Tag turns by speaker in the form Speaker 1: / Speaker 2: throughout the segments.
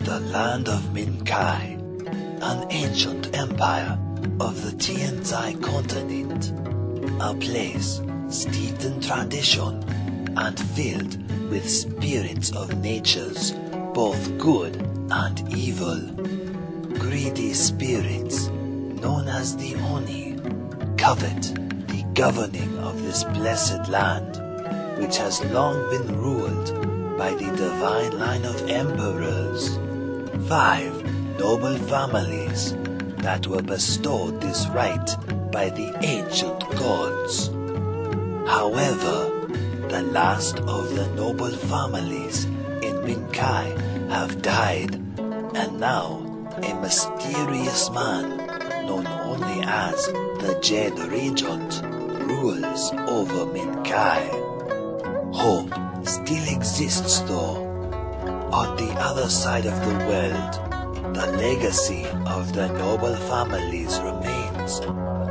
Speaker 1: the land of Minkai, an ancient empire of the Tianzai continent, a place steeped in tradition and filled with spirits of natures, both good and evil. Greedy spirits, known as the Oni, covet the governing of this blessed land, which has long been ruled by the divine line of emperors. Five noble families that were bestowed this right by the ancient gods. However, the last of the noble families in Minkai have died, and now a mysterious man, known only as the Jade Regent, rules over Minkai. Hope still exists though. On the other side of the world, the legacy of the noble families remains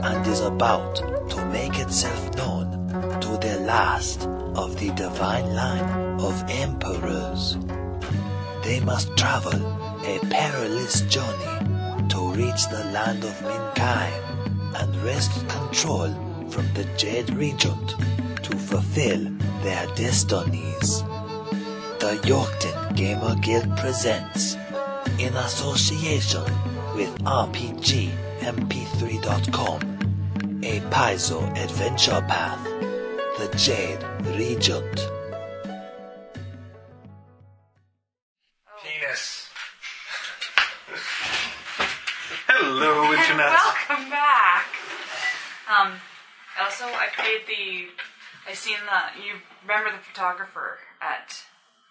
Speaker 1: and is about to make itself known to the last of the divine line of emperors. They must travel a perilous journey to reach the land of Minkai and wrest control from the Jade Regent to fulfill their destinies. The Yorkton Gamer Guild presents, in association with RPGMP3.com, a Paizo Adventure Path, the Jade Regent.
Speaker 2: Penis. Hello, internet.
Speaker 3: Welcome back. Um, also, I paid the. I seen the. You remember the photographer at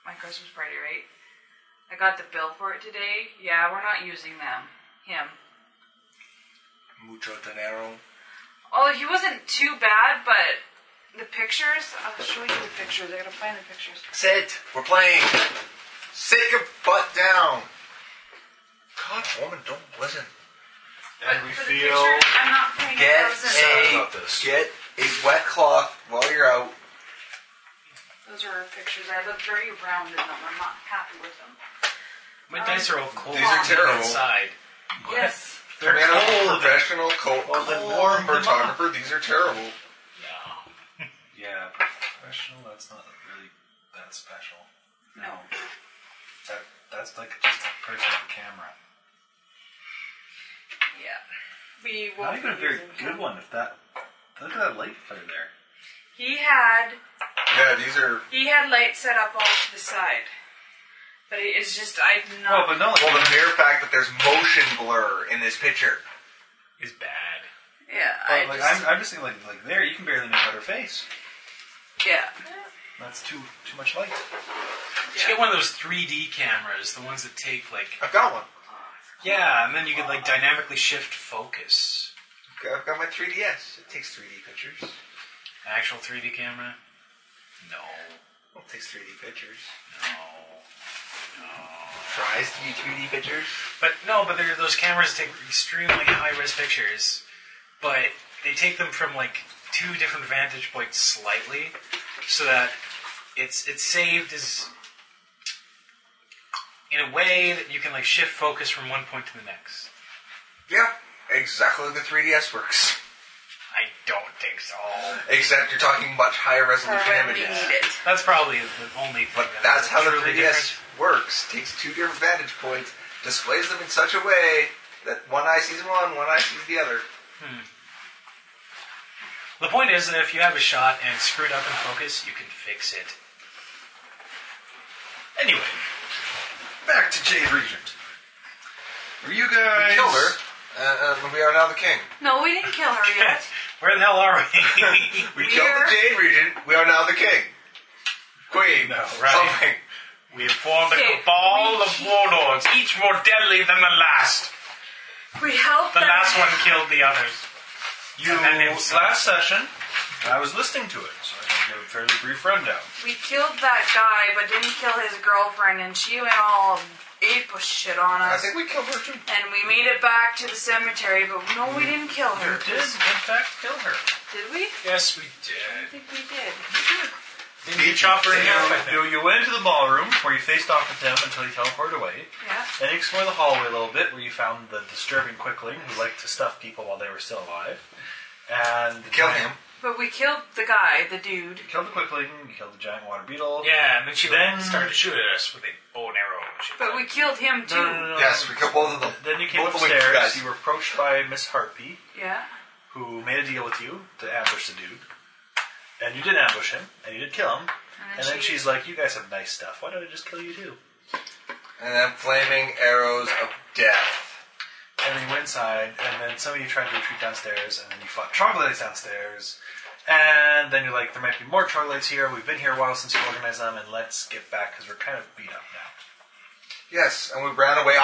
Speaker 3: my Christmas party, right? I got the bill for it today. Yeah, we're not using them. Him.
Speaker 2: Mucho dinero.
Speaker 3: Oh, he wasn't too bad, but the pictures. I'll show you the pictures. I gotta find the pictures.
Speaker 2: Sit. We're playing. Sit your butt down. God, woman, don't listen.
Speaker 4: And
Speaker 3: But
Speaker 4: we
Speaker 3: for the
Speaker 4: feel
Speaker 3: pictures, I'm not paying
Speaker 2: Get
Speaker 3: Those,
Speaker 2: a
Speaker 4: Sorry about this.
Speaker 2: get a wet cloth while you're out.
Speaker 3: those are pictures. I look very round in them. I'm not happy with them.
Speaker 5: My dice are all cold.
Speaker 2: These are
Speaker 5: on the
Speaker 2: terrible.
Speaker 5: Inside.
Speaker 3: Yes.
Speaker 5: They're
Speaker 2: Man, I'm a
Speaker 5: cold.
Speaker 2: professional cold, cold,
Speaker 5: then warm them up.
Speaker 2: photographer. These are terrible.
Speaker 4: Yeah, professional. That's not really that special.
Speaker 3: No.
Speaker 4: That that's like just a person with a camera.
Speaker 3: Yeah. We won't
Speaker 4: Not even a
Speaker 3: be
Speaker 4: very
Speaker 3: using
Speaker 4: good
Speaker 3: them.
Speaker 4: one. If that look at that light flare there.
Speaker 3: He had
Speaker 2: Yeah, these are.
Speaker 3: He had lights set up all to the side. But it is just, I did
Speaker 4: Oh,
Speaker 3: not.
Speaker 4: but no,
Speaker 2: Well, the mere fact that there's motion blur in this picture.
Speaker 5: Is bad.
Speaker 3: yeah, I
Speaker 4: but, like
Speaker 3: just,
Speaker 4: I'm, I'm just thinking like like there you can barely make out her face.
Speaker 3: yeah.
Speaker 4: That's too too much light.
Speaker 5: You should get one of those 3D cameras, the ones that take like
Speaker 2: I've got one.
Speaker 5: yeah, and then you could like dynamically shift focus.
Speaker 2: I've got- I've got my 3DS. It takes 3D pictures.
Speaker 5: An actual 3D camera? No,
Speaker 2: Well, it takes 3D pictures.
Speaker 5: no.
Speaker 2: Tries to be 3D pictures.
Speaker 5: But no, but there, those cameras take extremely high res pictures, but they take them from like two different vantage points slightly, so that it's it's saved as in a way that you can like shift focus from one point to the next.
Speaker 2: Yeah, exactly like the 3DS works.
Speaker 5: I don't think so.
Speaker 2: Except you're talking much higher resolution
Speaker 3: When we
Speaker 2: images.
Speaker 3: need it.
Speaker 5: That's probably the only thing.
Speaker 2: But
Speaker 5: that
Speaker 2: that's how the
Speaker 5: truly
Speaker 2: 3DS
Speaker 5: different.
Speaker 2: works. Takes two different vantage points, displays them in such a way that one eye sees one, one eye sees the other.
Speaker 5: The point is that if you have a shot and it's screwed up in focus, you can fix it. Anyway,
Speaker 4: Back to Jade Regent. Were you
Speaker 2: We
Speaker 4: guys
Speaker 2: killed her, uh, and we are now the king.
Speaker 3: No, we didn't kill her yet.
Speaker 5: where the hell are we?
Speaker 2: We,
Speaker 3: We
Speaker 2: killed
Speaker 3: are-
Speaker 2: the Jade Regent, we are now the king. Queen.
Speaker 5: No,
Speaker 2: of
Speaker 5: right.
Speaker 2: something.
Speaker 5: We have formed a
Speaker 3: Okay,
Speaker 5: cabal
Speaker 3: we
Speaker 5: of
Speaker 3: keep-
Speaker 5: warlords, each more deadly than the last.
Speaker 3: We helped
Speaker 5: The
Speaker 3: them.
Speaker 5: last one killed the others.
Speaker 4: You
Speaker 5: And then himself.
Speaker 4: last session I was listening to it, so I can give a fairly brief rundown.
Speaker 3: We killed that guy, but didn't kill his girlfriend, and she went all ape shit on
Speaker 2: I
Speaker 3: us.
Speaker 2: think we killed her too.
Speaker 3: And we made it back to the cemetery, but no, we didn't kill
Speaker 4: You
Speaker 3: her.
Speaker 4: did in fact kill her.
Speaker 3: Did we?
Speaker 5: Yes,
Speaker 3: I
Speaker 5: we did.
Speaker 3: think we did.
Speaker 4: Beat Chopper and
Speaker 5: Take off, I think.
Speaker 4: you, you, you went into the ballroom where you faced off with him until he teleported away.
Speaker 3: Yeah.
Speaker 4: Then you explored the hallway a little bit where you found the disturbing quickling who liked to stuff people while they were still alive. And
Speaker 2: Kill him.
Speaker 3: But we killed the guy, the dude.
Speaker 4: You killed the quickling, you killed the giant water beetle.
Speaker 5: Yeah, and then she
Speaker 4: Then-
Speaker 5: then started to shoot at us with a bow and arrow. and shit.
Speaker 3: But we killed him too.
Speaker 4: No, no, no, no.
Speaker 2: Yes, we killed both of them.
Speaker 4: Then you came
Speaker 2: both the wings,
Speaker 4: upstairs,
Speaker 2: guys.
Speaker 4: you were approached by Miss Harpy,
Speaker 3: Yeah.
Speaker 4: who made a deal with you to ambush the dude. And you did ambush him, and you did kill him.
Speaker 3: And then
Speaker 4: And then
Speaker 3: she-
Speaker 4: she's like, You guys have nice stuff. Why don't I just kill you too?
Speaker 2: And then flaming arrows of death.
Speaker 4: And then you went inside, and then some of you tried to retreat downstairs, and then you fought troglodytes downstairs. And then you're like, there might be more troglodytes here. We've been here a while since you organized them, and let's get back because we're kind of beat up now.
Speaker 2: Yes, and we ran away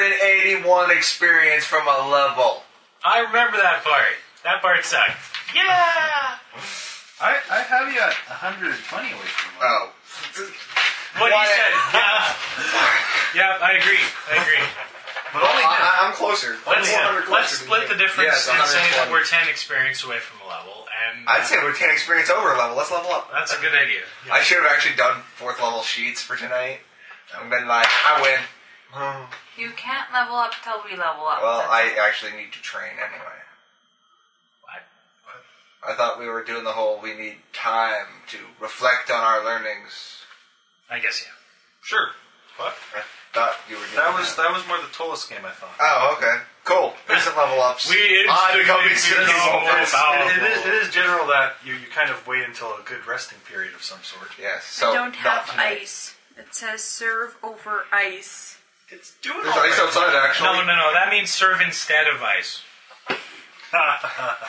Speaker 2: 181 experience from a level.
Speaker 5: I remember that part. That part sucked. Yeah.
Speaker 4: I, I have you at 120 away from one.
Speaker 2: Oh.
Speaker 5: What
Speaker 2: Why-
Speaker 5: he said. Yeah. yeah, I agree. I agree.
Speaker 4: But only now.
Speaker 2: I, I, I'm closer. I'm
Speaker 5: Let's,
Speaker 2: 400 closer
Speaker 5: let's
Speaker 2: than
Speaker 5: split
Speaker 2: you.
Speaker 5: the difference
Speaker 2: Yes,
Speaker 5: and say
Speaker 2: 120.
Speaker 5: that we're ten experience away from a level, and
Speaker 2: I'd say we're 10 experience over a level. Let's level up.
Speaker 5: that's a good idea.
Speaker 2: I should have actually done fourth level sheets for tonight. And been like, I win.
Speaker 3: You can't level up till we level up.
Speaker 2: Well,
Speaker 3: That's
Speaker 2: I
Speaker 3: it.
Speaker 2: actually need to train anyway.
Speaker 5: I,
Speaker 2: I thought we were doing the whole we need time to reflect on our learnings.
Speaker 5: I guess yeah.
Speaker 4: Sure. What?
Speaker 2: I thought you were doing
Speaker 4: That was that was more the Tolus game, I thought.
Speaker 2: Oh, okay. Cool. Instant level ups.
Speaker 5: We
Speaker 2: I'm becoming
Speaker 5: instantly
Speaker 2: citizens.
Speaker 5: become more powerful.
Speaker 4: It- it, is, it is general that you, you kind of wait until a good resting period of some sort.
Speaker 2: Yes. So
Speaker 6: I don't
Speaker 2: not
Speaker 6: have
Speaker 2: tonight.
Speaker 6: ice. It says serve over ice.
Speaker 4: It's doing
Speaker 2: There's
Speaker 4: all
Speaker 2: ice
Speaker 4: right.
Speaker 2: outside, actually.
Speaker 5: No, no, no. That means serve instead of ice.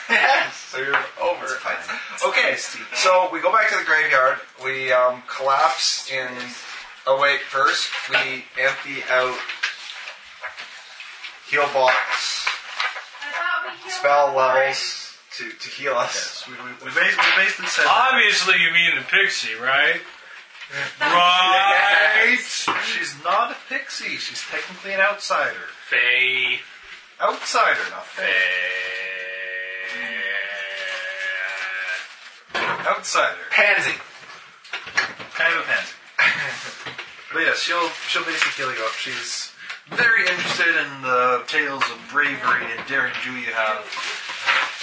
Speaker 2: Yes, so you're over.
Speaker 4: fine.
Speaker 2: Okay, so we go back to the graveyard. We um, collapse in. Oh wait, first we empty out heal box spell uh, levels to, to heal us.
Speaker 4: Yes, we, we, we, based, we based and said
Speaker 5: Obviously, you mean the pixie, right? right.
Speaker 2: Right.
Speaker 4: she's not a pixie. She's technically an outsider.
Speaker 5: Faye.
Speaker 4: Outsider, not fae. Outsider.
Speaker 2: Pansy.
Speaker 4: Kind of a pansy. but yeah, she'll she'll basically heal you up. She's very interested in the tales of bravery and daring do you have.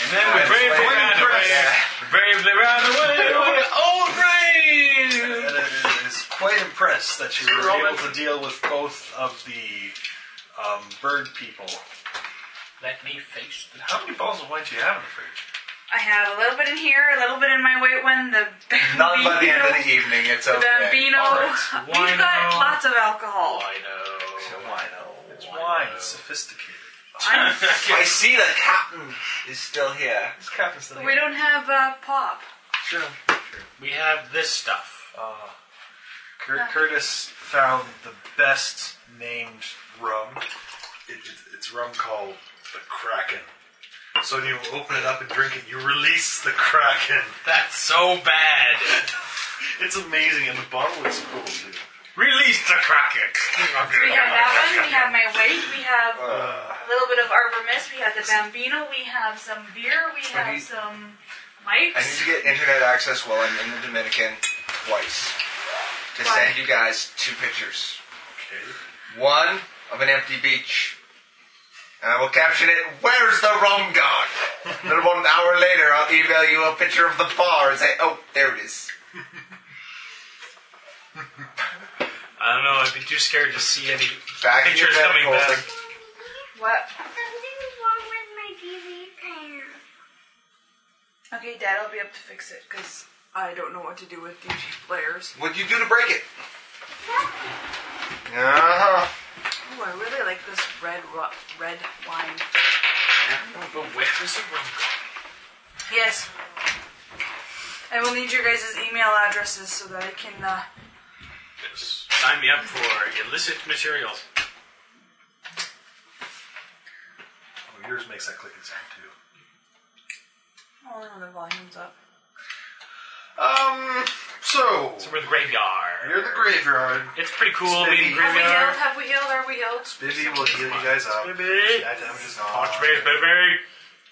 Speaker 5: And then we
Speaker 2: Yes,
Speaker 5: bravely
Speaker 2: Faye.
Speaker 5: ran away.
Speaker 2: Yeah.
Speaker 5: Bravely ran away. Old
Speaker 4: And
Speaker 5: brave.
Speaker 4: it is quite impressed that you were able to deal with both of the um, bird people.
Speaker 5: Let me face the.
Speaker 4: How many balls of wine do you have in the fridge?
Speaker 3: I have a little bit in here, a little bit in my weight when the bambino.
Speaker 2: None by the end of the evening. It's
Speaker 3: The
Speaker 2: okay.
Speaker 3: bambino.
Speaker 4: All right.
Speaker 3: We've got
Speaker 5: Wino.
Speaker 3: lots of alcohol.
Speaker 5: I
Speaker 2: So
Speaker 5: know.
Speaker 2: I know.
Speaker 4: It's wine. It's sophisticated.
Speaker 3: I'm-
Speaker 2: I see the captain is still here.
Speaker 4: This captain's the
Speaker 3: we don't have uh, pop.
Speaker 2: True.
Speaker 5: We have this stuff.
Speaker 4: Cur- Curtis found the best named rum. It, it, it's rum called the Kraken. So when you open it up and drink it, you release the Kraken.
Speaker 5: That's so bad.
Speaker 4: It's amazing, and the bottle is cool too.
Speaker 5: Release the Kraken.
Speaker 3: We have that one. We have my weight. We have
Speaker 2: Uh.
Speaker 3: a little bit of arbor mist. We have the bambino. We have some beer. We have
Speaker 2: need-
Speaker 3: some
Speaker 2: I need to
Speaker 3: mics.
Speaker 2: get internet access while I'm in the Dominican twice to
Speaker 3: Why?
Speaker 2: send you guys two pictures.
Speaker 4: Okay.
Speaker 2: One of an empty beach. And I will caption it, Where's the rum gone? And then about an hour later, I'll email you a picture of the bar and say, Oh, there it is.
Speaker 5: I don't know. I'd be too scared to see any
Speaker 2: Back in your
Speaker 5: pictures
Speaker 2: bed,
Speaker 5: coming
Speaker 2: Colson.
Speaker 5: back.
Speaker 3: What?
Speaker 6: Something's wrong with my TV player.
Speaker 3: Okay, Dad'll be up to fix it because I don't know what to do with DJ players.
Speaker 2: What'd you do to break it? Uh huh.
Speaker 3: Ooh, I really like this red ru- red wine.
Speaker 5: But where is the rum gone?
Speaker 3: Yes. I will need your guys' email addresses so that I can. Uh,
Speaker 5: Yes. Sign me up for illicit materials.
Speaker 4: Oh, yours makes that clicking sound too.
Speaker 3: oh no, the volume's up.
Speaker 4: Um. So
Speaker 5: So we're the graveyard.
Speaker 4: you're the graveyard.
Speaker 5: It's pretty cool being the
Speaker 4: Spinning.
Speaker 3: Have we healed?
Speaker 5: graveyard.
Speaker 3: Have we healed? Are we healed?
Speaker 4: Bibby will heal you guys up.
Speaker 5: Baby.
Speaker 4: That damage is
Speaker 5: Touch
Speaker 4: not.
Speaker 5: base, baby.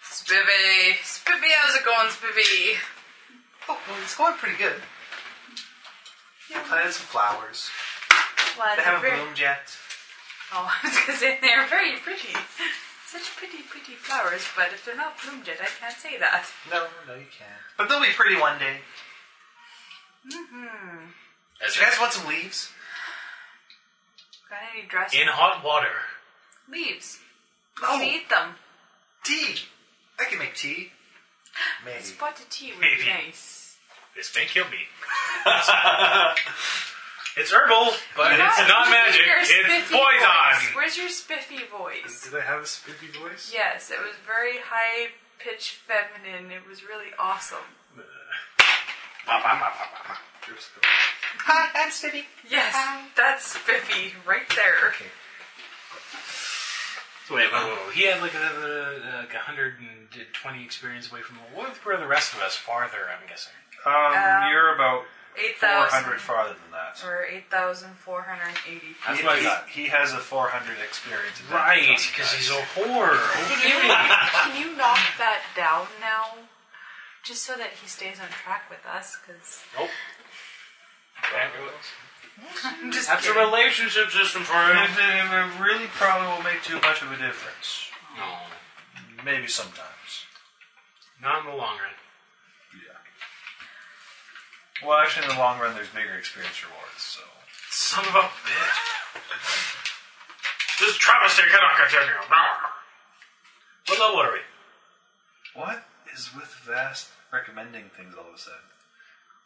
Speaker 3: Spivvy, Spivvy, how's it going, Spivvy?
Speaker 2: Oh, well, it's going pretty good.
Speaker 4: planted some flowers.
Speaker 3: Well,
Speaker 4: They
Speaker 3: they're
Speaker 4: haven't
Speaker 3: very-
Speaker 4: bloomed yet.
Speaker 3: Oh, I was gonna say they're very pretty. Such pretty, pretty flowers, but if they're not bloomed yet, I can't say that.
Speaker 4: No, no, you can't. But they'll be pretty one day.
Speaker 5: As
Speaker 4: Do you guys want some leaves?
Speaker 3: Got any dressing?
Speaker 5: in hot water.
Speaker 3: Leaves.
Speaker 4: No.
Speaker 3: We eat them.
Speaker 4: Oh. Tea. I can make tea. Maybe.
Speaker 3: Spotted tea would
Speaker 5: Maybe.
Speaker 3: be nice.
Speaker 5: This may kill me. it's herbal, but
Speaker 3: Why
Speaker 5: it's not
Speaker 3: do you
Speaker 5: magic.
Speaker 3: think your
Speaker 5: It's
Speaker 3: spiffy
Speaker 5: poison.
Speaker 3: voice? Where's your spiffy voice?
Speaker 4: Did I have a spooky voice?
Speaker 3: Yes, it was very high pitched feminine. It was really awesome.
Speaker 4: Hi, I'm Spiffy.
Speaker 3: Yes, that's spiffy right there.
Speaker 5: So wait, whoa, whoa, whoa. He had like a, like 120 experience away from the What were the rest of us farther, I'm guessing?
Speaker 4: Um,
Speaker 3: Um,
Speaker 4: you're about
Speaker 3: 8,000
Speaker 4: 400 farther than that.
Speaker 3: or 8,480.
Speaker 5: That's
Speaker 4: He-
Speaker 5: what I
Speaker 4: he,
Speaker 5: thought.
Speaker 4: he has a 400 experience. advantage on
Speaker 5: Right,
Speaker 4: you
Speaker 5: because
Speaker 4: guys.
Speaker 5: he's a whore.
Speaker 3: Can you, can you knock that down now? Just so that he stays on track with us, because
Speaker 5: nope.
Speaker 3: I'm just
Speaker 5: That's a
Speaker 3: kidding.
Speaker 5: relationship system for
Speaker 4: It,
Speaker 5: him.
Speaker 4: it- it really probably won't make too much of a difference.
Speaker 5: No,
Speaker 4: Maybe sometimes.
Speaker 5: not in the long run.
Speaker 4: Yeah. Well, actually, in the long run, there's bigger experience rewards. So.
Speaker 5: Son of a bitch. this travesty cannot continue. What level are we?
Speaker 4: What is with Vast recommending things all of a sudden?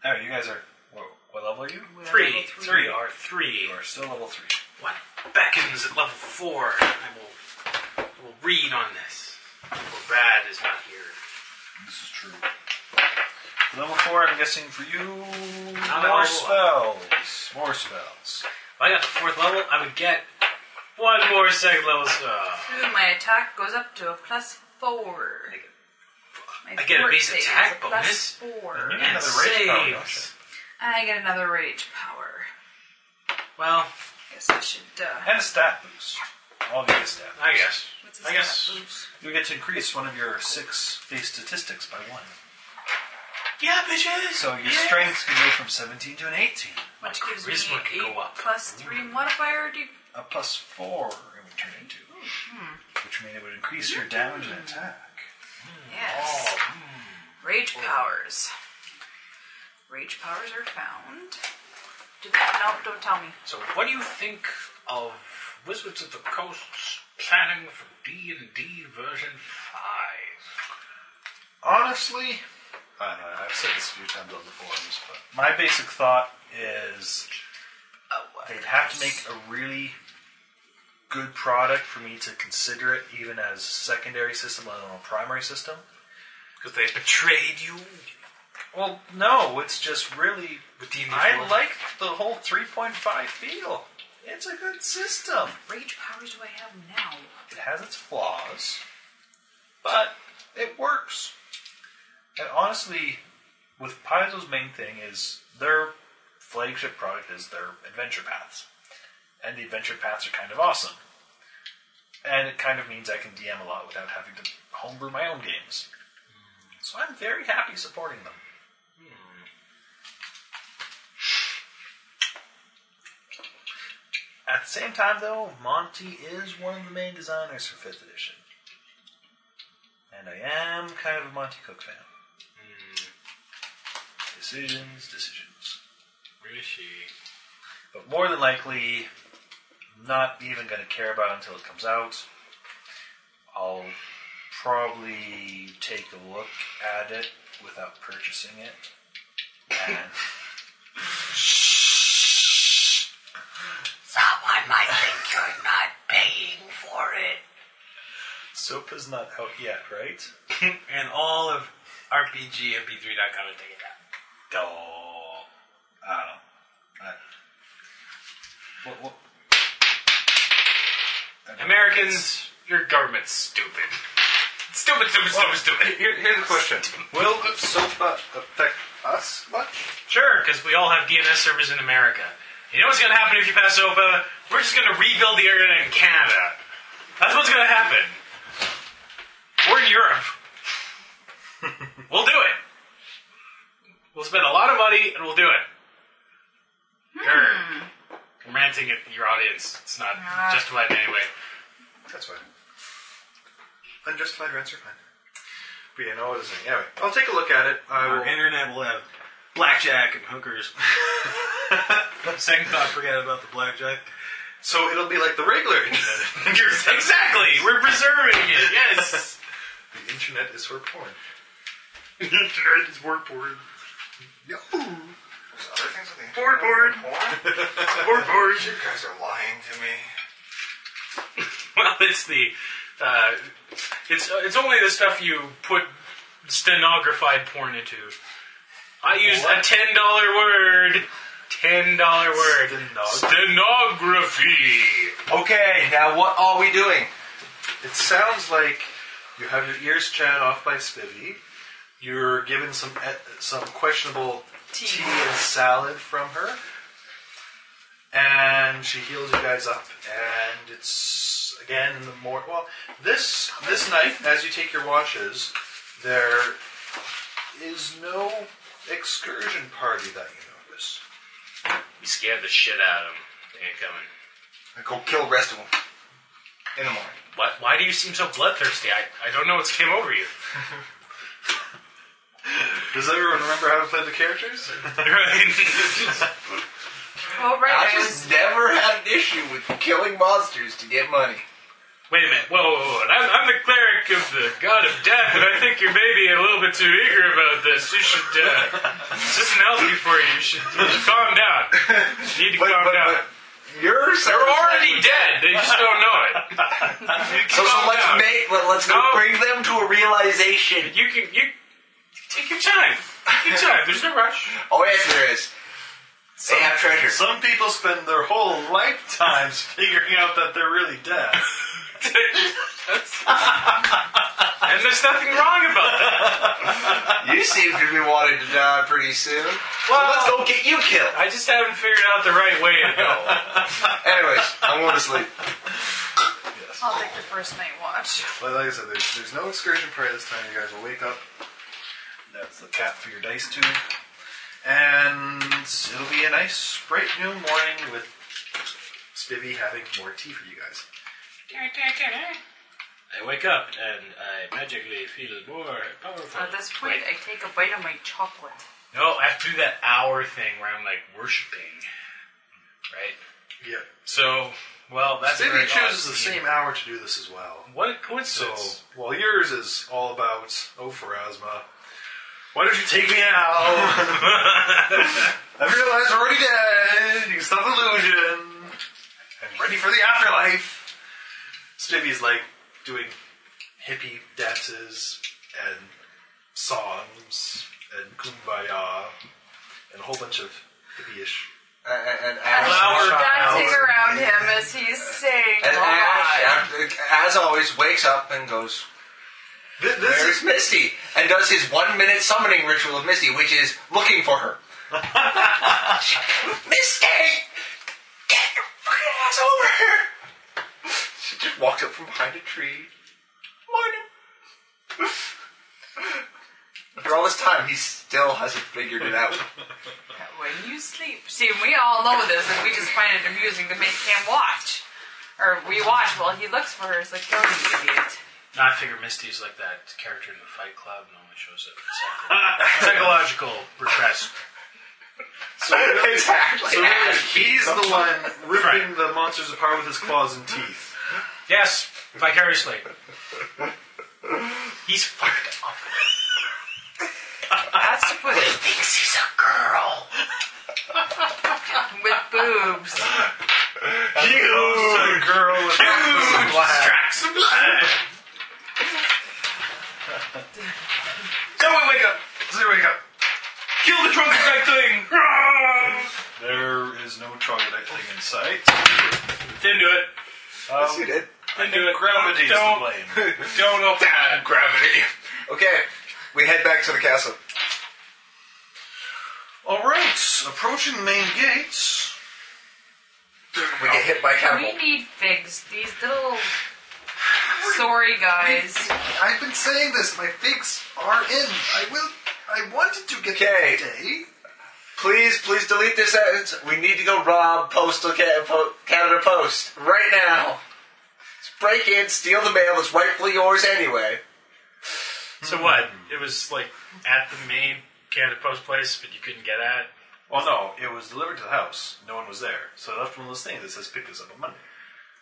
Speaker 4: Oh, you guys are. What, what level are you?
Speaker 3: We're
Speaker 5: Three.
Speaker 3: level three.
Speaker 5: Three are three.
Speaker 4: You are still level three.
Speaker 5: What beckons at level four? I will, I will read on this. For bad is not here.
Speaker 4: This is true. Level four, I'm guessing for you.
Speaker 5: I'm
Speaker 4: more
Speaker 5: level
Speaker 4: spells. More spells.
Speaker 5: If I got the fourth level, I would get one more second level uh, stuff.
Speaker 3: Ooh, my attack goes up to a plus four. My
Speaker 5: I get a
Speaker 3: fort
Speaker 5: base
Speaker 3: save is
Speaker 5: attack
Speaker 3: a
Speaker 5: bonus?
Speaker 3: plus
Speaker 5: Mm-hmm.
Speaker 3: four.
Speaker 4: You
Speaker 3: And
Speaker 4: get
Speaker 5: And
Speaker 4: another rage spell, don't
Speaker 5: saves.
Speaker 4: you?
Speaker 3: I get another rage power.
Speaker 5: Well,
Speaker 3: Guess I should. Uh,
Speaker 4: And a stat boost. All of you get stat.
Speaker 5: I guess.
Speaker 3: what's
Speaker 5: I
Speaker 3: stat
Speaker 5: guess.
Speaker 3: boost?
Speaker 4: You get to increase one of your six base statistics by one.
Speaker 5: Yeah, bitches.
Speaker 4: So your strength can go from 17 to an 18.
Speaker 3: Which
Speaker 5: My
Speaker 3: gives me
Speaker 5: charisma could
Speaker 3: eight
Speaker 5: go up. Mm.
Speaker 3: plus three modifier. Do
Speaker 4: A plus four it would turn into. Which means it would increase your damage and attack.
Speaker 3: yes.
Speaker 5: Oh, mm.
Speaker 3: Rage powers. Rage powers are found. Do they, no, don't tell me.
Speaker 5: So, what do you think of Wizards of the Coast's planning for D and D version five?
Speaker 4: Honestly, I don't know, I've said this a few times on the forums, but my basic thought is
Speaker 3: Oh, what?
Speaker 4: they'd have to make a really good product for me to consider it even as secondary system, let alone primary system.
Speaker 5: Because they betrayed you
Speaker 4: Well, no, it's just really.
Speaker 5: with D and D.
Speaker 4: I like the whole 3.5 feel. It's a good system.
Speaker 3: rage powers do I have now?
Speaker 4: It has its flaws, but it works. And honestly, with Paizo's main thing is their flagship product is their adventure paths. And the adventure paths are kind of awesome. And it kind of means I can DM a lot without having to homebrew my own games. So I'm very happy supporting them. At the same time, though, Monty is one of the main designers for 5th edition. And I am kind of a Monty Cook fan. Decisions, decisions.
Speaker 5: Hmm. Where is she?
Speaker 4: But more than likely, not even going to care about it until it comes out. I'll probably take a look at it without purchasing it. And
Speaker 5: Someone might think you're not paying for it.
Speaker 4: Sopa's not out yet, right?
Speaker 5: and all of RPG and B3.com is taking that.
Speaker 4: Duh. I don't know. I, what, what,
Speaker 5: Americans, your government's stupid. Stupid, stupid, stupid, stupid.
Speaker 2: Here, here's the question: Will SOPA affect us much?
Speaker 5: Sure, because we all have DNS servers in America. You know what's going to happen if you pass OPA? We're just going to rebuild the internet in Canada. That's what's going to happen. We're in Europe. we'll do it. We'll spend a lot of money and we'll do it. ranting at your audience. It's not
Speaker 3: Ah.
Speaker 5: justified in any way.
Speaker 4: That's fine. Unjustified rents are fine. But yeah, no, it isn't. Anyway, I'll take a look at it. I will.
Speaker 7: Our internet will have blackjack and hookers. Second thought, forget about the blackjack.
Speaker 4: so it'll be like the regular internet.
Speaker 5: Exactly. We're preserving it. Yes.
Speaker 4: The internet is for porn.
Speaker 8: Internet is word porn.
Speaker 2: Other things with the
Speaker 8: Porn porn.
Speaker 2: porn?
Speaker 8: Porn porn.
Speaker 2: You guys are lying to me.
Speaker 5: well, it's the. Uh, it's uh, it's only the stuff you put stenographied porn into. I used a ten dollar word. Ten dollar word. Stenography.
Speaker 2: Okay, now what are we doing?
Speaker 4: It sounds like you have your ears chat off by Spivvy. You're given some eh, some questionable
Speaker 3: Tea.
Speaker 4: tea and salad from her, and she heals you guys up. And it's again in the more well this this night as you take your watches, there is no excursion party that you notice.
Speaker 5: You scared the shit out of him. They ain't coming.
Speaker 2: I go kill the rest of them in the morning.
Speaker 5: Why, why do you seem so bloodthirsty? I, I don't know what's came over you.
Speaker 4: Does everyone remember how to play the characters?
Speaker 3: Oh, right.
Speaker 2: I
Speaker 3: I was,
Speaker 2: just never had an issue with killing monsters to get money.
Speaker 5: Wait a minute. Whoa, whoa, whoa. I'm, I'm the cleric of the god of death, and I think you're maybe a little bit too eager about this. You should, uh, this isn't healthy for you. You should, you should calm down. You need to
Speaker 2: But,
Speaker 5: calm
Speaker 2: but,
Speaker 5: down.
Speaker 2: but you're so,
Speaker 5: They're already dead. They just don't know it. You
Speaker 2: so, so
Speaker 5: calm
Speaker 2: let's
Speaker 5: down.
Speaker 2: make let, let's
Speaker 5: No.
Speaker 2: bring them to a realization.
Speaker 5: You can, you, take your time. Take your time. There's no rush.
Speaker 2: Oh yes, there is. They have treasure.
Speaker 4: Some people spend their whole lifetimes figuring out that they're really dead.
Speaker 5: and there's nothing wrong about that.
Speaker 2: You seem to be wanting to die pretty soon.
Speaker 5: Well,
Speaker 2: Let's go get you killed.
Speaker 5: I just haven't figured out the right way to go.
Speaker 2: Anyways, I'm going to sleep.
Speaker 3: I'll take the first night watch.
Speaker 4: But like I said, there's, there's no excursion party this time. You guys will wake up. That's the cap for your dice tube. And it'll be a nice, bright new morning with Spivvy having more tea for you guys.
Speaker 5: I wake up and I magically feel more powerful.
Speaker 3: At this point, I take a bite of my chocolate.
Speaker 5: no, I have to do that hour thing where I'm like worshiping, right?
Speaker 4: Yeah.
Speaker 5: So, well, that's a
Speaker 4: Spivvy
Speaker 5: very odd
Speaker 4: chooses the
Speaker 5: scene.
Speaker 4: same hour to do this as well.
Speaker 5: What a
Speaker 4: So,
Speaker 5: coincidence!
Speaker 4: while yours is all about, oh, Pharasma, why don't you take me out? I realize we're already dead. You can stop illusion. I'm ready for the afterlife. Stevie's like doing hippie dances and songs and kumbaya and a whole bunch of hippie-ish.
Speaker 2: And, and, and,
Speaker 5: Flower
Speaker 3: Dancing around him as he's saying.
Speaker 2: and
Speaker 3: "Alright."
Speaker 2: Ash, after- as always, wakes up and goes,
Speaker 4: This, this
Speaker 2: There's
Speaker 4: is
Speaker 2: Misty! And does his one minute summoning ritual of Misty, which is looking for her. Misty! Get your fucking ass over here! She just walks up from behind a tree. Morning! After all this time, he still hasn't figured it out.
Speaker 3: When you sleep. See, we all know this, and we just find it amusing to make him watch. Or we watch while he looks for her. It's like, you're an idiot.
Speaker 5: No, I figure Misty's like that character in the Fight Club, and only shows up for psycho- psychological repress.
Speaker 2: exactly.
Speaker 4: so really, he's the one ripping the monsters apart with his claws and teeth.
Speaker 5: Yes, vicariously. He's fucked up.
Speaker 3: That's to put it.
Speaker 2: thinks he's a girl.
Speaker 3: With boobs.
Speaker 4: Huge girl with huge
Speaker 5: Tracks of blood.
Speaker 4: Someone wake up! Someone wake up!
Speaker 5: Kill the troglodyte thing.
Speaker 4: There is no troglodyte thing in sight.
Speaker 5: Didn't do it.
Speaker 2: Yes, you did.
Speaker 5: Didn't do it.
Speaker 4: Gravity is to
Speaker 5: don't,
Speaker 4: blame.
Speaker 5: Don't open that.
Speaker 2: Gravity. Okay, we head back to the castle.
Speaker 4: Alright, approaching the main gates.
Speaker 2: We get hit by a
Speaker 3: We
Speaker 2: cannibal.
Speaker 3: need figs. These little. Sorry, guys.
Speaker 4: I've been saying this, my figs are in. I will. I wanted to get
Speaker 2: Okay.
Speaker 4: them today.
Speaker 2: Please, please delete this sentence. We need to go rob Postal Ca- Po- Canada Post right now. Let's break in, steal the mail that's rightfully yours anyway.
Speaker 5: So what? It was like at the main Canada Post place, but you couldn't get at.
Speaker 4: Well, Oh, no, it was delivered to the house. No one was there, so I left one of those things that says pick this up on Monday.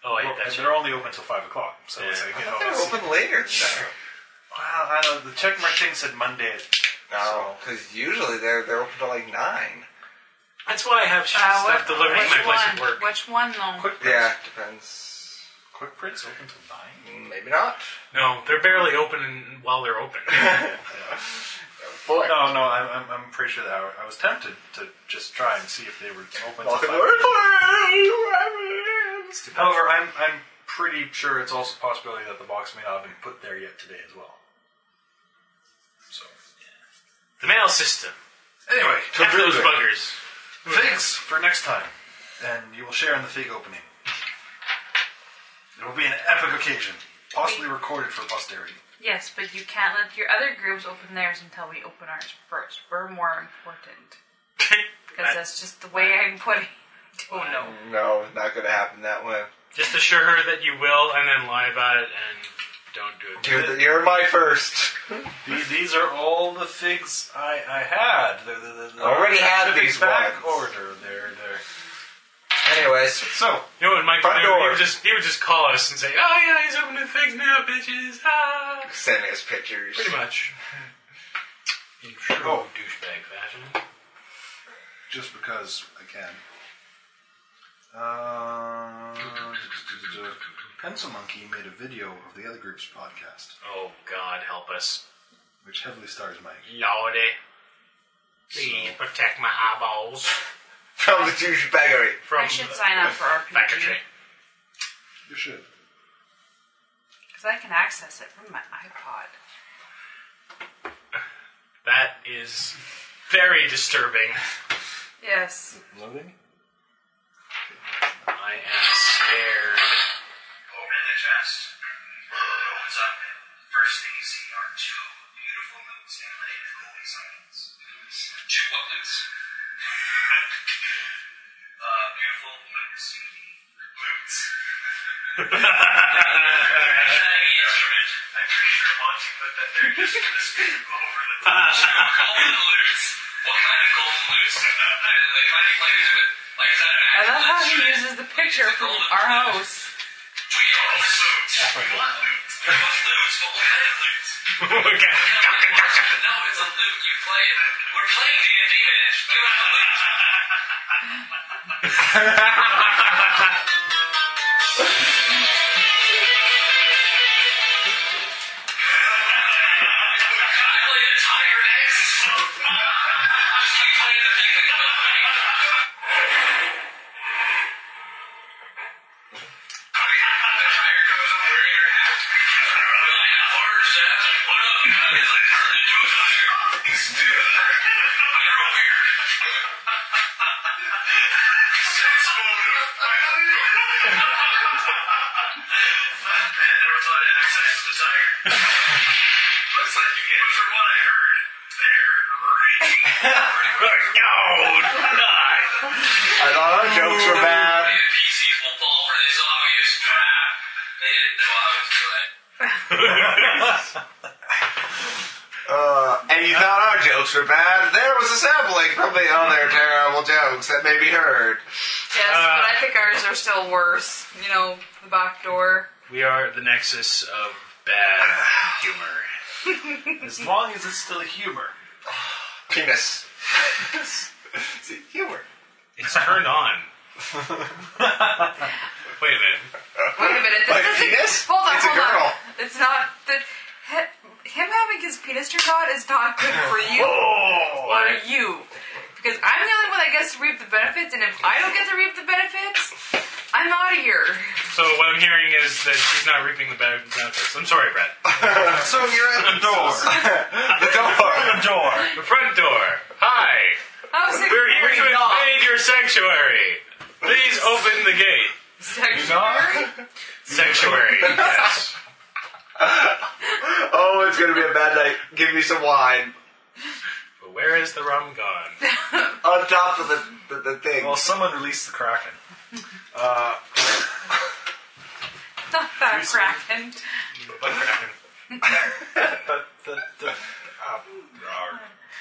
Speaker 5: Oh, I
Speaker 4: Well,
Speaker 5: hate that
Speaker 4: and
Speaker 5: shit.
Speaker 4: they're only open until five o'clock, so it's
Speaker 5: Yeah.
Speaker 4: like you know.
Speaker 2: They're
Speaker 4: It's, well,
Speaker 2: open later.
Speaker 4: I don't know. The check mark thing said Monday.
Speaker 2: No, because usually they're they're open till like nine.
Speaker 5: That's why I have shit
Speaker 3: Uh,
Speaker 5: stuff
Speaker 3: what,
Speaker 5: delivered to my
Speaker 3: which,
Speaker 5: place at
Speaker 3: one,
Speaker 5: work.
Speaker 3: which one? though?
Speaker 4: Quick prints.
Speaker 2: Yeah, depends.
Speaker 4: Quick prints open till nine.
Speaker 2: Maybe not.
Speaker 5: No, they're barely open while they're open.
Speaker 2: Boy,
Speaker 4: No, no, I'm, I'm, I'm pretty sure that I, I was tempted to just try and see if they were open. till
Speaker 2: Welcome to
Speaker 4: five.
Speaker 2: our plans.
Speaker 4: However, I'm, I'm pretty sure it's also a possibility that the box may not have been put there yet today as well. So,
Speaker 5: the mail system.
Speaker 4: anyway,
Speaker 5: F those buggers.
Speaker 4: Figs for next time, and you will share in the fig opening. It will be an epic occasion, possibly recorded for posterity.
Speaker 3: Yes, but you can't let your other groups open theirs until we open ours first. We're more important. Because that's just the way I'm putting it. Oh no.
Speaker 2: No, not gonna happen that way.
Speaker 5: Just assure her that you will, and then lie about it, and don't do it.
Speaker 2: You're, the- you're my first.
Speaker 4: The- These are all the figs I, I had. They're- they're- they're-
Speaker 2: Already had
Speaker 4: they're
Speaker 2: these
Speaker 4: back
Speaker 2: ones.
Speaker 4: order. There, there.
Speaker 2: Anyways,
Speaker 4: So,
Speaker 5: You know what, Mike?
Speaker 2: Front
Speaker 5: would do? He
Speaker 2: door.
Speaker 5: would just he would just call us and say, "Oh yeah, he's opening things now, bitches." Ah.
Speaker 2: sending us pictures.
Speaker 5: Pretty much. In true
Speaker 4: Oh.
Speaker 5: douchebag fashion.
Speaker 4: just because I can. Uh, Pencil Monkey made a video of the other group's podcast,
Speaker 5: Oh God, help us,
Speaker 4: which heavily stars Mike.
Speaker 5: Lordy! Please eh? protect my eyeballs
Speaker 2: From the douchebaggery.
Speaker 5: from
Speaker 3: I should sign up for RPG
Speaker 5: packaging.
Speaker 4: You should.
Speaker 3: because I can access it from my iPod.
Speaker 5: That is very disturbing.
Speaker 3: Yes.
Speaker 4: Loading?
Speaker 5: I am scared.
Speaker 9: Open the chest. It opens up. First thing you see are two beautiful moons inlaid with golden signs. Two what moons? uh, beautiful moons. Moons. Shiny instrument. I'm pretty sure Monty put that there just for this over the golden lutes. What kind of golden lutes? I didn't like. How do you play these with? Like is that an
Speaker 3: I
Speaker 9: actual
Speaker 3: love how he
Speaker 9: instrument?
Speaker 3: uses the picture from our house.
Speaker 5: Uh,
Speaker 9: We are suits. We want loot. We must lose, but we have loot. No, it's a loot you play. We're playing D&D, man. Give us the loot. I play a tiger next. You play the thing that goes like- The tiger goes over your hat. Really, a horror shaft? What up, guys? I turned into a tiger. You're weird. Sex motive. Man, never thought I'd have sex with a tiger. Looks like you can. But from what I heard, they're great.
Speaker 2: I thought our jokes were bad.
Speaker 9: And PCs will fall for this obvious trap. They didn't know I was good.
Speaker 2: Uh, and you thought our jokes were bad. There was a sampling from the other terrible jokes that may be heard.
Speaker 3: Yes, but I think ours are still worse. You know, the back door.
Speaker 5: We are the nexus of bad humor.
Speaker 4: As long as it's still humor.
Speaker 2: Penis. See, humor.
Speaker 5: It's turned on. Wait a minute.
Speaker 3: Wait a minute. This
Speaker 2: Like
Speaker 3: isn't.
Speaker 2: penis?
Speaker 3: Hold on,
Speaker 2: It's a
Speaker 3: hold
Speaker 2: girl.
Speaker 3: on. It's not the. hi- Him having his penis turned on is not good for you
Speaker 2: Oh,
Speaker 3: or
Speaker 5: Why?
Speaker 3: you, because I'm the only one that gets to reap the benefits, and if I don't get to reap the benefits, I'm out of here.
Speaker 5: So what I'm hearing is that she's not reaping the ben- benefits. I'm sorry, Brett.
Speaker 4: So you're at the door.
Speaker 2: The door.
Speaker 4: the door.
Speaker 5: The front door. Hi.
Speaker 3: I was like,
Speaker 5: We're here to
Speaker 3: "Wait, y'all."
Speaker 5: invade your sanctuary. Please open the gate.
Speaker 3: Sanctuary?
Speaker 5: Sanctuary. Yes.
Speaker 2: Oh, it's gonna be a bad night. Give me some wine.
Speaker 5: But where is the rum gone?
Speaker 2: On top of the, the, the thing.
Speaker 4: Well, someone released the kraken.
Speaker 3: Not that Kraken.
Speaker 5: What kraken?
Speaker 4: But the, the,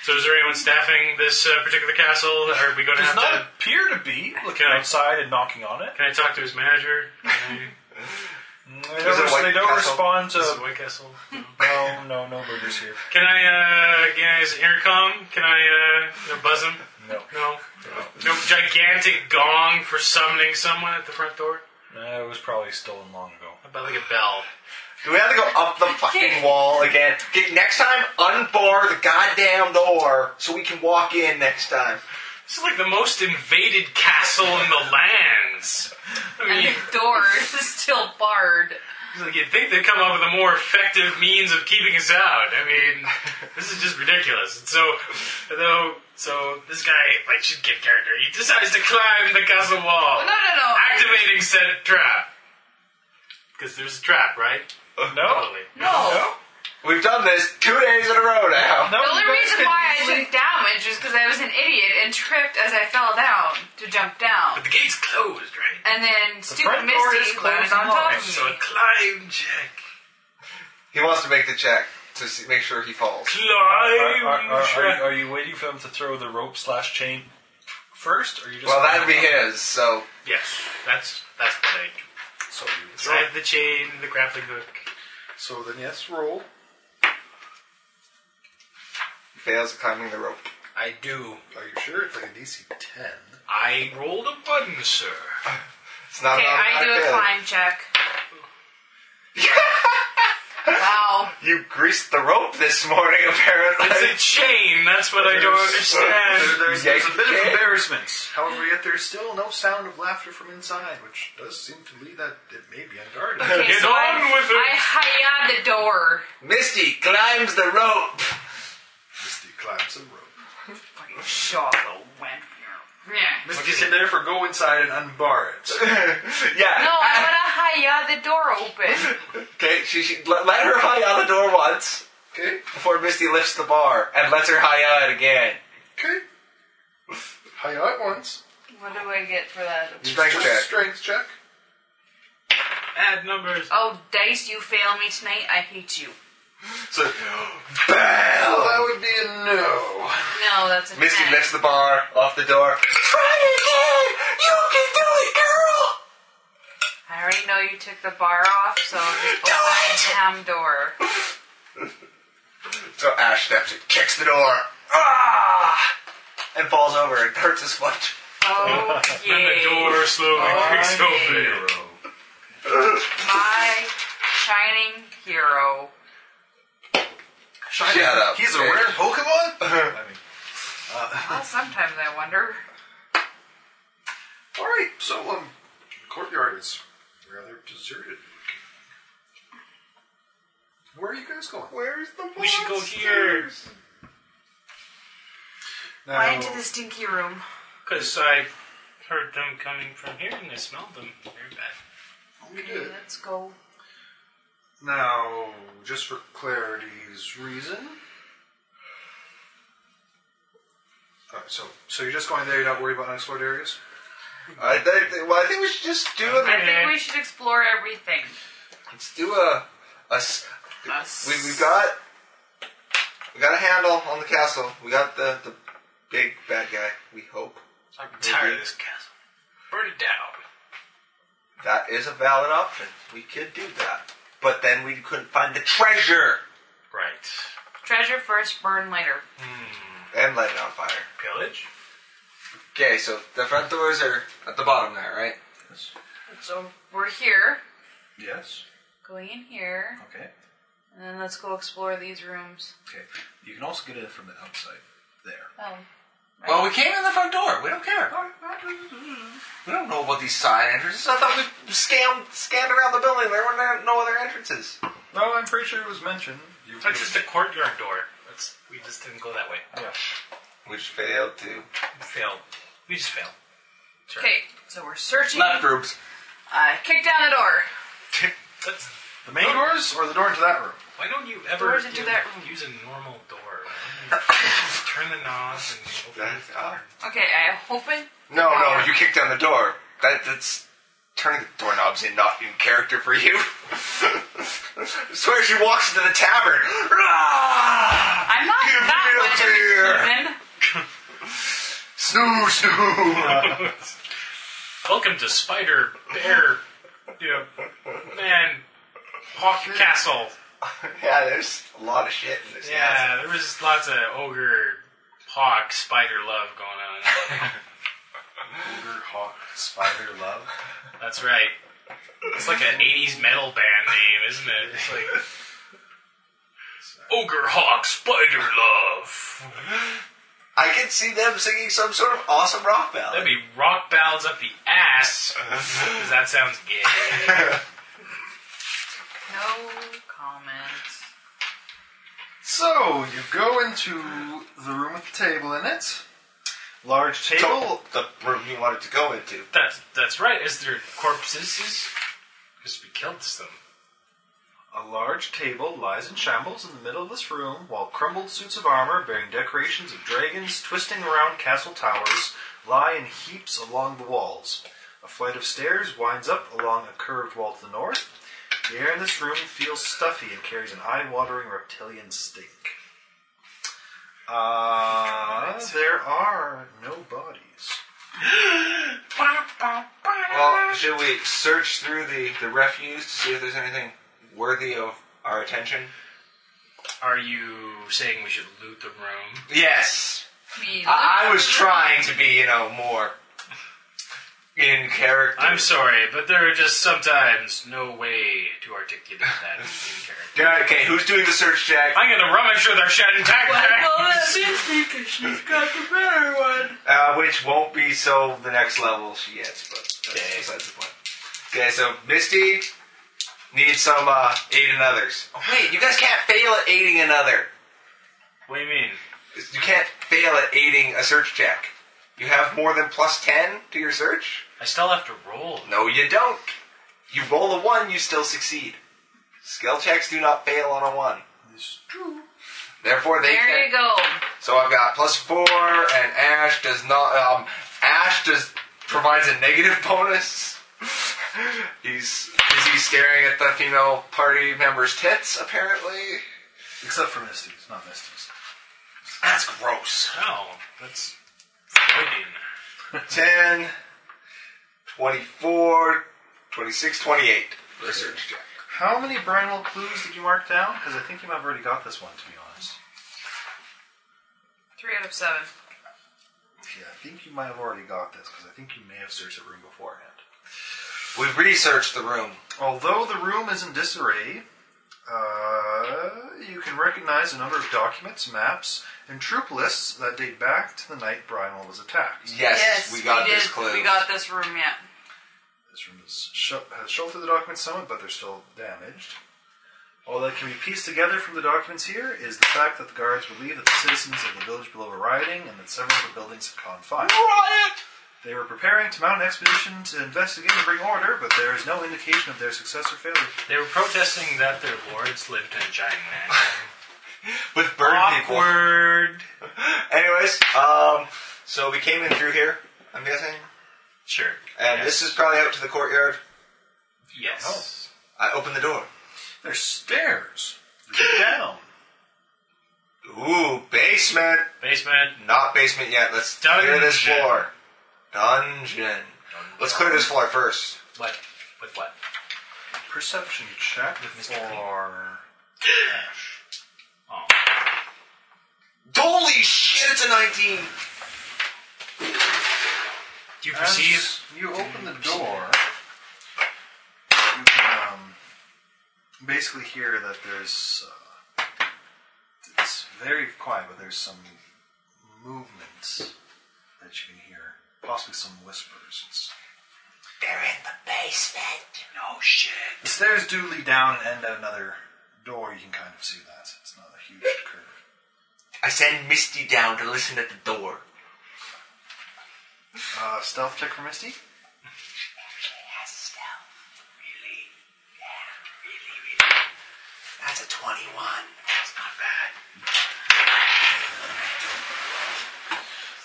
Speaker 5: So is there anyone staffing this uh, particular castle? Are we going to
Speaker 4: does
Speaker 5: have
Speaker 4: not
Speaker 5: to?
Speaker 4: appear to be looking
Speaker 5: Okay.
Speaker 4: outside and knocking on it.
Speaker 5: Can I talk to his manager? Can
Speaker 4: They don't,
Speaker 2: it
Speaker 4: res-
Speaker 2: White
Speaker 4: they don't
Speaker 2: Castle?
Speaker 4: respond
Speaker 5: I, is it
Speaker 4: to.
Speaker 5: White Castle?
Speaker 4: No, no, no burgers here.
Speaker 5: Can I, uh, can I his intercom? Can I, uh, you know, buzz him?
Speaker 4: No.
Speaker 5: No. No gigantic gong for summoning someone at the front door?
Speaker 4: No, it was probably stolen long ago.
Speaker 5: How about like a bell?
Speaker 2: Do we have to go up the fucking wall again? Get, next time, unbar the goddamn door so we can walk in next time.
Speaker 5: This is like the most invaded castle in the lands. I
Speaker 3: And
Speaker 5: mean,
Speaker 3: the door is still barred.
Speaker 5: it's like you'd think they'd come up with a more effective means of keeping us out. I mean, this is just ridiculous. And so, though, so this guy like should get character. He decides to climb the castle wall,
Speaker 3: No, no, no.
Speaker 5: activating said trap. Because there's a trap, right?
Speaker 4: No,
Speaker 5: Totally.
Speaker 3: No.
Speaker 2: We've done this two days in a row now.
Speaker 4: no.
Speaker 3: The only
Speaker 4: you guys
Speaker 3: reason
Speaker 4: could
Speaker 3: why I
Speaker 4: easily-
Speaker 3: took damage was because I was an idiot and tripped as I fell down to jump down.
Speaker 5: But the gate's closed, right?
Speaker 3: And then
Speaker 4: front
Speaker 3: stupid
Speaker 4: door is
Speaker 3: Misty
Speaker 4: closed
Speaker 3: landed on top
Speaker 4: and
Speaker 3: of
Speaker 5: So a
Speaker 3: me.
Speaker 5: climb check.
Speaker 2: He wants to make the check to see, make sure he falls.
Speaker 5: Climb
Speaker 4: Are, are, are,
Speaker 5: check.
Speaker 4: are, you- are you waiting for them to throw the rope slash chain first, or are you just?
Speaker 2: Well, that'd be his, so.
Speaker 5: Yes, that's that's what I do.
Speaker 4: So, you
Speaker 5: So I have the chain, the grappling hook.
Speaker 4: so then yes, roll.
Speaker 2: He fails at climbing the rope.
Speaker 5: I do.
Speaker 7: Are you sure it's like a DC 10?
Speaker 5: I rolled a button, sir.
Speaker 2: It's not
Speaker 3: Okay,
Speaker 2: an
Speaker 3: I
Speaker 2: automatic
Speaker 3: do a
Speaker 2: failure.
Speaker 3: climb check. wow.
Speaker 2: You greased the rope this morning, apparently.
Speaker 5: It's a chain. That's what I don't understand.
Speaker 7: There's,
Speaker 2: Yeah,
Speaker 7: there's a bit of
Speaker 2: okay.
Speaker 7: embarrassment. However, yet there's still no sound of laughter from inside, which does seem to lead that it may be unguarded.
Speaker 3: Okay,
Speaker 5: Get
Speaker 3: so
Speaker 5: on
Speaker 3: I,
Speaker 5: with it.
Speaker 3: I hi-yah the door.
Speaker 2: Misty climbs the rope.
Speaker 7: Misty climbs the rope.
Speaker 3: Fucking shot went. Yeah.
Speaker 7: Misty can therefore go inside and unbar it.
Speaker 2: Yeah.
Speaker 3: No, I wanna hi-yah the door open.
Speaker 2: Okay, she, she let, let her high out the door once
Speaker 7: Okay?
Speaker 2: before Misty lifts the bar and lets her high out again.
Speaker 7: Okay. High out once.
Speaker 3: What do I get for that?
Speaker 2: Strength
Speaker 7: Just
Speaker 2: check.
Speaker 7: Strength check.
Speaker 5: Add numbers.
Speaker 3: Oh, dice, you fail me tonight. I hate you.
Speaker 2: So
Speaker 7: Well,
Speaker 2: BAM!
Speaker 7: that would be a no.
Speaker 3: No, that's a
Speaker 2: Misty
Speaker 3: ten.
Speaker 2: lifts the bar off the door. Try it again! You can do it, girl!
Speaker 3: I already know you took the bar off, so just open the damn door.
Speaker 2: So Ash steps it, kicks the door. Ah! And falls over and hurts his foot.
Speaker 3: Oh,
Speaker 5: And the
Speaker 3: yeah.
Speaker 5: door slowly creaks open.
Speaker 3: My shining hero.
Speaker 2: Shut up.
Speaker 7: He's a
Speaker 2: bitch.
Speaker 7: rare Pokemon?
Speaker 3: Well, sometimes I wonder.
Speaker 7: Alright, so, um, the courtyard is rather deserted. Where are you guys going?
Speaker 2: Where's the
Speaker 5: We should go here.
Speaker 3: Why into the stinky room?
Speaker 5: Because I heard them coming from here and I smelled them very bad.
Speaker 7: We
Speaker 3: Okay,
Speaker 7: did.
Speaker 3: let's go.
Speaker 7: Now, just for clarity's reason. Alright, so, so you're just going there, you're not worried about unexplored areas?
Speaker 2: I, think- well, I think we should just do a.
Speaker 3: I think we should explore everything.
Speaker 2: Let's do a. a s-
Speaker 3: Us.
Speaker 2: we, we've got. We got a handle on the castle. We got the, the big bad guy, we hope.
Speaker 5: I'm tired of this castle. Burn it down.
Speaker 2: That is a valid option. We could do that. But then we couldn't find the treasure!
Speaker 5: Right.
Speaker 3: Treasure first, burn later.
Speaker 2: And light it on fire.
Speaker 5: Pillage?
Speaker 2: Okay, so the front doors are at the bottom there, right?
Speaker 3: So we're here.
Speaker 4: Yes.
Speaker 3: Going in here.
Speaker 4: Okay.
Speaker 3: And then let's go explore these rooms.
Speaker 4: Okay. You can also get it from the outside. There.
Speaker 3: Oh.
Speaker 2: Well, we came in the front door. We don't care. We don't know about these side entrances. I thought we scanned, scanned around the building. There were no- no other entrances.
Speaker 4: No, I'm pretty sure it was mentioned. You,
Speaker 5: That's just a courtyard door. That's, we just didn't go that way.
Speaker 4: yeah.
Speaker 2: Which failed to.
Speaker 5: We failed. We just failed.
Speaker 3: Okay, so we're searching.
Speaker 2: Left groups.
Speaker 3: Uh, kick down the door.
Speaker 5: That's,
Speaker 7: The main doors or the door into that room?
Speaker 5: why don't you ever
Speaker 3: Doors into
Speaker 5: you
Speaker 3: that room.
Speaker 5: use a normal door? Turn the knobs and open
Speaker 2: That-
Speaker 5: the
Speaker 2: ah.
Speaker 5: door.
Speaker 3: Okay, I open.
Speaker 2: No, no, you kicked down the door. That, that's turning the doorknobs in, not in character for you. swear she walks into the tavern. Rah!
Speaker 3: I'm not
Speaker 2: Give
Speaker 3: that
Speaker 2: me a
Speaker 3: much of a
Speaker 2: beer.
Speaker 3: heathen.
Speaker 2: Snoo, snoo.
Speaker 5: Welcome to Spider Bear, you know, man, Hawk Castle.
Speaker 2: yeah, there's a lot of shit in this.
Speaker 5: Yeah, there was lots of ogre, hawk, spider love going on.
Speaker 10: Ogre, hawk, spider, love.
Speaker 5: That's right. It's like an '80s metal band name, isn't it? It's like Ogre Hawk Spider Love.
Speaker 2: I can see them singing some sort of awesome rock
Speaker 5: That'd
Speaker 2: ballad.
Speaker 5: be rock ballads up the ass. 'cause that sounds gay.
Speaker 3: No comment.
Speaker 4: So you go into the room with the table in it. Large table.
Speaker 2: So, the room you wanted to go into.
Speaker 5: That's that's right. Is there corpses? Because we killed them.
Speaker 4: A large table lies in shambles in the middle of this room, while crumbled suits of armor bearing decorations of dragons twisting around castle towers lie in heaps along the walls. A flight of stairs winds up along a curved wall to the north. The air in this room feels stuffy and carries an eye-watering reptilian stink. Uh, there are no bodies.
Speaker 2: Well, should we search through the, the refuse to see if there's anything worthy of our attention?
Speaker 5: Are you saying we should loot the room?
Speaker 2: Yes.
Speaker 3: We
Speaker 2: I, I was trying to be, you know, more in character.
Speaker 5: I'm sorry, but there are just sometimes no way to articulate that in character.
Speaker 2: Yeah, okay, who's doing the search check?
Speaker 5: I'm gonna rummage through their shed and tack
Speaker 2: Uh, which won't be so the next level she gets, but that's
Speaker 5: Okay.
Speaker 2: besides the point. Okay, so Misty needs some uh, aid in others. Oh, wait, you guys can't fail at aiding another.
Speaker 5: What do you mean?
Speaker 2: You can't fail at aiding a search check. You have more than plus 10 to your search?
Speaker 5: I still have to roll.
Speaker 2: No, you don't. You roll a 1, you still succeed. Skill checks do not fail on a 1. Therefore, they
Speaker 3: There
Speaker 2: can.
Speaker 3: you go.
Speaker 2: So I've got plus four, and Ash does not. Um, Ash does provides a negative bonus. He's busy staring at the female party member's tits, apparently.
Speaker 4: Except for Misty's, not Misty's.
Speaker 2: That's gross.
Speaker 5: Oh, that's Freudian.
Speaker 2: 10, 24, 26, 28. Research check.
Speaker 4: How many Brinal clues did you mark down? Because I think you might have already got this one, to be honest.
Speaker 3: Three out of seven.
Speaker 4: Yeah, I think you might have already got this because I think you may have searched the room beforehand.
Speaker 2: We researched the room.
Speaker 4: Although the room is in disarray, uh, you can recognize a number of documents, maps, and troop lists that date back to the night Brinal was attacked.
Speaker 2: Yes, we got
Speaker 3: did.
Speaker 2: this clue.
Speaker 3: We got this room yet.
Speaker 4: This room is sho- has sheltered the documents somewhat, but they're still damaged. All that can be pieced together from the documents here is the fact that the guards believe that the citizens of the village below were rioting and that several of the buildings had caught fire.
Speaker 2: Riot!
Speaker 4: They were preparing to mount an expedition to investigate and bring order, but there is no indication of their success or failure.
Speaker 5: They were protesting that their lords lived in a giant mansion.
Speaker 2: With bird people.
Speaker 5: Awkward.
Speaker 2: Anyways, um, so we came in through here, I'm guessing.
Speaker 5: Sure.
Speaker 2: And
Speaker 5: Yes.
Speaker 2: this is probably out to the courtyard.
Speaker 5: Yes.
Speaker 2: I open the door.
Speaker 4: There's stairs.
Speaker 2: Oh.
Speaker 4: Get down.
Speaker 2: Ooh, basement.
Speaker 5: Basement.
Speaker 2: Not basement yet. Let's clear this
Speaker 5: Dungeon.
Speaker 2: floor. Dungeon. Let's clear this floor first.
Speaker 5: What? With what?
Speaker 4: Perception check
Speaker 5: Mr. P.
Speaker 4: for Ash.
Speaker 5: Oh.
Speaker 2: Holy shit, it's a 19!
Speaker 5: Do you
Speaker 4: As
Speaker 5: perceive?
Speaker 4: you open the door, you can um, basically hear that there's. Uh, it's very quiet, but there's some movements that you can hear, possibly some whispers. It's,
Speaker 2: They're in the basement. No shit.
Speaker 4: The stairs do lead down and end at another door. You can kind of see that. It's not a huge curve.
Speaker 2: I send Misty down to listen at the door.
Speaker 4: Uh, stealth check for Misty.
Speaker 2: Really? Yeah, really, really. That's a 21. That's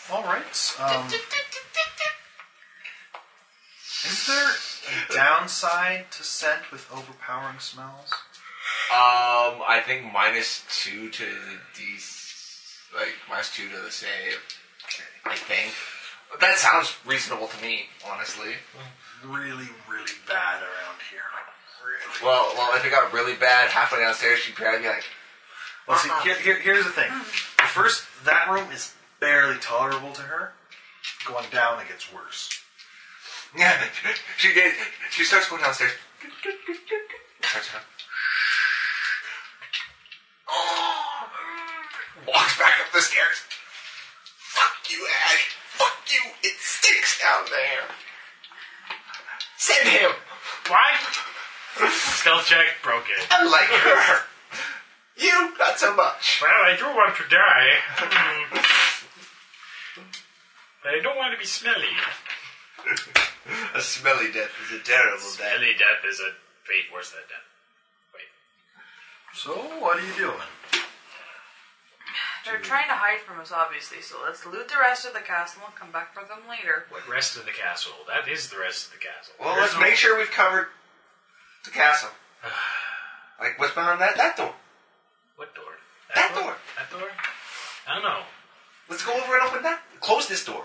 Speaker 2: not bad.
Speaker 4: All right. Um, is there a downside to scent with overpowering smells?
Speaker 2: Um, I think minus two to the D, like minus two to the save. I think that sounds reasonable to me, honestly.
Speaker 11: Really, really bad around here. Like, really.
Speaker 2: Well, well, if it got really bad halfway downstairs, she'd probably be like,
Speaker 4: Well, see, here, here, here's the thing. The first, that room is barely tolerable to her. Going down, it gets worse.
Speaker 2: "Yeah." She did. She starts going downstairs. Starts down. Oh, walks back up the stairs. Fuck you, Ash. Fuck you. It stinks down there. Send him.
Speaker 5: Why? Stealth check, broke it.
Speaker 2: I like her. You, not so much.
Speaker 5: Well, I do want to die. but I don't want to be smelly.
Speaker 2: A smelly death is a terrible
Speaker 5: Smelly death is a fate worse than death. Wait.
Speaker 4: So, what are you doing?
Speaker 3: They're trying to hide from us, obviously, so let's loot the rest of the castle and come back for them later.
Speaker 5: What rest of the castle? That is the rest of the castle.
Speaker 2: Well, let's make sure we've covered the castle. Like, what's behind that, that door?
Speaker 5: What door?
Speaker 2: That door.
Speaker 5: That door? I don't know.
Speaker 2: Let's go over and open that. Close this door.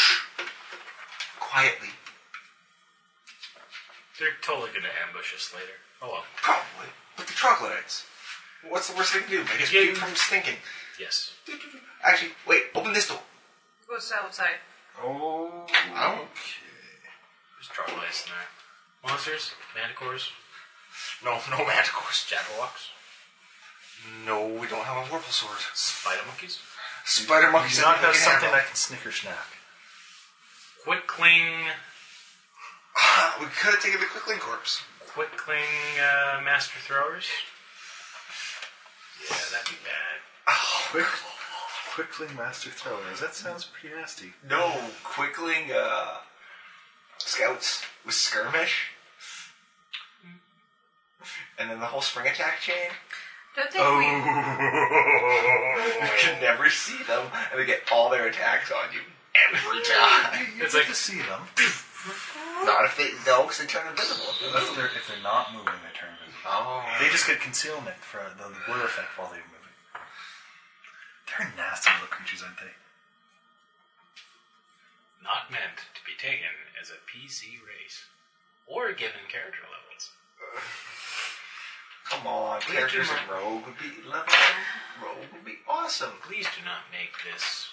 Speaker 2: Quietly.
Speaker 5: They're totally gonna ambush us later. Oh well.
Speaker 2: Probably. With the troglodytes. What's the worst they can do? Make us
Speaker 5: Yeah.
Speaker 2: puke from stinking.
Speaker 5: Yes.
Speaker 2: Actually, wait, open this door.
Speaker 3: Go outside.
Speaker 4: Oh,
Speaker 2: I don't.
Speaker 5: There's troglodytes in there. Monsters, manticores,
Speaker 2: No, no manticores.
Speaker 5: jabberwocks,
Speaker 2: No, we don't have a warple sword.
Speaker 5: spider monkeys.
Speaker 2: Spider monkeys.
Speaker 4: do not
Speaker 2: and
Speaker 4: have
Speaker 2: can
Speaker 4: something
Speaker 2: handle.
Speaker 4: I can snicker snack.
Speaker 5: Quickling,
Speaker 2: We could have taken the quickling corpse.
Speaker 5: quickling uh, master throwers. Yeah, that'd be bad.
Speaker 4: Quick, quickly master throwers. That sounds pretty nasty.
Speaker 2: No, quickling uh, scouts with skirmish, and then the whole spring attack chain.
Speaker 3: Don't think we.
Speaker 2: Oh. you can never see them, and they get all their attacks on you every time.
Speaker 4: You
Speaker 5: It's
Speaker 4: get
Speaker 5: like-
Speaker 4: to see them.
Speaker 2: Not if they no, because they turn invisible.
Speaker 4: If they're, if they're not moving, they turn invisible.
Speaker 2: Oh,
Speaker 4: They just get concealment for the blur effect while they're moving. They're nasty little creatures, aren't they?
Speaker 5: Not meant to be taken as a PC race or given character levels.
Speaker 2: come on!
Speaker 5: do
Speaker 2: Characters
Speaker 5: my-
Speaker 2: in Rogue would be level. Rogue would be awesome.
Speaker 5: Please do not make this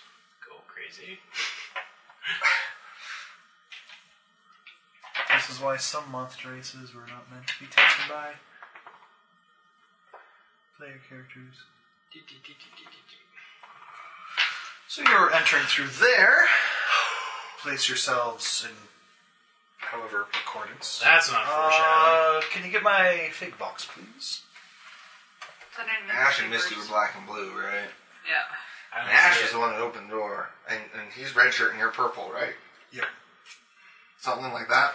Speaker 5: go crazy.
Speaker 4: This is why some monster races were not meant to be taken by player characters. So you're entering through there. Place yourselves in however accordance.
Speaker 5: That's not foreshadowing.
Speaker 4: Uh, can you get my fig box, please?
Speaker 3: Put in the
Speaker 2: Ash and Misty were
Speaker 3: papers.
Speaker 2: black and blue, right?
Speaker 3: Yeah.
Speaker 5: I
Speaker 2: And
Speaker 5: don't
Speaker 2: Ash
Speaker 5: see
Speaker 2: is
Speaker 5: it.
Speaker 2: the one that opened the door, and, and he's red shirt and you're purple, right?
Speaker 4: Yep.
Speaker 2: Something like that.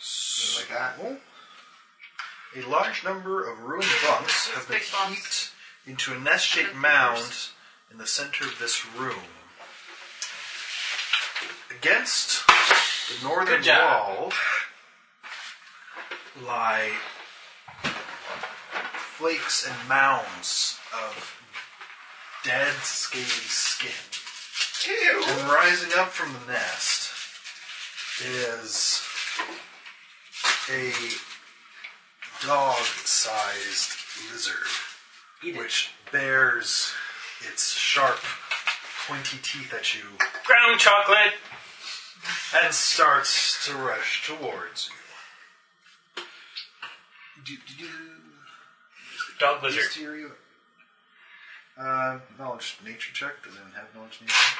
Speaker 2: Something like that.
Speaker 4: Oh. A large number of ruined bunks have been
Speaker 3: Big bunks.
Speaker 4: heaped into a nest-shaped mound in the center of this room. Against the northern
Speaker 5: Good job.
Speaker 4: wall lie flakes and mounds of dead, scaly skin. And rising up from the nest is a dog sized lizard, which bears its sharp, pointy teeth at you
Speaker 5: Ground chocolate!
Speaker 4: and starts to rush towards you.
Speaker 5: Dog lizard.
Speaker 4: Exterior- Uh, knowledge nature check. Does anyone have knowledge nature?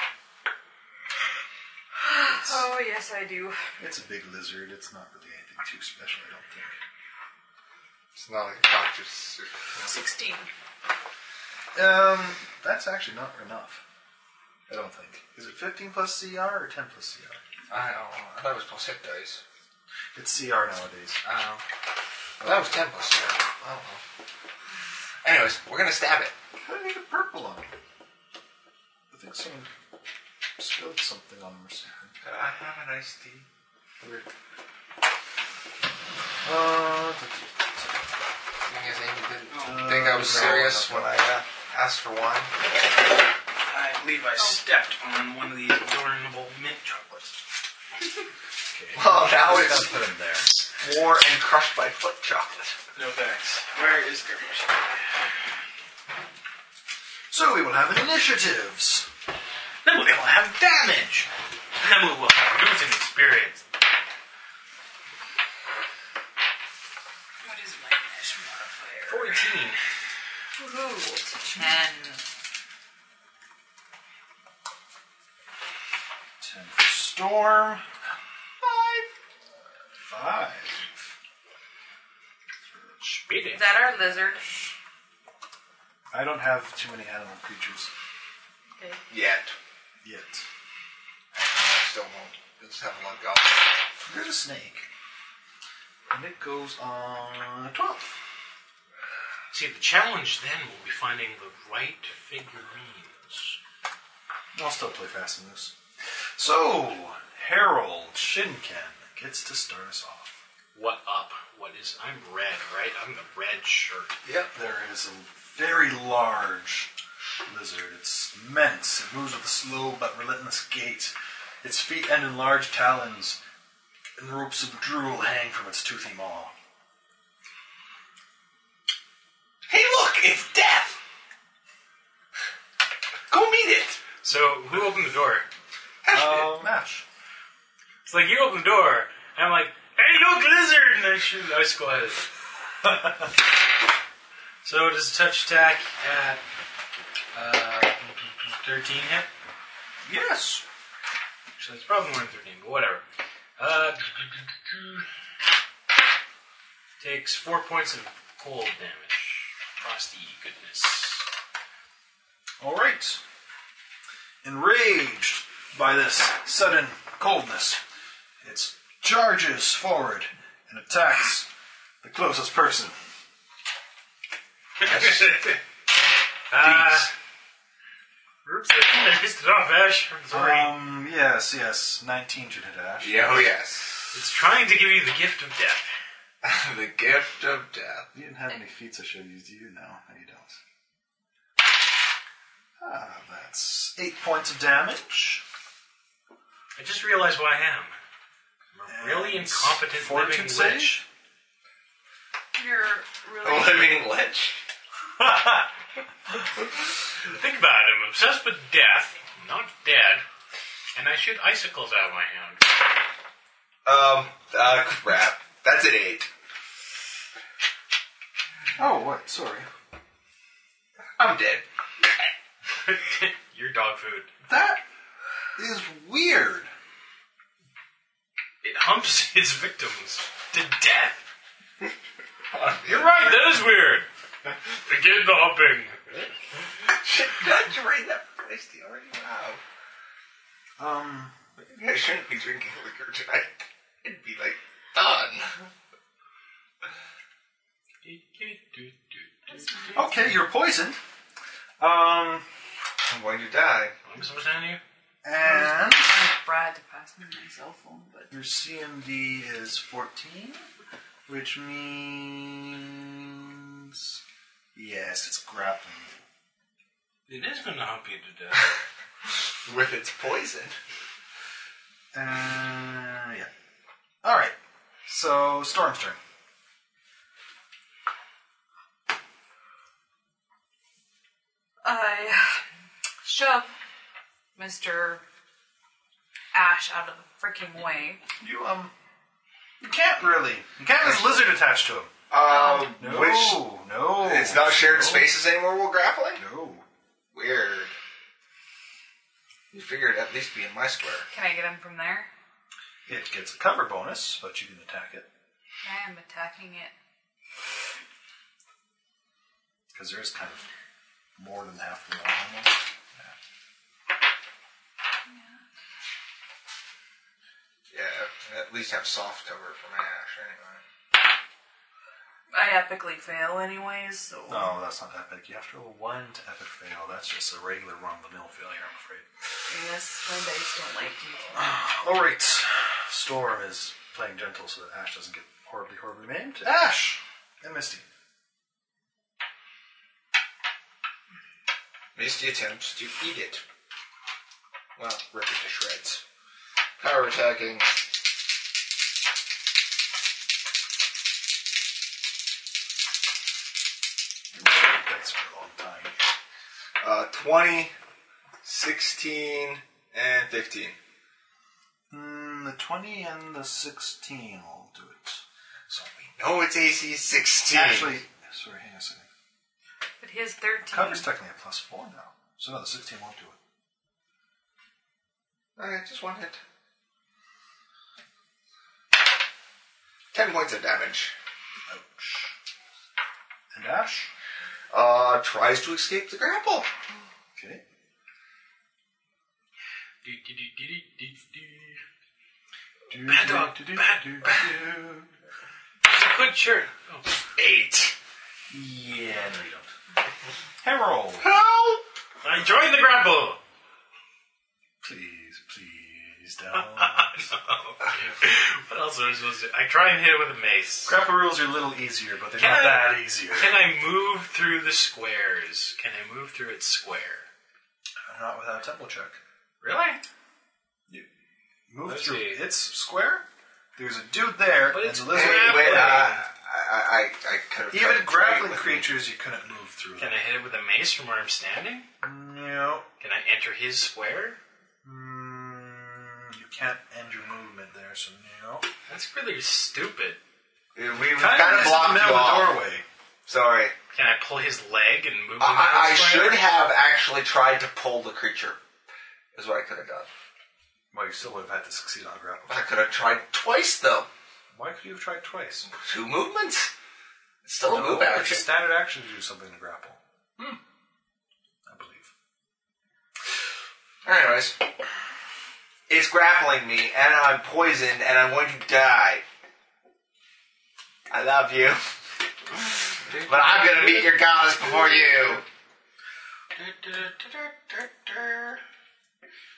Speaker 3: Oh, yes, I do.
Speaker 4: It's a big lizard. It's not really anything too special, I don't think.
Speaker 2: It's not like a doctor's suit.
Speaker 3: 16.
Speaker 4: Um, that's actually not enough. I don't think. Is it 15 plus CR or 10 plus CR?
Speaker 2: I don't know. I thought it was plus hit dice.
Speaker 4: It's CR nowadays.
Speaker 2: I don't know. Well, that was 10 plus hit. I don't know. Anyways, we're gonna stab it.
Speaker 4: How do they get purple on it? I think someone spilled something on him or something.
Speaker 5: uh,
Speaker 2: I have an iced tea.
Speaker 4: Weird. Uh,
Speaker 2: Thing is, Amy didn't think I was serious when I uh, asked for wine.
Speaker 5: I believe I stepped on one of these vulnerable mint chocolates.
Speaker 2: Well, now
Speaker 4: I
Speaker 2: it's
Speaker 4: put him there.
Speaker 2: war and crushed by foot chocolate.
Speaker 5: No thanks. Where is Grimace?
Speaker 4: So we will have initiatives.
Speaker 5: Then we will have damage. Then we will have losing experience.
Speaker 3: What is my dash modifier?
Speaker 5: 14.
Speaker 3: Ten.
Speaker 4: 10 for Storm. 5. 5.
Speaker 5: Speedy.
Speaker 3: Is that our lizard?
Speaker 4: I don't have too many animal creatures
Speaker 2: Yet.
Speaker 4: yet.
Speaker 2: I still won't. Just haven't let go.
Speaker 4: There's a snake. And it goes on 12.
Speaker 5: See, the challenge then will be finding the right figurines.
Speaker 4: I'll still play fast and loose. So, Harold Shinken gets to start us off.
Speaker 5: What up? What is. I'm red, right? I'm the red shirt.
Speaker 2: Yep.
Speaker 4: There is a very large lizard. It's immense. It moves with a slow but relentless gait. Its feet end in large talons, and ropes of drool hang from its toothy maw.
Speaker 2: Hey, look! It's death! Go meet it!
Speaker 5: So, who opened the door?
Speaker 4: Um, Ash.
Speaker 5: It's like, you opened the door. And I'm like, hey, look, lizard! And I shoot an icicle at it. so, does touch attack at. Uh, 13 hit?
Speaker 4: Yes.
Speaker 5: Actually, it's probably more than 13, but whatever. Uh, takes four points of cold damage. Frosty goodness.
Speaker 4: All right. Enraged by this sudden coldness, it charges forward and attacks the closest person.
Speaker 5: Ah. Oops, I pissed it off, Ash. I'm sorry.
Speaker 4: Um, yes, yes. 19 should hit Ash.
Speaker 2: Yeah, oh yes.
Speaker 5: it's trying to give you the gift of death.
Speaker 2: the gift of death.
Speaker 4: You didn't have any feats I should have used you. No, no, you don't. Ah, that's eight points of damage.
Speaker 5: I just realized what I am. I'm a really
Speaker 4: And
Speaker 5: incompetent
Speaker 4: fortitude
Speaker 5: living
Speaker 4: save?
Speaker 5: witch.
Speaker 3: You're
Speaker 2: A
Speaker 3: really.
Speaker 2: living lich.
Speaker 5: Think about it. I'm obsessed with death, not dead, and I shoot icicles out of my hand.
Speaker 2: Um, uh, crap. That's an eight.
Speaker 4: Oh, what? Sorry.
Speaker 2: I'm dead.
Speaker 5: Your dog food.
Speaker 4: That is weird.
Speaker 5: It humps its victims to death. You're right, that is weird. Begin the humping.
Speaker 2: Shit, did I just read that place already? Wow.
Speaker 4: Um,
Speaker 2: Maybe I shouldn't be drinking liquor tonight. It'd be like done.
Speaker 4: okay, you're poisoned. Um,
Speaker 2: I'm going to die.
Speaker 5: I'm supposed to hand you?
Speaker 4: and
Speaker 3: Brad to pass me my cell phone, but
Speaker 4: your CMD is 14, which means. Yes, it's grappling.
Speaker 5: It is going to hump you to death.
Speaker 2: With its poison.
Speaker 4: Uh, yeah. Alright, so Storm's turn.
Speaker 3: I shove Mr. Ash out of the freaking way.
Speaker 4: You um, you can't really. You can't. There's a lizard attached to him.
Speaker 2: Um,
Speaker 4: No,
Speaker 2: which
Speaker 4: no.
Speaker 2: it's not shared
Speaker 4: no,
Speaker 2: spaces anymore while grappling?
Speaker 4: No.
Speaker 2: Weird. You figured it'd at least be in my square.
Speaker 3: Can I get him from there?
Speaker 4: It gets a cover bonus, but you can attack it
Speaker 3: I am attacking it.
Speaker 4: because there is kind of more than half the animal.
Speaker 2: Yeah, at least have soft cover from Ash anyway.
Speaker 3: I epically fail anyways, so.
Speaker 4: No, Oh, that's not epic. You have to roll one to epic fail. That's just a regular run of the mill failure, I'm afraid.
Speaker 3: Yes, my dice don't like me.
Speaker 4: All right. Storm is playing gentle so that Ash doesn't get horribly, horribly maimed. Ash and Misty.
Speaker 2: Misty attempts to eat it. Well, rip it to shreds. Power attacking.
Speaker 4: That's for a long time.
Speaker 2: Uh, 20, 16, and 15.
Speaker 4: Mm, the twenty and the sixteen will do it.
Speaker 2: So we know it's AC 16.
Speaker 4: Actually, sorry, hang on a second.
Speaker 3: But he has 13.
Speaker 4: Cover's technically a plus four now, so no, the sixteen won't do it.
Speaker 2: Okay, just one hit. 10 points of damage.
Speaker 4: Ouch. And Ash.
Speaker 2: Uh, tries to escape the grapple.
Speaker 4: Okay.
Speaker 5: Bad dog,
Speaker 4: Do, do,
Speaker 5: bad-
Speaker 4: do, do.
Speaker 5: Good shirt. Oh,
Speaker 2: Eight.
Speaker 4: Yeah, no, you don't. Harold,
Speaker 2: Help!
Speaker 5: I joined the grapple.
Speaker 4: please, please, down.
Speaker 5: what else am I supposed to do? I try and hit it with a mace.
Speaker 4: Grapple rules are a little easier, but they're
Speaker 5: Yeah.
Speaker 4: not that easier.
Speaker 5: Can I move through the squares? Can I move through its square?
Speaker 4: Not without a temple check.
Speaker 5: Really?
Speaker 4: Move
Speaker 5: Let's
Speaker 4: through
Speaker 5: see.
Speaker 4: its square. There's a dude there,
Speaker 5: But
Speaker 4: and
Speaker 5: it's
Speaker 4: the
Speaker 2: Wait,
Speaker 4: lizard.
Speaker 2: wait, uh, I, I, I, I could have
Speaker 4: Even grappling creatures, you couldn't move through.
Speaker 5: Can I hit it with a mace from where I'm standing?
Speaker 4: them. No.
Speaker 5: Can I enter his square?
Speaker 4: Mm, you can't end your movement there, so no.
Speaker 5: That's really stupid.
Speaker 2: We kind of blocked you off.
Speaker 4: doorway.
Speaker 2: Sorry.
Speaker 5: Can I pull his leg and move him?
Speaker 2: I, I
Speaker 5: into the square?
Speaker 2: should have actually tried to pull the creature. Is what I could have done.
Speaker 4: Well, you still would have had to succeed on a grapple.
Speaker 2: I could have tried twice though.
Speaker 4: Why could you have tried twice?
Speaker 2: Two movements. It's still
Speaker 5: Oh,
Speaker 2: a move
Speaker 4: It's a
Speaker 2: action.
Speaker 4: standard action to do something to grapple. Hmm. I believe.
Speaker 2: Anyways, it's grappling me, and I'm poisoned, and I'm going to die. I love you, but I'm gonna meet your goddess before you.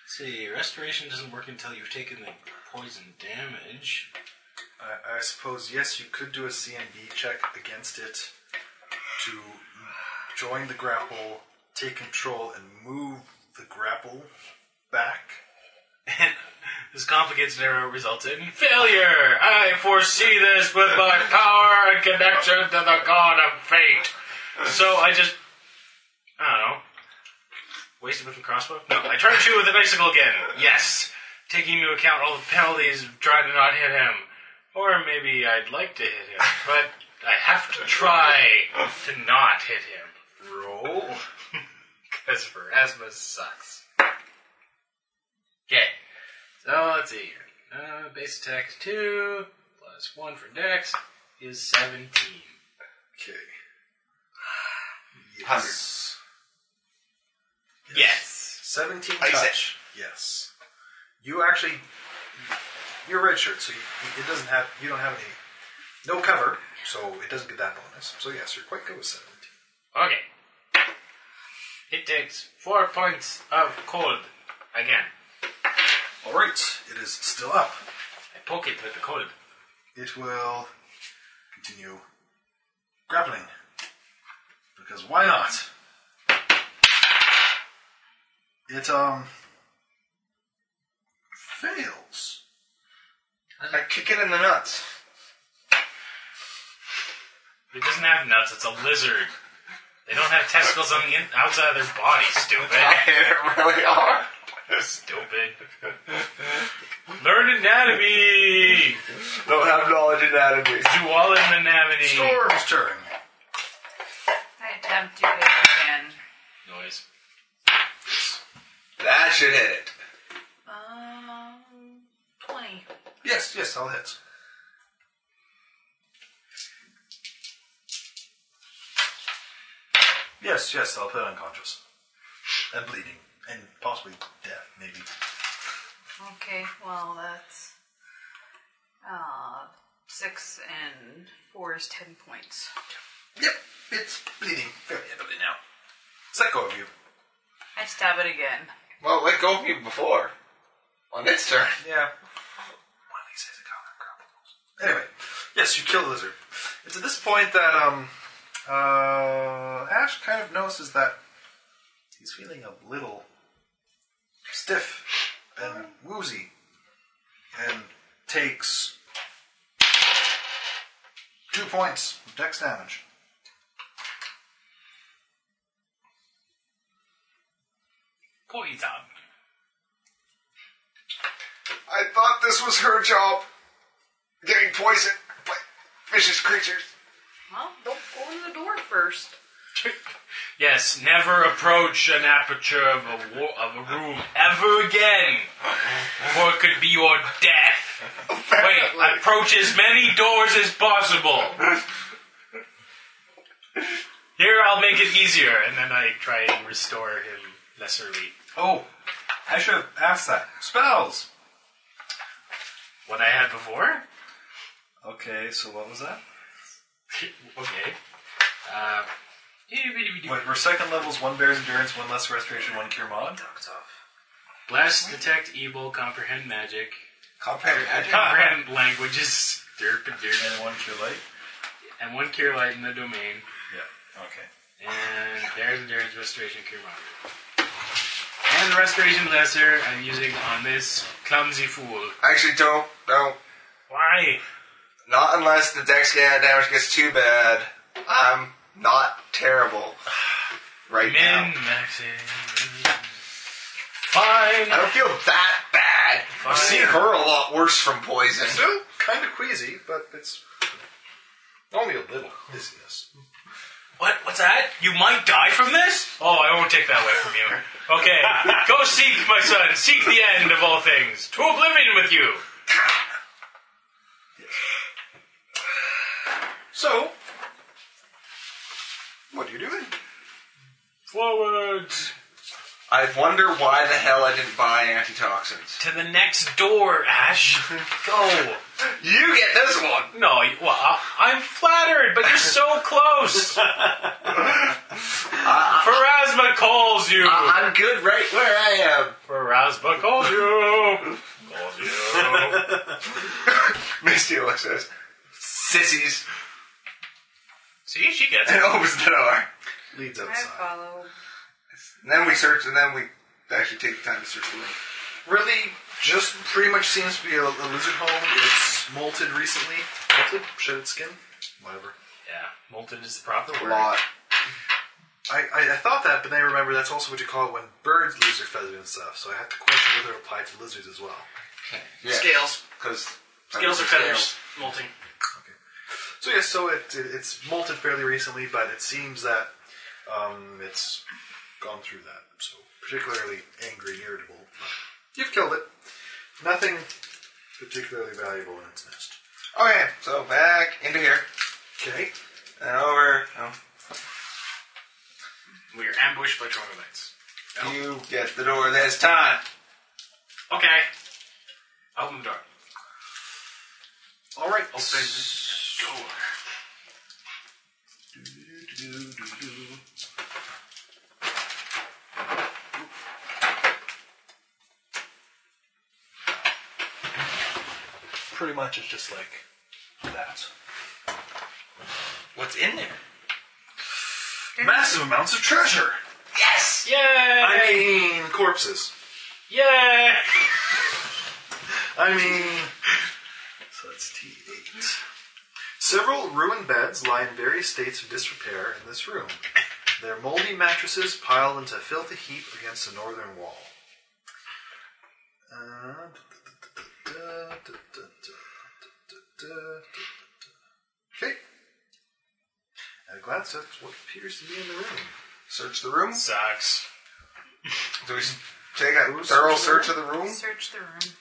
Speaker 5: See, restoration doesn't work until you've taken the poison damage.
Speaker 4: I, I suppose yes, you could do a CMB check against it to join the grapple, take control, and move the grapple back.
Speaker 5: this complicates never results in failure. I foresee this with my power and connection to the god of fate. So I just, I don't know, wasted with a crossbow. No, I try to shoot with an icicle again. Yes, taking into account all the penalties of trying to not hit him, or maybe I'd like to hit him, but I have to try to not hit him.
Speaker 4: Roll.
Speaker 5: Because Verasmus sucks. Okay. So let's see here. Uh, base attack is 2, plus 1 for dex is 17.
Speaker 4: Okay.
Speaker 2: Hundred.
Speaker 5: Yes.
Speaker 4: 17
Speaker 2: I said-
Speaker 4: touch. Yes. You actually, you're red shirt, so you, it doesn't have. You don't have any, no cover, so it doesn't get that bonus. So yes, you're quite good with 17.
Speaker 5: Okay. It takes 4 points of cold again.
Speaker 4: All right, it is still up.
Speaker 5: I poke it with the cold.
Speaker 4: It will continue grappling because why not? It um fails.
Speaker 2: I kick it in the nuts.
Speaker 5: It doesn't have nuts, it's a lizard. They don't have testicles on the in- outside of their body,
Speaker 2: I
Speaker 5: stupid.
Speaker 2: hit it really hard.
Speaker 5: stupid. Learn anatomy!
Speaker 2: Don't have knowledge in anatomy.
Speaker 5: Dual anatomy.
Speaker 4: Storm's turn.
Speaker 3: I attempt to hit it again.
Speaker 5: Noise.
Speaker 2: That should hit it.
Speaker 3: Um, 20.
Speaker 4: Yes, yes, I'll hit. Yes, yes, I'll put it unconscious. And bleeding. And possibly death, maybe.
Speaker 3: Okay, well, that's. Uh, 6 and Four is ten points.
Speaker 4: Yep, it's bleeding very heavily now. Psycho of you.
Speaker 3: I stab it again.
Speaker 2: Well, let go of me before. On its turn.
Speaker 4: Yeah. Anyway, yes, you kill the lizard. It's at this point that um, uh, Ash kind of notices that he's feeling a little stiff and woozy, and takes two points of dex damage.
Speaker 5: Poison.
Speaker 2: I thought this was her job. Getting poisoned by vicious creatures.
Speaker 3: Well, don't go in the door first.
Speaker 5: Yes, never approach an aperture of a, wa- of a room ever again, or it could be your death. Wait, approach as many doors as possible. Here, I'll make it easier, and then I try and restore him lesserly.
Speaker 4: Oh, I should have asked that. Spells.
Speaker 5: What I had before?
Speaker 4: Okay, so what was that?
Speaker 5: okay. Uh,
Speaker 4: Wait, we're second levels, one bear's endurance, one less restoration, one cure mod.
Speaker 5: bless, detect, evil, comprehend magic,
Speaker 2: Comprehend magic?
Speaker 5: comprehend languages, derp and derp,
Speaker 4: And one cure light.
Speaker 5: and one cure light in the domain.
Speaker 4: Yeah. Okay.
Speaker 5: And there's endurance restoration cure mod. And the restoration lesser I'm using on this clumsy fool.
Speaker 2: Actually, don't. Don't.
Speaker 5: Why?
Speaker 2: Not unless the dex damage gets too bad. I'm not terrible. Right
Speaker 5: Min
Speaker 2: now.
Speaker 5: maxing. Fine.
Speaker 2: I don't feel that bad. I've seen her a lot worse from poison.
Speaker 4: Still kind of queasy, but it's only a little dizziness.
Speaker 5: What? What's that? You might die from this? Oh, I won't take that away from you. Okay, go seek, my son. Seek the end of all things. To oblivion with you.
Speaker 4: So, what are you doing?
Speaker 5: Forward
Speaker 2: I wonder why the hell I didn't buy antitoxins.
Speaker 5: to the next door, Ash. Go.
Speaker 2: You get this one!
Speaker 5: No, you- well, I- I'm flattered, but you're so close. Pharasma calls you.
Speaker 2: I- I'm good right where I am.
Speaker 5: Pharasma calls you. Calls you.
Speaker 2: Misty Alexis. Sissies.
Speaker 5: See, she gets
Speaker 2: And
Speaker 5: it.
Speaker 2: opens the door.
Speaker 4: Leads
Speaker 3: I
Speaker 4: outside.
Speaker 3: follow.
Speaker 2: And then we search, and then we actually take the time to search the room.
Speaker 4: Really, just pretty much seems to be a, a lizard home. It's molted recently. Molted? Shed its skin? Whatever.
Speaker 5: Yeah, molten is the proper word.
Speaker 4: lot. I, I, I thought that, but then I remember that's also what you call it when birds lose their feathers and stuff. So I have to question whether it applied to lizards as well.
Speaker 2: Yeah.
Speaker 5: Scales.
Speaker 2: Because.
Speaker 5: Scales are feathers. Molting.
Speaker 4: So yes, so it, it it's molted fairly recently, but it seems that um, it's gone through that. So particularly angry and irritable. You've killed it. Nothing particularly valuable in its nest.
Speaker 2: Okay, so back into here.
Speaker 4: Okay.
Speaker 2: And over. Oh,
Speaker 5: We are ambushed by troglodytes.
Speaker 2: You get the door this time.
Speaker 5: Okay. I'll Open the door.
Speaker 4: All right.
Speaker 5: Open the door.
Speaker 4: Pretty much, it's just like that.
Speaker 2: What's in there?
Speaker 4: Massive amounts of treasure.
Speaker 2: Yes!
Speaker 5: Yay!
Speaker 4: I mean, corpses.
Speaker 5: Yay!
Speaker 4: I mean, so that's T8. Several ruined beds lie in various states of disrepair in this room. Their moldy mattresses piled into a filthy heap against the northern wall. Uh, Okay. At a glance, that's what appears to be in the room.
Speaker 2: Search the room.
Speaker 5: Sucks.
Speaker 2: Do we s- take a thorough search of the
Speaker 4: Hmm.
Speaker 2: room?
Speaker 3: Search the room.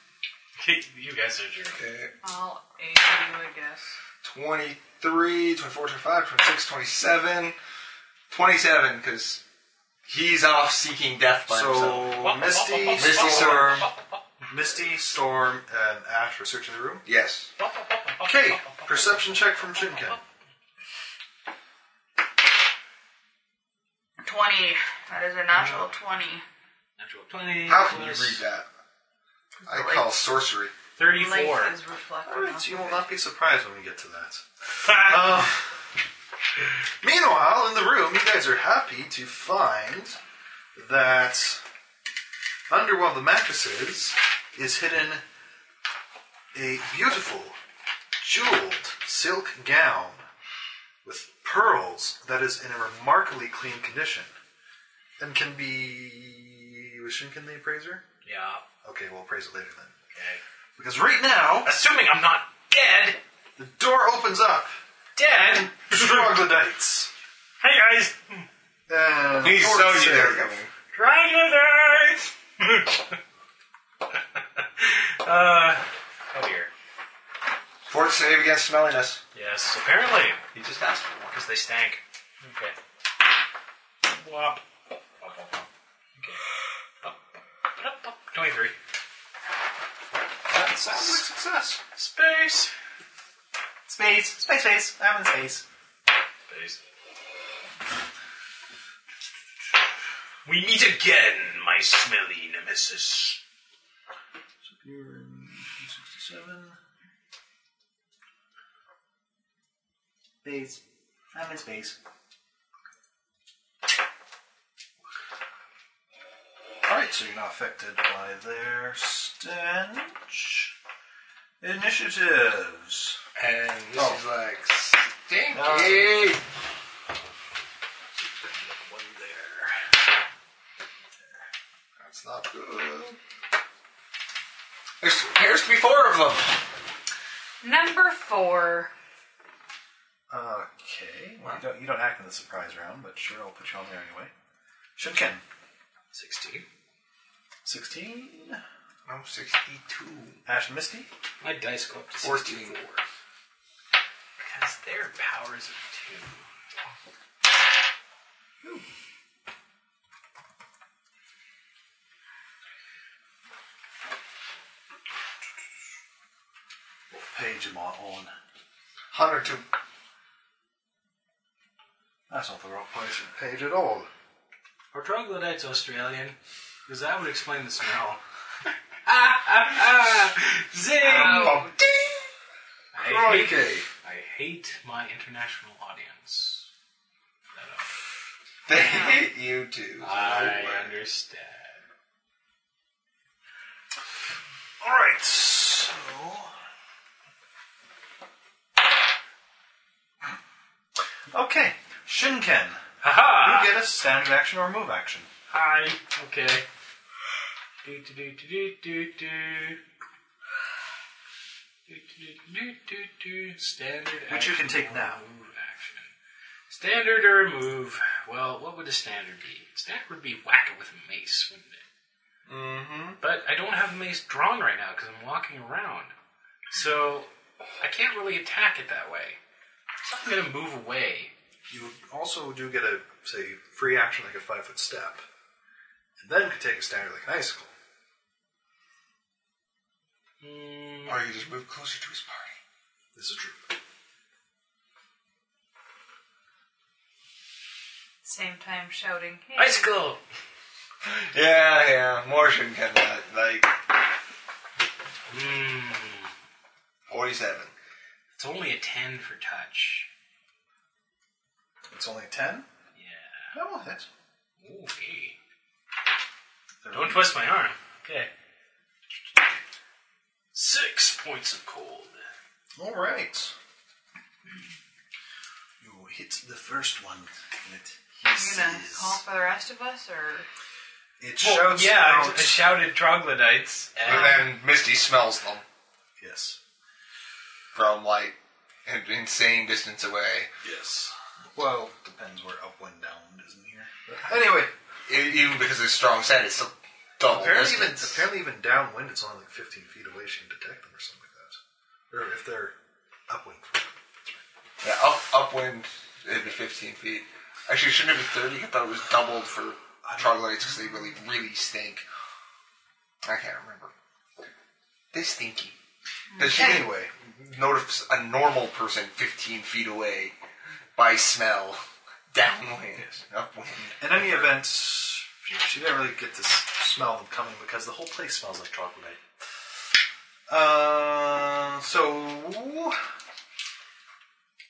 Speaker 5: You guys are jerks.
Speaker 2: Okay.
Speaker 3: I'll aid you, I guess.
Speaker 2: 23, 24, 25, 26, 27. 27, because he's off seeking death by himself.
Speaker 4: So, Misty,
Speaker 2: Misty Storm.
Speaker 4: Misty, Storm, and Ash are searching the room.
Speaker 2: Yes.
Speaker 4: Okay, Perception check from Shinken.
Speaker 3: 20. That is a natural 20.
Speaker 5: Natural 20.
Speaker 2: How can you
Speaker 5: plus
Speaker 2: read that? I call sorcery.
Speaker 5: 34.
Speaker 3: Life is reflected.
Speaker 4: Alright, so you will not be surprised when we get to that. Uh, meanwhile, in the room, you guys are happy to find that under one of the mattresses is hidden a beautiful jeweled silk gown with pearls that is in a remarkably clean condition and can be. Was Shinken the appraiser?
Speaker 5: yeah.
Speaker 4: Okay, we'll appraise it later then.
Speaker 5: Okay.
Speaker 4: Because right now,
Speaker 5: Assuming I'm not dead.
Speaker 4: the door opens up.
Speaker 5: Dead?
Speaker 4: Troglodytes.
Speaker 5: Hey guys!
Speaker 7: Uh,
Speaker 4: And
Speaker 2: He's
Speaker 4: fort
Speaker 2: so you
Speaker 4: save.
Speaker 2: there. you go.
Speaker 5: Troglodytes! uh, oh dear.
Speaker 2: Fort save against smelliness.
Speaker 5: Yes, apparently.
Speaker 2: He just asked for one.
Speaker 5: Because they stank. Okay. Wop. Wop, wop, wop. Okay. Up, up, up, up. 23.
Speaker 4: That sounds like success.
Speaker 5: Space!
Speaker 7: Space, space, space. I'm in space.
Speaker 5: Space. We meet again, my smelly nemesis.
Speaker 4: You're in 67.
Speaker 7: Space. I'm in space.
Speaker 4: Alright, so you're not affected by their stench. Initiatives.
Speaker 2: And this
Speaker 4: Oh.
Speaker 2: is like stinky.
Speaker 4: One there.
Speaker 2: That's not good. There appears to be four of them.
Speaker 3: Number 4.
Speaker 4: Okay. Well, you don't, you don't act in the surprise round, but sure, I'll put you on there anyway. Shinken.
Speaker 5: 16.
Speaker 4: 16.
Speaker 2: I'm 62.
Speaker 4: Ash Misty.
Speaker 5: My dice go up to
Speaker 2: 14.
Speaker 5: 64. Because their powers of 2.
Speaker 4: Page him on. on.
Speaker 2: 102.
Speaker 4: That's not the right place for the page at all.
Speaker 5: Are troglodytes Australian? Because that would explain the smell. Zing!
Speaker 2: Bum, ding.
Speaker 4: Oh,
Speaker 5: I, hate,
Speaker 2: Okay.
Speaker 5: I hate my international audience.
Speaker 2: They hate you too.
Speaker 5: I understand.
Speaker 4: Alright, so. Okay, Shinken.
Speaker 5: Haha!
Speaker 4: You get a standard action or move action.
Speaker 5: Hi. Okay. Do do do do do do do. Do do do do do do. Standard.
Speaker 4: Which you can
Speaker 5: action
Speaker 4: take
Speaker 5: or
Speaker 4: now.
Speaker 5: Move action. Standard or move? Well, what would a standard be? Standard would be whack it with a mace, wouldn't it? Mm-hmm. But I don't have a mace drawn right now because I'm walking around, so I can't really attack it that way. So I'm gonna move away.
Speaker 4: You also do get a, say, free action like a five foot step. And then could take a standard like an icicle.
Speaker 5: Mm,
Speaker 2: Or you just move closer to his party.
Speaker 4: This is true.
Speaker 3: Same time shouting. Hey.
Speaker 5: Icicle.
Speaker 2: Yeah, yeah. Morrison can that. Like,
Speaker 5: Mm.
Speaker 2: 47.
Speaker 5: It's only a 10 for touch.
Speaker 4: It's only 10?
Speaker 5: Yeah.
Speaker 4: That will hit.
Speaker 5: Okay. Don't twist my arm. Okay. Six points of cold.
Speaker 4: Alright. You hit the first one, and it
Speaker 3: You gonna call for the rest of us, or
Speaker 4: It shouts out.
Speaker 5: shouted troglodytes. Um,
Speaker 2: And then Misty smells them
Speaker 4: yes.
Speaker 2: from, like, an insane distance away.
Speaker 4: Yes. Well, depends where upland downland is in here. But anyway,
Speaker 2: E- even because it's strong scent, it's still double
Speaker 4: apparently even,
Speaker 2: distance.
Speaker 4: apparently even downwind, it's only like 15 feet away. She can detect them or something like that. Or if they're upwind.
Speaker 2: Yeah, up, upwind, it'd be 15 feet. Actually, it shouldn't have been 30. I thought it was doubled for troglodytes because they really, really stink. I can't remember. They stinky. Has she anyway notice a normal person 15 feet away by smell downwind, upwind?
Speaker 4: In any event, she didn't really get to s- smell them coming because the whole place smells like chocolate. Uh, so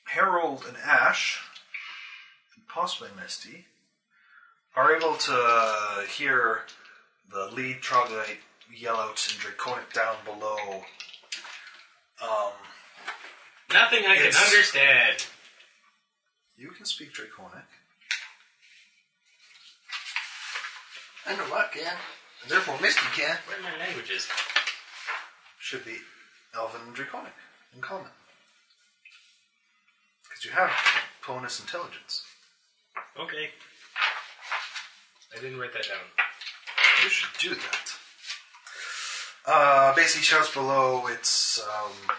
Speaker 4: Harold and Ash, and possibly Misty, are able to hear the lead troglodyte yell out in draconic down below.
Speaker 5: Nothing I can
Speaker 4: It's-
Speaker 5: understand.
Speaker 4: You can speak draconic.
Speaker 2: I know what can, and therefore Misty can.
Speaker 5: Where are my languages?
Speaker 4: should be Elven and Draconic in common. Because you have bonus intelligence.
Speaker 5: Okay. I didn't write that down.
Speaker 4: You should do that. Uh, basically, shouts below it's um,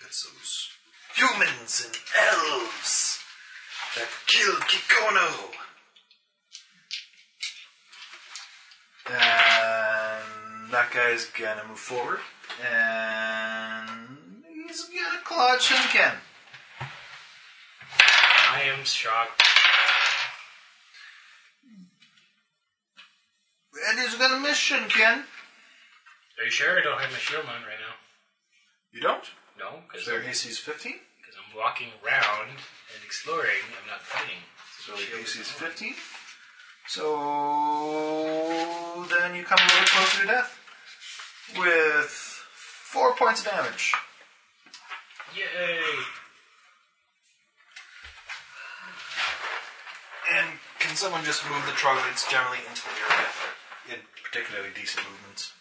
Speaker 4: it's those humans and elves that killed Kikono. And that guy's gonna move forward, and he's gonna claw at Shinken.
Speaker 5: I am shocked.
Speaker 4: And he's gonna miss Shinken.
Speaker 5: Are you sure I don't have my shield on right now?
Speaker 4: You don't?
Speaker 5: No, because
Speaker 4: Their AC is 15.
Speaker 5: I'm walking around and exploring. I'm not fighting.
Speaker 4: So AC is 15. So then you come a little closer to death with four points of damage.
Speaker 5: Yay!
Speaker 4: And can someone just move the troglodytes generally into the area in particularly decent movements?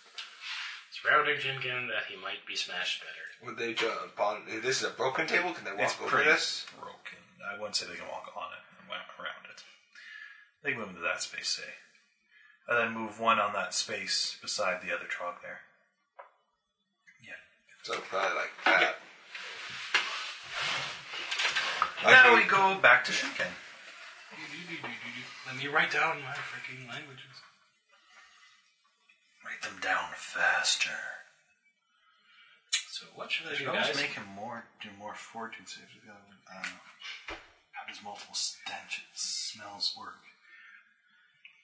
Speaker 5: Surrounding Jimkin that he might be smashed better.
Speaker 2: Would they jump on? This is a broken table. Can they walk
Speaker 4: It's
Speaker 2: over
Speaker 4: pretty
Speaker 2: this?
Speaker 4: broken. I wouldn't say they can walk on it and went around it. They can move into that space, say. And then move one on that space beside the other trog there. Yeah.
Speaker 2: So probably like that.
Speaker 4: Now
Speaker 2: Okay.
Speaker 4: we go back to Shinken.
Speaker 5: Let me write down my freaking languages.
Speaker 4: Write them down faster.
Speaker 5: So what should I
Speaker 4: You
Speaker 5: do,
Speaker 4: should almost
Speaker 5: guys?
Speaker 4: make him more do more fortitude saves. with the other one. I don't know. How does multiple stench smells work?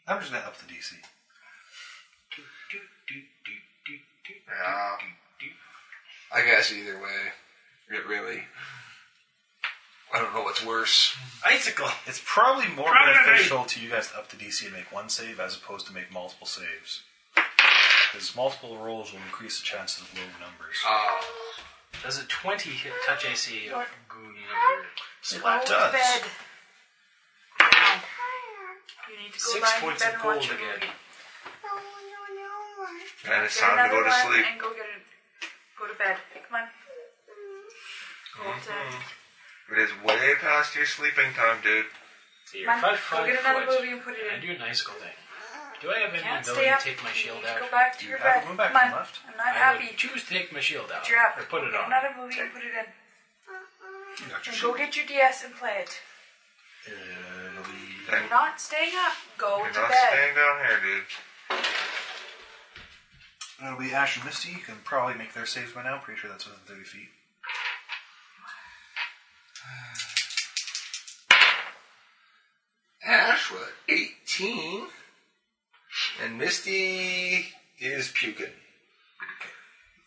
Speaker 4: I'm just gonna up the DC.
Speaker 2: Yeah. Um, I guess either way, it really. I don't know what's worse.
Speaker 5: Icicle.
Speaker 4: It's probably more
Speaker 5: Probably.
Speaker 4: beneficial to you guys to up the DC and make one save as opposed to make multiple saves. Because multiple rolls will increase the chances of low numbers.
Speaker 2: Um,
Speaker 5: Does a 20 hit touch AC of goon number?
Speaker 4: Splat does.
Speaker 3: Bed. You need to go
Speaker 5: Six
Speaker 3: lie in
Speaker 5: points
Speaker 3: bed
Speaker 5: of
Speaker 3: and watch
Speaker 5: gold
Speaker 3: a movie.
Speaker 5: again.
Speaker 2: And it's
Speaker 3: Get
Speaker 2: time
Speaker 3: another
Speaker 2: to go to
Speaker 3: one
Speaker 2: sleep.
Speaker 3: And go get it. Go to bed. Come on. Go to-
Speaker 2: It is way past your sleeping time, dude.
Speaker 5: So you're
Speaker 3: Come on.
Speaker 5: five,
Speaker 3: Go
Speaker 5: five
Speaker 3: get another
Speaker 5: foot.
Speaker 3: movie and put
Speaker 5: Can I
Speaker 3: it in.
Speaker 5: do an icicle thing? Do I have any
Speaker 3: Can't
Speaker 5: ability
Speaker 3: stay
Speaker 5: to
Speaker 3: up.
Speaker 5: take my
Speaker 3: You
Speaker 5: shield
Speaker 3: need to
Speaker 5: out?
Speaker 3: Go back to your
Speaker 4: have
Speaker 3: bed.
Speaker 4: it. Move back
Speaker 3: Come
Speaker 4: to
Speaker 3: on.
Speaker 4: the left.
Speaker 3: I'm not
Speaker 5: I
Speaker 3: happy.
Speaker 5: would choose to take my shield out.
Speaker 3: But you're up.
Speaker 5: Or put it
Speaker 3: Get
Speaker 5: on.
Speaker 3: Another movie and put it in.
Speaker 4: You got your
Speaker 3: And
Speaker 4: shield.
Speaker 3: go get your DS and play it.
Speaker 5: Uh,
Speaker 4: It'll be-
Speaker 3: You're not staying up. Go
Speaker 2: You're
Speaker 3: to
Speaker 2: not
Speaker 3: bed.
Speaker 2: staying down here, dude.
Speaker 4: It'll be Ash and Misty. You can probably make their saves by now. I'm pretty sure that's within 30 feet.
Speaker 2: Ash with 18. And Misty is puking.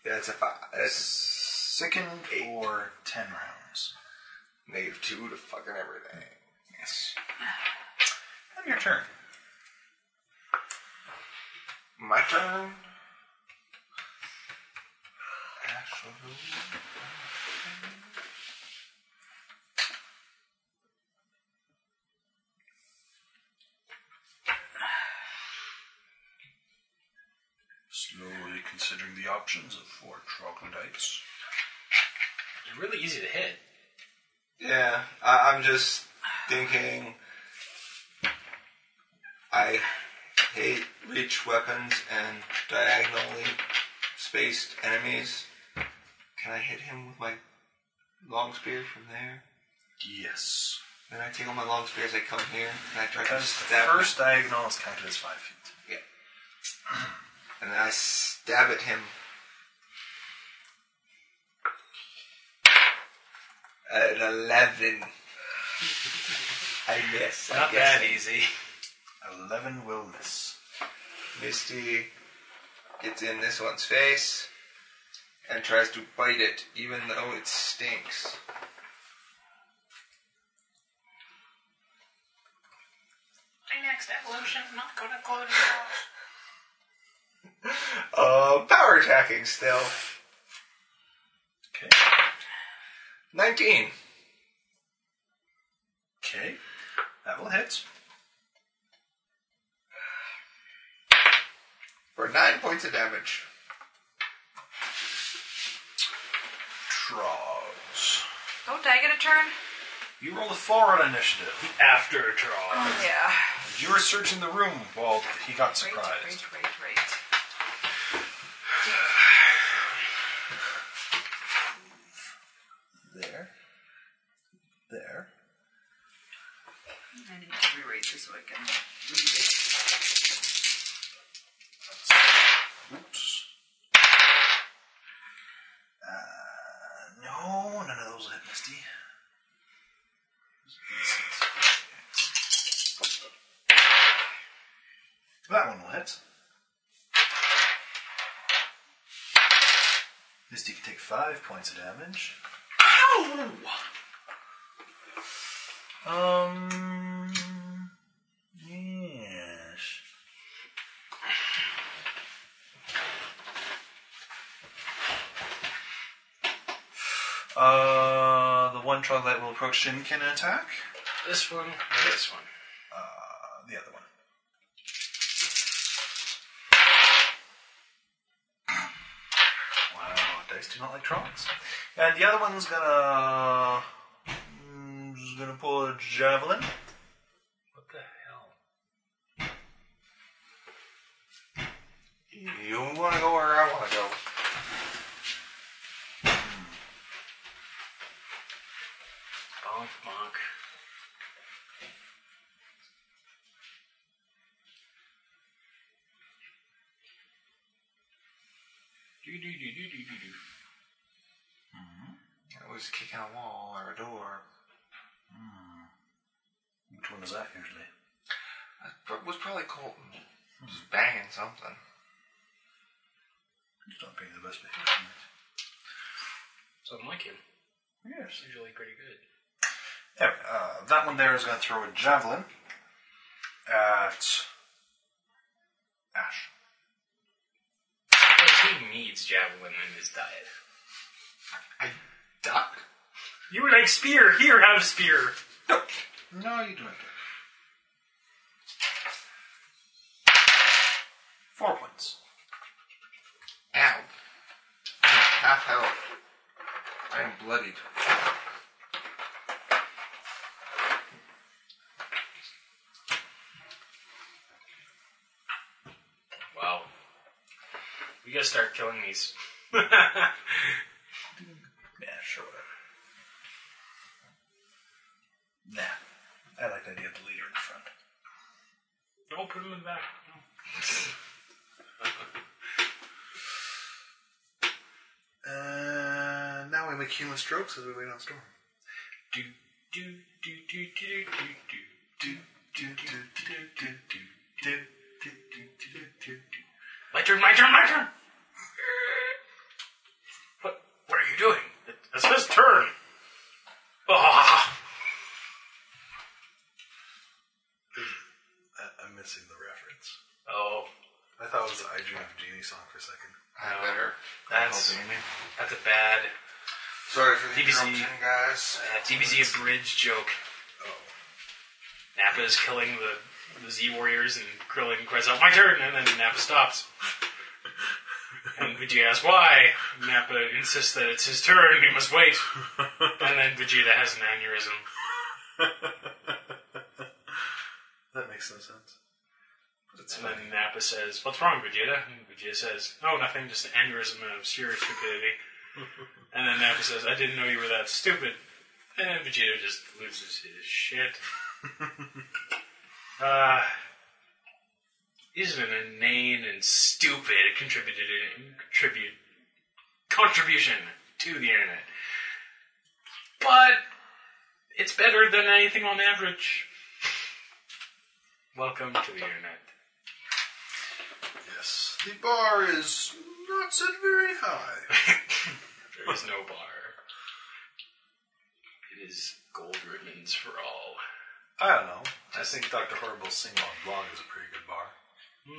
Speaker 2: That's a five. That's
Speaker 4: Sickened for 10 rounds.
Speaker 2: negative two to fucking everything.
Speaker 4: Yes. And your turn.
Speaker 2: My turn.
Speaker 4: Slowly considering the options of four troglodytes.
Speaker 5: They're really easy to hit.
Speaker 2: Yeah, I, I'm just thinking. I hate reach weapons and diagonally spaced enemies. Can I hit him with my long spear from there?
Speaker 4: Yes.
Speaker 2: Then I take all my long spears, I come here, and I try to
Speaker 4: Because the
Speaker 2: stab.
Speaker 4: first diagonal is counted as five feet.
Speaker 2: Yeah. And then I stab at him. An eleven. I miss. I guess
Speaker 5: Not that easy.
Speaker 4: 11 will miss.
Speaker 2: Misty gets in this one's face and tries to bite it, even though it stinks.
Speaker 12: My next evolution's not gonna go to hell.
Speaker 2: Uh, power attacking still.
Speaker 4: Okay.
Speaker 2: 19.
Speaker 4: Okay. That will hit.
Speaker 2: For 9 points of damage.
Speaker 4: Draws.
Speaker 3: Don't Oh, I get a turn?
Speaker 4: You roll a four on initiative.
Speaker 5: After a draw.
Speaker 3: Oh, Yeah.
Speaker 4: You were searching the room while he got
Speaker 3: Right,
Speaker 4: surprised.
Speaker 3: right, right, right.
Speaker 4: There. There.
Speaker 3: I need to rewrite this so I can read it.
Speaker 4: Oops. Uh, no, none of those will hit Misty. That one will hit. Misty can take five points of damage. Ow! Um. Yes. Uh, the one troglodyte will approach Jin can attack.
Speaker 5: This one or this one.
Speaker 4: Uh, the other one. Wow, dice do not like trolls. And the other one's gonna. mm, is gonna pull a javelin.
Speaker 5: What the hell?
Speaker 2: You want to go where I want to go.
Speaker 5: Bonk, bonk. Do, do, do, do, do, do, do.
Speaker 2: I Mm-hmm. was kicking a wall or a door.
Speaker 4: Hmm. Which one is that usually?
Speaker 2: I pro- was probably Colton. Just banging something.
Speaker 4: It's not being the best behavior.
Speaker 5: Something like him.
Speaker 4: Yes.
Speaker 5: It's usually pretty good.
Speaker 4: There, uh, that one there is going to throw a javelin at Ash.
Speaker 5: Because he needs javelin in his diet.
Speaker 2: I duck?
Speaker 5: You were like, spear, here, have spear.
Speaker 4: No, you don't. Four points.
Speaker 2: Ow. I'm half health. I am bloodied.
Speaker 5: Wow. We gotta start killing these.
Speaker 4: Yeah, sure, whatever. Nah. I like the idea of the leader in the front.
Speaker 5: Don't put him in the back.
Speaker 4: Uh, now we make human strokes as we wait on storm.
Speaker 5: Do, do, do, do, do, do, do, do, do, do, do, do, do, do, do, do, do, do. My turn, my turn, my turn! What, what are you doing? It- It's his turn! Ah!
Speaker 4: I- I'm missing the reference.
Speaker 5: Oh,
Speaker 4: I thought it was the I Dream of Genie song for a second.
Speaker 2: I better.
Speaker 5: that's, that's a bad
Speaker 2: Sorry for the
Speaker 5: DBZ.
Speaker 2: interruption, guys.
Speaker 5: uh, DBZ abridged joke. Nappa is killing the, the Z Warriors, and Krillin cries out, My turn! And then Nappa stops. And Vegeta asks why. Nappa insists that it's his turn, he must wait. And then Vegeta has an aneurysm.
Speaker 4: That makes no sense.
Speaker 5: And then Nappa says, What's wrong, Vegeta? And Vegeta says, Oh, nothing, just an aneurysm of sheer stupidity. And then Nappa says, I didn't know you were that stupid. And Vegeta just loses his shit. uh, isn't it inane and stupid contributed contribute contribution to the internet? but it's better than anything on average. Welcome to the internet.
Speaker 7: Yes. The bar is not set very high.
Speaker 5: There is no bar. It is gold ribbons for all.
Speaker 4: I don't know. I think Dr. Horrible's Sing Along Blog is a pretty good bar.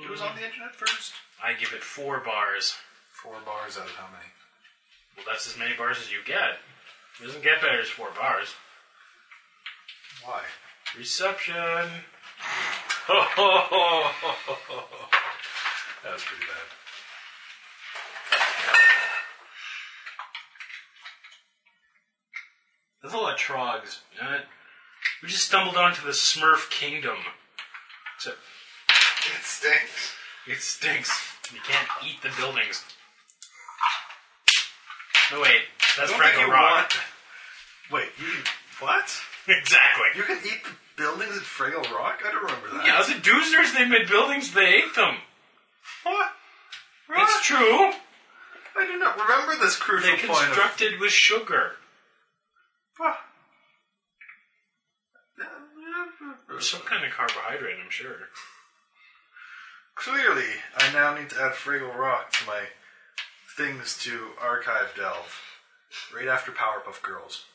Speaker 7: It was on the internet first.
Speaker 5: I give it four bars.
Speaker 4: Four bars out of how many?
Speaker 5: Well, that's as many bars as you get. It doesn't get better as four bars.
Speaker 4: Why?
Speaker 5: Reception.
Speaker 4: That was pretty bad.
Speaker 5: There's a lot of trogs. damn it. We just stumbled onto the Smurf Kingdom. Except
Speaker 2: It stinks.
Speaker 5: it stinks. You can't eat the buildings. No wait, that's
Speaker 4: Don't make
Speaker 5: Franco
Speaker 4: you
Speaker 5: Rock.
Speaker 4: Wait, you can, what?
Speaker 5: exactly.
Speaker 4: You can eat the buildings at Fraggle Rock? I don't remember that.
Speaker 5: Yeah, the Doozers they made buildings. They ate them.
Speaker 4: What?
Speaker 5: It's true.
Speaker 4: I do not remember this crucial
Speaker 5: They
Speaker 4: point. Of,
Speaker 5: constructed with sugar.
Speaker 4: What?
Speaker 5: There's some kind of carbohydrate, I'm sure.
Speaker 4: Clearly, I now need to add Fraggle Rock to my things to archive delve. Right after Powerpuff Girls.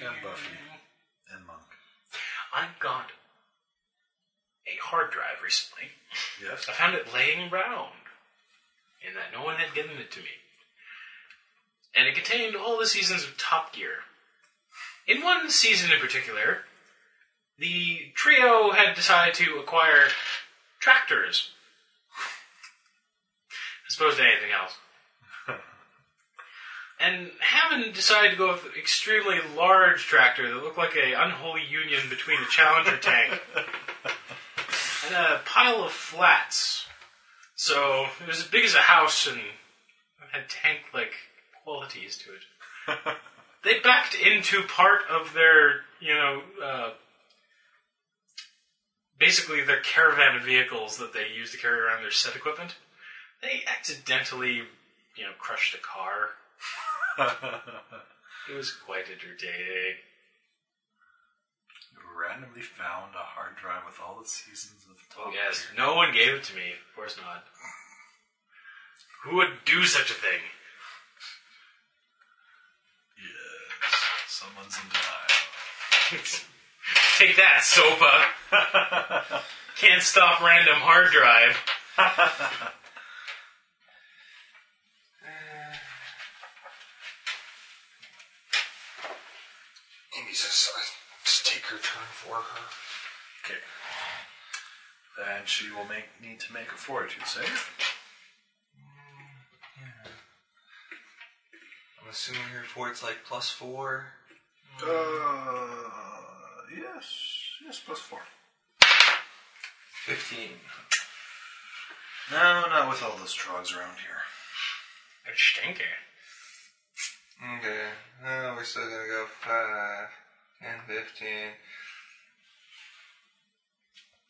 Speaker 4: And Buffy. And Monk.
Speaker 5: I got a hard drive recently.
Speaker 4: Yes?
Speaker 5: I found it laying around, and that no one had given it to me. And it contained all the seasons of Top Gear. In one season in particular, the trio had decided to acquire tractors, as opposed to anything else. And Hammond decided to go with an extremely large tractor that looked like an unholy union between a Challenger tank and a pile of flats. So it was as big as a house and had tank like qualities to it. they backed into part of their, you know, uh, basically their caravan of vehicles that they used to carry around their set equipment. They accidentally, you know, crushed a car. it was quite entertaining.
Speaker 4: randomly found a hard drive with all the seasons of the top.
Speaker 5: Yes,
Speaker 4: Gear.
Speaker 5: no one gave it to me. Of course not. Who would do such a thing?
Speaker 4: Yes. Someone's in denial.
Speaker 5: Take that, SOPA. Can't stop random hard drive.
Speaker 2: Maybe just, uh, just take her turn for her.
Speaker 4: Okay. Then she will make need to make a fortitude save.
Speaker 2: I'm assuming her fort's like plus four.
Speaker 4: Uh, yes. Yes, plus four.
Speaker 2: 15.
Speaker 4: No, not with all those trogs around here.
Speaker 5: It's stinky.
Speaker 2: Okay. Now we're still gonna go 5 and 15.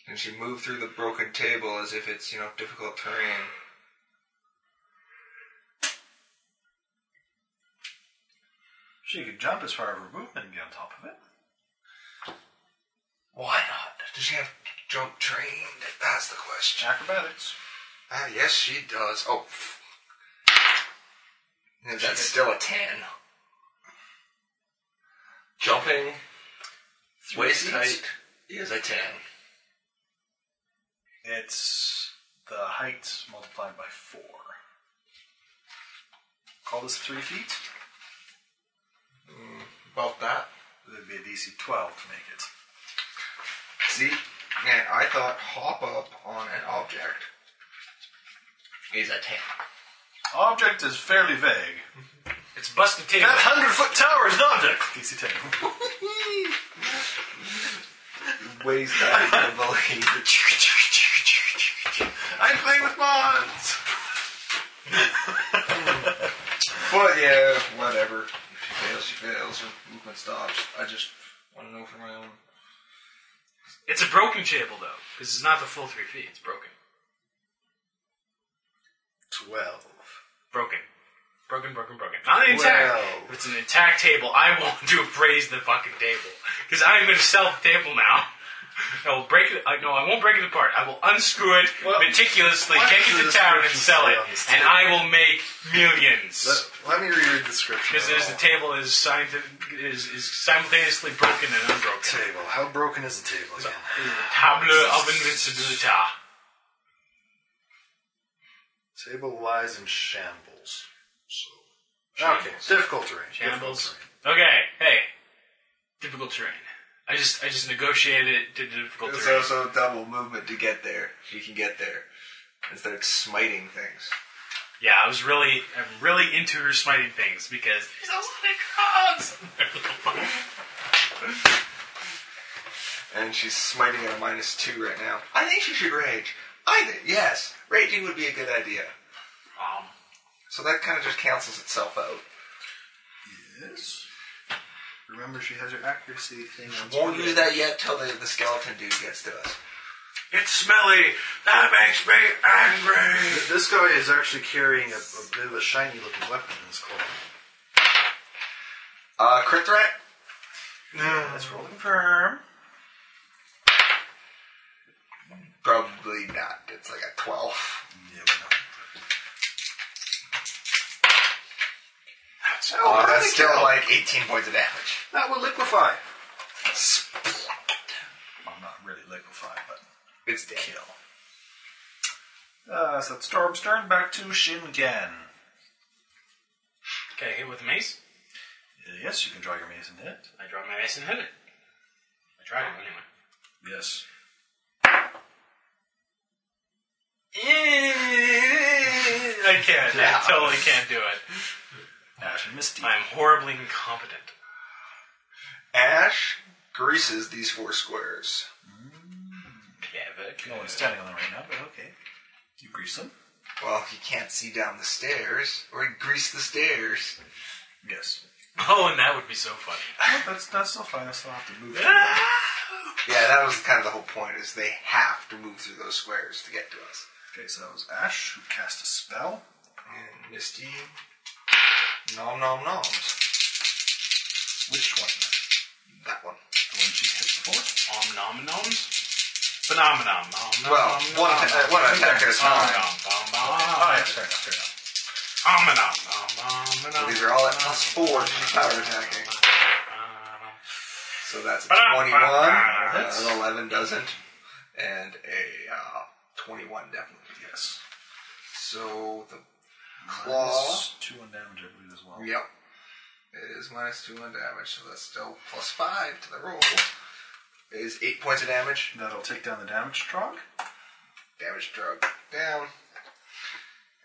Speaker 2: And she moved through the broken table as if it's, you know, difficult terrain.
Speaker 4: She could jump as far as her movement and get on top of it.
Speaker 2: Why not? Does she have jump trained? That's the question.
Speaker 4: Acrobatics.
Speaker 2: Ah, yes, she does. Oh. pff. And that's still a 10. Jumping, waist height is a 10.
Speaker 4: It's the height multiplied by four. Call this three feet.
Speaker 2: About that.
Speaker 4: It would be a DC 12 to make it.
Speaker 2: See, man, I thought hop up on an object is a 10.
Speaker 4: Object is fairly vague.
Speaker 5: It's busted table.
Speaker 4: That hundred foot tower is an object. DC ten.
Speaker 2: Ways that I believe.
Speaker 4: I'm playing with bonds.
Speaker 2: But yeah, whatever. If she fails, she fails. Her movement stops. I just want to know for my own.
Speaker 5: It's a broken table, though, because it's not the full three feet. It's broken.
Speaker 13: Twelve.
Speaker 5: Broken. Broken, broken, broken. Not an attack.
Speaker 13: Well.
Speaker 5: If it's an attack table, I want to appraise the fucking table. Because I'm going to sell the table now. I will break it. I, no, I won't break it apart. I will unscrew it
Speaker 13: Well,
Speaker 5: meticulously,
Speaker 13: why
Speaker 5: take
Speaker 13: don't you
Speaker 5: it to town, and
Speaker 13: description
Speaker 5: sell
Speaker 13: say
Speaker 5: it.
Speaker 13: on this
Speaker 5: And
Speaker 13: table?
Speaker 5: I will make millions.
Speaker 13: Let, let me reread the description. of it
Speaker 5: Because there's
Speaker 13: all.
Speaker 5: the table is scientific, is, is simultaneously broken and unbroken.
Speaker 13: table. How broken is the table again?
Speaker 5: Table of invincibility.
Speaker 13: Table lies in shambles. So. Okay. Difficult terrain. Difficult
Speaker 5: Shambles.
Speaker 13: terrain.
Speaker 5: Okay, hey. Difficult terrain. I just I just negotiated it to difficult
Speaker 2: There's
Speaker 5: terrain.
Speaker 2: also double movement to get there. You can get there instead of smiting things.
Speaker 5: Yeah, I was really I'm really into her smiting things because there's a lot of cogs.
Speaker 2: And she's smiting at a minus two right now. I think she should rage. I think yes, raging would be a good idea.
Speaker 5: um,
Speaker 2: So that kind of just cancels itself out.
Speaker 13: Yes. Remember, she has her accuracy thing. on
Speaker 2: Won't
Speaker 13: screen.
Speaker 2: use that yet till the, the skeleton dude gets to us.
Speaker 14: It's smelly. That makes me angry.
Speaker 13: Th- This guy is actually carrying a, a bit of a shiny-looking weapon in his claw.
Speaker 2: Uh, crit threat.
Speaker 13: That's rolling firm.
Speaker 2: Probably not. It's like a 12.
Speaker 13: That's,
Speaker 2: Oh, that's still like 18 points of damage.
Speaker 13: That will liquefy.
Speaker 4: I'm not really liquefied, but
Speaker 2: It's dead.
Speaker 4: Uh, so that's Storm's turn. Back to Shingen.
Speaker 5: can I hit with a mace?
Speaker 4: Uh, Yes, you can draw your mace and hit.
Speaker 5: I draw my mace and hit it. I tried it anyway.
Speaker 4: Yes.
Speaker 5: I can't. I totally can't do it.
Speaker 4: Action Misty.
Speaker 5: I'm horribly incompetent.
Speaker 2: Ash greases these four squares.
Speaker 5: Clever.
Speaker 4: No one's standing on them right now, but okay. You grease them?
Speaker 2: Well, he can't see down the stairs, or he greased the stairs.
Speaker 4: Yes.
Speaker 5: Oh, and that would be so funny.
Speaker 4: That's, that's still fine. I still have to move.
Speaker 5: Ah!
Speaker 2: Yeah, that was kind of the whole point, is they have to move through those squares to get to us.
Speaker 4: Okay, so that was Ash, who cast a spell.
Speaker 2: And Misty, nom nom noms.
Speaker 4: Which one?
Speaker 2: That one.
Speaker 4: The one she hit before?
Speaker 5: Om nom noms? Phenomenon. Om nom
Speaker 2: Well,
Speaker 5: nom
Speaker 2: one,
Speaker 5: nom
Speaker 2: atta- one attack at a
Speaker 5: nom
Speaker 2: time.
Speaker 5: nom nom nom.
Speaker 4: Oh, yeah, fair enough, fair enough.
Speaker 5: Om nom nom nom nom.
Speaker 2: These are all at plus four for power attacking. So that's a 21. Uh, an 11 doesn't. And a uh, 21 definitely.
Speaker 4: Yes.
Speaker 2: So the claw.
Speaker 4: Plus two on damage, I believe, as well.
Speaker 2: Yep. It is minus two on damage, so that's still plus five to the roll. Is eight points of damage.
Speaker 4: That'll take down the damage trog.
Speaker 2: Damage drug down.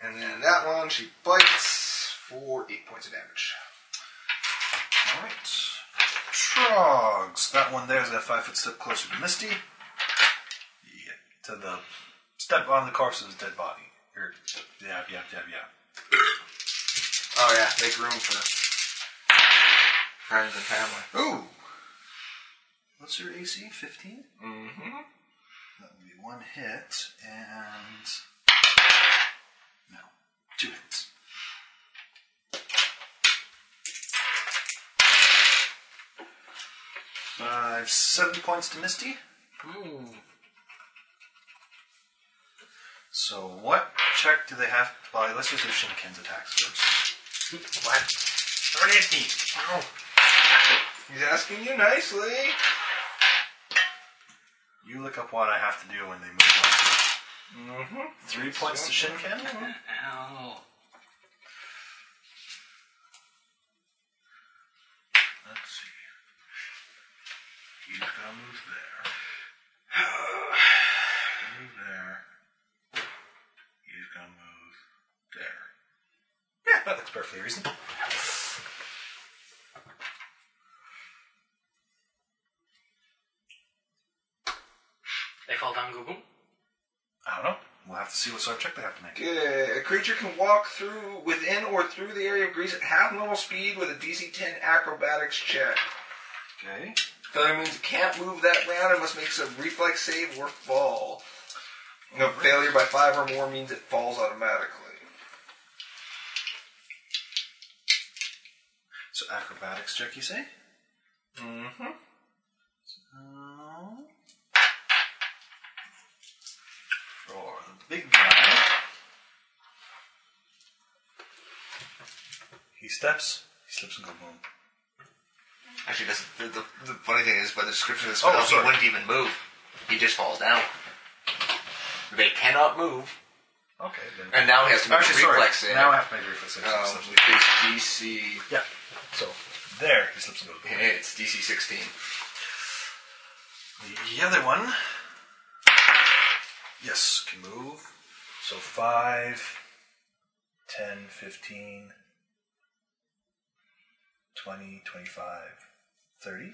Speaker 2: And then that one, she bites for eight points of damage.
Speaker 4: Alright. Trogs. That one there's that five foot step closer to Misty. Yeah, to the step on the corpse of his dead body. Er, yeah, yeah, yeah, yeah.
Speaker 2: Oh yeah, make room for friends and family. Ooh,
Speaker 4: What's your AC? 15? Mm-hmm. That would be one hit and. No, two hits. Five, seven points to Misty. So, what check do they have? Well, let's just do Shinken's attacks first.
Speaker 2: what?
Speaker 5: Turn it deep.
Speaker 2: He's asking you nicely.
Speaker 4: You look up what I have to do when they move on.
Speaker 2: Mm-hmm.
Speaker 4: Three points to Shinken.
Speaker 5: Ow.
Speaker 4: Let's see. He comes there. Move there. He's gonna move there. Yeah, that looks perfectly reasonable.
Speaker 5: They fall down Google.
Speaker 4: I don't know. We'll have to see what sort of check they have to make.
Speaker 2: Okay. A creature can walk through within or through the area of grease at half normal speed with a DC 10 acrobatics check.
Speaker 4: Okay.
Speaker 2: Failure means it can't move that round and must make some reflex save or fall. No failure by five or more means it falls automatically.
Speaker 4: So acrobatics check, you say? Mm-hmm. So for the big guy, he steps, he slips and go boom.
Speaker 2: Actually, that's the, the, the funny thing is by the description of this spell, he
Speaker 4: sorry.
Speaker 2: wouldn't even move. He just falls down. They cannot move,
Speaker 4: Okay, then.
Speaker 2: and now he has to make
Speaker 4: Actually,
Speaker 2: a
Speaker 4: sorry.
Speaker 2: reflex. save.
Speaker 4: Now I have to make a reflex save.
Speaker 2: um,
Speaker 4: so slips.
Speaker 2: it's DC.
Speaker 4: yeah. So there, he slips and goes boom.
Speaker 2: It's DC 16.
Speaker 4: The other one, yes, can move. So 5, 10, 15, 20, 25, 30.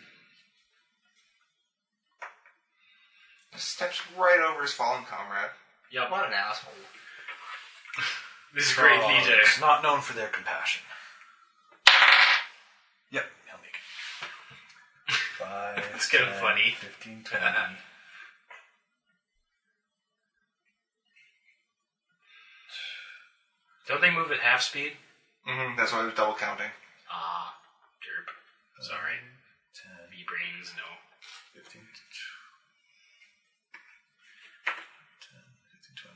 Speaker 2: Steps right over his fallen comrade.
Speaker 5: Yep.
Speaker 2: What an asshole.
Speaker 5: This is great,
Speaker 4: Frogs,
Speaker 5: DJ.
Speaker 4: Not known for their compassion. Yep, he'll make it. 5,
Speaker 5: It's kinda
Speaker 4: 10,
Speaker 5: funny.
Speaker 4: 15, 20.
Speaker 5: Don't they move at half speed?
Speaker 2: Mm-hmm, that's why I was double counting.
Speaker 5: Ah, derp. Sorry.
Speaker 4: 10,
Speaker 5: V brains, no.
Speaker 4: 15, 10, 15, 20.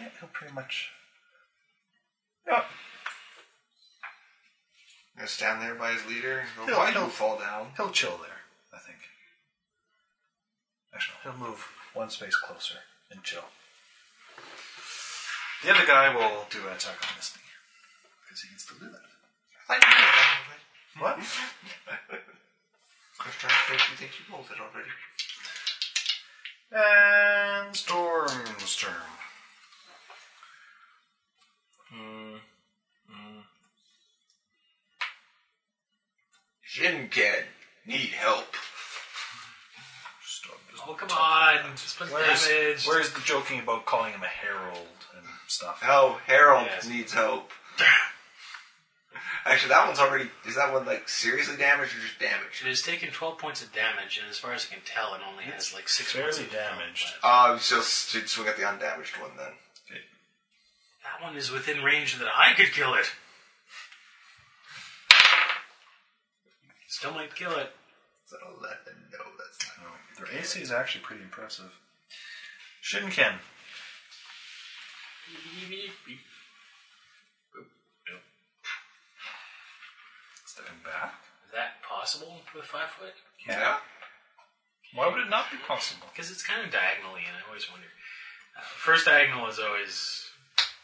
Speaker 4: Yeah, he'll pretty much.
Speaker 2: Gonna stand there by his leader and go,
Speaker 4: No,
Speaker 2: why
Speaker 4: I
Speaker 2: do you
Speaker 4: don't-
Speaker 2: fall down?
Speaker 4: He'll chill there, I think. Actually, he'll move one space closer and chill. The other guy will do an attack on this thing. Because he can still do that.
Speaker 2: I knew that already.
Speaker 4: What?
Speaker 2: I was trying to think you think you rolled it already.
Speaker 4: and Storm's turn.
Speaker 2: Shinken, need help.
Speaker 4: Storm does
Speaker 5: Oh, come on. Just put
Speaker 4: Where's,
Speaker 5: damage.
Speaker 4: where's the joking about calling him a herald and stuff?
Speaker 2: Oh, Harold
Speaker 5: Yes.
Speaker 2: needs help. Actually, that one's already. Is that one like seriously damaged or just damaged?
Speaker 5: It has taken 12 points of damage, and as far as I can tell, it only has like 6 points
Speaker 4: Fairly
Speaker 5: of
Speaker 4: damaged.
Speaker 2: Uh, so should swing at the undamaged one then.
Speaker 5: That one is within range that I could kill it. Still might kill it.
Speaker 2: Is that 11? No, that's not.
Speaker 4: No, their AC is actually pretty impressive. Shinken. Stepping back.
Speaker 5: Is that possible with 5 foot?
Speaker 2: Yeah?
Speaker 4: Why would it not be possible?
Speaker 5: Because it's kind of diagonally, and I always wonder. Uh, first diagonal is always.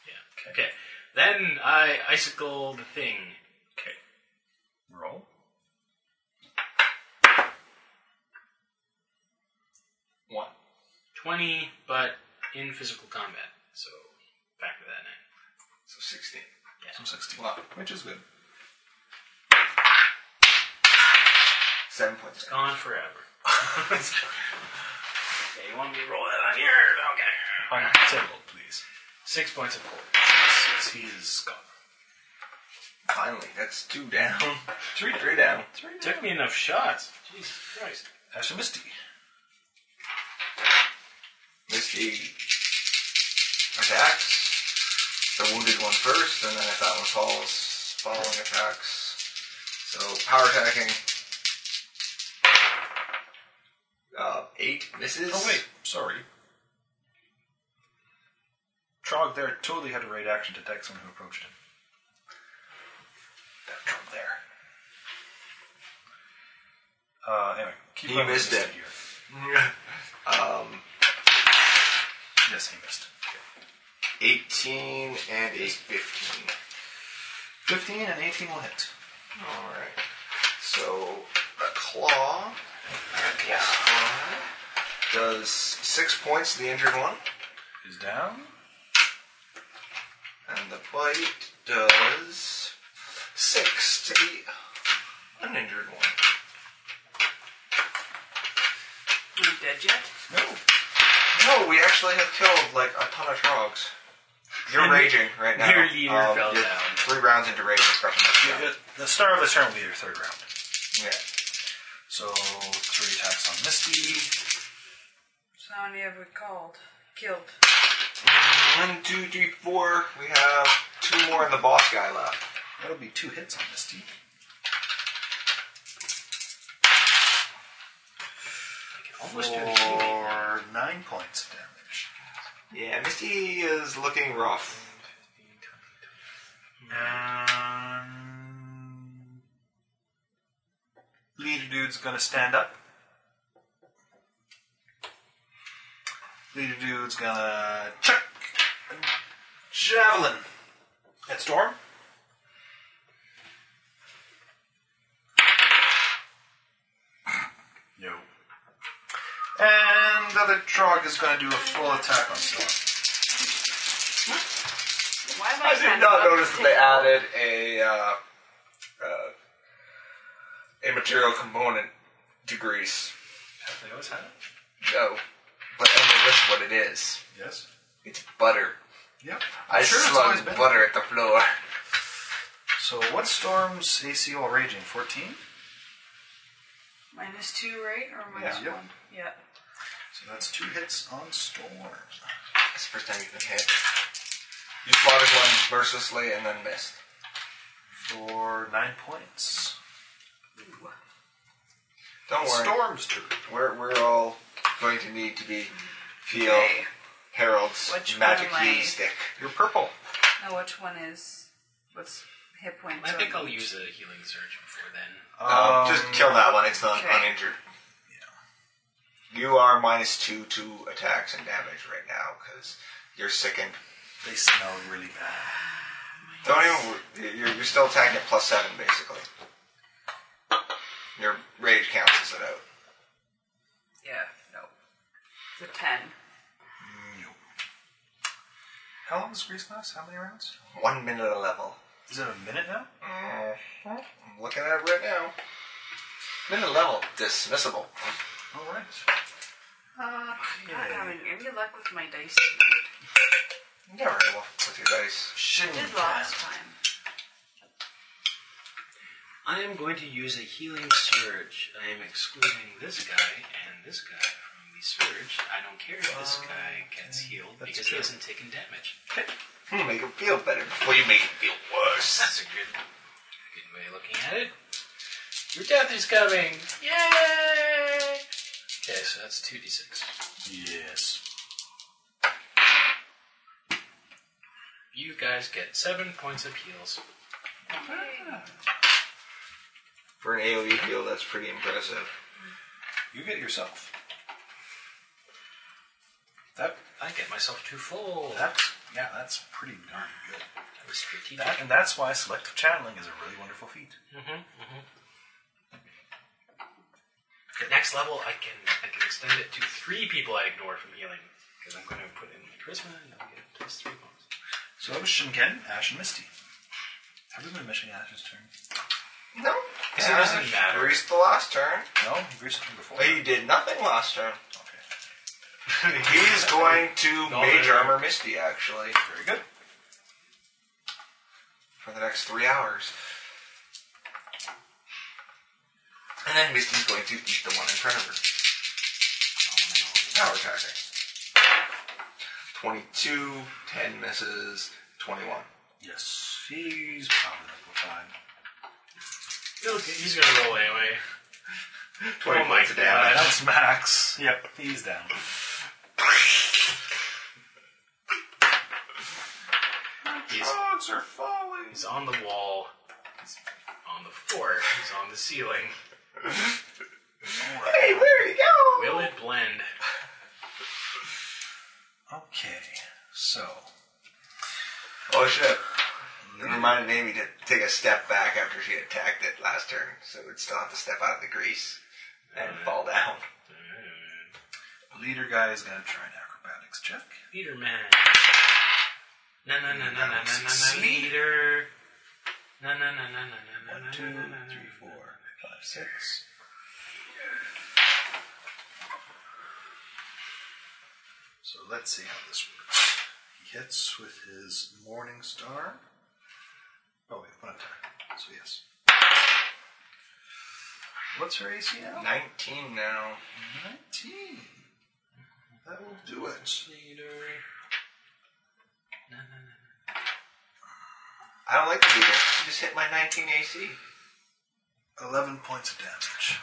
Speaker 5: Yeah.
Speaker 4: Okay.
Speaker 5: Okay. Then I icicle the thing.
Speaker 4: Okay. Roll.
Speaker 2: One.
Speaker 5: 20, but in physical combat. So factor that in.
Speaker 2: So 16.
Speaker 4: Some 16.
Speaker 2: Wow, which is good. Seven points.
Speaker 5: Gone forever. yeah, you want me to roll that on here? Okay.
Speaker 4: On the table, please.
Speaker 5: Six points of cold.
Speaker 4: Since he is gone.
Speaker 2: Finally, that's two down. Three, three down.
Speaker 5: Took me enough shots. Jesus Christ.
Speaker 4: Ashley Misty.
Speaker 2: Misty attacks. The wounded one first, and then if that one falls, following attacks. So power attacking. Uh, eight misses.
Speaker 4: Oh, wait. Sorry. Trog there totally had a raid action to attack someone who approached him. That Trog there. Uh, anyway, keep
Speaker 2: He
Speaker 4: going with
Speaker 2: missed
Speaker 4: Misty
Speaker 2: it.
Speaker 4: Here.
Speaker 2: Um,
Speaker 4: Yes, he missed. Okay.
Speaker 2: 18 and a 15.
Speaker 4: 15 and 18 will hit.
Speaker 2: Alright. So, a claw. Yeah. Does six points to the injured one.
Speaker 4: Is down.
Speaker 2: And the bite does six to the uninjured one.
Speaker 3: You dead yet?
Speaker 2: No. No, we actually have killed like a ton of frogs. You're raging right now.
Speaker 5: Your leader fell
Speaker 2: you're
Speaker 5: down.
Speaker 2: Three rounds into rage discussion.
Speaker 4: The, the star of the turn will be your third round.
Speaker 2: Yeah.
Speaker 4: So, three attacks on Misty.
Speaker 3: So how many have we called? Killed.
Speaker 2: One, two, three, four. We have two more in the boss guy left.
Speaker 4: That'll be two hits on this team. Almost do a healing. nine points of damage.
Speaker 2: Yeah, Misty is looking rough.
Speaker 4: Um, leader dude's gonna stand up. Leader dude's gonna chuck a javelin at Storm. No. And the other Trog is gonna do a full attack on Storm.
Speaker 3: Why am I,
Speaker 2: I did
Speaker 3: standing
Speaker 2: not
Speaker 3: up?
Speaker 2: notice that they added a uh, uh, a material component to Greece.
Speaker 4: Have they always had it?
Speaker 2: No, but I noticed what it is.
Speaker 4: Yes.
Speaker 2: It's butter.
Speaker 4: Yep.
Speaker 2: I
Speaker 4: Sure, it's always
Speaker 2: slung
Speaker 4: been.
Speaker 2: butter at the floor.
Speaker 4: So what's Storm's AC while raging? 14?
Speaker 3: Minus two, right? Or minus
Speaker 4: Yeah.
Speaker 3: one? Yeah.
Speaker 4: So that's two hits on Storm.
Speaker 2: That's the first time you've been hit. You spotted one mercilessly and then missed.
Speaker 4: For nine points.
Speaker 2: Don't worry.
Speaker 4: Storm's turn.
Speaker 2: We're, we're all going to need to be feel
Speaker 3: Okay.
Speaker 2: Harold's
Speaker 3: Which
Speaker 2: magic
Speaker 3: one am I?
Speaker 2: key stick.
Speaker 4: You're purple.
Speaker 3: Now which one is what's hit points?
Speaker 5: I think
Speaker 3: on
Speaker 5: I'll
Speaker 3: each?
Speaker 5: use a healing surge before then.
Speaker 2: Um, just kill that one. It's not
Speaker 3: okay.
Speaker 2: uninjured. You are minus two to attacks and damage right now because you're sickened.
Speaker 4: They smell really bad.
Speaker 2: Don't even. You're, you're still attacking at plus seven basically. Your rage cancels it out.
Speaker 3: Yeah. No. It's a ten.
Speaker 4: How long does Grease last? How many rounds?
Speaker 2: One minute a level.
Speaker 4: Is it a minute now?
Speaker 2: I'm looking at it right now. Minute level dismissible.
Speaker 4: All right.
Speaker 3: Uh, I'm not
Speaker 4: Okay.
Speaker 3: having any luck with my dice.
Speaker 2: Never have luck with your dice.
Speaker 3: I
Speaker 4: Shin
Speaker 3: did last time.
Speaker 5: I am going to use a healing surge. I am excluding this guy and this guy from the surge. I don't care if this guy gets healed
Speaker 4: that's
Speaker 5: because
Speaker 4: true.
Speaker 5: he hasn't taken damage.
Speaker 2: Hmm, make him feel better before you make him feel worse.
Speaker 5: That's a good, good way of looking at it. Your death is coming! Yay! Okay, so that's 2d6.
Speaker 4: Yes.
Speaker 5: You guys get 7 points of heals.
Speaker 4: Ah,
Speaker 2: For an AoE heal, that's pretty impressive.
Speaker 4: You get yourself. That,
Speaker 5: I get myself two full.
Speaker 4: that's, yeah, that's pretty darn good.
Speaker 5: That was strategic.
Speaker 4: That, and that's why selective channeling is a really wonderful feat.
Speaker 5: Mm-hmm, The next level, I can I can extend it to three people I ignored from healing because I'm going to put in my charisma and I'll get plus three bonus.
Speaker 4: So that was Shinken, Ash, and Misty. Have we been missing Ash's turn?
Speaker 2: No.
Speaker 5: Because it doesn't matter.
Speaker 2: Grease the last turn.
Speaker 4: No, Grease has been before.
Speaker 2: He did nothing last turn.
Speaker 4: Okay.
Speaker 2: He's going to
Speaker 5: No,
Speaker 2: Mage
Speaker 5: no, no.
Speaker 2: Armor Misty, actually,
Speaker 4: Very good.
Speaker 2: for the next three hours. And then Misty's going to eat the one in front of her. Power attacking. 22, 10 misses,
Speaker 5: Oh
Speaker 2: 21.
Speaker 4: Yes. He's probably amplified.
Speaker 5: He'll- he's going to roll anyway.
Speaker 2: 20
Speaker 5: Oh my
Speaker 2: points of damage.
Speaker 5: God.
Speaker 4: That's Max. Yep, he's down.
Speaker 5: He's,
Speaker 4: Dogs are falling.
Speaker 5: he's on the wall. He's on the floor. He's on the ceiling.
Speaker 2: Hey, there you go!
Speaker 5: Will it blend?
Speaker 4: Okay, so
Speaker 2: Oh shit. It reminded Amy to take a step back after she attacked it last turn, so it would still have to step out of the grease and fall down.
Speaker 4: leader guy is gonna try an acrobatics check.
Speaker 5: Leader man. Na na na na na na na na. Leader. Na na na na na na na
Speaker 4: One,
Speaker 5: na
Speaker 4: two,
Speaker 5: na na.
Speaker 4: three, four, five, six. So let's see how this works. He hits with his morning star. Oh wait, one attack. So yes. What's her AC now?
Speaker 2: 19 now.
Speaker 4: Nineteen. That will do it.
Speaker 5: Leader.
Speaker 2: I don't like the needle. You just hit my 19 AC.
Speaker 4: 11 points of damage.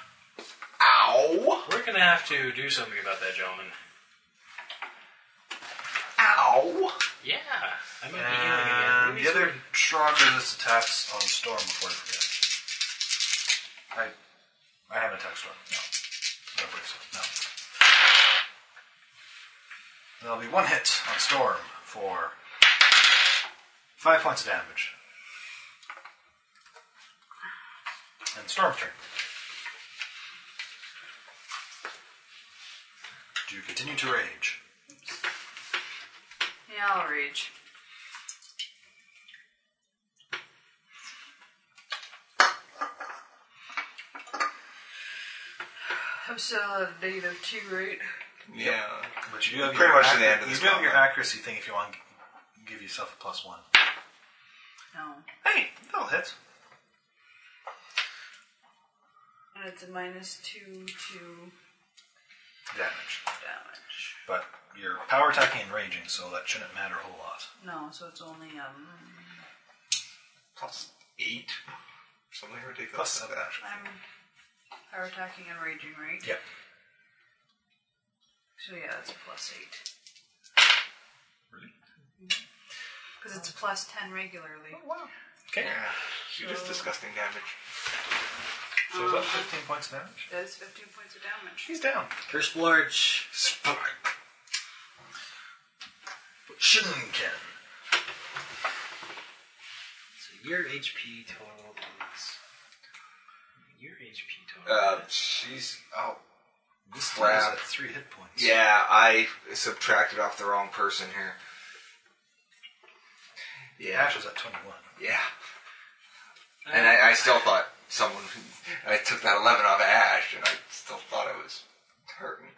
Speaker 2: Ow!
Speaker 5: We're gonna have to do something about that, gentlemen.
Speaker 2: Ow!
Speaker 5: Yeah, I might be healing
Speaker 4: And
Speaker 5: again.
Speaker 4: Uh, the other strong resist attacks on Storm before I forget. I, I haven't attacked Storm. No. I don't believe so. No. There'll be one hit on Storm for five points of damage. And Storm's turn. Do you continue to rage?
Speaker 3: Yeah, I'll rage. I'm still at negative two, right?
Speaker 2: Yeah.
Speaker 4: But you do have
Speaker 2: Pretty
Speaker 4: your
Speaker 2: much to the end of
Speaker 4: you
Speaker 2: this
Speaker 4: do have your
Speaker 2: combat.
Speaker 4: accuracy thing if you want to give yourself a plus one.
Speaker 3: No.
Speaker 4: Hey, that'll hit.
Speaker 3: And it's a minus two to
Speaker 4: Damage.
Speaker 3: damage.
Speaker 4: But you're power attacking and raging, so that shouldn't matter a whole lot.
Speaker 3: No, so it's only um.
Speaker 2: Plus 8? Something ridiculous.
Speaker 4: Plus seven,
Speaker 2: like
Speaker 4: actually.
Speaker 3: I'm power attacking and raging, right?
Speaker 4: Yeah.
Speaker 3: So yeah, that's a plus eight.
Speaker 4: Really?
Speaker 3: Because it's a plus ten regularly.
Speaker 4: Oh.
Speaker 2: that. Yeah. You just disgusting damage.
Speaker 4: So is that 15 points of damage?
Speaker 3: That is fifteen points of damage.
Speaker 4: He's down.
Speaker 9: Curse Blorch.
Speaker 2: Spike.
Speaker 4: Shinken.
Speaker 5: So your HP total is. Your HP total.
Speaker 2: Uh, she's. Oh.
Speaker 4: This dude is
Speaker 2: Crap.
Speaker 4: at three hit points.
Speaker 2: Yeah, I subtracted off the wrong person here. Yeah.
Speaker 4: Ash is at 21.
Speaker 2: Yeah. And
Speaker 5: Uh,
Speaker 2: I, I still thought someone. I took that 11 off of Ash, and I still thought it was hurting.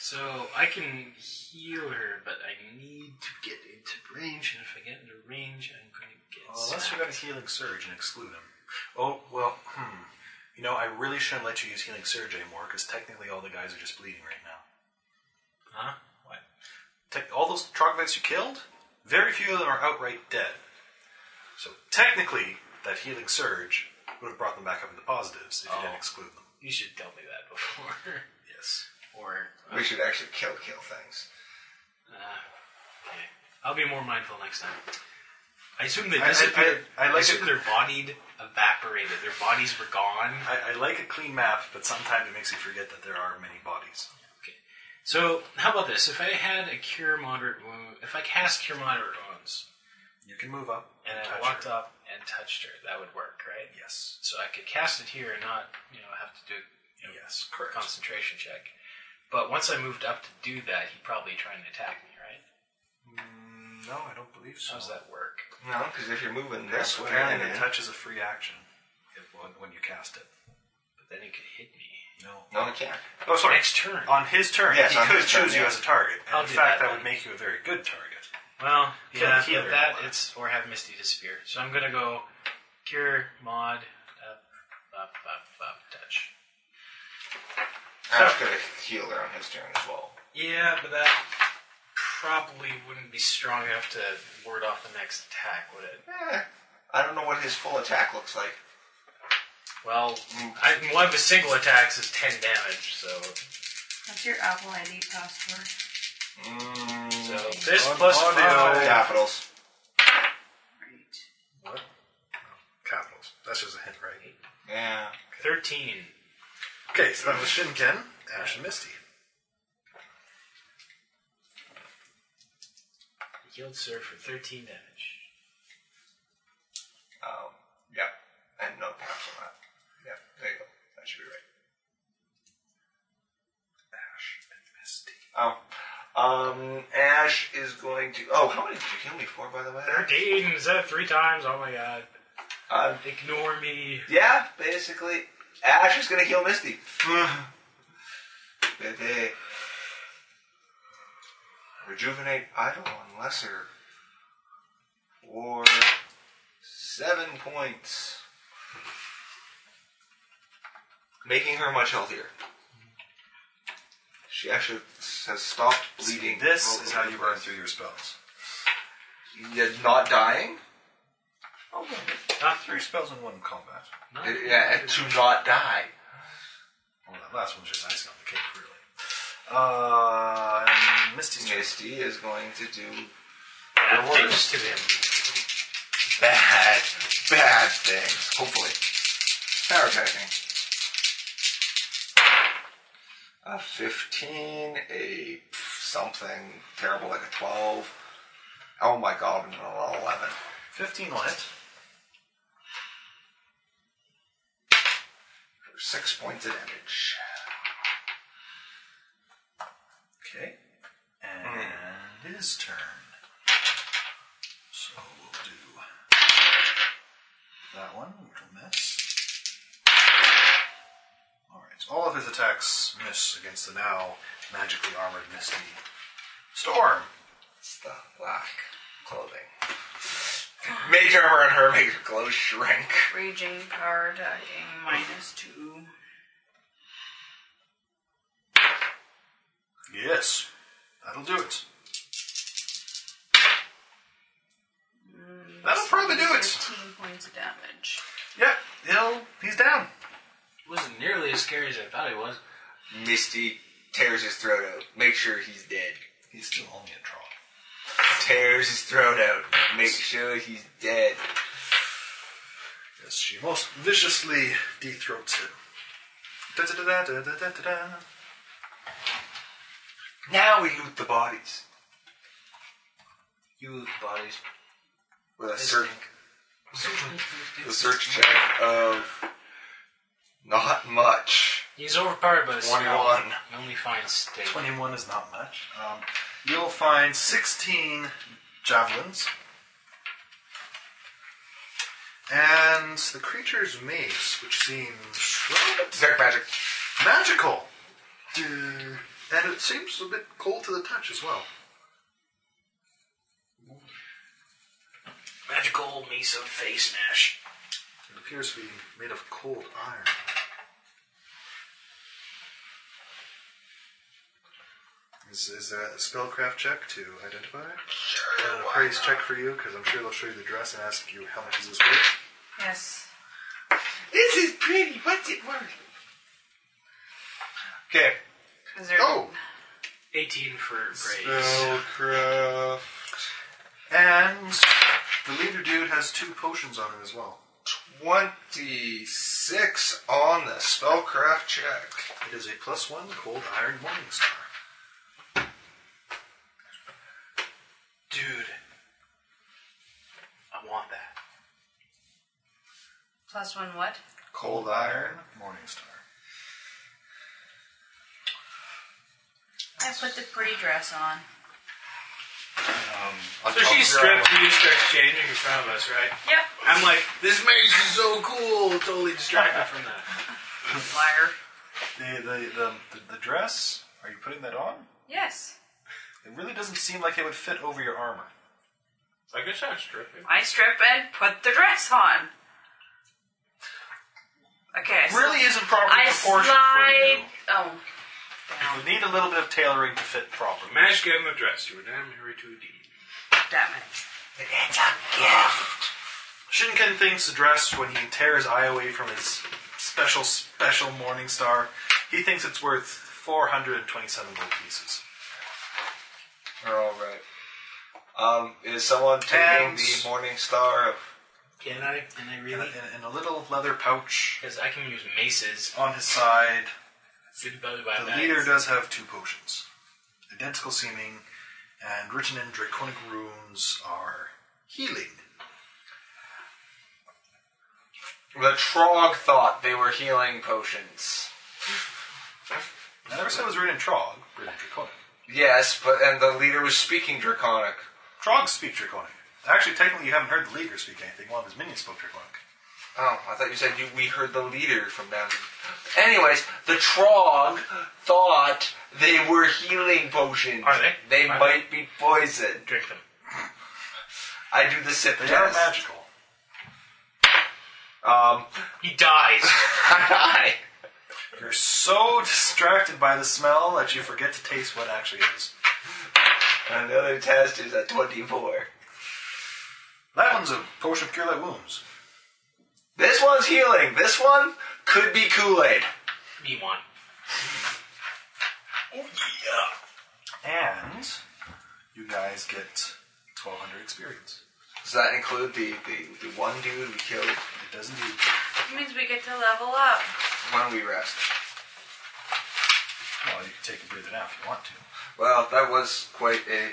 Speaker 5: so I can heal her, but I need to get into range, and if I get into range, I'm going to get.
Speaker 4: Well, unless you
Speaker 5: smacked.
Speaker 4: got a healing surge and exclude him. Oh, well, hmm. You know, I really shouldn't let you use healing surge anymore, because technically all the guys are just bleeding right now.
Speaker 5: Huh?
Speaker 4: What? Tech all those troglodytes you killed, very few of them are outright dead. So technically, that healing surge would have brought them back up into positives if you didn't
Speaker 5: Oh.
Speaker 4: exclude them.
Speaker 5: You should tell me that before.
Speaker 4: Yes.
Speaker 5: or.
Speaker 2: We should actually kill kill things.
Speaker 5: Uh, okay. I'll be more mindful next time. I assume they
Speaker 4: I- I-
Speaker 5: disappeared.
Speaker 4: I- I like
Speaker 5: assume
Speaker 4: it-
Speaker 5: their bodied evaporated. Their bodies were gone.
Speaker 4: I, I like a clean map, but sometimes it makes you forget that there are many bodies.
Speaker 5: Okay. So how about this? If I had a cure moderate wound, if I cast cure moderate wounds
Speaker 4: You can move up
Speaker 5: and I
Speaker 4: touch
Speaker 5: walked
Speaker 4: her.
Speaker 5: up and touched her, that would work, right?
Speaker 4: Yes.
Speaker 5: So I could cast it here and not, you know, have to do you know,
Speaker 4: Yes, correct.
Speaker 5: concentration check. But once I moved up to do that, he probably tried to attack me, right?
Speaker 4: Mm, no, I don't believe so.
Speaker 5: How does that work?
Speaker 2: No, because if you're moving this way,
Speaker 4: Apparently,
Speaker 2: man.
Speaker 4: the touch is a free action if- when, when you cast it.
Speaker 5: But then he could hit me.
Speaker 4: No.
Speaker 2: no, you can't.
Speaker 4: Oh, sorry.
Speaker 5: Next turn.
Speaker 4: On his turn,
Speaker 2: Yes,
Speaker 4: he
Speaker 2: on
Speaker 4: could
Speaker 2: his turn,
Speaker 4: choose you
Speaker 2: yeah.
Speaker 4: as a target. And
Speaker 5: I'll
Speaker 4: in
Speaker 5: do
Speaker 4: fact,
Speaker 5: that
Speaker 4: that would
Speaker 5: then.
Speaker 4: make you a very good target.
Speaker 5: Well,
Speaker 4: Kill
Speaker 5: yeah,
Speaker 4: the healer.
Speaker 5: but that it's or have Misty disappear. So I'm gonna go cure mod up up up up touch.
Speaker 2: Ash could have healed her on his turn as well.
Speaker 5: Yeah, but that probably wouldn't be strong enough to ward off the next attack, would it?
Speaker 2: Eh, I don't know what his full attack looks like.
Speaker 5: Well, I, one of the single attacks is ten damage, so
Speaker 3: What's your Apple ID password?
Speaker 5: so
Speaker 2: Mm,
Speaker 5: this plus
Speaker 4: audio.
Speaker 5: five.
Speaker 2: capitals.
Speaker 3: Right.
Speaker 4: What? Capitals. That's just a hint, right?
Speaker 2: Yeah.
Speaker 5: Thirteen.
Speaker 4: Okay, so that was Shinken, Ash, and Misty.
Speaker 5: Healed sir for thirteen damage.
Speaker 2: Um, yep. And no caps on that. Yep. There you go. That should be right. Ash and Misty. Oh. Um, Ash is going to. Oh, how many did you heal me for, by the way?
Speaker 5: Thirteen instead of three times. Oh my god!
Speaker 2: Um,
Speaker 5: Ignore me.
Speaker 2: yeah, basically. Ash is going to heal Misty. Baby. Rejuvenate Idol on Lesser for seven points, making her much healthier. She actually has stopped bleeding.
Speaker 4: This
Speaker 2: all
Speaker 4: is how
Speaker 2: over
Speaker 4: you
Speaker 2: the
Speaker 4: burn
Speaker 2: place.
Speaker 4: through your spells.
Speaker 2: You're not dying?
Speaker 4: Not three spells in one combat.
Speaker 2: Yeah, and to not die.
Speaker 4: Well, that last one's just icing on the cake, really. Uh, and Misty's turn.
Speaker 2: Misty is going to do
Speaker 5: Bad
Speaker 2: Rewards.
Speaker 5: things to him.
Speaker 2: bad, bad Oh, things. Hopefully. Power attacking. A 15, a something terrible, like a 12. Oh my god, and an 11.
Speaker 4: 15 will hit.
Speaker 2: For six points of damage.
Speaker 4: Okay. And his turn. So we'll do that one, which will miss. Alright, so all of his attacks miss against the now magically armored Misty. Storm!
Speaker 2: It's the black clothing. Mage armor on her makes her clothes shrink.
Speaker 3: Raging power attacking minus two.
Speaker 4: Yes. That'll do it. That'll probably do it.
Speaker 3: Fifteen points of damage.
Speaker 4: Yep, he'll he's down.
Speaker 5: Wasn't nearly as scary as I thought it was.
Speaker 2: Misty tears his throat out. Makes sure he's dead.
Speaker 4: He's still only a troll.
Speaker 2: Tears his throat out. Makes sure he's dead.
Speaker 4: Yes, she most viciously dethroats him. Da-da-da-da-da-da-da-da.
Speaker 2: Now we loot the bodies.
Speaker 5: You lose bodies.
Speaker 2: With a
Speaker 5: They
Speaker 2: search,
Speaker 5: stink.
Speaker 2: the search check of not much.
Speaker 5: He's overpowered by the smell.
Speaker 2: 21.
Speaker 5: You only find steak.
Speaker 4: 21 is not much. Um, you'll find 16 javelins. And the creature's mace, which seems well, it's
Speaker 2: Detect magic.
Speaker 4: magical. And it seems a bit cold to the touch as well.
Speaker 5: Magical mace of face mash.
Speaker 4: It appears to be made of cold iron. Is, is there a spellcraft check to identify it? And a praise check for you, because I'm sure they'll show you the dress and ask you how much is this worth.
Speaker 3: Yes.
Speaker 2: This is pretty. What's it worth? Okay.
Speaker 3: Is there
Speaker 2: Oh.
Speaker 5: 18 for praise.
Speaker 2: Spellcraft.
Speaker 4: And the leader dude has two potions on him as well.
Speaker 2: 26 on the spellcraft check.
Speaker 4: It is a plus one cold iron morning star.
Speaker 5: Dude. I want that.
Speaker 3: plus one what?
Speaker 2: Cold iron.
Speaker 4: morning star.
Speaker 3: I put the pretty dress on.
Speaker 2: On top
Speaker 5: So she
Speaker 2: of your
Speaker 5: stripped,
Speaker 2: armor.
Speaker 5: you starts changing in front of us, right?
Speaker 3: Yep.
Speaker 5: I'm like, this maze is so cool, totally distracted from that.
Speaker 3: Liar.
Speaker 4: The, the, the, the, the dress, are you putting that on?
Speaker 3: Yes.
Speaker 4: It really doesn't seem like it would fit over your armor.
Speaker 5: I guess I'm stripping.
Speaker 3: I strip and put the dress on. Okay. I
Speaker 4: It
Speaker 3: sl-
Speaker 4: really isn't properly
Speaker 3: I
Speaker 4: proportioned for you.
Speaker 3: slide. Oh.
Speaker 4: You need a little bit of tailoring to fit properly.
Speaker 5: Mash gave him a dress. You were damn hurry to a deed.
Speaker 3: Damn it.
Speaker 4: Shinken thinks the dress when he tears Eye away from his special, special morning star. He thinks it's worth 427 gold pieces.
Speaker 2: They're all right. Um, is someone taking
Speaker 4: And-
Speaker 2: the morning star of
Speaker 5: Can I? Can I
Speaker 4: In a,
Speaker 5: really?
Speaker 4: in, in a little leather pouch
Speaker 5: Because I can use maces.
Speaker 4: on his side,
Speaker 5: Didn't bother by
Speaker 4: the
Speaker 5: that.
Speaker 4: leader does have two potions. Identical seeming, and written in draconic runes are healing.
Speaker 2: the Trog? Thought they were healing potions.
Speaker 4: I never said it was written in Trog, written in draconic.
Speaker 2: Yes, but and the leader was speaking draconic.
Speaker 4: Trog speak draconic. Actually, technically, you haven't heard the leader speak anything. One of his minions spoke draconic.
Speaker 2: Oh, I thought you said you, we heard the leader from down. Anyways, the Trog thought they were healing potions.
Speaker 5: Are they?
Speaker 2: They
Speaker 5: Are
Speaker 2: might be poison.
Speaker 5: Drink them.
Speaker 2: I do the sip
Speaker 4: They are
Speaker 2: test.
Speaker 4: magical.
Speaker 2: Um,
Speaker 5: He dies.
Speaker 2: I
Speaker 4: You're so distracted by the smell that you forget to taste what actually is.
Speaker 2: Another test is a twenty-four.
Speaker 4: That one's a potion of cure light wounds.
Speaker 2: This one's healing. This one could be Kool Aid.
Speaker 5: Me one.
Speaker 4: And you guys get 1200 experience.
Speaker 2: Does that include the, the, the one dude we killed
Speaker 4: It does indeed.
Speaker 3: It means we get to level up.
Speaker 2: when we rest?
Speaker 4: Well, you can take a breather now if you want to.
Speaker 2: Well, that was quite a.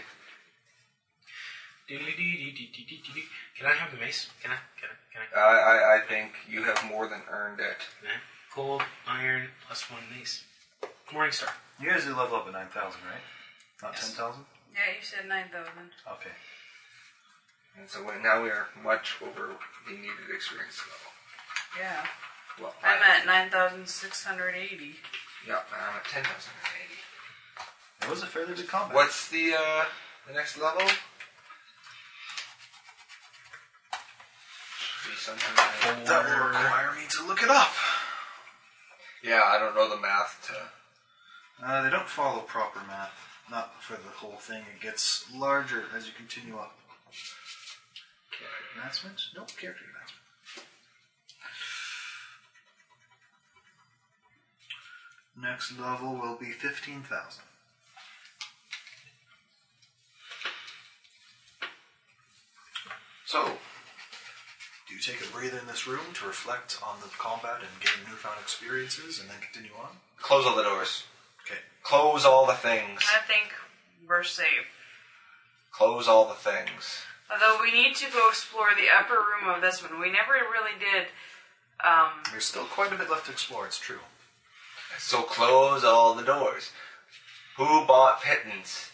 Speaker 5: Diddly-dee-dee-dee-dee-dee-dee. Can I have the mace? Can I? Can I? Can I?
Speaker 2: I, I, I think you have more than earned it.
Speaker 5: Can I? Gold, iron, plus one mace. Morningstar.
Speaker 4: You guys did level up at 9,000, right? Not
Speaker 5: Yes.
Speaker 4: 10,000?
Speaker 3: Yeah, you said 9,000.
Speaker 4: Okay.
Speaker 2: And so we- now we are much over the needed experience level.
Speaker 3: Yeah.
Speaker 2: Well,
Speaker 3: I'm at 9,680.
Speaker 2: No, I'm at 10,080.
Speaker 4: It was a fairly big combat.
Speaker 2: What's the uh, the next level? Should be sometime later.
Speaker 4: That will require me to look it up.
Speaker 2: Yeah, I don't know the math to.
Speaker 4: Uh, they don't follow proper math. Not for the whole thing. It gets larger as you continue up. Character Announcements? Nope, character announcement. Next level will be 15,000. So, do you take a breather in this room to reflect on the combat and gain newfound experiences and then continue on?
Speaker 2: Close all the doors.
Speaker 4: Okay.
Speaker 2: Close all the things.
Speaker 3: I think we're safe.
Speaker 2: Close all the things.
Speaker 3: Although we need to go explore the upper room of this one. We never really did. Um,
Speaker 4: There's still quite a bit left to explore, it's true.
Speaker 2: So close all the doors. Who bought pittance?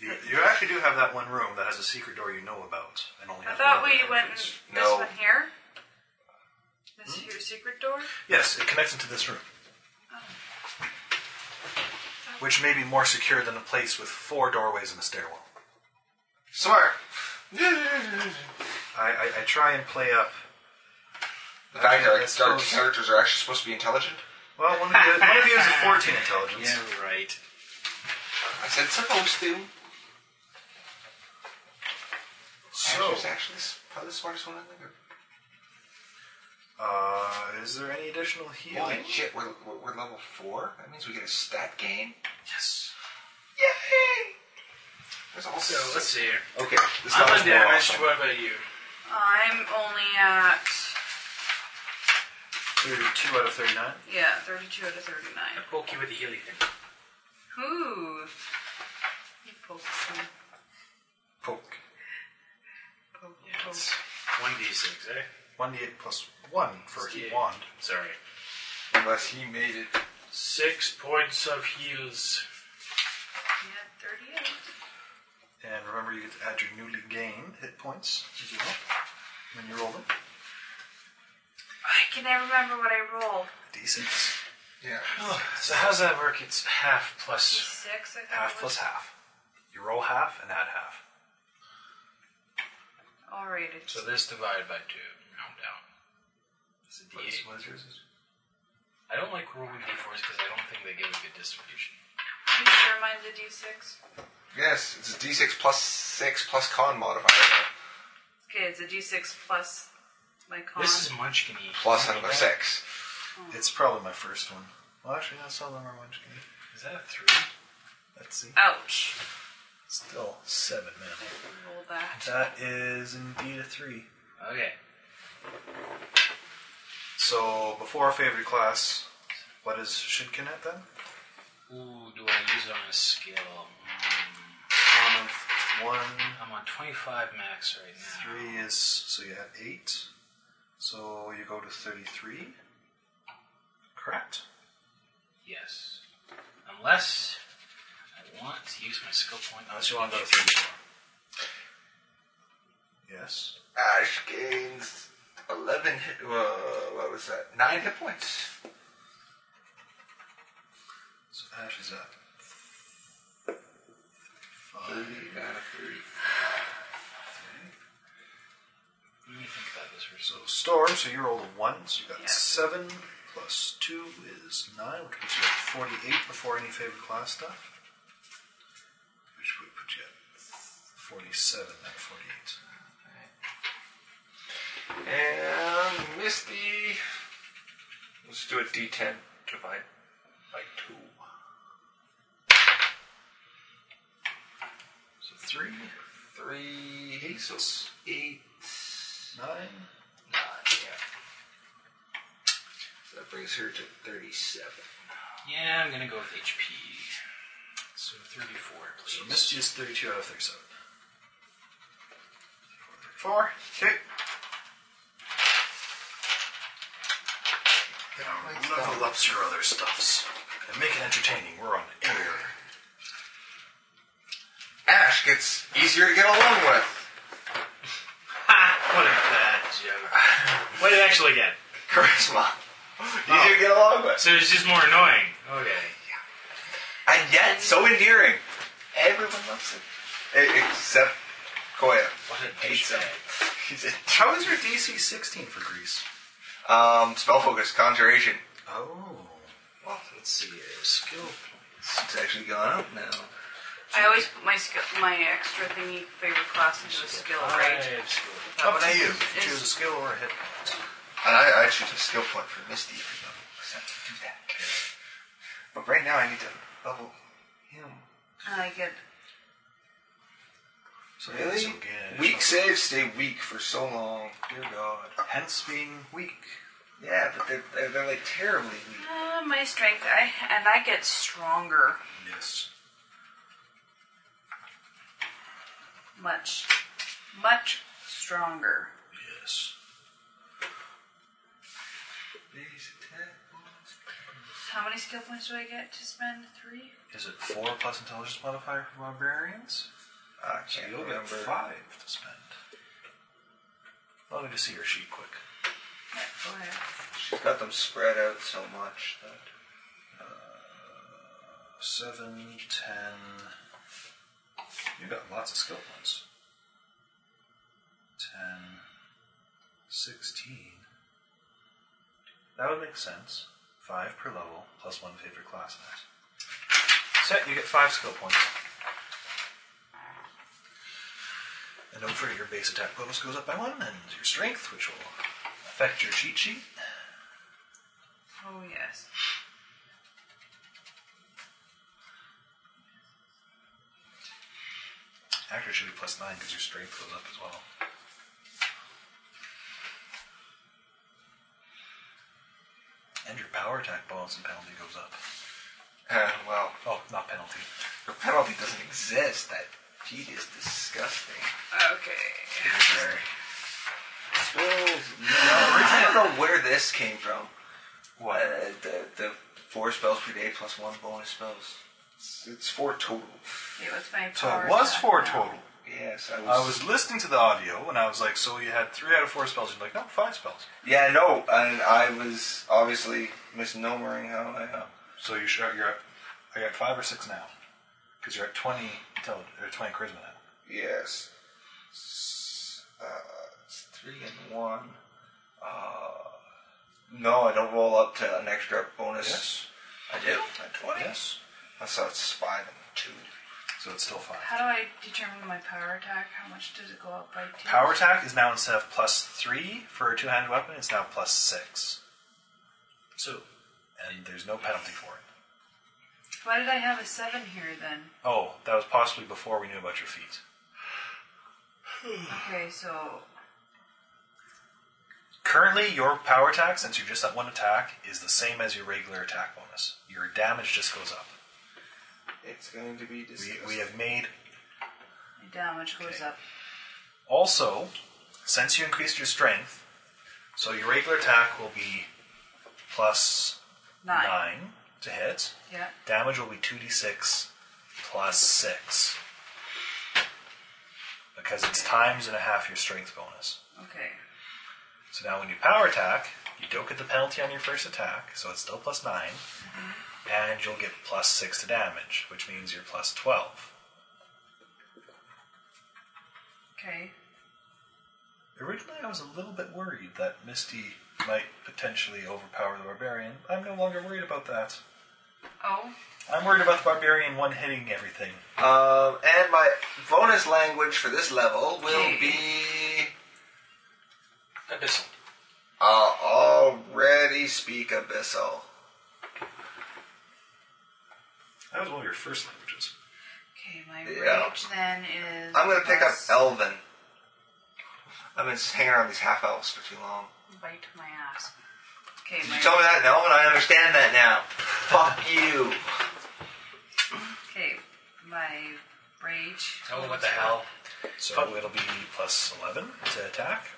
Speaker 4: You, you actually do have that one room that has a secret door you know about, and only
Speaker 3: I
Speaker 4: has
Speaker 3: thought
Speaker 4: one
Speaker 3: we
Speaker 4: other
Speaker 3: went in
Speaker 4: entrance. Hmm?
Speaker 3: this
Speaker 2: No.
Speaker 3: one here. This here secret door.
Speaker 4: Yes, it connects into this room.
Speaker 3: Oh.
Speaker 4: Which may be more secure than a place with four doorways and a stairwell.
Speaker 2: Smart.
Speaker 4: I, I, I try and play up.
Speaker 2: The fact that our,
Speaker 4: That's
Speaker 2: our
Speaker 4: close.
Speaker 2: characters are actually supposed to be intelligent.
Speaker 4: Well, one of you, one of you is a 14 intelligence.
Speaker 5: Yeah, right.
Speaker 2: I said supposed to.
Speaker 4: So,
Speaker 2: Asher's actually s- probably the smartest one in the group.
Speaker 4: uh, is there any additional
Speaker 2: Holy
Speaker 4: healing?
Speaker 2: shit, we're, we're, we're level four? That means we get a stat gain?
Speaker 4: Yes.
Speaker 2: Yay! There's also.
Speaker 5: So let's see. here.
Speaker 2: Okay, this
Speaker 5: I'm
Speaker 2: level's more
Speaker 5: undamaged.
Speaker 2: awesome.
Speaker 5: What about you?
Speaker 3: I'm only at
Speaker 4: 32 out of 39.
Speaker 3: yeah 32 out of 39.
Speaker 5: Poke you with the healy thing.
Speaker 3: Ooh. You poke me.
Speaker 4: Poke.
Speaker 3: Poke,
Speaker 5: Yeah,
Speaker 3: poke.
Speaker 5: it's one d six, eh?
Speaker 4: 1d8 plus 1 for
Speaker 5: Yeah.
Speaker 4: a wand.
Speaker 5: Sorry.
Speaker 2: Unless he made it.
Speaker 5: Six points of heals.
Speaker 3: Yeah, 38.
Speaker 4: And remember, you get to add your newly gained hit points as you roll. When you roll them,
Speaker 3: I can never remember what I rolled.
Speaker 4: d6.
Speaker 2: Yeah.
Speaker 5: So how's that work? It's half plus
Speaker 3: Six, I thought.
Speaker 4: Half
Speaker 3: it
Speaker 4: plus
Speaker 3: was.
Speaker 4: half. You roll half and add half.
Speaker 3: All right, it's
Speaker 5: So this divided by two, round down. It's a
Speaker 4: What is,
Speaker 5: D8.
Speaker 4: what is yours?
Speaker 5: I don't like rolling d4s because I don't think they give a good distribution.
Speaker 3: Are you sure mine's a D6?
Speaker 2: Yes, it's a d6 plus 6 plus con modifier.
Speaker 3: Okay, it's a D6 plus my con.
Speaker 5: This is munchkin E.
Speaker 2: Plus another 6.
Speaker 4: It's probably my first one. Well, actually, that's all of them are munchkin.
Speaker 5: Is that a three?
Speaker 4: Let's see.
Speaker 3: Ouch.
Speaker 4: Still seven, man.
Speaker 3: Roll that.
Speaker 4: That is indeed a three.
Speaker 5: Okay.
Speaker 4: So, before our favorite class, what is Shinkin at then?
Speaker 5: Ooh, do I use it on a skill? Mm,
Speaker 4: Common one,
Speaker 5: I'm on 25 max right now.
Speaker 4: three is. So you have eight. So you go to 33. Correct.
Speaker 5: Yes. Unless I want to use my skill point.
Speaker 4: Unless you want to go to 34. Yes.
Speaker 2: Ash gains 11 hit. Uh, what was that? 9 hit points.
Speaker 4: So Ash is at
Speaker 2: 30
Speaker 4: five.
Speaker 2: out of 30.
Speaker 5: Let me think about this for a
Speaker 4: So Storm, so you rolled a 1, so you got
Speaker 3: Yeah.
Speaker 4: 7 plus 2 is 9, which puts you at 48 before any favorite class stuff. Which would put you at 47, not 48.
Speaker 5: second.
Speaker 2: is the. Let's do a D10 divide by two.
Speaker 4: So three,
Speaker 2: Three. Eight. So eight.
Speaker 4: nine.
Speaker 2: Nine. Yeah. So that brings her to thirty-seven.
Speaker 5: Yeah, I'm gonna go with HP. So 34,
Speaker 4: So
Speaker 5: please.
Speaker 4: Misty is 32 out of 37. Four. Okay. Now level up your other stuffs and make it entertaining. We're on air.
Speaker 2: Ash gets easier to get along with.
Speaker 5: What a bad joke. What did it actually get?
Speaker 2: Charisma. Easier to get along with.
Speaker 5: So it's just more annoying. Okay.
Speaker 2: And yet, so endearing. Everyone loves it. E- Except Koya.
Speaker 5: What a
Speaker 2: Hates him.
Speaker 5: douchebag.
Speaker 2: He's a
Speaker 4: How is your DC 16 for Greece?
Speaker 2: Um, spell focus, conjuration.
Speaker 4: Oh.
Speaker 5: Let's see here. Skill points.
Speaker 2: It's actually gone up now.
Speaker 3: I always put my skill, my extra thingy favorite class into a skill, right?
Speaker 5: Five skill points.
Speaker 4: Up to you.
Speaker 3: Is-
Speaker 4: Choose a skill or a hit.
Speaker 2: And I, I choose a skill point for Misty if you don't have to do that. But right now I need to level him.
Speaker 3: I get
Speaker 4: So
Speaker 2: Really?
Speaker 4: so gain an
Speaker 2: Weak
Speaker 4: additional-
Speaker 2: saves stay weak for so long. Dear God.
Speaker 4: Hence being weak.
Speaker 2: Yeah, but they're, they're, they're like terribly weak.
Speaker 3: uh, my strength, I and I get stronger.
Speaker 4: Yes.
Speaker 3: Much, much stronger.
Speaker 4: Yes.
Speaker 3: How many skill points do I get to spend? Three.
Speaker 4: Is it four plus intelligence modifier for barbarians?
Speaker 2: Ah, I
Speaker 4: So
Speaker 2: can't
Speaker 4: you'll
Speaker 2: remember.
Speaker 4: get five to spend. Let me just see your sheet quick.
Speaker 3: Go ahead.
Speaker 2: She's got them spread out so much that.
Speaker 4: Seven, ten. You got lots of skill points. Ten, sixteen. That would make sense. Five per level, plus one favorite class in it. Set, you get five skill points. And don't forget your base attack bonus goes up by one, and your strength, which will affect your cheat sheet.
Speaker 3: Oh yes.
Speaker 4: Actually, it should be plus nine because your strength goes up as well. And your power attack bonus and penalty goes up.
Speaker 2: Uh, well,
Speaker 4: Oh, not penalty.
Speaker 2: the penalty doesn't exist. That cheat is disgusting.
Speaker 3: Okay.
Speaker 2: Well, I don't know where this came from.
Speaker 4: What?
Speaker 2: Uh, the, the four spells per day plus one bonus spells. It's, it's four total.
Speaker 3: It was my
Speaker 4: So
Speaker 3: power
Speaker 4: it was
Speaker 3: attack
Speaker 4: four
Speaker 3: now.
Speaker 4: total.
Speaker 2: Yes, I was.
Speaker 4: I was listening to the audio and I was like, so you had three out of four spells. You're like, no, five spells.
Speaker 2: Yeah, no, and I was obviously misnomering how I. Uh,
Speaker 4: So you should, you're at, are you at five or six now? Because you're at 20 intelligence, or 20 charisma now.
Speaker 2: yes. S- Uh, it's three and one. Uh, no, I don't roll up to an extra bonus.
Speaker 4: Yes.
Speaker 2: I do? At 20?
Speaker 4: Yes.
Speaker 2: So it's five and two.
Speaker 4: So it's still five.
Speaker 3: How do I determine my power attack? How much does it go up by? Two?
Speaker 4: Power attack is now instead of plus three for a two-handed weapon, it's now plus six,
Speaker 5: So,
Speaker 4: and there's no penalty for it.
Speaker 3: Why did I have a seven here then?
Speaker 4: Oh, that was possibly before we knew about your feet.
Speaker 3: Okay, so
Speaker 4: Currently, your power attack, since you're just at one attack, is the same as your regular attack bonus. Your damage just goes up.
Speaker 2: It's going to be
Speaker 4: We,
Speaker 2: disgusting.
Speaker 4: we have made
Speaker 3: my damage goes
Speaker 4: Okay.
Speaker 3: up.
Speaker 4: Also, since you increased your strength, so your regular attack will be plus
Speaker 3: Nine.
Speaker 4: nine to hit.
Speaker 3: Yeah.
Speaker 4: Damage will be 2d6 plus 6. Because it's times and a half your strength bonus.
Speaker 3: Okay.
Speaker 4: So now when you power attack, you don't get the penalty on your first attack, so it's still plus 9. And you'll get plus 6 to damage, which means you're plus 12.
Speaker 3: Okay.
Speaker 4: Originally, I was a little bit worried that Misty might potentially overpower the barbarian. I'm no longer worried about that.
Speaker 3: Oh.
Speaker 4: I'm worried about the barbarian one hitting everything.
Speaker 2: Um, and my bonus language for this level will be
Speaker 5: Abyssal.
Speaker 2: I uh, already speak Abyssal.
Speaker 4: That was one of your first languages.
Speaker 3: Okay, my
Speaker 2: Yeah.
Speaker 3: rage then is.
Speaker 2: I'm gonna pick up
Speaker 3: plus-
Speaker 2: Elven. I've been just hanging around these half elves for too long.
Speaker 3: Bite my ass. Okay,
Speaker 2: Did
Speaker 3: my
Speaker 2: you tell me that in Elven? I understand that now. Fuck you.
Speaker 3: okay, my rage.
Speaker 5: Oh, what the hell?
Speaker 4: So it'll be plus 11 to attack.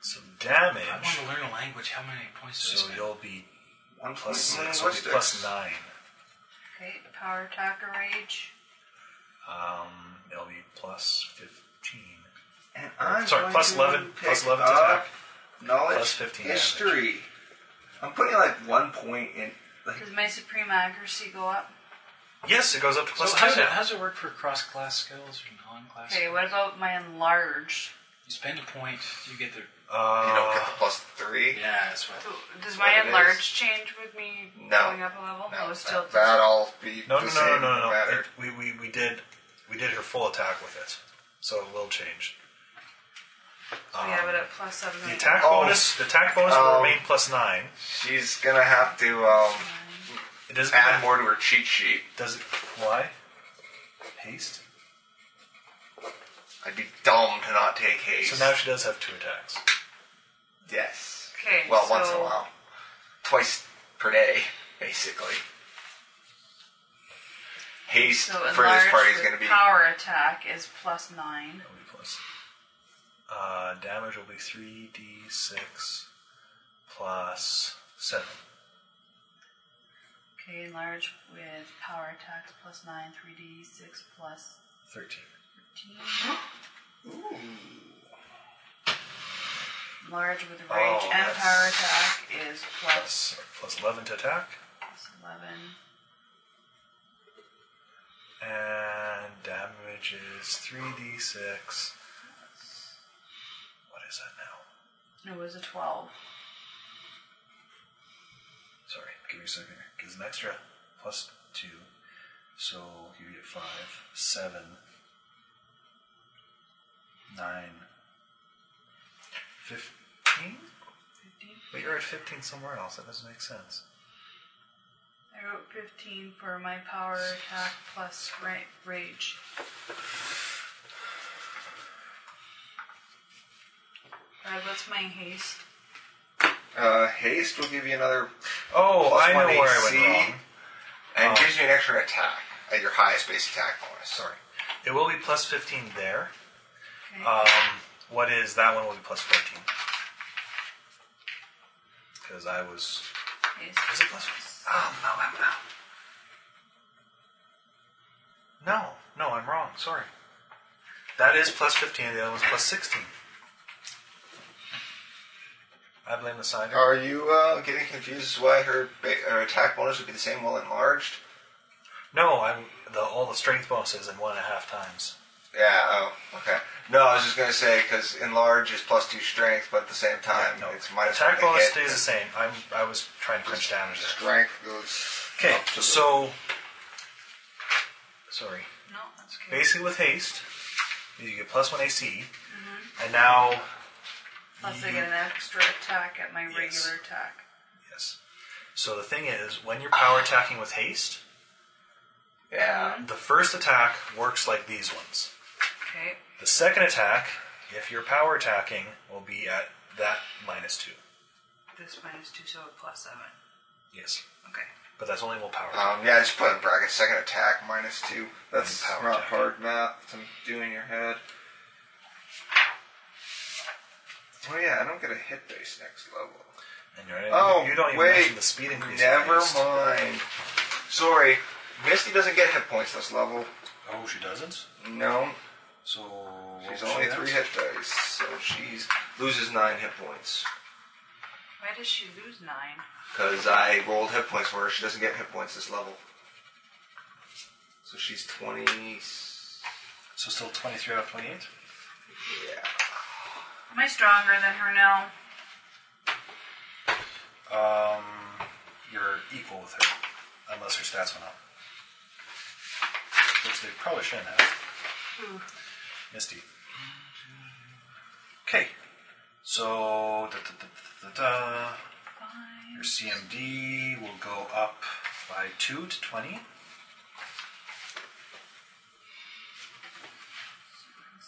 Speaker 4: So damage.
Speaker 5: I want to learn a language. How many points does
Speaker 4: So
Speaker 5: this
Speaker 4: you'll be
Speaker 2: I'm
Speaker 4: plus
Speaker 2: plus
Speaker 4: six. So it'll be plus nine.
Speaker 3: Okay, power attack or rage.
Speaker 4: Um, it'll be plus fifteen.
Speaker 2: And
Speaker 4: Or,
Speaker 2: I'm
Speaker 4: sorry,
Speaker 2: going
Speaker 4: plus
Speaker 2: to
Speaker 4: eleven. Plus
Speaker 2: pick
Speaker 4: eleven to
Speaker 2: up
Speaker 4: attack.
Speaker 2: Knowledge.
Speaker 4: Plus 15 damage.
Speaker 2: History. I'm putting like one point in. Like,
Speaker 3: Does my supreme accuracy go up?
Speaker 4: Yes, it goes up to
Speaker 5: So
Speaker 4: plus
Speaker 5: how's
Speaker 4: two
Speaker 5: it,
Speaker 4: now.
Speaker 5: how's it work for cross-class skills or non-class?
Speaker 3: Okay, what about my enlarged?
Speaker 5: You spend a point, you get the...
Speaker 2: you don't get
Speaker 4: Uh,
Speaker 2: the plus three.
Speaker 5: Yeah, that's what...
Speaker 3: Does
Speaker 2: What
Speaker 3: my
Speaker 2: it
Speaker 3: enlarged
Speaker 2: is?
Speaker 3: change with me
Speaker 2: No.
Speaker 3: going up a level?
Speaker 2: No,
Speaker 3: oh, it's still
Speaker 2: that, that'll be
Speaker 4: no,
Speaker 2: the
Speaker 4: no,
Speaker 2: same.
Speaker 4: no, no, no, no.
Speaker 2: matter.
Speaker 4: It, we, we, we did we did her full attack with it, so it will change.
Speaker 3: we have it at plus seven.
Speaker 4: The
Speaker 3: right
Speaker 4: attack
Speaker 2: Oh.
Speaker 4: bonus. The attack bonus will
Speaker 2: Um,
Speaker 4: remain plus nine.
Speaker 2: She's gonna have to um,
Speaker 4: It doesn't
Speaker 2: add more to her cheat sheet.
Speaker 4: Does it? Why? Haste.
Speaker 2: I'd be dumb to not take haste.
Speaker 4: So now she does have two attacks.
Speaker 2: yes.
Speaker 3: Okay,
Speaker 2: Well, once in a
Speaker 3: so-
Speaker 2: while, twice per day, basically. Haste
Speaker 3: So
Speaker 2: for this
Speaker 3: enlarged
Speaker 2: party is
Speaker 3: with
Speaker 2: gonna be
Speaker 3: power attack is plus nine.
Speaker 4: It'll be plus. Uh, damage will be three d six plus seven.
Speaker 3: Okay, enlarged with power attacks plus nine, three d six plus
Speaker 4: 13.
Speaker 3: thirteen. Enlarged with rage
Speaker 2: Oh,
Speaker 3: and
Speaker 2: that's-
Speaker 3: power attack is plus
Speaker 4: Plus, plus 11 to attack.
Speaker 3: plus eleven.
Speaker 4: And damage is 3d6. What is that now?
Speaker 3: It was a twelve.
Speaker 4: Sorry, give me a second here. Because an extra plus 2. So you get 5, 7, 9, 15? But you're at 15 somewhere else. That doesn't make sense.
Speaker 3: I wrote fifteen for my power attack plus ra- rage. Alright, what's my haste?
Speaker 2: uh, haste. Will give you another
Speaker 4: Oh,
Speaker 2: plus
Speaker 4: I
Speaker 2: one
Speaker 4: know where I
Speaker 2: AC,
Speaker 4: went wrong.
Speaker 2: and
Speaker 4: Oh.
Speaker 2: gives you an extra attack at your highest base attack bonus.
Speaker 4: Sorry. It will be plus 15 there.
Speaker 3: Okay.
Speaker 4: Um, what is that one will be plus 14. Because I was.
Speaker 3: haste.
Speaker 4: Is it plus? Oh, no, I'm not. No, no, I'm wrong. Sorry. That is plus 15, the other one's plus 16. I blame the cider.
Speaker 2: Are you uh, getting confused as why her, ba- her attack bonus would be the same while enlarged?
Speaker 4: No, I'm the all the strength bonuses in one and a half times.
Speaker 2: Yeah, oh, okay. No, I was just going to say, because enlarge is plus two strength, but at the same time,
Speaker 4: no,
Speaker 2: Uh, it's minus
Speaker 4: attack
Speaker 2: one to
Speaker 4: bonus
Speaker 2: hit,
Speaker 4: stays the
Speaker 2: and
Speaker 4: same. I'm I was trying to crunch damage there.
Speaker 2: Strength goes.
Speaker 4: Okay,
Speaker 2: up to the-
Speaker 4: so. Sorry.
Speaker 3: No, that's okay.
Speaker 4: Basically, with haste, you get plus one AC, and now.
Speaker 3: Mm-hmm. Plus, I
Speaker 4: you-
Speaker 3: get an extra attack at my
Speaker 4: Yes.
Speaker 3: regular attack.
Speaker 4: Yes. So the thing is, when you're power attacking with haste,
Speaker 2: Yeah.
Speaker 4: the first attack works like these ones.
Speaker 3: Okay.
Speaker 4: The second attack, if you're power attacking, will be at that minus two.
Speaker 3: This minus two, so a plus seven.
Speaker 4: Yes.
Speaker 3: Okay.
Speaker 4: But that's only one power. attack.
Speaker 2: Um, yeah, just put in bracket second attack minus two. That's
Speaker 4: And power
Speaker 2: not
Speaker 4: attack.
Speaker 2: hard math to do in your head. Oh, yeah, I don't get a hit base next level.
Speaker 4: and you're,
Speaker 2: Oh,
Speaker 4: you don't even
Speaker 2: wait.
Speaker 4: mention the speed increase. of
Speaker 2: Never
Speaker 4: haste.
Speaker 2: mind. Sorry, Misty doesn't get hit points this level.
Speaker 4: Oh, she doesn't?
Speaker 2: No,
Speaker 4: So.
Speaker 2: she's
Speaker 4: what
Speaker 2: only
Speaker 4: she
Speaker 2: three
Speaker 4: has?
Speaker 2: hit dice, so she loses nine hit points.
Speaker 3: Why does she lose nine?
Speaker 2: Because I rolled hit points for her, she doesn't get hit points this level. So she's 20. Yeah.
Speaker 4: So still 23 out of 28?
Speaker 3: Am I stronger than her now?
Speaker 4: Um, you're equal with her, unless her stats went up, which they probably shouldn't have. Misty. Okay, So, da, da, da, da, da, da.
Speaker 3: Fine.
Speaker 4: your CMD will go up by 2 to 20.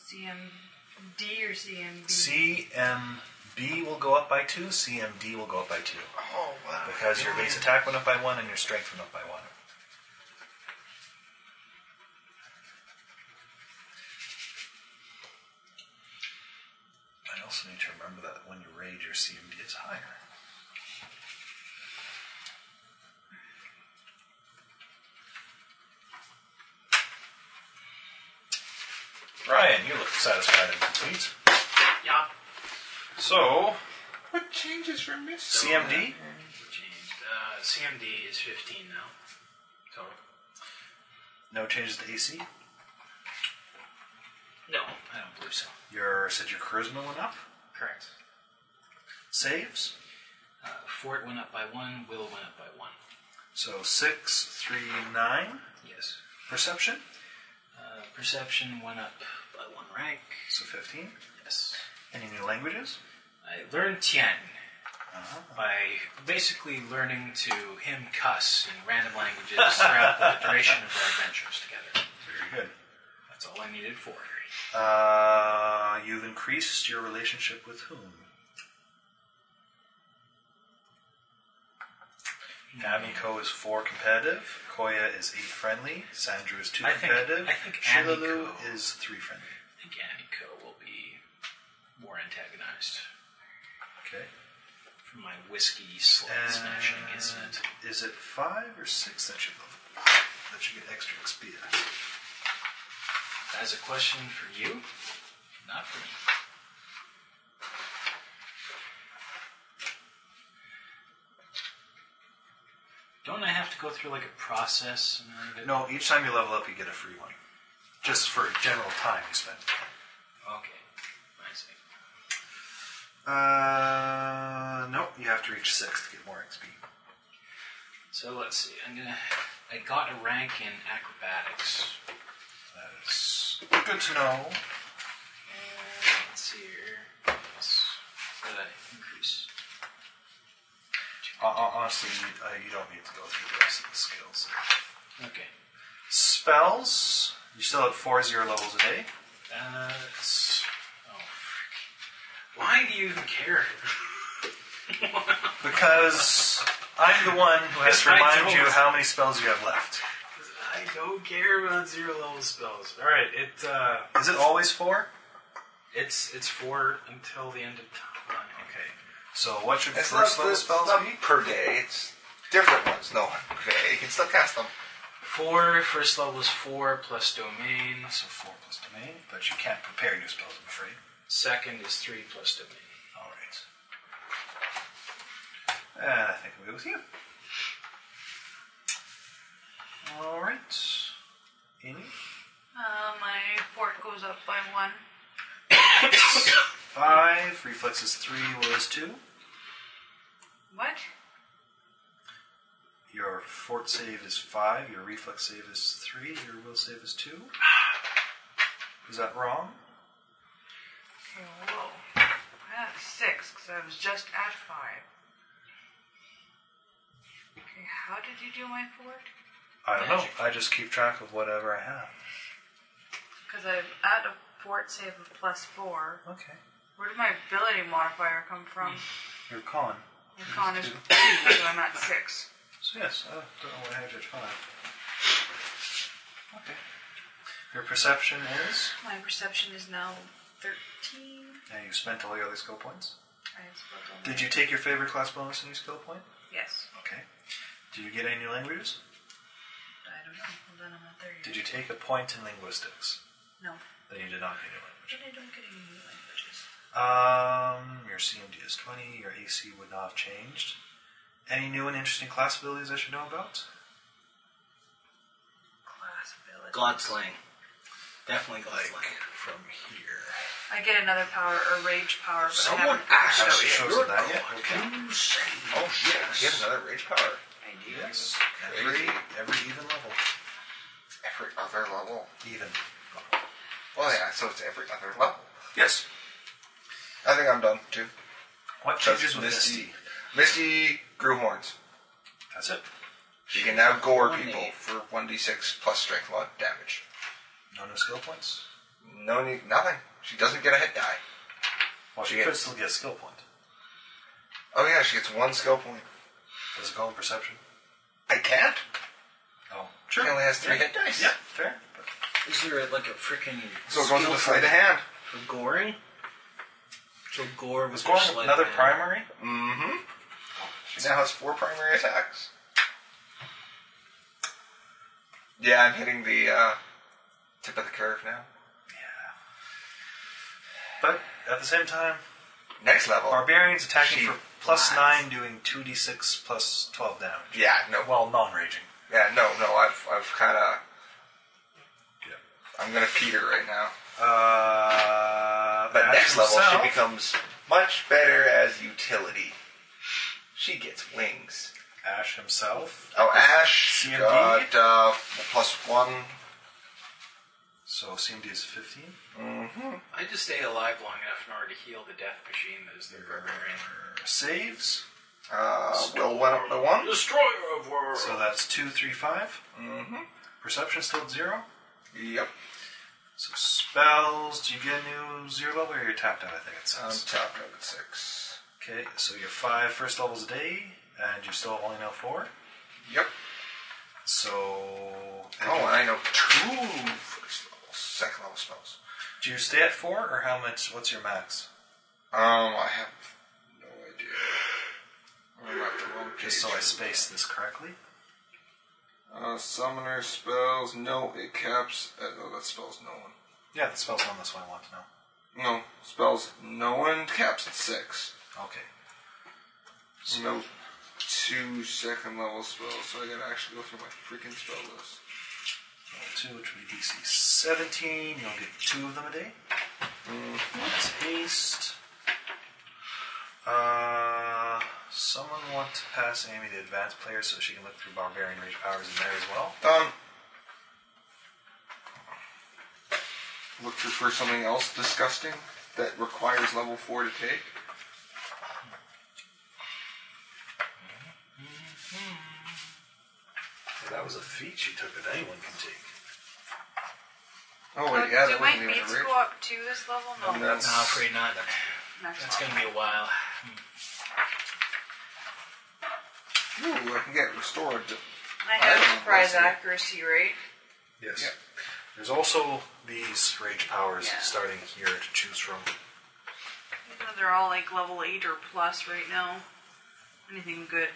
Speaker 3: CMD or CMB?
Speaker 4: CMB will go up by 2, CMD will go up by 2. Oh, wow. Because your base attack went up by 1 and your strength went up by 1. I also need to remember that when you rage, your CMD is higher. Ryan, you look satisfied and complete.
Speaker 5: Yeah.
Speaker 4: So,
Speaker 2: What changes for Miss?
Speaker 4: CMD?
Speaker 5: Changed. Uh, CMD is 15 now. Total.
Speaker 4: No changes to AC?
Speaker 5: No, I don't believe so.
Speaker 4: Your said your charisma went up.
Speaker 5: Correct.
Speaker 4: Saves.
Speaker 5: Uh, Fort went up by one. Will went up by one.
Speaker 4: So six, three, nine.
Speaker 5: Yes.
Speaker 4: Perception.
Speaker 5: Uh, perception went up by one rank.
Speaker 4: So fifteen.
Speaker 5: Yes.
Speaker 4: Any new languages?
Speaker 5: I learned Tien
Speaker 4: Uh-huh.
Speaker 5: by basically learning to him cuss in random languages throughout the duration of our adventures together.
Speaker 4: Very good.
Speaker 5: That's all I needed for it.
Speaker 4: Uh, you've increased your relationship with whom?
Speaker 5: Hmm.
Speaker 4: Amiko is four competitive. Koya is eight friendly. Sandra is two
Speaker 5: I think-
Speaker 4: competitive.
Speaker 5: I think
Speaker 4: Shilalu
Speaker 5: Amiko-
Speaker 4: is three friendly.
Speaker 5: I think Aniko will be more antagonized
Speaker 4: Okay.
Speaker 5: for my whiskey slut smashing
Speaker 4: And
Speaker 5: incident.
Speaker 4: Is it five or six that you go? That you get extra XP. at?
Speaker 5: That is a question for you, not for me. Don't I have to go through like a process? And all that?
Speaker 4: No, each time you level up, you get a free one. Just for general time you spend.
Speaker 5: Okay. I see.
Speaker 4: Uh, nope. You have to reach six to get more XP.
Speaker 5: So let's see. I'm gonna. I got a rank in acrobatics.
Speaker 4: That is good to know.
Speaker 5: Let's see here. What else did I increase?
Speaker 4: Hon- hon- Honestly, you, uh, you don't need to go through the rest of the skills.
Speaker 5: Okay.
Speaker 4: Spells. You still have four zero levels a day.
Speaker 5: Uh, it's- oh, frick. oh, Why do you even care?
Speaker 4: Because I'm the one who has to
Speaker 5: I
Speaker 4: remind you
Speaker 5: don't.
Speaker 4: how many spells you have left.
Speaker 5: I don't care about zero level spells. All right, it uh,
Speaker 4: Is it always four?
Speaker 5: it's it's four until the end of time.
Speaker 4: Okay. So what should
Speaker 2: It's
Speaker 4: first
Speaker 2: not,
Speaker 4: level
Speaker 2: it's
Speaker 4: spells
Speaker 2: not
Speaker 4: be?
Speaker 2: per day. It's different ones. No, okay, you can still cast them.
Speaker 5: Four first level is four plus domain.
Speaker 4: So four plus domain, but you can't prepare new spells, I'm afraid.
Speaker 5: Second is three plus domain.
Speaker 4: All right. And I think we'll go with you. All right. Amy?
Speaker 3: Uh, my fort goes up by one.
Speaker 4: Five. Reflex is three. Will is two.
Speaker 3: What?
Speaker 4: Your fort save is five. Your reflex save is three. Your will save is two. Is that wrong?
Speaker 3: Okay, whoa. That's six, because I was just at five. Okay, how did you do my fort?
Speaker 4: I don't know. I just keep track of whatever I have.
Speaker 3: Because I'm at a fort save of plus four.
Speaker 4: Okay.
Speaker 3: Where did my ability modifier come from?
Speaker 4: You're con.
Speaker 3: My con is two, so I'm at six.
Speaker 4: So yes, I don't know why I had you at five. Okay. Your perception is?
Speaker 3: My perception is now 13.
Speaker 4: Now you've spent all your other skill points.
Speaker 3: I have spelled
Speaker 4: Did you take your favorite class bonus and your skill point?
Speaker 3: Yes.
Speaker 4: Okay. Did you get any new languages?
Speaker 3: I don't know. Hold on, I'm not there yet.
Speaker 4: Did you take a point in linguistics?
Speaker 3: No.
Speaker 4: Then you did not get a language.
Speaker 3: But I don't get any new languages.
Speaker 4: Um, your CMD is 20, your AC would not have changed. Any new and interesting class abilities I should know about?
Speaker 3: Class ability.
Speaker 9: Godsling. Definitely Godsling.
Speaker 4: From here.
Speaker 3: I get another power, a rage power. But
Speaker 9: Someone
Speaker 3: I haven't-
Speaker 9: asked
Speaker 4: Haven't
Speaker 9: if
Speaker 4: chosen
Speaker 9: you're
Speaker 4: that
Speaker 9: God.
Speaker 4: yet?
Speaker 9: You say
Speaker 2: Oh shit! You have another rage power.
Speaker 3: I do.
Speaker 4: Yes. Every, every even level.
Speaker 2: Every other level.
Speaker 4: Even.
Speaker 2: Oh, Well, yeah. So it's every other level.
Speaker 4: Yes.
Speaker 2: I think I'm done too.
Speaker 4: What
Speaker 2: Just
Speaker 4: changes with Misty?
Speaker 2: Misty grew horns.
Speaker 4: That's it.
Speaker 2: She can now gore people for one d six plus strength mod damage.
Speaker 4: No new skill points.
Speaker 2: No need nothing. She doesn't get a hit die.
Speaker 4: Well, she
Speaker 2: She
Speaker 4: could
Speaker 2: is.
Speaker 4: still get a skill point.
Speaker 2: Oh yeah, she gets one skill point.
Speaker 4: Does it call it perception?
Speaker 2: I can't.
Speaker 4: Oh,
Speaker 2: She only has three hit dice.
Speaker 4: Yeah, fair.
Speaker 9: Is there like a freaking
Speaker 2: So it goes
Speaker 9: skill
Speaker 2: into
Speaker 9: for,
Speaker 2: sleight of hand.
Speaker 9: for goring? So gore was
Speaker 4: Was going
Speaker 9: sleight
Speaker 4: another
Speaker 9: of hand.
Speaker 4: primary?
Speaker 2: Mm-hmm. She now has four primary attacks. Yeah, I'm hitting the uh, tip of the curve now.
Speaker 4: But at the same time,
Speaker 2: Next level.
Speaker 4: barbarians attacking
Speaker 2: She
Speaker 4: for plus
Speaker 2: flies.
Speaker 4: nine, doing two d six plus twelve damage.
Speaker 2: Yeah, no,
Speaker 4: While non-raging.
Speaker 2: yeah, no, no. I've, I've kind of,
Speaker 4: Yeah.
Speaker 2: I'm gonna peter right now.
Speaker 4: Uh,
Speaker 2: But
Speaker 4: Ash
Speaker 2: next level,
Speaker 4: himself-
Speaker 2: she becomes much better as utility. She gets wings.
Speaker 4: Ash himself.
Speaker 2: Oh, Ash
Speaker 4: CMD?
Speaker 2: got uh, plus one.
Speaker 4: So CMD is fifteen.
Speaker 2: Mm-hmm.
Speaker 5: I just stay alive long enough in order to heal the death machine that is the barbarian.
Speaker 4: Saves.
Speaker 2: Uh, will went up by one.
Speaker 5: Destroyer of worlds.
Speaker 4: So that's two, three, five.
Speaker 2: Mm-hmm.
Speaker 4: Perception still at zero.
Speaker 2: Yep.
Speaker 4: So spells. Do you get a new zero level or you're tapped out? I think it
Speaker 2: I'm
Speaker 4: says.
Speaker 2: tapped out at Um, six.
Speaker 4: Okay, so you're five first levels a day, and you're still only now four.
Speaker 2: Yep.
Speaker 4: So.
Speaker 2: Oh, and I know two first level, second level spells.
Speaker 4: Do you stay at four, or how much? What's your max?
Speaker 2: Um, I have no idea. I'm at the wrong page.
Speaker 4: Just so I space this correctly.
Speaker 2: Uh, summoner spells. No, it caps. Uh, oh, that spells no one.
Speaker 4: Yeah, the spell's on this one. I want to know.
Speaker 2: No, spells no one caps at six.
Speaker 4: Okay.
Speaker 2: No two second level spells, so I gotta actually go through my freaking spell list.
Speaker 4: Level two, which would be DC seventeen. You'll get two of them a day.
Speaker 2: Mm-hmm.
Speaker 4: Minus haste. Uh, someone want to pass Amy the advanced player so she can look through barbarian rage powers in there as well.
Speaker 2: Um, look for, for something else disgusting that requires level four to take.
Speaker 4: that was a feat she took that anyone can take.
Speaker 2: Oh
Speaker 3: Uh,
Speaker 2: wait, yeah,
Speaker 3: do
Speaker 2: that
Speaker 3: my
Speaker 2: wasn't even
Speaker 3: feats
Speaker 2: a rage.
Speaker 3: go up to this level? No.
Speaker 2: No.
Speaker 9: No, afraid not.
Speaker 3: Next
Speaker 9: That's
Speaker 3: level.
Speaker 9: gonna be a while.
Speaker 2: Ooh, I can get restored.
Speaker 3: I
Speaker 2: I don't know,
Speaker 3: have prize
Speaker 2: we'll see.
Speaker 3: accuracy, right?
Speaker 4: Yes.
Speaker 2: Yeah.
Speaker 4: There's also these rage powers
Speaker 3: Yeah.
Speaker 4: starting here to choose from.
Speaker 3: Even though they're all like level 8 or plus right now. Anything good.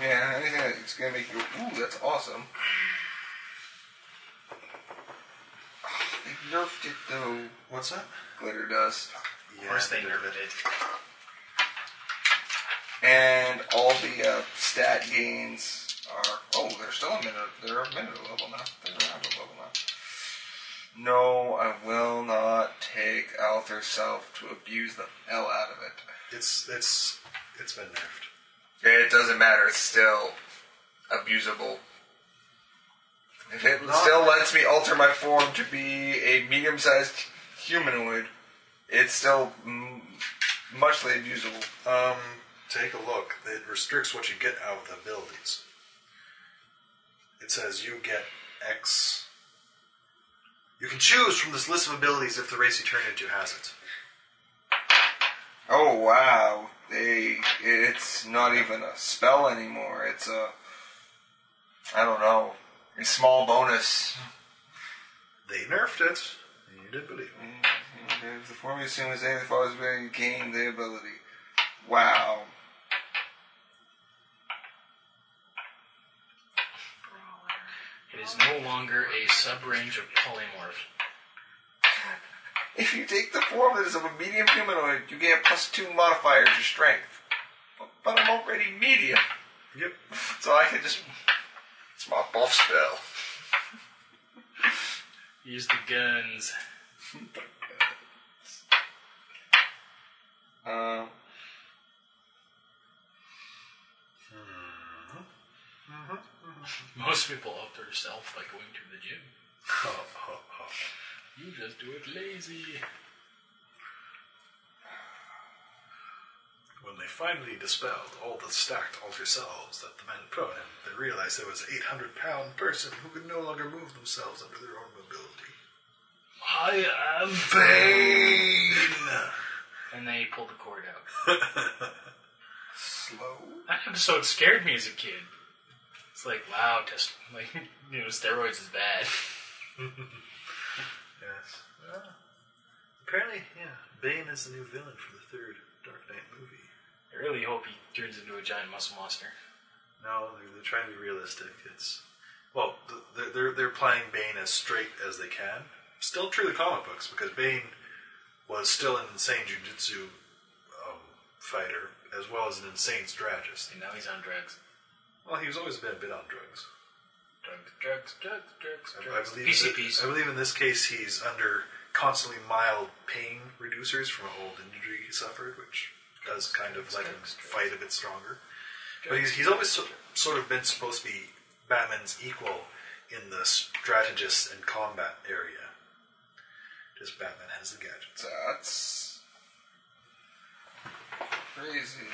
Speaker 2: Yeah, anything that's gonna make you go, ooh, that's awesome. Ah, They nerfed it though.
Speaker 4: What's that?
Speaker 2: Glitter dust.
Speaker 4: Yeah,
Speaker 5: Of course they
Speaker 4: do.
Speaker 5: nerfed it.
Speaker 2: And all the uh, stat gains are. Oh, they're still a minute. They're a minute level now. They're around a level now. No, I will not take Alther's self to abuse the hell out of it.
Speaker 4: It's it's it's been nerfed.
Speaker 2: It doesn't matter. It's still abusable. If it
Speaker 4: Not-
Speaker 2: still lets me alter my form to be a medium-sized humanoid, it's still m- muchly abusable.
Speaker 4: Um, take a look. It restricts what you get out of the abilities. It says you get X. You can choose from this list of abilities if the race you turn into has it.
Speaker 2: Oh wow! They it's not even a spell anymore. It's a I don't know a small bonus.
Speaker 4: They nerfed it. and You did believe me.
Speaker 2: Okay, The form you assume is anything that follows may gain the ability. Wow.
Speaker 9: It is no longer a sub range of polymorph.
Speaker 2: If you take the form that is of a medium humanoid, you gain a plus two modifier to strength. But, but I'm already medium,
Speaker 5: Mm.
Speaker 4: Yep.
Speaker 2: so I can just. It's my buff spell.
Speaker 9: Use the guns.
Speaker 2: Uh,
Speaker 9: Most people up their self by going to the gym. You just do it lazy.
Speaker 4: had finally dispelled all the stacked altar selves that the men had put on him, they realized there was an 800 pound person who could no longer move themselves under their own mobility.
Speaker 9: I am
Speaker 4: Bane!
Speaker 9: And they pulled the cord out.
Speaker 4: Slow?
Speaker 9: That episode scared me as a kid. It's like, wow, test like you know, steroids is bad.
Speaker 4: Yes. Ah. apparently, yeah, Bane is the new villain for the third Dark Knight movie.
Speaker 9: I really hope he turns into a giant muscle monster.
Speaker 4: No, they're, they're trying to be realistic. It's well, th- they're, they're they're playing Bane as straight as they can. Still true to comic books because Bane was still an insane jujitsu um, fighter as well as an insane strategist.
Speaker 9: And now he's on drugs.
Speaker 4: Well, he's always been a bit on drugs.
Speaker 9: Drugs, drugs, drugs, drugs,
Speaker 4: I, I
Speaker 9: drugs.
Speaker 4: believe
Speaker 9: PCPs.
Speaker 4: I believe in this case he's under constantly mild pain reducers from an old injury he suffered, which does kind of let him fight a bit stronger. But he's, he's always so, sort of been supposed to be Batman's equal in the strategist and combat area. Just Batman has the gadgets.
Speaker 2: That's crazy.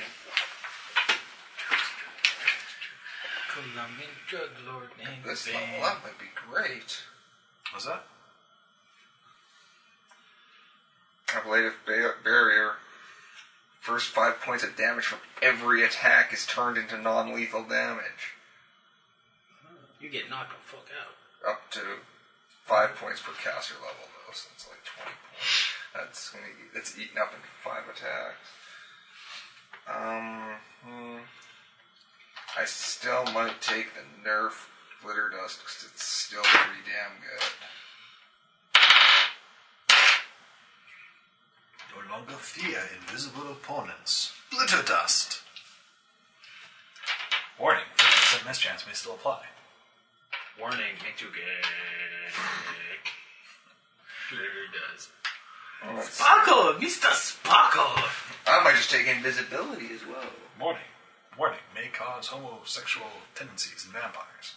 Speaker 9: Come on, man, drug lord named
Speaker 2: This
Speaker 9: Bane.
Speaker 2: level up might be great.
Speaker 4: What's that?
Speaker 2: Ablative ba- barrier. First five points of damage from every attack is turned into non-lethal damage,
Speaker 9: You get knocked the fuck out.
Speaker 2: up to five points per caster level though, so it's like twenty points. That's gonna eat, that's eaten up in five attacks. Um, hmm. I still might take the Nerf glitter dust because it's still pretty damn good.
Speaker 4: No longer fear invisible opponents. Glitter dust. Warning: fifty percent mischance may still apply.
Speaker 9: Warning, make you get glitter does.
Speaker 2: Oh, that's-
Speaker 5: Sparkle, Mr. Sparkle!
Speaker 2: I might just take invisibility as well.
Speaker 4: Warning. Warning may cause homosexual tendencies in vampires.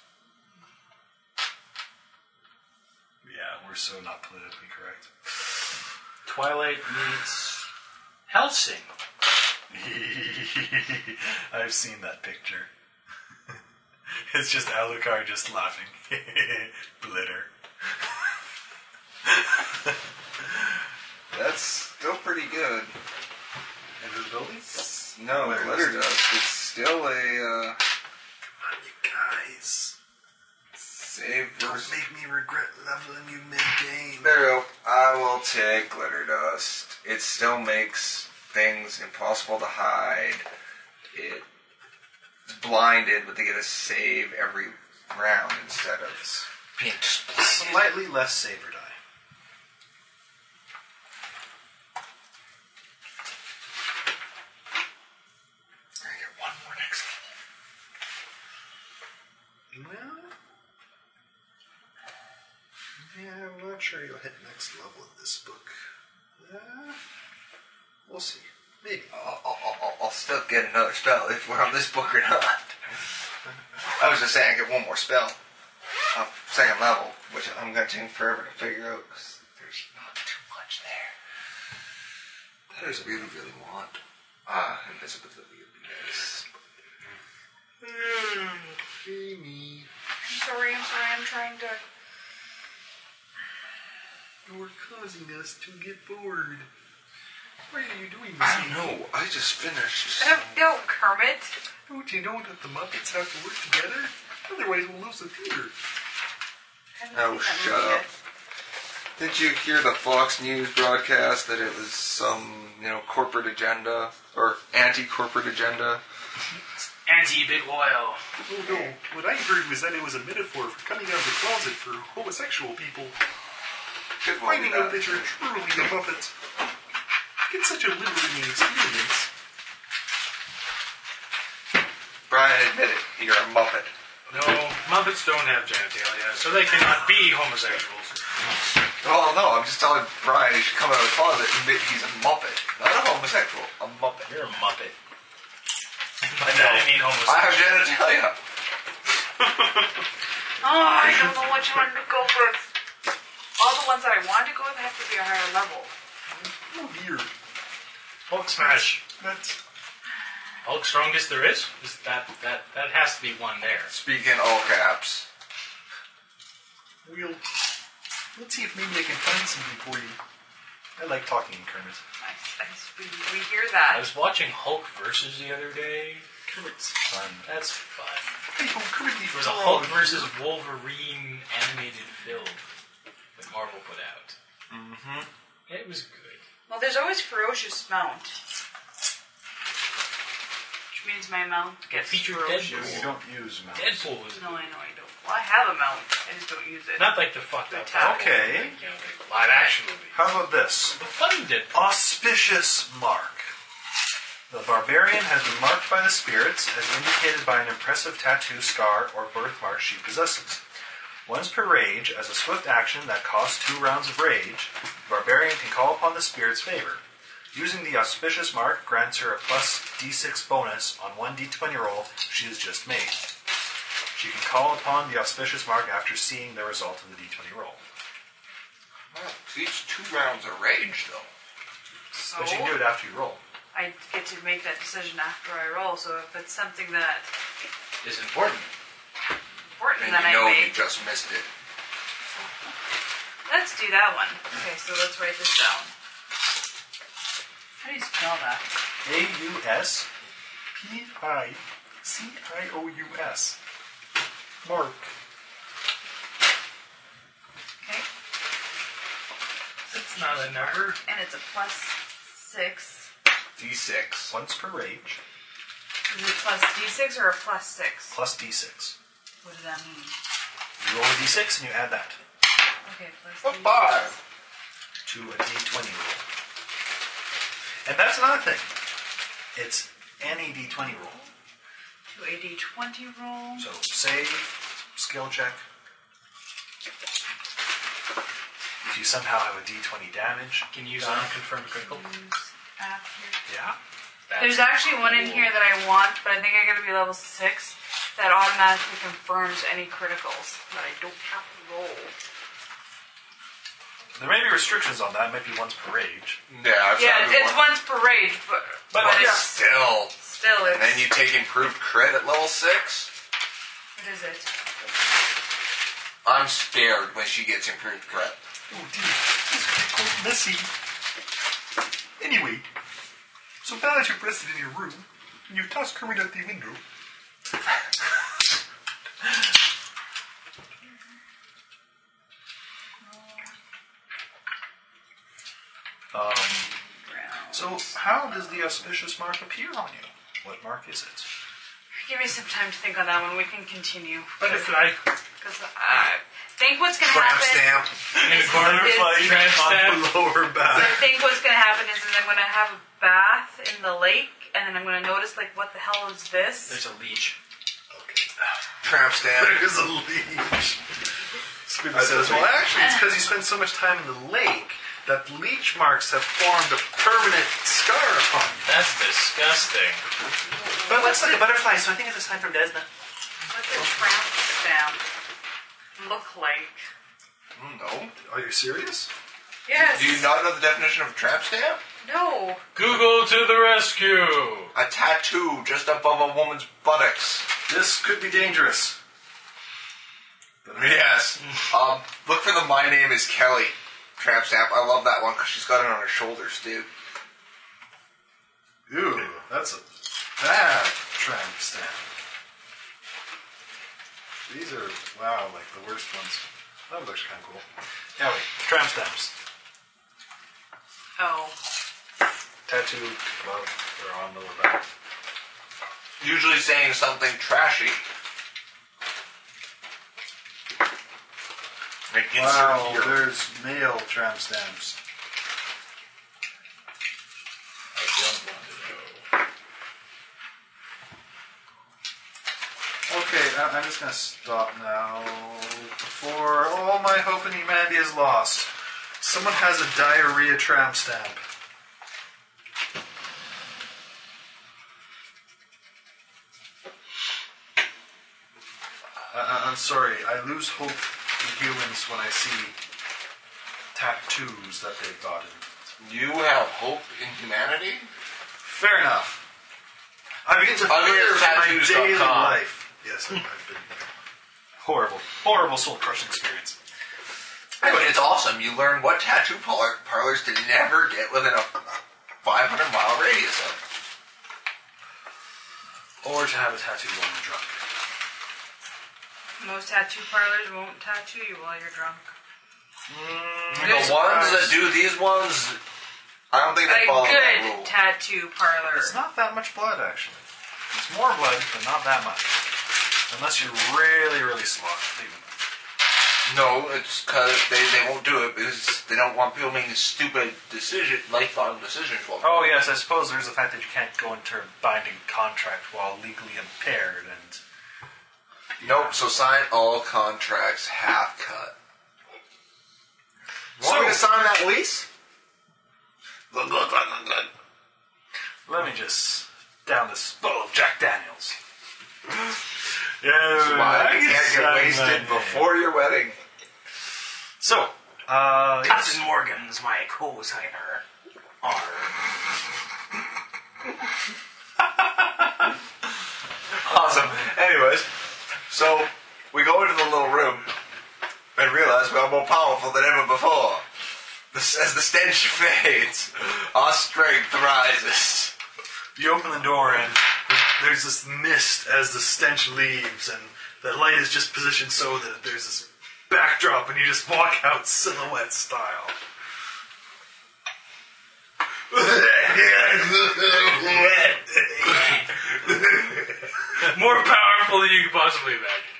Speaker 4: Yeah, we're so not politically correct.
Speaker 9: Twilight meets Helsing.
Speaker 4: I've seen that picture. it's just Alucard just laughing. Glitter.
Speaker 2: That's still pretty good.
Speaker 4: Invisibility?
Speaker 2: No,
Speaker 4: Where
Speaker 2: glitter
Speaker 4: is it?
Speaker 2: dust. It's still a uh,
Speaker 4: Come on, you guys.
Speaker 2: save
Speaker 4: Don't
Speaker 2: versus.
Speaker 4: make me regret leveling you mid-game.
Speaker 2: There we go. I will take glitter dust. It still makes things impossible to hide. It's blinded, but they get a save every round instead of being split.
Speaker 4: Slightly less saber die.
Speaker 2: I get one more next
Speaker 4: Well, yeah, I'm not sure you'll hit next level in this book. Uh, we'll see. Maybe.
Speaker 2: I'll, I'll- I'll, I'll still get another spell if we're on this book or not. I was just saying I get one more spell, uh, second level, which I'm going to take forever to figure out 'cause there's not too much there that I really, really want. Ah, invisibility would be nice.
Speaker 3: I'm sorry, I'm sorry, I'm trying to.
Speaker 4: You're causing us to get bored. Why are you doing
Speaker 2: I don't know. I just finished.
Speaker 3: Don't, don't, Kermit.
Speaker 4: Don't you know that the Muppets have to work together? Otherwise, we'll lose the theater.
Speaker 2: Oh, shut up. Did you hear the Fox News broadcast that it was some, you know, corporate agenda or anti-corporate agenda?
Speaker 5: Anti big oil.
Speaker 4: Oh no! What I heard was that it was a metaphor for coming out of the closet for homosexual people.
Speaker 2: Good one,
Speaker 4: Finding out
Speaker 2: uh,
Speaker 4: that you're truly a Muppet. It's such a liberating experience.
Speaker 2: Brian, admit it. You're a Muppet.
Speaker 5: No, Muppets don't have genitalia, so they cannot be homosexuals.
Speaker 2: Well, no, I'm just telling Brian he should come out of the closet and admit he's a Muppet. Not a homosexual, a Muppet.
Speaker 9: You're a Muppet.
Speaker 5: By that I mean
Speaker 2: I
Speaker 5: homosexuals.
Speaker 2: have genitalia.
Speaker 3: Oh, I don't know which one to go with. All the ones that I wanted to go with have to be a higher level.
Speaker 4: Oh dear.
Speaker 5: Hulk smash.
Speaker 4: That's
Speaker 5: Hulk strongest there is. is that that that has to be one there.
Speaker 2: Speak in all caps.
Speaker 4: We'll let's see if maybe I can find something for you. I like talking in Kermit.
Speaker 3: Nice, nice. We, we hear
Speaker 5: I
Speaker 3: that.
Speaker 5: was watching Hulk versus the other day.
Speaker 4: Kermit's fun.
Speaker 5: That's fun.
Speaker 4: Um, Hey, oh, Kermit needs
Speaker 5: It was a Hulk versus Wolverine animated film that Marvel put out. Mm-hmm. It was good.
Speaker 3: Well, there's always ferocious mount, which means my mount
Speaker 5: It
Speaker 3: gets
Speaker 5: featured
Speaker 3: ferocious.
Speaker 4: You
Speaker 5: Deadpool.
Speaker 4: don't use mouth.
Speaker 5: Deadpool was
Speaker 3: No, I know I don't. Well, I have a mount. I just don't use it.
Speaker 5: not like the fucked up.
Speaker 3: Attack.
Speaker 5: Hulk,
Speaker 4: Okay.
Speaker 5: like, you know, like live action movie.
Speaker 4: How about this?
Speaker 5: The fun Deadpool.
Speaker 4: Auspicious mark. The barbarian has been marked by the spirits, as indicated by an impressive tattoo, scar, or birthmark she possesses. Once per rage, as a swift action that costs two rounds of rage, the barbarian can call upon the spirit's favor. Using the auspicious mark grants her a plus d6 bonus on one d20 roll she has just made. She can call upon the auspicious mark after seeing the result of the d20 roll.
Speaker 2: Wow, Each two rounds of rage, though.
Speaker 3: So
Speaker 4: But you can do it after you roll.
Speaker 3: I get to make that decision after I roll. So if it's something that
Speaker 5: Is important.
Speaker 3: important
Speaker 2: And
Speaker 3: that
Speaker 2: you
Speaker 3: I
Speaker 2: know you
Speaker 3: make,
Speaker 2: just missed it.
Speaker 3: let's do that one. Okay, so let's write this down. How do you spell that?
Speaker 4: A U S P I C I O U S. Mark.
Speaker 3: Okay,
Speaker 5: It's not a number.
Speaker 3: and it's a plus six.
Speaker 2: D6.
Speaker 4: Once per rage,
Speaker 3: Is it plus d6 or a plus six?
Speaker 4: plus d6.
Speaker 3: What does that mean?
Speaker 4: You roll a d6 and you add that
Speaker 3: Okay, plus
Speaker 2: What
Speaker 3: d6.
Speaker 2: by?
Speaker 4: to a d20 roll. And that's another thing. It's any d20 roll.
Speaker 3: To a d20 roll.
Speaker 4: So save, skill check. If you somehow have a d20 damage,
Speaker 5: Can you use an unconfirmed critical?
Speaker 3: After.
Speaker 4: yeah.
Speaker 3: There's actually one in here that I want, but I think I gotta be level 6 that automatically confirms any criticals that I don't have to roll.
Speaker 4: There may be restrictions on that. It might be once per rage.
Speaker 2: Yeah, I've
Speaker 3: Yeah,
Speaker 2: tried
Speaker 3: it's
Speaker 2: before.
Speaker 3: once per rage, but,
Speaker 2: But
Speaker 3: but, it's
Speaker 2: still.
Speaker 3: still it's.
Speaker 2: Oh, And then you take improved crit at level 6.
Speaker 3: What is it?
Speaker 2: I'm scared when she gets improved crit.
Speaker 4: Oh dear, this is called messy. Anyway, so now that you've rested in your room, you toss Kermit out the window. um, so how does the auspicious mark appear on you? What mark is it?
Speaker 3: Give me some time to think on that one. We can continue.
Speaker 5: Butterfly.
Speaker 3: Because I think what's gonna happen.
Speaker 2: Stamp.
Speaker 5: In the corner.
Speaker 3: Is-
Speaker 5: Tramp stamp.
Speaker 4: lower
Speaker 3: I
Speaker 4: back.
Speaker 3: think what's gonna happen is, is I'm gonna have a bath in the lake, and then I'm gonna notice like, what the hell is this?
Speaker 5: There's a leech.
Speaker 2: Tramp stamp.
Speaker 4: There's a leech.
Speaker 15: I
Speaker 4: says,
Speaker 15: says,
Speaker 4: well,
Speaker 15: well,
Speaker 4: actually, it's because you spend so much time in the lake that leech marks have formed a permanent scar upon you.
Speaker 5: That's disgusting.
Speaker 4: But it looks like a butterfly, so I think it's a sign from Desna.
Speaker 3: What's a tramp stamp look like?
Speaker 2: No.
Speaker 4: Are you serious?
Speaker 3: Yes.
Speaker 2: Do you not know the definition of tramp stamp?
Speaker 3: No.
Speaker 5: Google to the rescue.
Speaker 2: A tattoo just above a woman's buttocks.
Speaker 4: This could be dangerous.
Speaker 2: Yes. um, look for the My Name is Kelly tramp stamp. I love that one because she's got it on her shoulders, too.
Speaker 4: Ooh, that's a bad tramp stamp. These are, wow, like the worst ones. That looks kind of cool. Anyway, tramp stamps.
Speaker 3: Oh.
Speaker 4: Tattoo, glove, they're on lower back.
Speaker 2: Usually saying something trashy. Like insert
Speaker 4: Wow,
Speaker 2: here.
Speaker 4: there's male tramp stamps. Okay, I- I'm just gonna stop now. Before all my hope in humanity is lost, someone has a diarrhea tramp stamp. I- I- I'm sorry, I lose hope in humans when I see tattoos that they've gotten.
Speaker 2: You have hope in humanity?
Speaker 4: Fair enough. I begin to fear for my daily
Speaker 2: Ugliesttattoos.com.
Speaker 4: life. Yes, I've, I've been there. Horrible, horrible soul crushing experience.
Speaker 2: Anyway, it's awesome. You learn what tattoo parlor, parlors to never get within a 500 mile radius of.
Speaker 4: Or to have a tattoo while I'm drunk.
Speaker 3: Most tattoo parlors won't tattoo you while you're drunk.
Speaker 2: The ones that do these ones, I don't think they
Speaker 3: A
Speaker 2: follow that
Speaker 3: good
Speaker 2: rule.
Speaker 3: tattoo parlor.
Speaker 7: It's not that much blood, actually. It's more blood, but not that much. Unless you're really, really sloth. Even.
Speaker 2: No, it's because they, they won't do it because they don't want people making stupid decision, lifelong decisions. While
Speaker 7: Oh, yes, I suppose there's the fact that you can't go into a binding contract while legally impaired and.
Speaker 2: Nope. So sign all contracts half cut. Want me to sign that lease?
Speaker 8: Glug, glug, glug, glug, glug.
Speaker 7: Let me just down this bowl of Jack Daniels. yeah,
Speaker 2: That's why you can't get
Speaker 5: uh,
Speaker 2: wasted before your wedding.
Speaker 7: So, uh,
Speaker 5: Captain Morgan's my co-signer.
Speaker 2: Awesome. Anyways, so we go into the little room and realize we are more powerful than ever before. The, as the stench fades, our strength rises.
Speaker 4: You open the door and there's this mist as the stench leaves, and the light is just positioned so that there's this backdrop, and you just walk out silhouette style.
Speaker 9: More powerful than you could possibly imagine.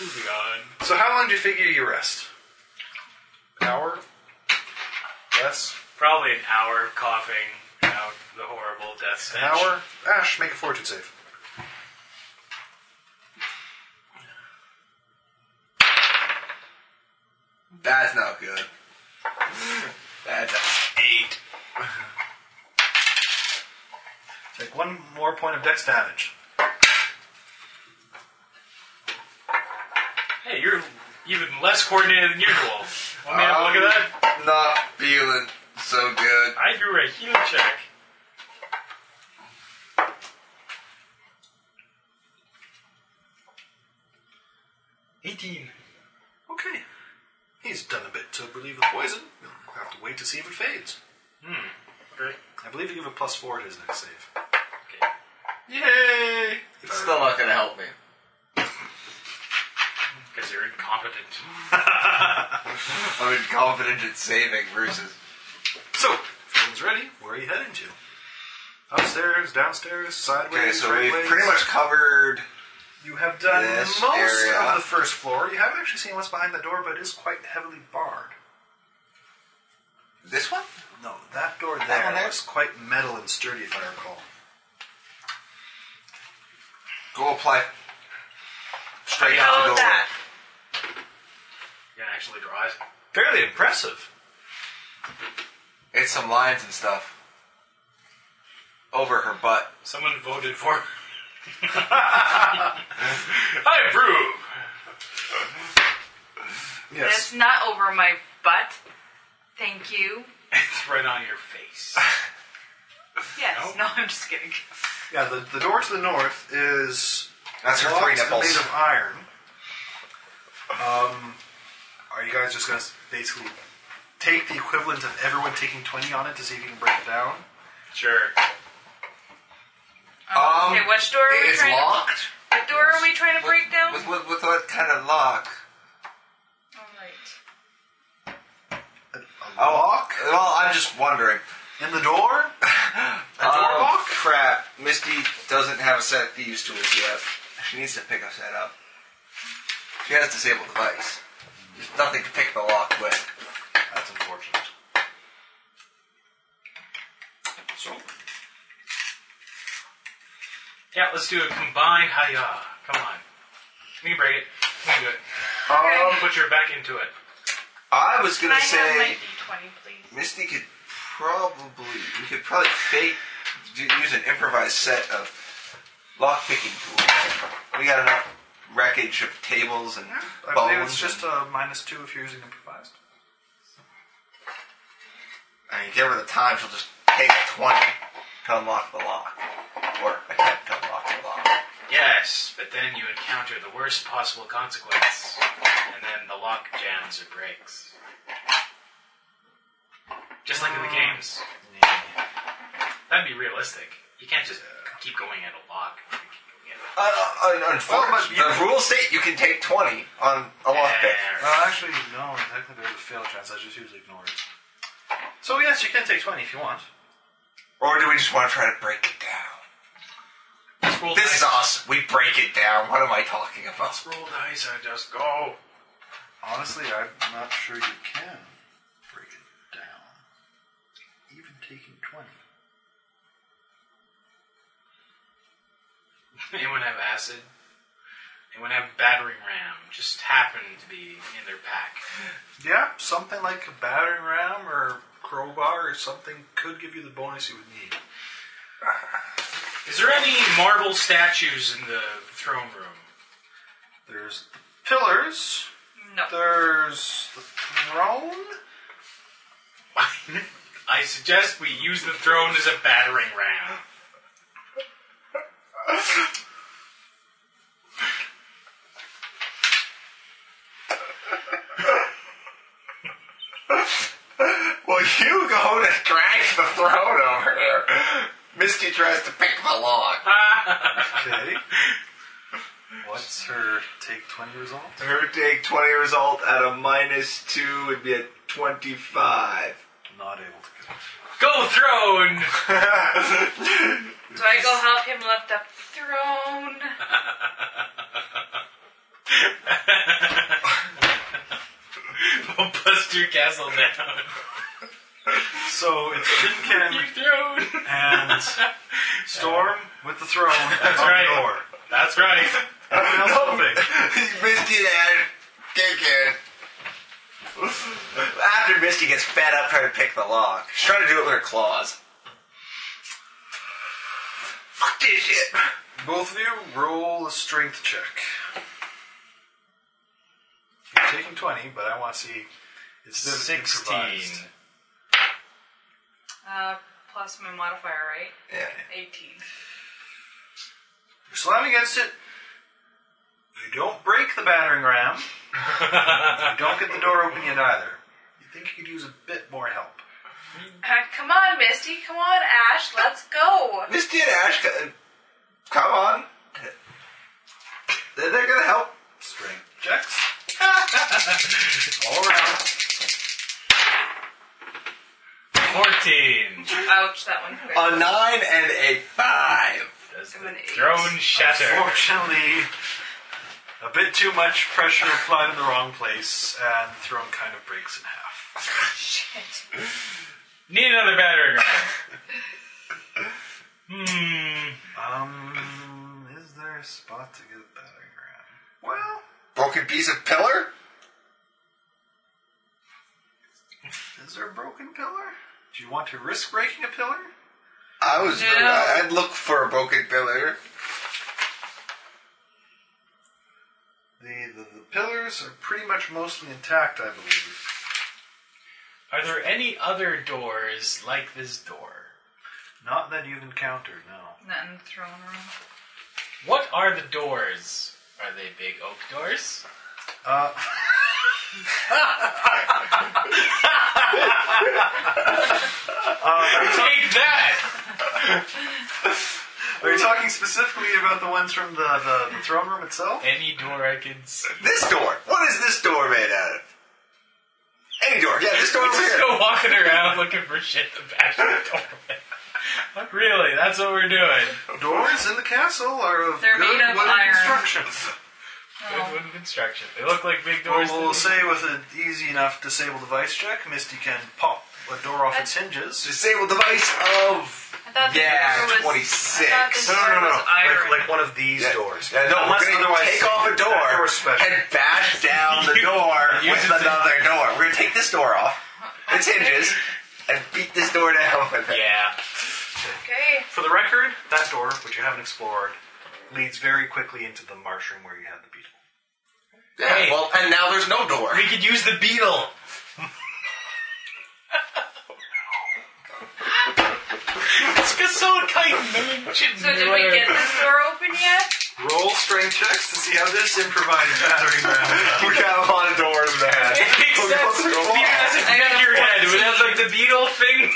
Speaker 9: Moving on.
Speaker 4: So, how long do you figure you rest? An hour? Less?
Speaker 5: Probably an hour of coughing out the horrible death
Speaker 4: An
Speaker 5: stench.
Speaker 4: hour? Ash, make a fortitude save.
Speaker 2: That's not good. That's a eight.
Speaker 7: take one more point of dex damage.
Speaker 5: Hey, you're even less coordinated than usual. Let me have a look at that.
Speaker 2: Not feeling so good.
Speaker 5: I drew a heal check. Eighteen.
Speaker 4: Okay. He's done a bit to relieve the poison. You'll have to wait to see if it fades. Hmm.
Speaker 5: Okay.
Speaker 4: I believe you give a plus four to his next save.
Speaker 5: Okay.
Speaker 4: Yay!
Speaker 2: It's still not gonna help me.
Speaker 5: Because you're incompetent.
Speaker 2: I'm incompetent at saving versus.
Speaker 4: So, everyone's ready. Where are you heading to? Upstairs, downstairs, sideways,
Speaker 2: Okay, so we've
Speaker 4: rightways?
Speaker 2: pretty much covered.
Speaker 4: You have done
Speaker 2: This
Speaker 4: most
Speaker 2: area.
Speaker 4: of the first floor. You haven't actually seen what's behind the door, but it is quite heavily barred.
Speaker 2: This one?
Speaker 4: No, that door there,
Speaker 2: one there?
Speaker 4: looks quite metal and sturdy, if I recall.
Speaker 2: Go apply. Straight out the
Speaker 3: Oh,
Speaker 2: door.
Speaker 3: that.
Speaker 5: You can actually draw it.
Speaker 7: Fairly impressive.
Speaker 2: It's some lines and stuff. Over her butt.
Speaker 5: Someone voted for. I approve.
Speaker 3: That's not over my butt. Thank you.
Speaker 5: It's right on your face.
Speaker 3: Yes. No, I'm just kidding.
Speaker 4: Yeah, the, the door to the north is
Speaker 2: That's her three
Speaker 4: locked and
Speaker 2: nipples.
Speaker 4: made of iron. Um, are you guys just going to basically take the equivalent of everyone taking 20 on it to see if you can break it down?
Speaker 5: Sure.
Speaker 2: Um,
Speaker 3: okay, which door are we
Speaker 2: It's
Speaker 3: trying
Speaker 2: locked.
Speaker 3: to... What door are we trying to
Speaker 2: With-
Speaker 3: break down?
Speaker 2: With, with, with what kind of lock?
Speaker 3: Alright.
Speaker 4: A lock?
Speaker 2: Well, I'm just wondering.
Speaker 4: In the door? A door
Speaker 2: Oh,
Speaker 4: lock?
Speaker 2: crap. Misty doesn't have a set of thieves tools yet. She needs to pick us that up. She has disabled device. There's nothing to pick the lock with.
Speaker 4: That's unfortunate. So,
Speaker 5: Yeah, let's do a combined hiya. Come on. We can break it. We can do it.
Speaker 2: Um,
Speaker 5: Put your back into it.
Speaker 2: I was
Speaker 3: Can
Speaker 2: gonna
Speaker 3: I have my
Speaker 2: say
Speaker 3: D20, please?
Speaker 2: Misty could probably we could probably fake do- use an improvised set of lock picking tools. We got enough wreckage of tables and
Speaker 4: I
Speaker 2: bones.
Speaker 4: believe it's just
Speaker 2: and,
Speaker 4: a minus two if you're using improvised.
Speaker 2: I mean, give her the time, she'll just take a twenty to unlock the lock. work. I can't tell Rocky Law.
Speaker 5: Yes, but then you encounter the worst possible consequence, and then the lock jams or breaks. Just like in the games. That'd be realistic. You can't just keep going at a lock.
Speaker 2: Uh, uh, uh, unfortunately, the rules state you can take 20 on a lockpick.
Speaker 4: Well, Uh, actually, no. Technically, there's a fail chance. I just usually ignore it. So yes, you can take twenty if you want.
Speaker 2: Or do we just want to try to break it down? This is us. We break it down. What am I talking about?
Speaker 8: Roll dice and just go.
Speaker 4: Honestly, I'm not sure you can break it down. Even taking twenty.
Speaker 5: Anyone have acid? Anyone have battering ram? Just happened to be in their pack.
Speaker 4: Yeah, something like a battering ram or crowbar or something could give you the bonus you would need.
Speaker 5: Is there any marble statues in the throne room?
Speaker 4: There's the pillars.
Speaker 3: No.
Speaker 4: There's the throne.
Speaker 5: I suggest we use the throne as a battering ram.
Speaker 2: Well, you go to drag the throne over. Misty tries to pick the lock.
Speaker 4: Okay. What's her take 20 result?
Speaker 2: Her take 20 result at a minus 2 would be a 25.
Speaker 4: Not able to get
Speaker 5: Go throne!
Speaker 3: Do I go help him lift up the throne?
Speaker 5: We'll bust your castle down.
Speaker 4: it. So it's Tinkin
Speaker 5: throne!
Speaker 4: and Storm with the throne That's
Speaker 5: right.
Speaker 4: the door.
Speaker 5: That's right.
Speaker 4: Everyone else moving.
Speaker 2: Misty then, kick it. After Misty gets fed up trying to pick the lock, she's trying to do it with her claws. Fuck this shit.
Speaker 4: Both of you roll a strength check. You're taking 20, but I want to see. It's the improvised.
Speaker 3: Uh, plus my modifier, right?
Speaker 2: Yeah.
Speaker 3: 18.
Speaker 4: You're slamming against it. You don't break the battering ram. you don't get the door open yet either. You think you could use a bit more help.
Speaker 3: Uh, come on, Misty. Come on, Ash. Let's go.
Speaker 2: Misty and Ash, co- come on. They're, they're gonna help.
Speaker 4: Strength checks. All around.
Speaker 5: 14.
Speaker 3: Ouch, that one hurt.
Speaker 2: A 9 and a 5.
Speaker 5: Does the
Speaker 3: I'm an eight.
Speaker 5: throne shatter?
Speaker 4: Fortunately, a bit too much pressure applied in the wrong place, and the throne kind of breaks in half.
Speaker 3: Shit.
Speaker 5: Need another battering ram. Hmm.
Speaker 4: Um, is there a spot to get a battering ram? Well,
Speaker 2: Broken piece of pillar?
Speaker 4: is there a broken pillar? Do you want to risk breaking a pillar?
Speaker 2: I was.
Speaker 3: No.
Speaker 2: I'd look for a broken pillar.
Speaker 4: The, the the pillars are pretty much mostly intact, I believe.
Speaker 5: Are there any other doors like this door?
Speaker 4: Not that you've encountered, no.
Speaker 3: Not in the throne room.
Speaker 5: What are the doors? Are they big oak doors?
Speaker 4: Uh,
Speaker 5: Take that!
Speaker 4: are you talking specifically about the ones from the, the, the throne room itself?
Speaker 5: Any door I can see.
Speaker 2: This door. What is this door made out of? Any door. Oh, Yeah, this door over
Speaker 5: Just
Speaker 2: here.
Speaker 5: go walking around looking for shit to bash the door with. Really, that's what we're doing.
Speaker 4: Doors in the castle are of
Speaker 3: They're
Speaker 4: good
Speaker 3: made of
Speaker 4: wooden
Speaker 3: iron.
Speaker 4: construction.
Speaker 3: Oh.
Speaker 5: Good wooden construction. They look like big doors.
Speaker 4: Well,
Speaker 5: to
Speaker 4: we'll
Speaker 5: me.
Speaker 4: say with an easy enough disable device check, Misty can pop a door off its hinges.
Speaker 2: Disable device of.
Speaker 3: I thought the
Speaker 2: Yeah,
Speaker 3: door was. I thought the
Speaker 2: 26.
Speaker 3: door was iron.
Speaker 4: Like, like one of these
Speaker 2: Yeah.
Speaker 4: doors.
Speaker 2: Yeah, no,
Speaker 4: Unless
Speaker 2: we're gonna
Speaker 4: otherwise
Speaker 2: take off a door
Speaker 4: that door is special.
Speaker 2: and bash down the door with another door. We're gonna take this door off, its hinges, and beat this door down with it.
Speaker 5: yeah.
Speaker 3: okay.
Speaker 4: For the record, that door, which you haven't explored, leads very quickly into the marsh room where you had the beetle.
Speaker 2: Yeah,
Speaker 5: Hey.
Speaker 2: well, and now there's no door.
Speaker 5: We could use the beetle.
Speaker 16: it's because someone kite and then
Speaker 3: So did we get this door open yet?
Speaker 2: Roll strength checks to see how this improvised battering ram. we got a lot of doors, man. We're close to a wall.
Speaker 3: I got a
Speaker 5: Figurehead, but that's like the beetle thing.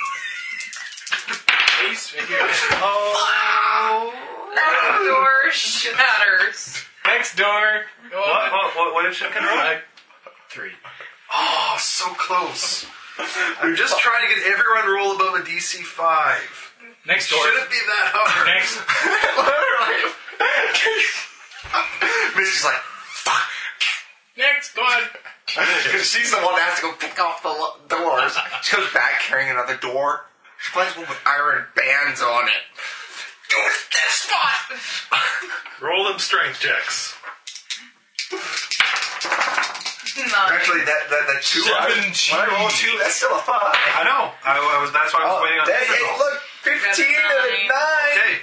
Speaker 16: Ace figurehead.
Speaker 3: four. door shatters.
Speaker 16: Next door.
Speaker 4: What? What? What? What did Chicken roll?
Speaker 16: Uh, three.
Speaker 2: Oh, so close. I'm just trying to get everyone to roll above a DC five.
Speaker 16: Next door.
Speaker 2: Shouldn't be that hard.
Speaker 16: Next.
Speaker 2: Literally. Misty's like, fuck.
Speaker 16: Next one.
Speaker 2: Because she's the one that has to go pick off the lo- doors. She comes back carrying another door. She plays one with iron bands on it. Do it this spot.
Speaker 4: Roll them strength checks.
Speaker 3: No.
Speaker 2: Actually, that that, that two. I, when I roll two, that's still a five.
Speaker 4: I know. I, I was. That's why I was
Speaker 2: Oh,
Speaker 4: waiting on
Speaker 2: that is,
Speaker 4: the results.
Speaker 2: look, fifteen and
Speaker 3: nine.
Speaker 2: a nine.
Speaker 4: Okay.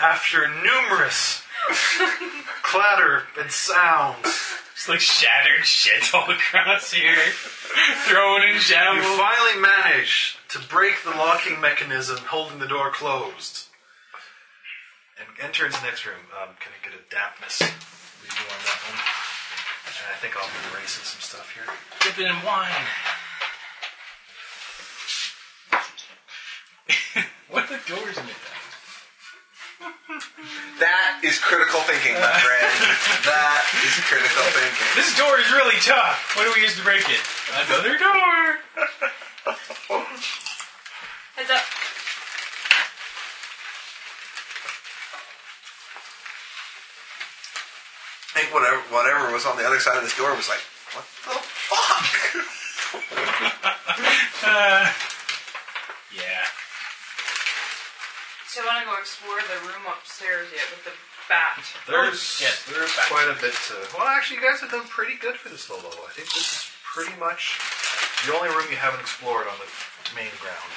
Speaker 4: After numerous clatter and sounds,
Speaker 5: It's like shattered shit all across here. Thrown in
Speaker 4: you
Speaker 5: shambles.
Speaker 4: finally manage to break the locking mechanism holding the door closed. And enter into the next room. Um, can I get a dampness? We do on that one. And I think I'll be erasing some stuff here.
Speaker 5: Dipping in wine. what are the doors in it?
Speaker 2: That is critical thinking, my friend. that is critical thinking.
Speaker 5: This door is really tough. What do we use to break it? Another door.
Speaker 3: Heads up.
Speaker 2: I think whatever whatever was on the other side of this door was like, what the fuck?
Speaker 5: Yeah.
Speaker 3: So I want to go explore the room upstairs yet with the bat.
Speaker 4: There's
Speaker 5: yeah,
Speaker 4: there's quite a bit to. Well, actually, you guys have done pretty good for this level. I think this is pretty much the only room you haven't explored on the main ground.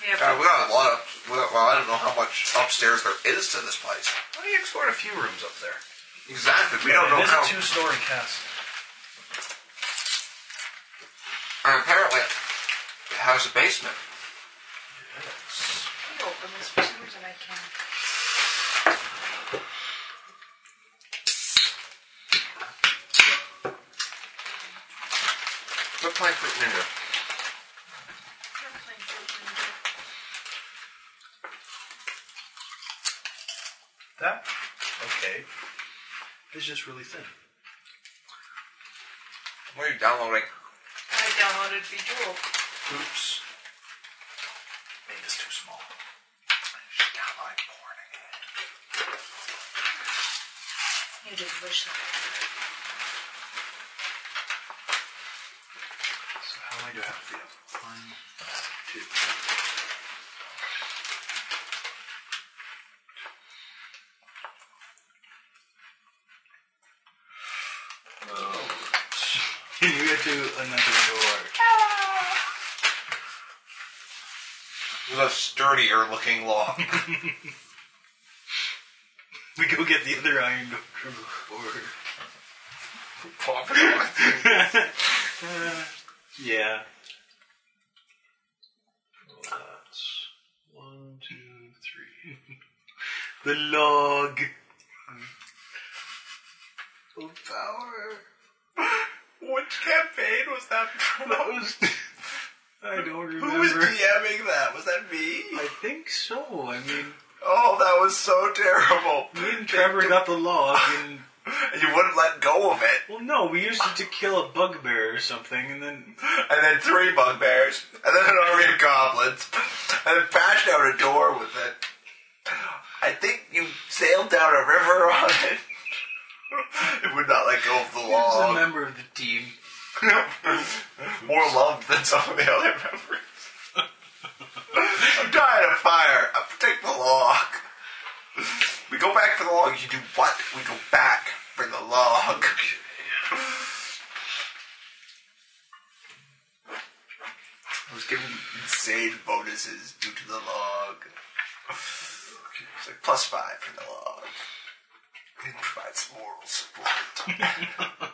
Speaker 3: Yeah,
Speaker 2: God,
Speaker 3: but
Speaker 2: we got a lot of. we got- Well, I don't know how much upstairs there is to this place.
Speaker 4: Well, you explored a few rooms up there.
Speaker 2: Exactly. We don't know
Speaker 4: It is
Speaker 2: how.
Speaker 4: a two-story castle.
Speaker 2: And apparently, it has a basement.
Speaker 3: I can open this for some reason I can't.
Speaker 2: Quit playing Fruit Ninja.
Speaker 4: That okay. It's just really thin.
Speaker 2: What are you downloading?
Speaker 3: I downloaded Bejeweled.
Speaker 4: Oops. Made this too small.
Speaker 3: You didn't wish that.
Speaker 4: So how many do I have to be up? One, two.
Speaker 16: Can you get to another door?
Speaker 2: This is a sturdier looking lock.
Speaker 16: We go get the other iron door from before.
Speaker 2: Pop it on.
Speaker 16: Yeah.
Speaker 4: That's one, two, three.
Speaker 16: The log.
Speaker 2: Oh, power. Which campaign was that from? That was,
Speaker 16: I don't remember.
Speaker 2: who was DMing that? Was that me?
Speaker 16: I think so. I mean,
Speaker 2: Oh, that was so terrible.
Speaker 16: me and Trevor got the log, and
Speaker 2: And you wouldn't let go of it.
Speaker 16: well, no, we used it to kill a bugbear or something, and then
Speaker 2: And then three bugbears. And then an army of goblins. And then bashed out a door with it. I think you sailed down a river on it. It would not let go of the
Speaker 16: he was a
Speaker 2: log.
Speaker 16: member of the team.
Speaker 2: More love than some of the other members. I'm dying of fire. I protect the log. We go back for the log. You do what? We go back for the log. I was giving you insane bonuses due to the log. It's like plus five for the log. It provides moral support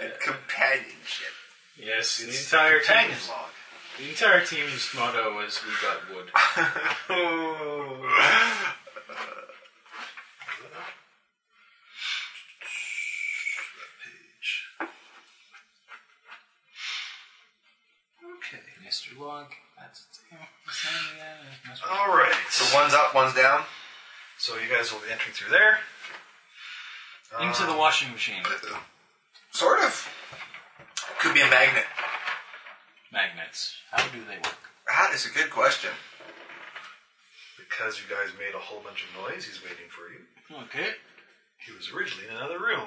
Speaker 2: and companionship.
Speaker 5: Yes, the
Speaker 4: It's
Speaker 5: entire
Speaker 4: companion
Speaker 5: team.
Speaker 4: log.
Speaker 9: The entire team's motto was "We got wood."
Speaker 4: Okay.
Speaker 9: Mr. Log, that's
Speaker 4: All right.
Speaker 2: So one's up, one's down.
Speaker 4: So you guys will be entering through there.
Speaker 9: into the washing machine.
Speaker 2: Sort of. Could be a magnet.
Speaker 9: Magnets. How do they work?
Speaker 2: That is a good question.
Speaker 4: Because you guys made a whole bunch of noise, he's waiting for you.
Speaker 9: Okay.
Speaker 4: He was originally in another room.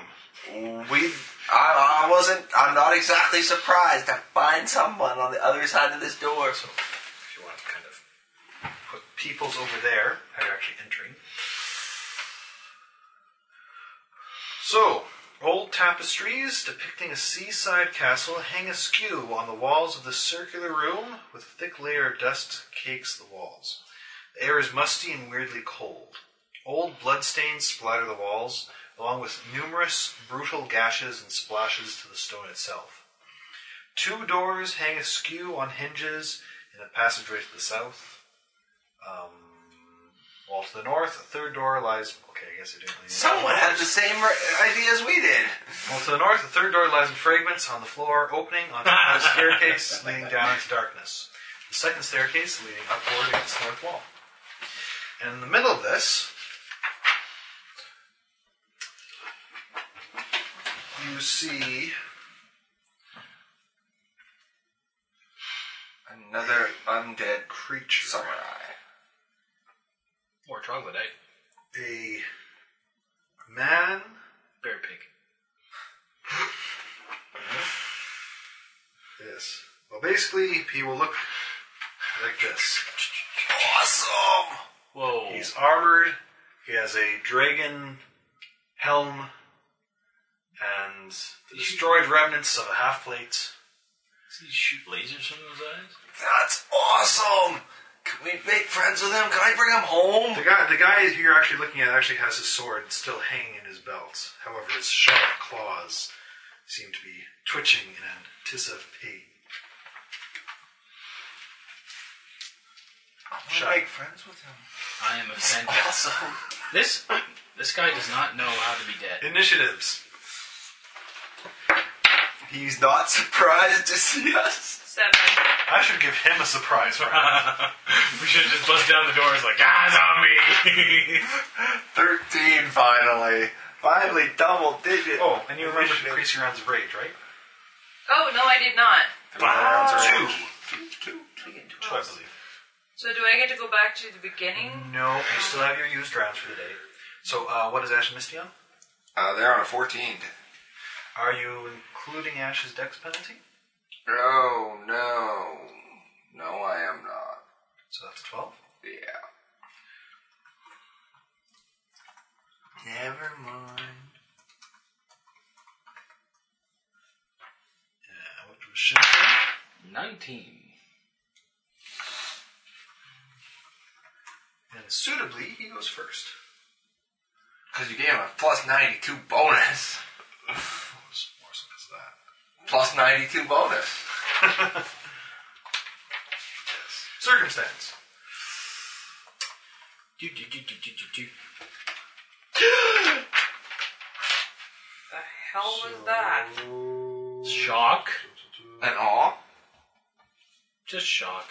Speaker 2: We, I, I wasn't, I'm not exactly surprised to find someone on the other side of this door. So
Speaker 4: If you want to kind of put peoples over there, how you're actually entering. So, old tapestries depicting a seaside castle hang askew on the walls of the circular room, with a thick layer of dust cakes the walls. The air is musty and weirdly cold. Old bloodstains splatter the walls, along with numerous brutal gashes and splashes to the stone itself. Two doors hang askew on hinges in a passageway to the south. Um, wall to the north, a third door lies. Okay, I guess I didn't. leave
Speaker 2: someone had the same r- idea as we did.
Speaker 4: well, to the north, the third door lies in fragments on the floor, opening onto a staircase leading down into darkness. The second staircase leading upward against the north wall. And in the middle of this, you see
Speaker 2: Another undead
Speaker 4: creature,
Speaker 2: samurai.
Speaker 9: Or troglodyte.
Speaker 4: a man
Speaker 9: Bear pig.
Speaker 4: Yes. Well, basically, he will look like this.
Speaker 2: Awesome!
Speaker 9: Whoa.
Speaker 4: He's armored. He has a dragon helm and the destroyed remnants of a half plate.
Speaker 9: Does he shoot lasers from those eyes?
Speaker 2: That's awesome! Can we make friends with him? Can I bring him home?
Speaker 4: The guy, the guy who you're actually looking at, actually has his sword still hanging in his belt. However, his sharp claws seem to be twitching in anticipation.
Speaker 2: I wanna
Speaker 4: Shy.
Speaker 2: make friends with him.
Speaker 9: I am offended.
Speaker 2: Awesome.
Speaker 9: This this guy does not know how to be dead.
Speaker 4: Initiatives.
Speaker 2: He's not surprised to see us.
Speaker 3: Seven.
Speaker 4: I should give him a surprise round.
Speaker 5: we should just bust down the doors like, ah, zombie!
Speaker 2: 13 finally. Finally, double digit.
Speaker 4: oh, and you remember increasing rounds of rage, right?
Speaker 3: Oh no, I did not.
Speaker 4: Two. Two, I believe.
Speaker 3: So do I get to go back to the beginning?
Speaker 4: No, you still have your used rounds for the day. So, uh, what is Ash Misty on?
Speaker 2: Uh, they're on a 14.
Speaker 4: Are you including Ash's dex penalty?
Speaker 2: Oh, no. No, I am not.
Speaker 4: So that's 12.
Speaker 2: Yeah. Never mind.
Speaker 4: Yeah, which was Shinra.
Speaker 9: Nineteen.
Speaker 4: And suitably, he goes first.
Speaker 2: Because you gave him a plus 92 bonus.
Speaker 4: What's more so is that?
Speaker 2: Plus 92 bonus.
Speaker 4: Circumstance.
Speaker 9: Do, do, do, do, do, do, do.
Speaker 3: The hell was that?
Speaker 9: Shock.
Speaker 2: And all?
Speaker 9: Just shock.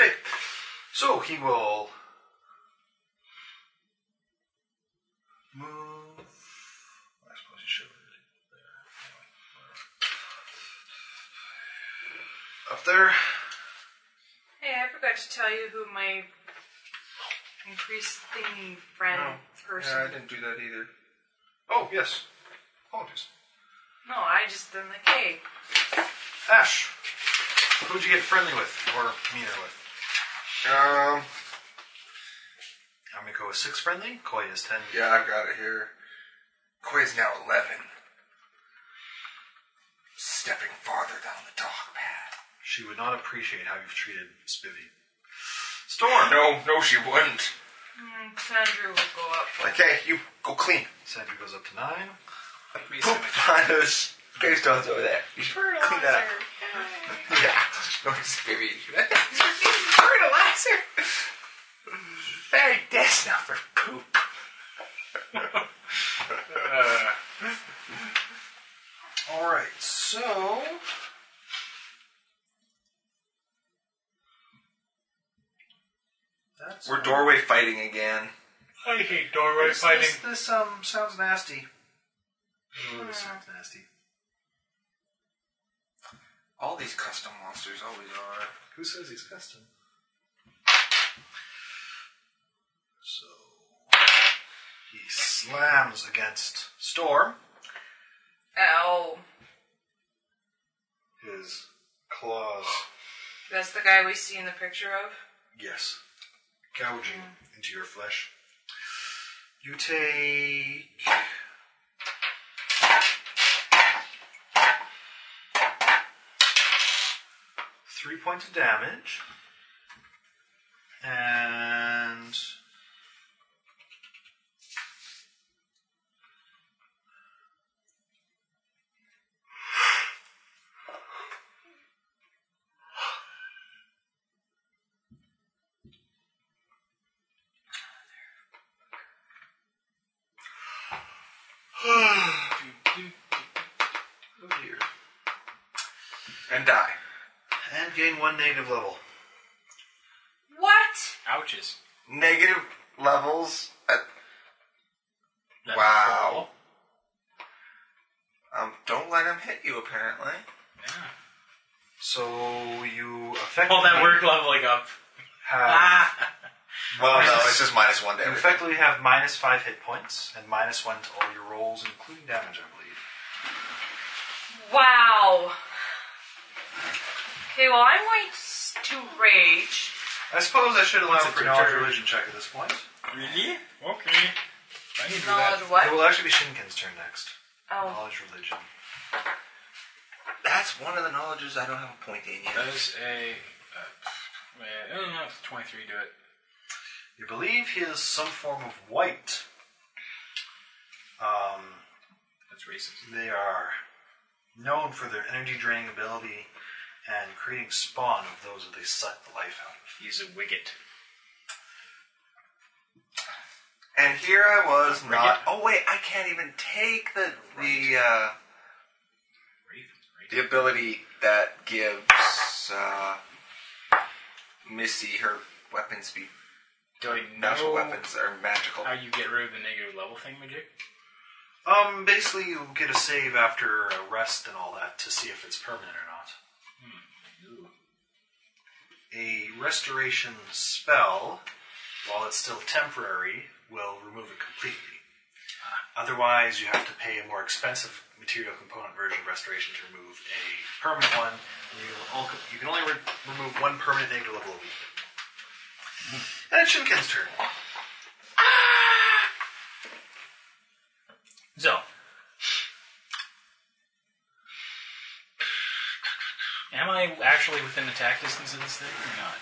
Speaker 4: Okay. So he will move. I suppose he should. Up there.
Speaker 3: Hey, I forgot to tell you who my increased thingy friend person.
Speaker 2: didn't do that either.
Speaker 4: Oh, yes. Apologies.
Speaker 3: No, I just am like, hey,
Speaker 4: Ash, who'd you get friendly with or meaner with?
Speaker 2: Um,
Speaker 4: Amiko is six friendly. Koi is ten.
Speaker 2: yeah, I've got it here. Quiz now 11. Stepping farther down the dog path.
Speaker 4: She would not appreciate how you've treated Spivvy. Storm.
Speaker 2: No, no, she wouldn't.
Speaker 3: Mm, Sandrew will go up.
Speaker 2: Okay, you go clean.
Speaker 7: Sandra goes up to nine.
Speaker 2: Poop on those gravestones over there. You should clean that up. Yeah. No, it's baby. Fertilizer. Very that's not for poop.
Speaker 4: All right, so that's
Speaker 2: We're doorway fighting again.
Speaker 5: I hate doorway
Speaker 4: this,
Speaker 5: fighting.
Speaker 4: This, this, um sounds nasty.
Speaker 5: Ooh, this sounds nasty.
Speaker 2: All these custom monsters always are.
Speaker 4: Who says he's custom? So he slams against Storm.
Speaker 3: Ow.
Speaker 4: His claws,
Speaker 3: That's the guy we see in the picture of.
Speaker 4: yes, gouging into your flesh. You take
Speaker 7: Three points of damage.
Speaker 4: and
Speaker 2: Oh dear. And die.
Speaker 4: and gain one negative level.
Speaker 3: What?
Speaker 9: Ouches.
Speaker 2: Negative levels. At,
Speaker 9: That's
Speaker 2: wow. Um, don't let him hit you. Apparently.
Speaker 4: So you effectively
Speaker 9: All that work leveling up.
Speaker 4: have
Speaker 9: Ah!
Speaker 2: Well, no, it's just minus one
Speaker 7: You
Speaker 2: damage.
Speaker 7: effectively have minus five hit points and minus one to all your rolls, including damage, I believe.
Speaker 3: Wow. Okay, well, I'm going to rage.
Speaker 4: I suppose I should allow
Speaker 7: It's a
Speaker 4: for a
Speaker 7: good
Speaker 4: knowledge
Speaker 7: turn.
Speaker 4: religion check at this point.
Speaker 9: Really? Okay. I can
Speaker 3: Knowledge
Speaker 9: do that.
Speaker 7: It
Speaker 3: what?
Speaker 7: will actually be Shinken's turn next.
Speaker 3: Oh,
Speaker 7: Knowledge religion.
Speaker 2: That's one of the knowledges I don't have a point in
Speaker 9: That
Speaker 2: yet.
Speaker 9: is a. Uh, man, I don't know if 23 do it.
Speaker 4: You believe he is some form of white. Um,
Speaker 9: That's racist.
Speaker 4: they are known for their energy draining ability and creating spawn of those that they suck the life out of.
Speaker 9: He's a wicket.
Speaker 2: And here I was not. Oh wait, I can't even take the the uh, the ability that gives uh, Missy her weapons be
Speaker 9: Do I
Speaker 2: natural
Speaker 9: know
Speaker 2: weapons are magical.
Speaker 9: how you get rid of the negative level thing, Majik?
Speaker 4: Um, basically, you get a save after a rest and all that to see if it's permanent or not. A restoration spell, while it's still temporary, will remove it completely. Otherwise, you have to pay a more expensive material component version of restoration to remove a permanent one. And you, all, you can only re- remove one permanent negative level a week. And it's Shinken's turn.
Speaker 9: So. Am I actually within attack distance of this thing or not?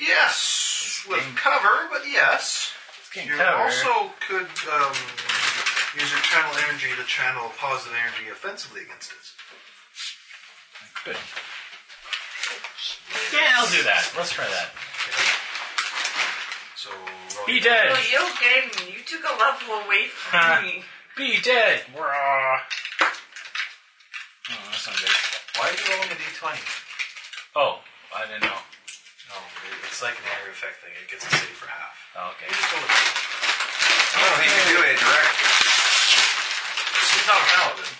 Speaker 4: Yes, with cover, but yes.
Speaker 9: getting
Speaker 4: You
Speaker 9: cover.
Speaker 4: also could um, use your channel energy to channel positive energy offensively against it.
Speaker 9: Good. Yeah, I'll do that. Let's try that.
Speaker 4: So roll
Speaker 9: Be
Speaker 3: well,
Speaker 9: dead.
Speaker 3: you gave me. You took a level away
Speaker 9: Huh.
Speaker 3: from me.
Speaker 9: Be dead. Rah. Oh, that's not good.
Speaker 4: Why are you rolling a d20?
Speaker 9: Oh, I didn't know.
Speaker 4: No, it- it's like an area effect thing. It gets a save for half.
Speaker 9: Oh, okay.
Speaker 4: Just roll it.
Speaker 2: I don't think you do it direct.
Speaker 4: She's not a paladin.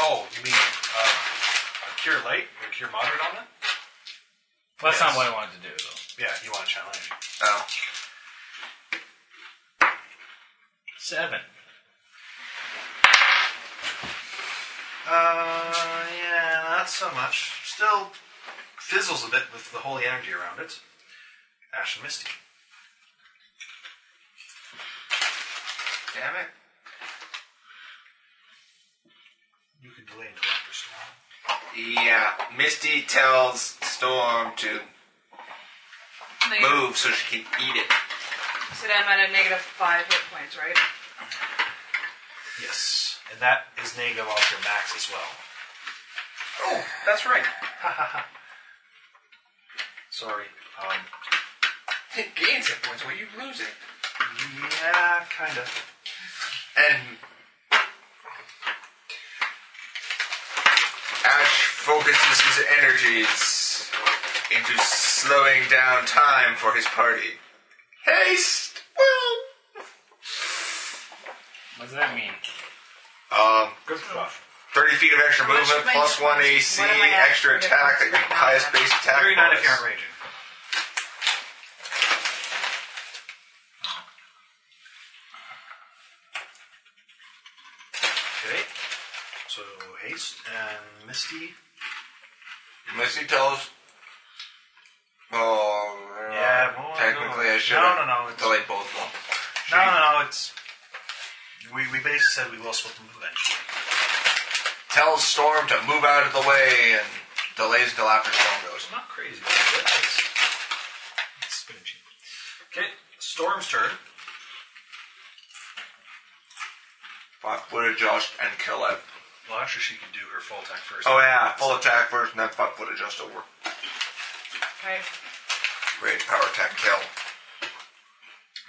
Speaker 4: Oh, you mean uh, a cure light or cure moderate on it?
Speaker 9: Well, that's
Speaker 4: Yes.
Speaker 9: not what I wanted to do, though.
Speaker 4: Yeah, you want to channel energy.
Speaker 2: Oh,
Speaker 9: Seven.
Speaker 4: Uh, yeah, not so much. Still fizzles a bit with the holy energy around it. Ash and Misty.
Speaker 2: damn it!
Speaker 4: You can delay until after storm.
Speaker 2: Yeah, Misty tells Storm to
Speaker 3: Thank you.
Speaker 2: move so she can eat it.
Speaker 3: So then I'm at a negative five hit points, right?
Speaker 17: Yes. And that is negative off your max as well.
Speaker 2: Oh, that's right.
Speaker 17: Sorry. Um,
Speaker 2: It gains hit points when you lose it.
Speaker 18: Yeah, kind of.
Speaker 2: And Ash focuses his energies into slowing down time for his party. Haste! Well,
Speaker 5: What does that mean?
Speaker 2: Um,
Speaker 4: Good stuff.
Speaker 2: 30 feet of extra
Speaker 3: How much
Speaker 2: movement,
Speaker 3: am I-
Speaker 2: plus 1 AC,
Speaker 3: what am I at?
Speaker 2: extra attack, that your highest base attack.
Speaker 17: very not if
Speaker 2: bonus.
Speaker 17: you're raging.
Speaker 4: Okay. So haste and misty.
Speaker 2: Unless he tells. Oh,
Speaker 17: Yeah, well,
Speaker 2: technically
Speaker 17: no.
Speaker 2: I should.
Speaker 17: No, no, no, it's-
Speaker 2: Delay both of them.
Speaker 17: No, no, no, it's. We, we basically said we will split them eventually.
Speaker 2: Tells Storm to move out of the way and delays until after Storm goes.
Speaker 4: Not crazy. but It's, it's been cheap. Okay, Storm's turn.
Speaker 2: Fuck, would adjust and kill it.
Speaker 4: Well, actually, she can do her full attack first.
Speaker 2: Oh yeah, full attack first, and then fuck would adjust over.
Speaker 3: Okay.
Speaker 2: Rage, power attack, kill.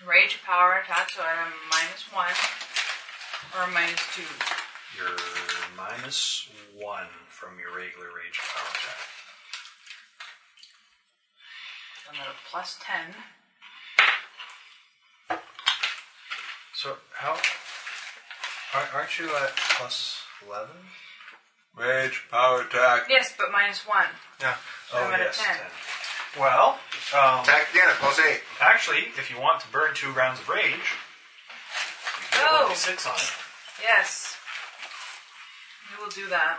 Speaker 3: Rage, power, attack, so I'm minus one. Or minus two.
Speaker 4: You're minus one from your regular rage power attack.
Speaker 3: I'm at a plus ten.
Speaker 4: So how? aren't- Aren't you at plus eleven?
Speaker 2: Rage, power attack.
Speaker 3: Yes, but minus one.
Speaker 4: Yeah. Oh,
Speaker 3: I'm at a 10.
Speaker 4: Well, um,
Speaker 2: Attack again at plus eight.
Speaker 4: actually, if you want to burn two rounds of rage, you can
Speaker 3: Oh.
Speaker 4: roll a six on it.
Speaker 3: Yes. We will do that.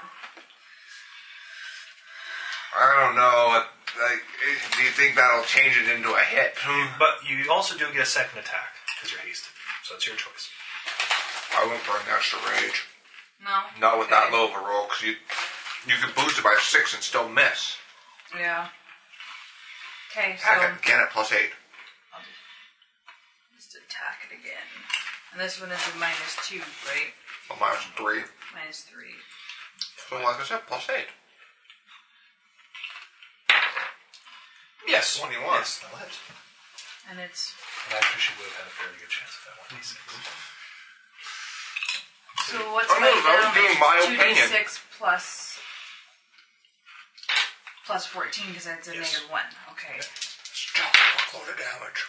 Speaker 2: I don't know. if- Like, eh, do you think that'll change it into a hit?
Speaker 4: But you also do get a second attack because you're hasted, so it's your choice.
Speaker 2: I won't burn extra rage.
Speaker 3: No?
Speaker 2: Not with that
Speaker 3: Okay.
Speaker 2: low of a roll, because you you could boost it by six and still miss.
Speaker 3: Yeah. Okay, so
Speaker 2: Attack again at plus eight.
Speaker 3: just attack it again. And this one is a minus two, right?
Speaker 2: Well, minus three.
Speaker 3: Minus three.
Speaker 2: So like I said, plus eight.
Speaker 4: Yes.
Speaker 2: 21.
Speaker 4: Yes, that'll hit.
Speaker 3: And it's
Speaker 4: And actually, she would have had a fairly good chance of that one.
Speaker 3: so what's
Speaker 2: Oh,
Speaker 3: my
Speaker 2: no, that was
Speaker 3: damage?
Speaker 2: being my
Speaker 3: two
Speaker 2: opinion.
Speaker 3: d six plus plus fourteen because that's a negative one. Okay.
Speaker 2: Still fuckload of damage.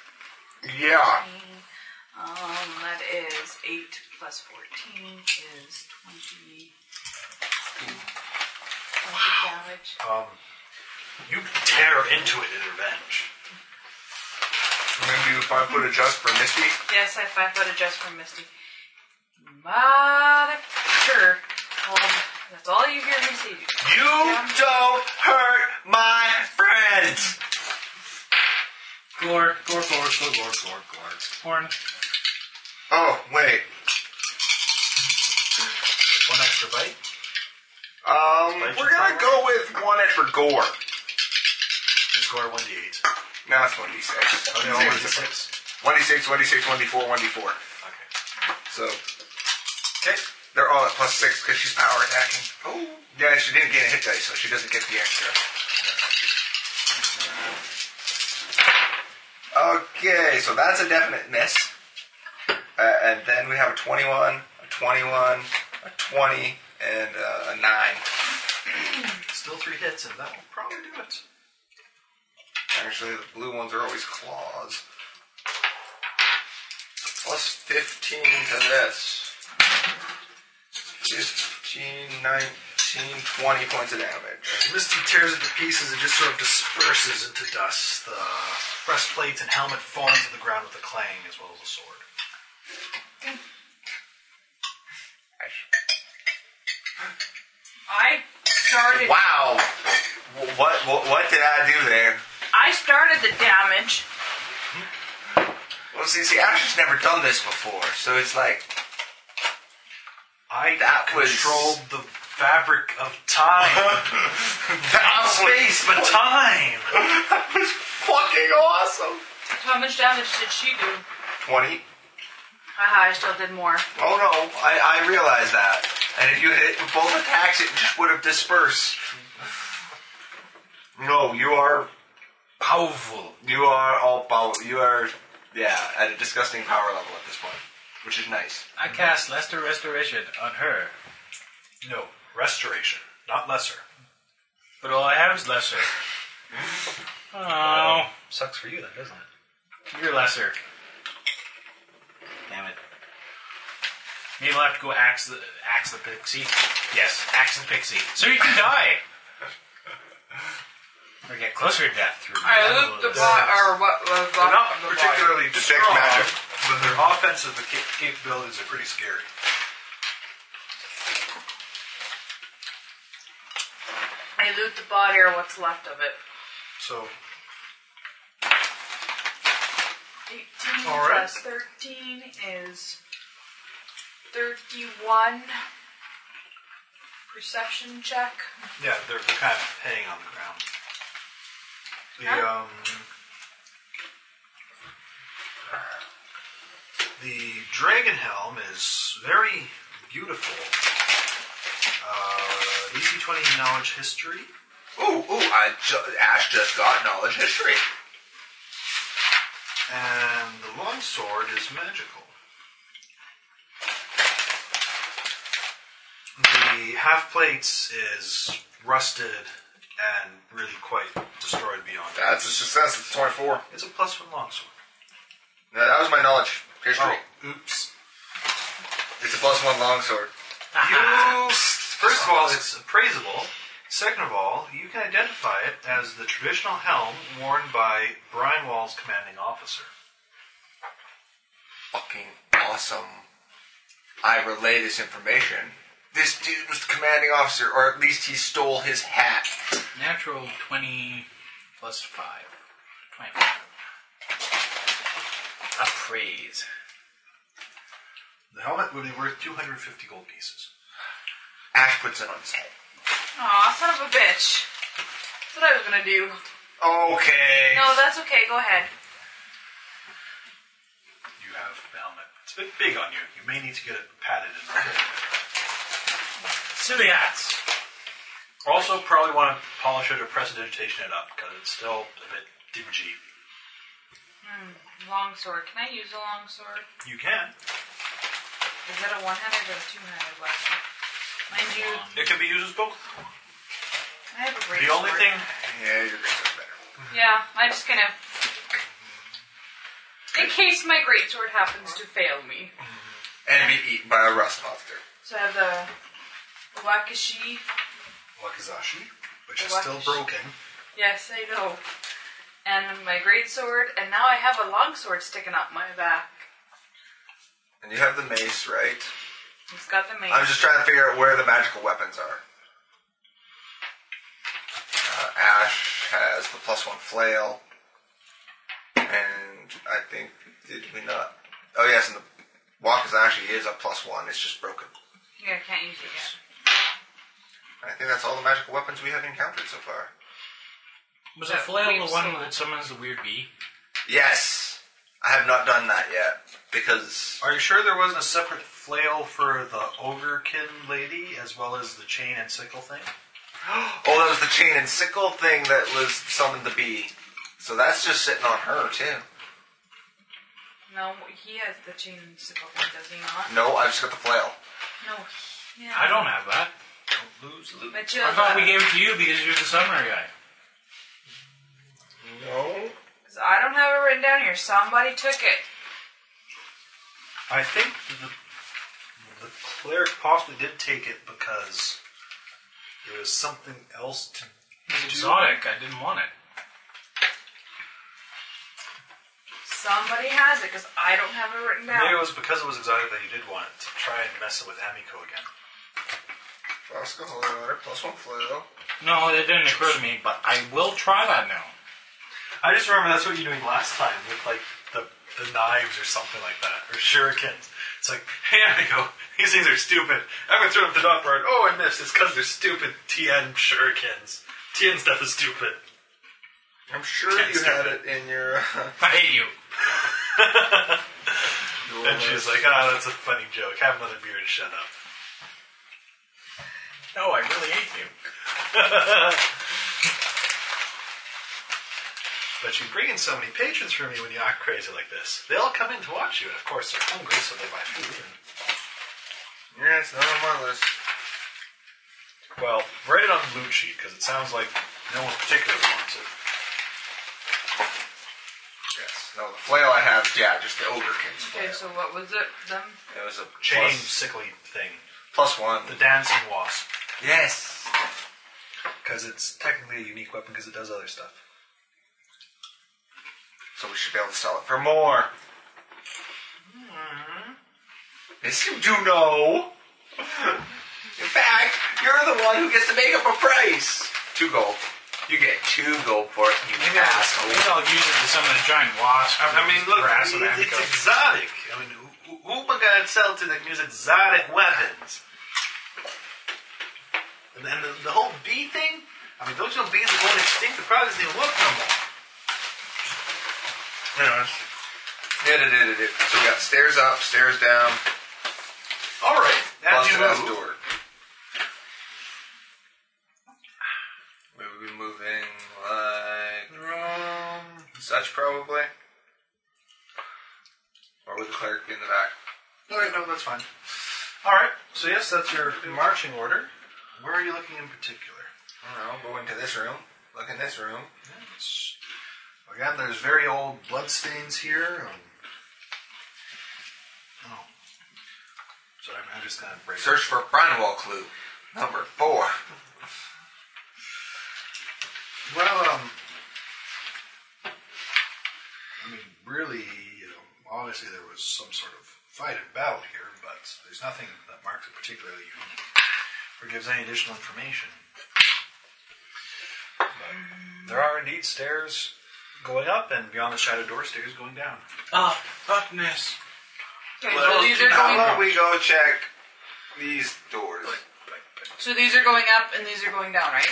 Speaker 2: Yeah.
Speaker 3: Um, that is eight plus fourteen is twenty. Twenty damage.
Speaker 4: Um, You tear into it in revenge.
Speaker 2: Maybe if I put adjust for Misty.
Speaker 3: Yes, I five foot adjust from Misty. Motherfucker. Well, that's all you hear me say.
Speaker 2: You don't hurt my friends.
Speaker 5: Gore, gore, gore, gore, gore, gore, gore. Horn.
Speaker 2: Oh wait.
Speaker 4: One extra bite.
Speaker 2: Um,
Speaker 4: Spike
Speaker 2: we're
Speaker 4: your
Speaker 2: gonna
Speaker 4: power?
Speaker 2: go with one extra gore.
Speaker 4: You score one d eight.
Speaker 2: No, it's one d six.
Speaker 4: Oh, no, one d six.
Speaker 2: One d six, one d six, one d four, one d four.
Speaker 4: Okay.
Speaker 2: So
Speaker 4: Okay.
Speaker 2: they're all at plus six because she's power attacking. Oh. Yeah, she didn't gain a hit dice, so she doesn't get the extra. Okay, so that's a definite miss. Uh, and then we have a 21, a 21, a 20, and uh, a 9.
Speaker 4: Still three hits, and that will probably do it.
Speaker 2: Actually, the blue ones are always claws. Plus 15 to this. 15, 19, 20 points of damage.
Speaker 4: Misty tears it to pieces and just sort of disperses into dust. The breastplate and helmet fall into the ground with a clang, as well as a sword.
Speaker 3: I started.
Speaker 2: Wow! Wh- What, what, what did I do there?
Speaker 3: I started the damage.
Speaker 2: Well, see, see, Ash has never done this before, so it's like
Speaker 4: I
Speaker 2: That was-
Speaker 4: controlled the
Speaker 5: fabric of time. Not space, but time.
Speaker 2: Fucking awesome.
Speaker 3: How much damage did she do?
Speaker 2: 20.
Speaker 3: Haha, I still did more.
Speaker 2: Oh no, I, I realize that. And if you hit with both attacks, it just would have dispersed. No, you are powerful. You are all powerful. You are, yeah, at a disgusting power level at this point, which is nice.
Speaker 5: I cast Lester Restoration on her,
Speaker 4: No, restoration, not lesser.
Speaker 5: but all I have is Lesser. Oh,
Speaker 4: Sucks for you, then, doesn't it?
Speaker 5: you're Lesser. Damn it. Maybe I'll have to go axe the axe the pixie. Yes, axe the pixie. So you can die. Or get closer to death through.
Speaker 3: I
Speaker 5: that
Speaker 3: looped the
Speaker 5: little-
Speaker 3: bot, or what was
Speaker 4: They're
Speaker 3: left
Speaker 4: not
Speaker 3: of the body.
Speaker 4: particularly
Speaker 2: Detect
Speaker 4: strong,
Speaker 2: magic.
Speaker 4: but their offensive ca- capabilities are pretty scary.
Speaker 3: I loot the body, or what's left of it.
Speaker 4: So
Speaker 3: 18
Speaker 4: All right.
Speaker 3: plus 13 is 31. Perception check.
Speaker 4: Yeah, they're, they're kind of hanging on the ground. The um, the dragon helm is very beautiful. Uh, DC twenty knowledge history.
Speaker 2: Ooh, ooh, I ju- Ash just got knowledge history.
Speaker 4: And the longsword is magical. The half plates is rusted and really quite destroyed beyond.
Speaker 2: That's a success. It's 24.
Speaker 4: It's a plus one longsword.
Speaker 2: No, that was my knowledge history.
Speaker 4: Oh. oops.
Speaker 2: It's a plus one longsword.
Speaker 4: You, first of all, it's appraisable. Second of all, you can identify it as the traditional helm worn by Brian Wall's commanding officer.
Speaker 2: Fucking awesome. I relay this information. This dude was the commanding officer, or at least he stole his hat.
Speaker 9: Natural 20 plus 5. 25. Appraise.
Speaker 4: The helmet would be worth 250 gold pieces.
Speaker 2: Ash puts it on his head.
Speaker 3: Aw, son of a bitch. That's what I was gonna do.
Speaker 2: Okay.
Speaker 3: No, that's okay, go ahead.
Speaker 4: You have the helmet. It's a bit big on you. You may need to get it padded and repaired.
Speaker 5: Silly hats.
Speaker 4: Also, probably want to polish it or precedentation it up because it's still a bit dingy.
Speaker 3: Longsword. Can I use a longsword?
Speaker 4: You can.
Speaker 3: Is that a one handed or a two handed weapon? Mind you,
Speaker 4: It can be used as both.
Speaker 3: I have a great
Speaker 4: The only
Speaker 3: sword.
Speaker 4: thing
Speaker 2: Yeah, you're gonna better.
Speaker 3: Yeah, I'm just gonna. In case my greatsword happens to fail me.
Speaker 2: and be eaten by a rust monster.
Speaker 3: So I have the Wakashi.
Speaker 4: Wakizashi, which
Speaker 3: The
Speaker 4: is still
Speaker 3: Wakizashi.
Speaker 4: broken.
Speaker 3: Yes, I know. And my greatsword, and now I have a longsword sticking up my back.
Speaker 2: And you have the mace, right?
Speaker 3: It's got the main.
Speaker 2: I'm just trying to figure out where the magical weapons are. Uh, Ash has the plus one flail, and I think did we not? Oh yes, and the walk is actually is a plus one. It's just broken.
Speaker 3: Yeah, I can't use it yet.
Speaker 2: I think that's all the magical weapons we have encountered so far.
Speaker 9: Was
Speaker 3: That
Speaker 9: a flail
Speaker 3: weeps
Speaker 9: the
Speaker 3: so
Speaker 9: one
Speaker 3: much.
Speaker 9: that summons the weird bee?
Speaker 2: Yes, I have not done that yet because
Speaker 4: Are you sure there wasn't a separate flail for the ogrekin lady as well as the chain and sickle thing?
Speaker 2: oh, that was the chain and sickle thing that was summoned the bee. So that's just sitting on her too.
Speaker 3: No, he has the chain and sickle thing, does he not?
Speaker 2: No, I just got the flail.
Speaker 3: No, he. Yeah.
Speaker 9: I don't have that.
Speaker 4: Lose, lose.
Speaker 3: But you
Speaker 9: I thought we gave it to you because you're the summoner guy.
Speaker 2: No.
Speaker 3: 'cause I don't have it written down here. Somebody took it.
Speaker 4: I think the, the cleric possibly did take it because there was something else to
Speaker 9: It was exotic. I didn't want it.
Speaker 3: Somebody has it, because I don't have it written
Speaker 4: Maybe
Speaker 3: down.
Speaker 4: it was because it was exotic that you did want it to try and mess it with Amico again.
Speaker 2: Fosco holy water plus one flail.
Speaker 9: No, it didn't occur to me, but I will try that now.
Speaker 4: I just remember that's what you were doing last time with like the, the knives or something like that, or shurikens. It's like, hey Amico, These things are stupid. I'm gonna throw up the dot part. Oh, I missed. It's because they're stupid TN shurikens. TN stuff is stupid.
Speaker 2: I'm sure you had it in your. Uh,
Speaker 5: I hate you.
Speaker 4: And she's like, ah, that's a funny joke. Have another beer and shut up.
Speaker 5: No, I really hate you.
Speaker 4: But you bring in so many patrons for me when you act crazy like this. They all come in to watch you, and of course they're hungry, so they buy food. And,
Speaker 2: yeah, it's not on my list.
Speaker 4: well, write it on the loot sheet because it sounds like no one particularly wants it.
Speaker 2: Yes. No, the flail I have, yeah, just the ogrekins
Speaker 3: Okay,
Speaker 2: flail.
Speaker 3: so what was it? Them?
Speaker 2: It was a
Speaker 4: Chain
Speaker 2: plus,
Speaker 4: sickly thing,
Speaker 2: plus one.
Speaker 4: the dancing wasp,
Speaker 2: Yes.
Speaker 4: because it's technically a unique weapon because it does other stuff.
Speaker 2: So we should be able to sell it for more. Yes, you do know. In fact, you're the one who gets to make up a price. Two gold. You get two gold for it, you
Speaker 5: Maybe I'll, maybe
Speaker 2: asshole.
Speaker 5: I'll use it to summon a giant wasp.
Speaker 4: I, I
Speaker 5: and
Speaker 4: mean,
Speaker 5: just
Speaker 4: look,
Speaker 5: harass
Speaker 4: it's,
Speaker 5: it and
Speaker 4: it's
Speaker 5: go,
Speaker 4: exotic. I mean, who, who am I gonna sell to that can use exotic weapons? And then the, the whole bee thing. I mean, those little bees are going extinct. The product doesn't even look no more.
Speaker 2: Anyways. Yeah, da, da, da, da. So we got stairs up, stairs down,
Speaker 4: All right, as you
Speaker 2: busted ass
Speaker 4: move,
Speaker 2: door. We would be moving like um, such probably, or with the clerk in the back.
Speaker 4: All right, Oh, no, that's fine. All right, so yes, that's your marching order. Where are you looking in particular?
Speaker 2: I don't know. Go into this room. Look in this room.
Speaker 4: It's- Again, there's very old bloodstains here. Um, oh, sorry, I'm just gonna break.
Speaker 2: Search for Brinewall clue number four.
Speaker 4: Well, um, I mean, really, you know, obviously there was some sort of fight and battle here, but there's nothing that marks it particularly unique or gives any additional information. But there are indeed stairs going up, and beyond the shadow door, stairs going down.
Speaker 9: Ah,
Speaker 5: Up, upness.
Speaker 3: Okay,
Speaker 2: Well,
Speaker 3: so these are
Speaker 2: how
Speaker 3: going.
Speaker 2: about we go check these doors?
Speaker 3: So these are going up and these are going down, right?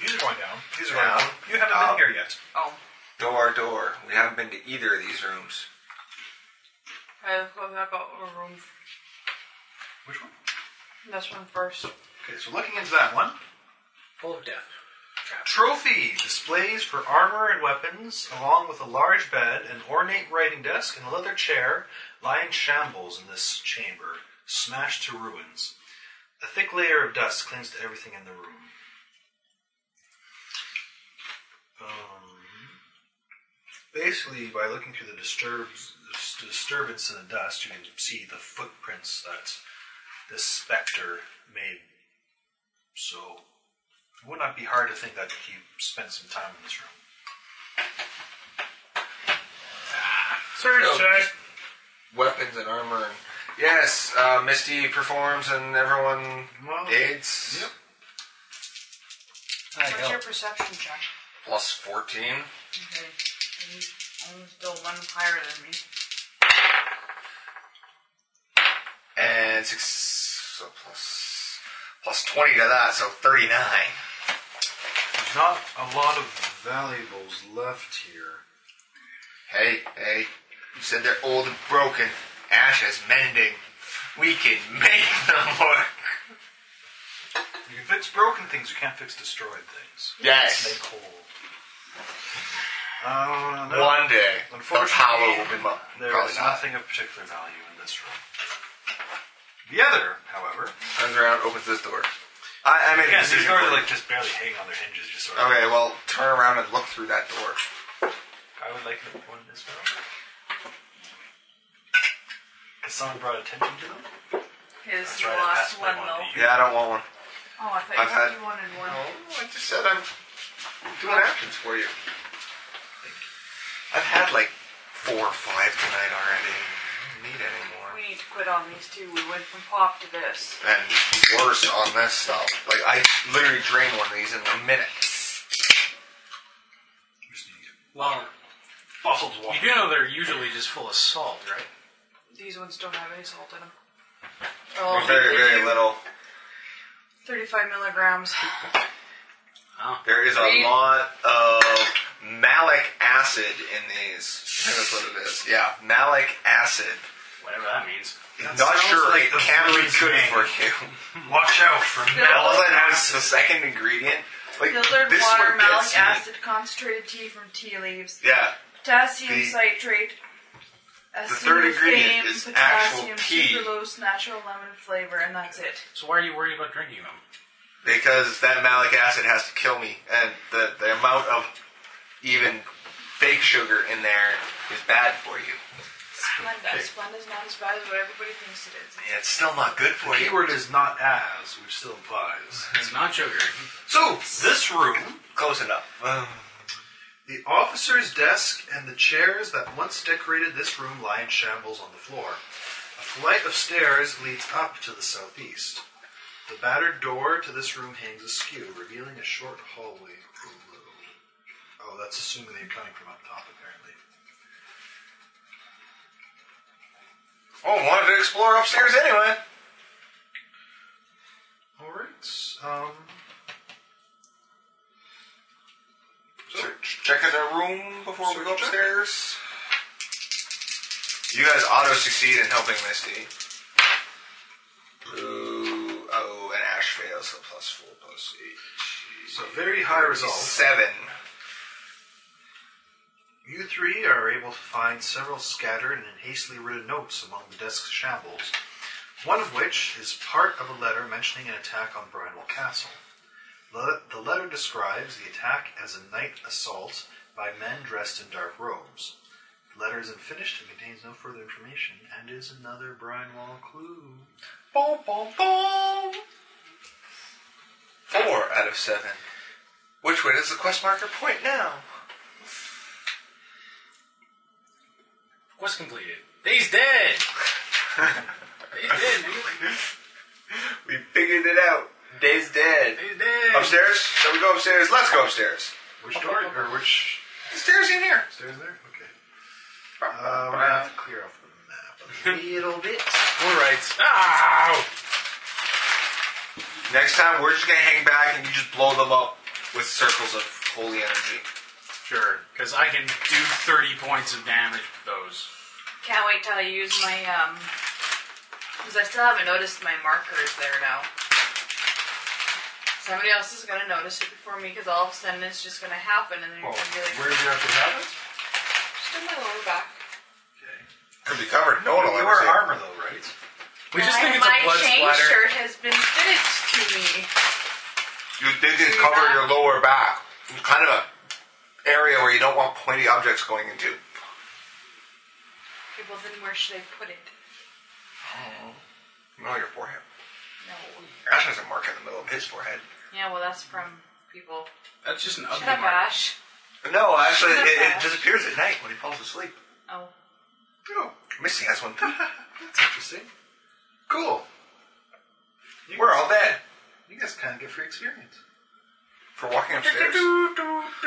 Speaker 5: These are going down.
Speaker 4: These are
Speaker 2: Yeah.
Speaker 4: all- You haven't
Speaker 2: Uh,
Speaker 4: been here yet.
Speaker 3: Oh,
Speaker 2: Door, door. We haven't been to either of these rooms.
Speaker 3: I go back over room.
Speaker 4: Which one?
Speaker 3: This one first.
Speaker 4: Okay, so looking into that one.
Speaker 9: Full of death.
Speaker 4: Trophy displays for armor and weapons, along with a large bed, an ornate writing desk, and a leather chair, lie in shambles in this chamber, smashed to ruins. A thick layer of dust clings to everything in the room. Um, basically, by looking through the disturbs, dis- disturbance in the dust, you can see the footprints that this specter made. So it would not be hard to think that he spent some time in this room.
Speaker 5: Search
Speaker 2: Oh.
Speaker 5: check.
Speaker 2: Weapons and armor. And... Yes, uh, Misty performs and everyone
Speaker 4: Well,
Speaker 2: aids.
Speaker 4: yep.
Speaker 3: What's your perception check?
Speaker 2: Plus 14.
Speaker 3: Okay. I'm still one higher than me.
Speaker 2: And six, so plus, plus 20 to that, so 39.
Speaker 4: There's not a lot of valuables left here.
Speaker 2: Hey, hey, you said they're old and broken. Ash is mending. We can make them work.
Speaker 4: You can fix broken things, you can't fix destroyed things. Make
Speaker 2: Yes.
Speaker 4: whole. Uh, no.
Speaker 2: One day, the
Speaker 4: Unfortunately,
Speaker 2: power will be mine.
Speaker 4: There
Speaker 2: Probably
Speaker 4: is
Speaker 2: not.
Speaker 4: nothing of particular value in this room. The other, however,
Speaker 2: Turns around, opens this door. I, I mean,
Speaker 5: Yeah,
Speaker 2: this
Speaker 5: these
Speaker 2: is
Speaker 5: doors
Speaker 2: important.
Speaker 5: are like just barely hanging on their hinges. Just sort of.
Speaker 2: Okay, well, turn around and look through that door.
Speaker 5: I would like to one this room. Because someone brought attention to them.
Speaker 3: His
Speaker 5: That's right, I
Speaker 3: last
Speaker 5: passed my
Speaker 3: one
Speaker 5: one to
Speaker 3: though.
Speaker 5: you.
Speaker 2: Yeah, I don't want one.
Speaker 3: Oh, I
Speaker 2: I've
Speaker 3: thought
Speaker 2: had- Oh.
Speaker 3: you wanted
Speaker 4: Oh.
Speaker 3: one.
Speaker 2: No, I just said I'm doing actions for you. I've had like four or five tonight already. I don't need any more.
Speaker 3: We need to quit on these two. We went from pop to this.
Speaker 2: And worse on this stuff. Like I literally drain one of these in a minute.
Speaker 9: Well,
Speaker 4: bottled water.
Speaker 9: you do know they're usually just full of salt, right?
Speaker 3: These ones don't have any salt in them. Oh,
Speaker 2: very, very little.
Speaker 3: 35 milligrams.
Speaker 2: There is
Speaker 3: Read.
Speaker 2: a lot of malic acid in these. I think that's what it is. Yeah, malic acid.
Speaker 9: Whatever that means.
Speaker 2: Not
Speaker 4: sounds
Speaker 2: sure
Speaker 4: like
Speaker 2: it
Speaker 4: the
Speaker 2: can be
Speaker 4: villain's
Speaker 2: good
Speaker 4: name.
Speaker 2: for you.
Speaker 4: Watch out for
Speaker 2: All
Speaker 4: Mel.
Speaker 2: that has the second ingredient. Like
Speaker 3: Filtered
Speaker 2: this
Speaker 3: water,
Speaker 2: one
Speaker 3: malic
Speaker 2: gets me.
Speaker 3: acid, concentrated tea from tea leaves,
Speaker 2: Yeah,
Speaker 3: potassium
Speaker 2: The-
Speaker 3: citrate,
Speaker 2: the third ingredient
Speaker 3: acetyl
Speaker 2: is
Speaker 3: fame,
Speaker 2: actual
Speaker 3: potassium,
Speaker 2: tea.
Speaker 3: sucralose, natural lemon flavor, and that's it.
Speaker 9: So why are you worried about drinking them?
Speaker 2: because that malic acid has to kill me, and the the amount of even fake sugar in there is bad for you.
Speaker 3: Splenda. Splenda's not as bad as what everybody thinks it is.
Speaker 2: Yeah, it's still not good for you.
Speaker 4: Keyword is not as, which still applies.
Speaker 9: It's not sugar.
Speaker 4: So, this room,
Speaker 2: Close enough.
Speaker 4: the officer's desk, and the chairs that once decorated this room lie in shambles on the floor. A flight of stairs leads up to the southeast. The battered door to this room hangs askew, revealing a short hallway below. Oh, that's assuming they're coming from up top, apparently.
Speaker 2: Oh, wanted to explore upstairs anyway.
Speaker 4: Alright, um,
Speaker 2: Check- Check in the room before we go upstairs. You guys auto succeed in helping Misty. Ooh, oh, and Ash fails, so plus four, plus eight.
Speaker 4: so very high results.
Speaker 2: Seven.
Speaker 4: You three are able to find several scattered and hastily written notes among the desk's shambles, one of which is part of a letter mentioning an attack on Bridewell Castle. Le- The letter describes the attack as a night assault by men dressed in dark robes. The letter is unfinished and contains no further information and is another Bridewell clue.
Speaker 2: Boom, boom, boom. Four out of seven. Which way does the quest marker point now?
Speaker 9: Quest completed. He's dead. He's dead. nigga.
Speaker 2: We figured it out. Day's dead.
Speaker 9: He's dead.
Speaker 2: Upstairs? Shall we go upstairs? Let's go upstairs.
Speaker 4: Which door? Or which
Speaker 2: Stairs in here.
Speaker 4: stairs there? Okay. Uh, we're gonna have to clear off the map a little bit.
Speaker 2: All right.
Speaker 9: Ow!
Speaker 2: Next time, we're just gonna hang back and you just blow them up with circles of holy energy.
Speaker 9: Sure, because I can do 30 points of damage with those.
Speaker 3: Can't wait till I use my, um, because I still haven't noticed my markers there now. Somebody else is going to notice it before me because all of a sudden it's just going to happen and then you're
Speaker 4: Oh,
Speaker 3: going to be like,
Speaker 4: where do you have to have it?
Speaker 3: just in my lower back.
Speaker 2: Could be covered. No one will
Speaker 4: you
Speaker 2: ever
Speaker 4: wear
Speaker 2: see it.
Speaker 4: armor though, right?
Speaker 9: We just
Speaker 3: And
Speaker 9: think it's a
Speaker 3: my
Speaker 9: blood
Speaker 3: chain
Speaker 9: splatter.
Speaker 3: shirt has been fitted to me.
Speaker 2: You they did
Speaker 3: Your
Speaker 2: cover
Speaker 3: back.
Speaker 2: your lower back. Kind of a area where you don't want pointy objects going into.
Speaker 3: Okay, well then where should I put it?
Speaker 2: No, your forehead.
Speaker 3: No.
Speaker 2: Ash has a mark in the middle of his forehead.
Speaker 3: Yeah, well that's from people.
Speaker 9: That's just an ugly
Speaker 3: Shut up,
Speaker 9: mark.
Speaker 3: Ash.
Speaker 2: No, actually,
Speaker 3: Shut up,
Speaker 2: it, it
Speaker 3: Ash.
Speaker 2: disappears at night when he falls asleep.
Speaker 3: Oh.
Speaker 2: Oh, Misty has one too.
Speaker 4: That's interesting. Cool. You
Speaker 2: We're
Speaker 4: guys-
Speaker 2: all dead.
Speaker 4: You guys kind of get free experience.
Speaker 2: For walking upstairs.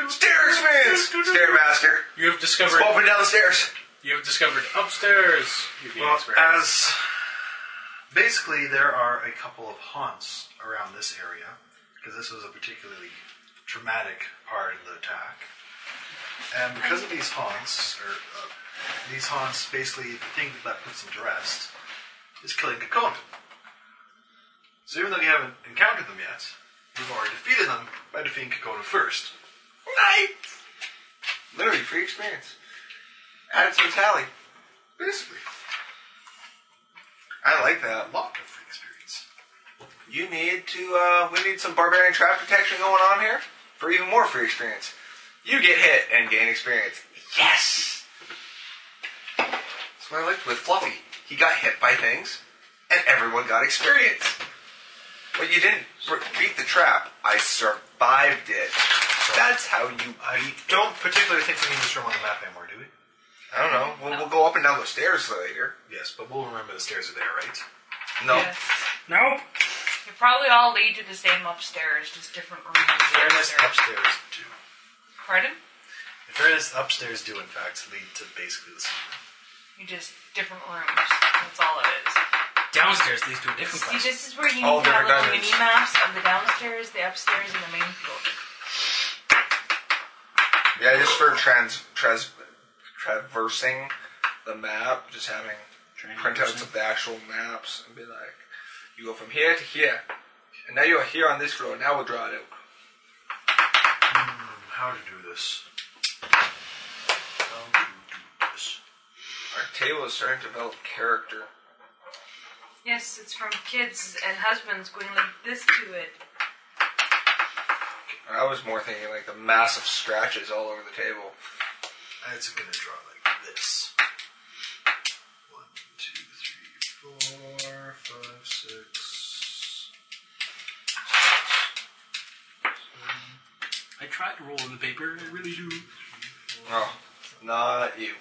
Speaker 2: Stair experience! Stairmaster.
Speaker 9: You have discovered.
Speaker 2: Open down the stairs.
Speaker 9: You have discovered upstairs. You gain
Speaker 4: Well,
Speaker 9: experience.
Speaker 4: as basically there are a couple of haunts around this area because this was a particularly traumatic part of the attack, and because of these haunts, or uh, these haunts, basically the thing that puts them to rest is killing Kakona. So even though you haven't encountered them yet, you've already defeated them by defeating Kakona first.
Speaker 2: Night. Literally free experience. Add it to the tally.
Speaker 4: Basically,
Speaker 2: I like that.
Speaker 4: a lot of free experience.
Speaker 2: You need to. Uh, we need some barbarian trap protection going on here for even more free experience. You get hit and gain experience. Yes. That's what I liked with Fluffy. He got hit by things, and everyone got experience. But you didn't re- beat the trap. I survived it. That's how you beat.
Speaker 4: I don't particularly think we need this room on the map anymore, do we?
Speaker 2: I don't know. We'll, we'll go up and down those stairs later.
Speaker 4: Yes, but we'll remember the stairs are there, right?
Speaker 2: No.
Speaker 3: Yes.
Speaker 9: nope.
Speaker 3: They probably all lead to the same upstairs, just different rooms.
Speaker 4: Fairness upstairs do.
Speaker 3: Pardon?
Speaker 4: The fairness upstairs do, in fact, lead to basically the same.
Speaker 3: You just different rooms. That's all it is.
Speaker 9: Downstairs leads to a different
Speaker 3: See,
Speaker 9: place.
Speaker 3: this is where you
Speaker 9: All
Speaker 3: have
Speaker 9: different
Speaker 3: little
Speaker 9: dimensions.
Speaker 3: mini maps of the downstairs, the upstairs, and the main floor.
Speaker 2: Yeah, just for trans, trans traversing the map, just having printouts of the actual maps and be like, you go from here to here, and now you're here on this floor. Now we'll draw it out.
Speaker 4: Hmm, How to do this?
Speaker 2: Our table is starting to develop character.
Speaker 3: Yes, it's from kids and husbands going like this to it.
Speaker 2: I was more thinking like the massive scratches all over the table.
Speaker 4: It's gonna draw like this. One, two, three, four, five, six.
Speaker 9: I tried to roll in the paper. I really do.
Speaker 2: Oh, not you.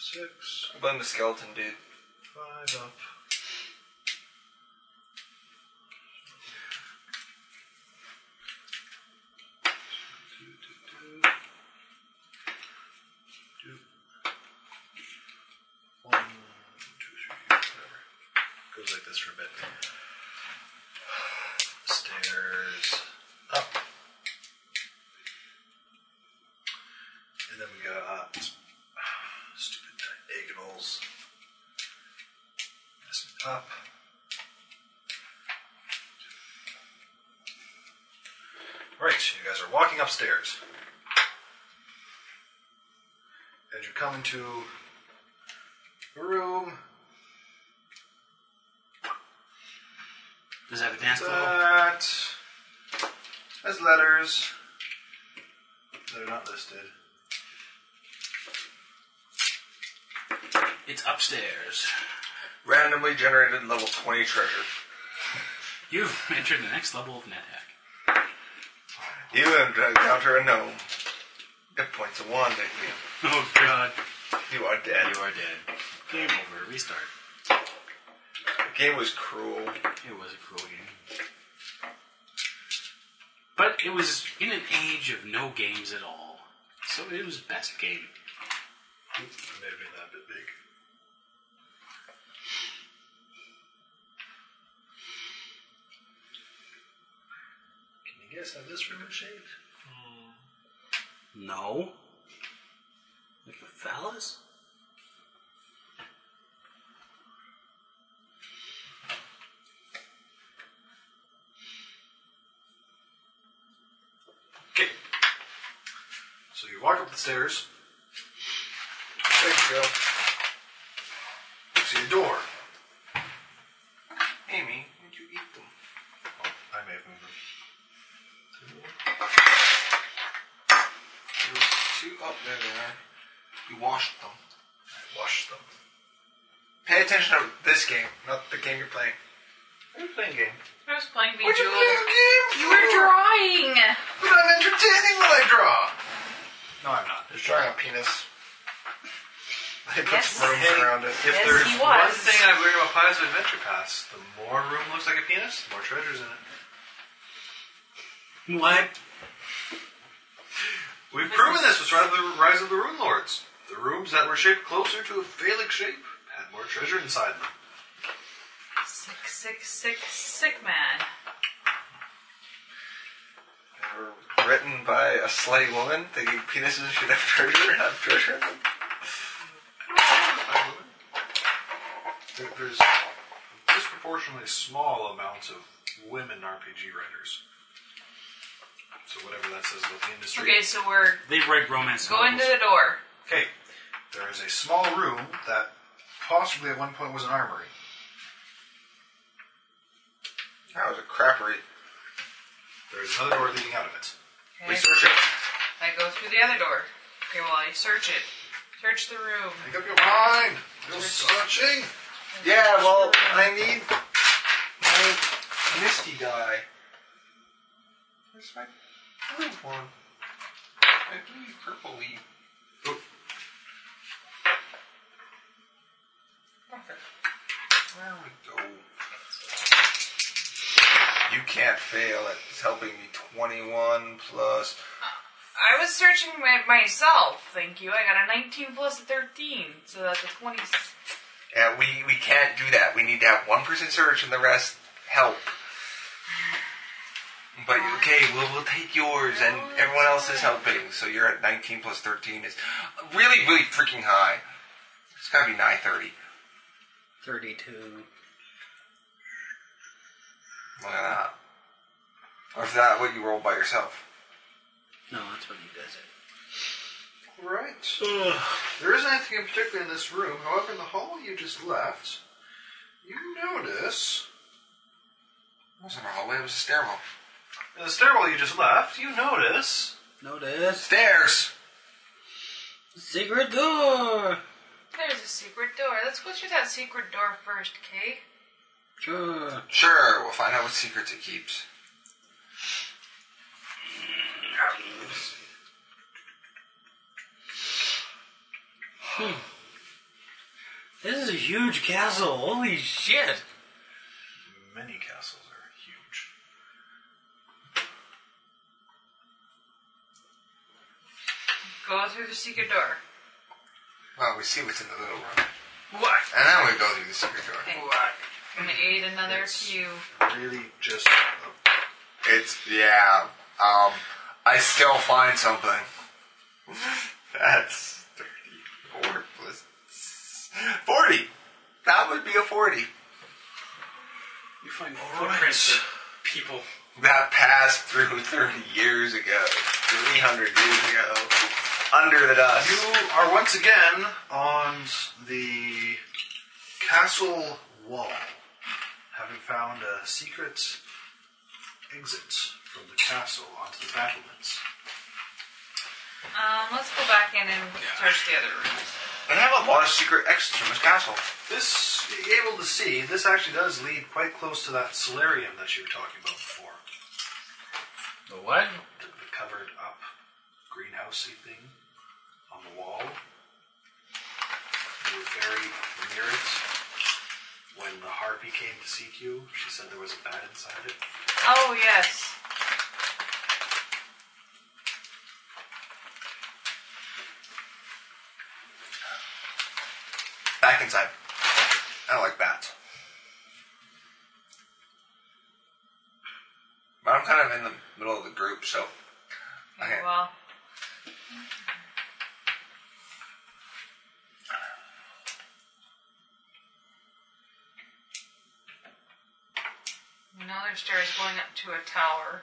Speaker 4: Six.
Speaker 2: I blame the skeleton dude.
Speaker 4: Five up. One, two, three, whatever. Goes like this for a bit. Stairs up. And then we got uh, stupid diagonals. This up. Right, you guys are walking upstairs. And you come into a room.
Speaker 9: Does it have a dance level?
Speaker 4: That has letters that are not listed.
Speaker 9: It's upstairs.
Speaker 2: Randomly generated level 20 treasure.
Speaker 9: You've entered the next level of NetHack.
Speaker 2: You have encounter a gnome. It points a wand at
Speaker 9: Oh god.
Speaker 2: you. You are dead.
Speaker 9: You are dead. Game over. Restart.
Speaker 2: The game was cruel.
Speaker 9: It was a cruel game. But it was in an age of no games at all. So it was best game.
Speaker 4: Maybe not a bit big. Can you guess how this room is shaped?
Speaker 9: No. Like the phallus?
Speaker 4: Okay. So you walk up the stairs. There you go. You see a door.
Speaker 2: Amy, would you eat them?
Speaker 4: Oh, I may have moved them.
Speaker 2: There was two up there, there. You washed them.
Speaker 4: I washed them.
Speaker 2: Pay attention to this game, not the game you're playing.
Speaker 4: Are you playing game?
Speaker 3: I was playing Bejeweled.
Speaker 2: What you playing game?
Speaker 3: You were drawing.
Speaker 2: But I'm entertaining when I draw.
Speaker 4: No, I'm not.
Speaker 2: Just drawing a penis. I put
Speaker 3: Yes.
Speaker 2: some rooms around it.
Speaker 4: If
Speaker 3: Yes,
Speaker 4: there's
Speaker 3: he was.
Speaker 4: one thing I've learned about Pirates of Adventure Pass, the more room looks like a penis, the more treasure's in it.
Speaker 9: What?
Speaker 4: We've proven this with Rise of the, Rise of the Rune Lords. The rooms that were shaped closer to a phallic shape had more treasure inside them.
Speaker 3: Sick, sick, sick, sick man.
Speaker 2: They were written by a slutty woman thinking penises should have treasure and have treasure in them.
Speaker 4: There, there's disproportionately small amounts of women RPG writers. So whatever that says about the industry.
Speaker 3: Okay, so we're
Speaker 9: They write romance
Speaker 3: going to
Speaker 9: novels.
Speaker 3: the door.
Speaker 4: Okay, there is a small room that possibly at one point was an armory.
Speaker 2: That was a crappery.
Speaker 4: There is another door leading out of it.
Speaker 3: Okay.
Speaker 2: We search it.
Speaker 3: I go through the other door. Okay, well, I search it. Search the room.
Speaker 4: Make up your mind! You're searching!
Speaker 2: Yeah, well, I need my Misty die. Where's my blue one? I believe purple leaf. Oh. There we go. You can't fail at it's helping me 21 plus.
Speaker 3: I was searching my, myself, thank you. I got a 19 plus a 13, so that's a 26.
Speaker 2: And we, we can't do that. We need to have one person search and the rest help. But okay, we'll, we'll take yours, and everyone else is helping. So you're at 19 plus 13 is really, really freaking high. It's gotta be 930.
Speaker 1: 32.
Speaker 2: Look at that. Or is that what you rolled by yourself?
Speaker 1: No, that's what he does it.
Speaker 4: Right. there isn't anything in particular in this room. However, in the hall you just left, you notice.
Speaker 2: It wasn't a hallway, it was a stairwell.
Speaker 4: In the stairwell you just left, you notice.
Speaker 1: Notice.
Speaker 2: Stairs!
Speaker 1: Secret door.
Speaker 3: There's a secret door. Let's go through that secret door first, okay?
Speaker 1: Sure.
Speaker 2: Sure, we'll find out what secrets it keeps.
Speaker 1: This is a huge castle. Holy shit.
Speaker 19: Many castles are huge.
Speaker 3: Go through the secret door.
Speaker 2: Well, we see what's in the little room.
Speaker 20: What?
Speaker 2: And then we go through the secret door.
Speaker 3: Okay.
Speaker 20: What?
Speaker 3: I'm gonna aid another few.
Speaker 4: Really, just a
Speaker 2: It's yeah. Um, I still find something. That's thirty-four plus forty. That would be a forty.
Speaker 5: You find footprints of people.
Speaker 2: That passed through thirty years ago, three hundred years ago, under the dust.
Speaker 4: You are once again on the castle wall, having found a secret exit from the castle onto the battlements.
Speaker 3: Um, let's go back in and search the other room.
Speaker 2: They have a lot of secret exits from this castle.
Speaker 4: This, you're able to see, this actually does lead quite close to that solarium that you were talking about before.
Speaker 1: The what?
Speaker 4: The, the covered up greenhousey thing on the wall. You were very near it. When the harpy came to seek you, she said there was a bat inside it.
Speaker 3: Oh, yes.
Speaker 2: Back inside. I don't like bats. But I'm kind of in the middle of the group, so
Speaker 3: Okay,
Speaker 2: Okay.
Speaker 3: well. Another stair is going up to a tower.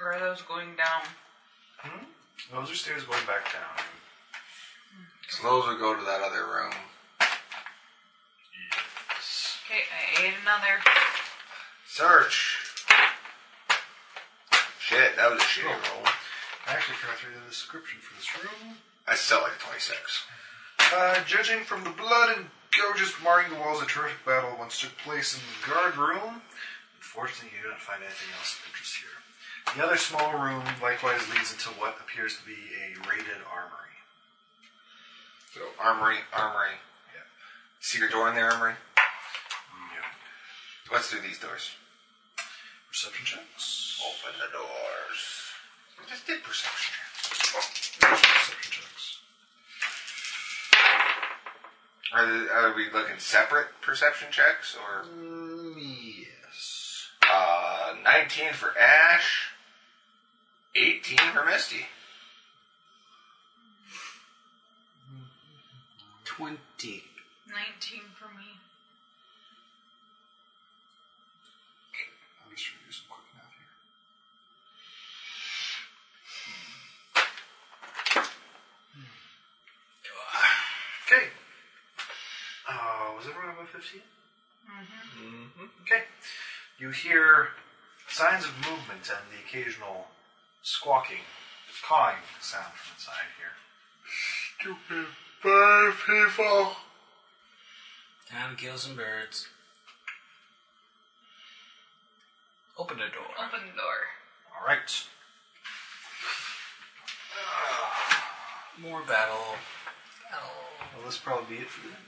Speaker 3: Or are those going down?
Speaker 4: Hmm? Those are stairs going back down.
Speaker 2: so those would go to that other room.
Speaker 3: Okay, I ate another.
Speaker 2: Search. Shit, that was a shitty roll.
Speaker 4: I actually forgot to read the description for this room.
Speaker 2: I still like 26.
Speaker 4: Uh, judging from the blood and gouges marring the walls, a terrific battle once took place in the guard room. Unfortunately, you don't find anything else of interest here. The other small room likewise leads into what appears to be a raided armory.
Speaker 2: So armory, armory.
Speaker 4: Yeah.
Speaker 2: Secret door in the armory.
Speaker 4: Yeah.
Speaker 2: Let's do these doors.
Speaker 4: Perception checks.
Speaker 2: Open the doors. I just did perception checks.
Speaker 4: Perception checks.
Speaker 2: Are, th- are we looking separate perception checks or?
Speaker 4: Mm, yes.
Speaker 2: Uh, 19 for Ash, 18 for Misty.
Speaker 1: 20.
Speaker 3: 19 for me.
Speaker 4: I'm just trying to do some quick math here. Okay. Uh, was everyone above 15? Mm-hmm. Okay. You hear signs of movement and the occasional squawking, cawing sound from inside here.
Speaker 2: Stupid bird people.
Speaker 1: Time to kill some birds. Open the door.
Speaker 3: Open the door.
Speaker 4: All right. Uh,
Speaker 1: More battle. Battle.
Speaker 4: Well, this probably be it for the night.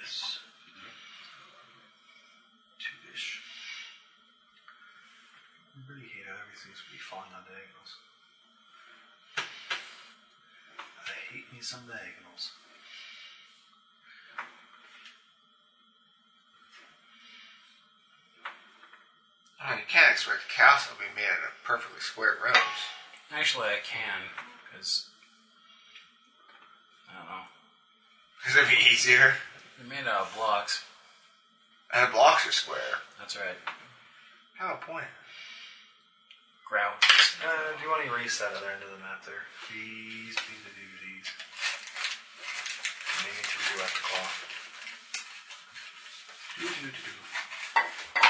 Speaker 4: Yes. Two-ish. I really hate how everything's be falling on diagonals. me some diagonals.
Speaker 2: I mean, Oh, you can't expect a castle to be made out of perfectly square rooms.
Speaker 9: Actually, I can, because. I don't know.
Speaker 2: Because it'd be easier.
Speaker 9: They're made out of blocks.
Speaker 2: And the blocks are square.
Speaker 9: That's right.
Speaker 2: I have a point.
Speaker 9: Grout.
Speaker 4: Uh, do you want to erase that other end of the map there? Please, please, please, please. Maybe to you have to call. Do, do, do, do.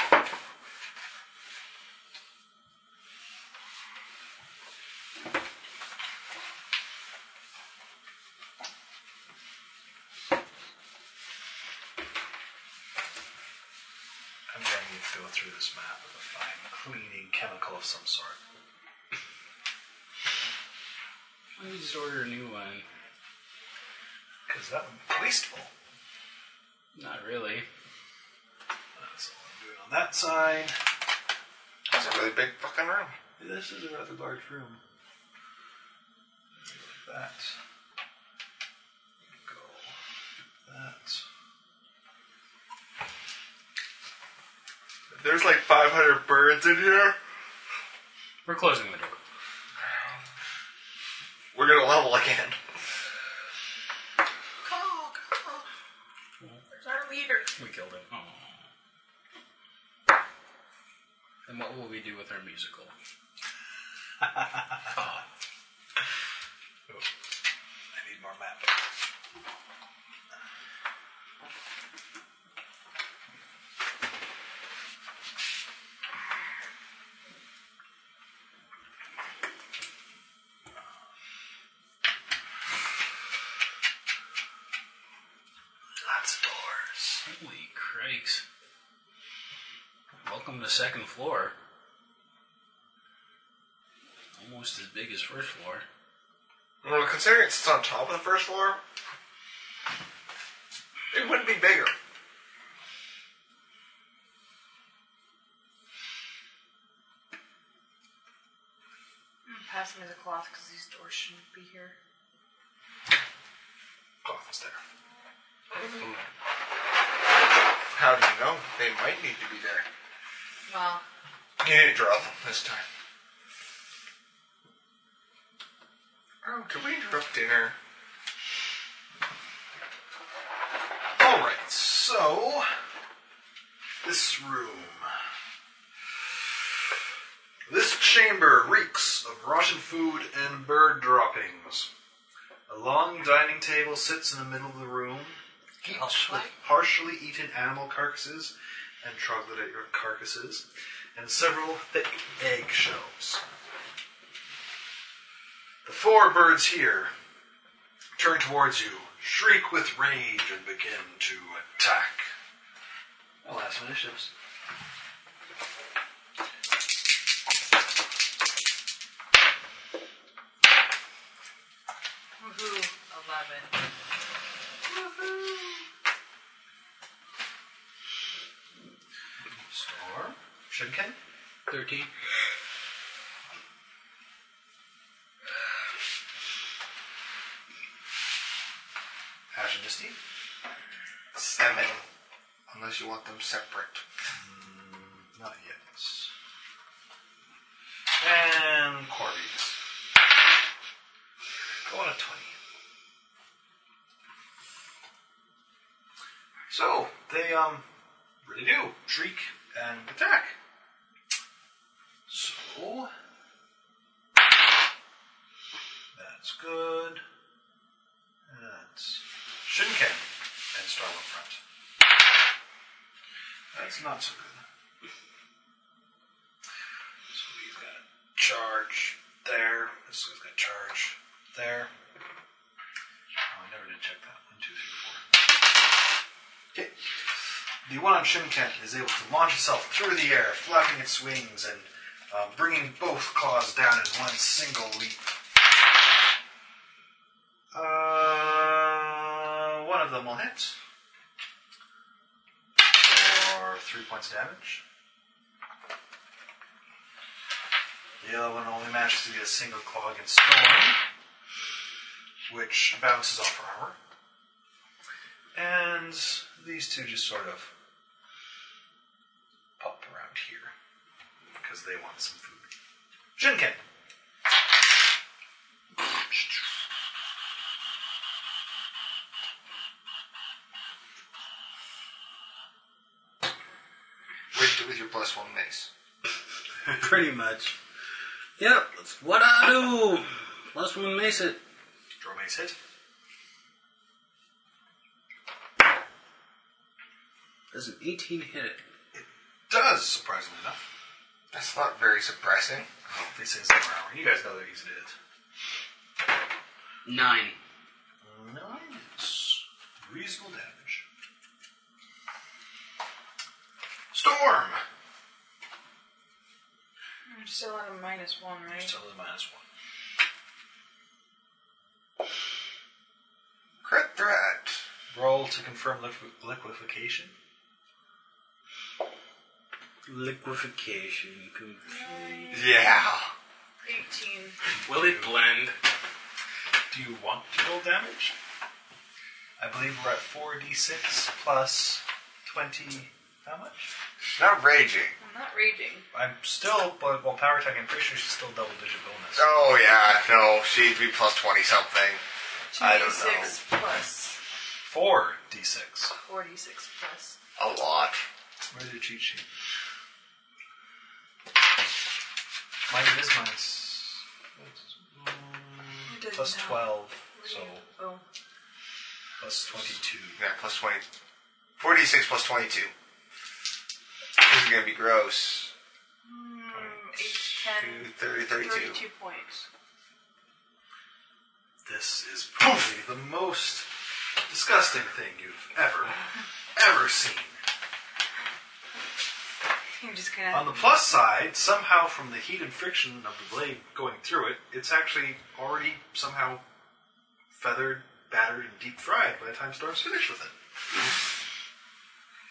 Speaker 4: I'm going to need to go through this map with a fine cleaning chemical of some sort.
Speaker 9: Let me just order a new one.
Speaker 4: Because that would be wasteful.
Speaker 9: Not really.
Speaker 4: That's all I'm doing on that side.
Speaker 2: That's a really big fucking room.
Speaker 4: This is a rather large room. Like that. Go that.
Speaker 2: There's like 500 birds in here.
Speaker 9: We're closing the door.
Speaker 2: We're gonna level again.
Speaker 6: Call, call. There's our leader.
Speaker 9: We killed him. Oh. And what will we do with our musical?
Speaker 4: I need more map. Lots of doors.
Speaker 9: Holy crikes. Welcome to second floor. Almost as big as first floor.
Speaker 2: Well, considering it's on top of the first floor, it wouldn't be bigger.
Speaker 3: Pass me the cloth because these doors shouldn't be here.
Speaker 2: Cloth is there. How do you know? They might need to be there.
Speaker 3: Well,
Speaker 2: You didn't draw them this time. Oh, can we interrupt dinner?
Speaker 4: Alright, so. This room. This chamber reeks of rotten food and bird droppings. A long dining table sits in the middle of the room, heaped with partially eaten animal carcasses and troglodyte carcasses, and several thick eggshells. The four birds here turn towards you, shriek with rage, and begin to attack. I'll ask initiatives.
Speaker 3: woohoo, 11.
Speaker 4: Storm, Shinken,
Speaker 9: 13.
Speaker 4: Ash and Misty.
Speaker 2: Seven. Unless you want them separate.
Speaker 4: Not yet. And Corby's. Go on a 20. So, they, um, really do shriek and attack. So, that's good. And that's Shinken and Starlight Front. That's not so good. So he's gonna charge there. This one's gonna charge there. Oh, I never did check that. One, two, three, four. Okay. The one on Shimkent is able to launch itself through the air, flapping its wings and um, bringing both claws down in one single leap. Uh, one of them will hit for three points of damage. The other one only manages to get a single claw against Storm which bounces off her armor. And these two just sort of pop around here because they want some food. Shinken!
Speaker 2: With, with your plus one mace.
Speaker 21: Pretty much. Yep, that's what I do. Plus one mace it.
Speaker 4: Draw mace hit.
Speaker 21: Does an 18 hit it?
Speaker 4: Does, surprisingly enough.
Speaker 2: That's not very surprising.
Speaker 4: Oh, these things are armor. You guys know they're easy to hit.
Speaker 21: Nine.
Speaker 4: Nine is reasonable damage. Storm!
Speaker 3: I'm still at a minus one, right?
Speaker 4: Still is minus one.
Speaker 2: Crit threat.
Speaker 4: Roll to confirm liqu- liquefaction.
Speaker 21: Liquefaction. Complete.
Speaker 2: Yeah.
Speaker 3: 18.
Speaker 9: Will it blend?
Speaker 4: Do you want to roll damage? I believe we're at 4d6 plus 20. How much?
Speaker 2: Not raging.
Speaker 3: I'm not raging.
Speaker 4: I'm still, but well, power attack, I'm pretty sure she's still double digit bonus.
Speaker 2: Oh yeah, no, she'd be plus twenty something. I don't know.
Speaker 3: 2d6 plus
Speaker 4: 4d6.
Speaker 3: 46 plus.
Speaker 2: A lot.
Speaker 4: Where's your cheat sheet? Mine is minus.
Speaker 3: It doesn't
Speaker 4: Plus
Speaker 3: have-
Speaker 4: 12, so
Speaker 3: Oh.
Speaker 4: plus 22.
Speaker 2: Yeah, plus 20. 46 plus 22. This is going to be gross.
Speaker 3: Mm, 8, 10,
Speaker 2: 30, 32.
Speaker 3: 32 points.
Speaker 4: This is probably the most disgusting thing you've ever, ever seen.
Speaker 3: You're just gonna.
Speaker 4: On the plus side, somehow from the heat and friction of the blade going through it, it's actually already somehow feathered, battered, and deep fried by the time Storm's finished with it.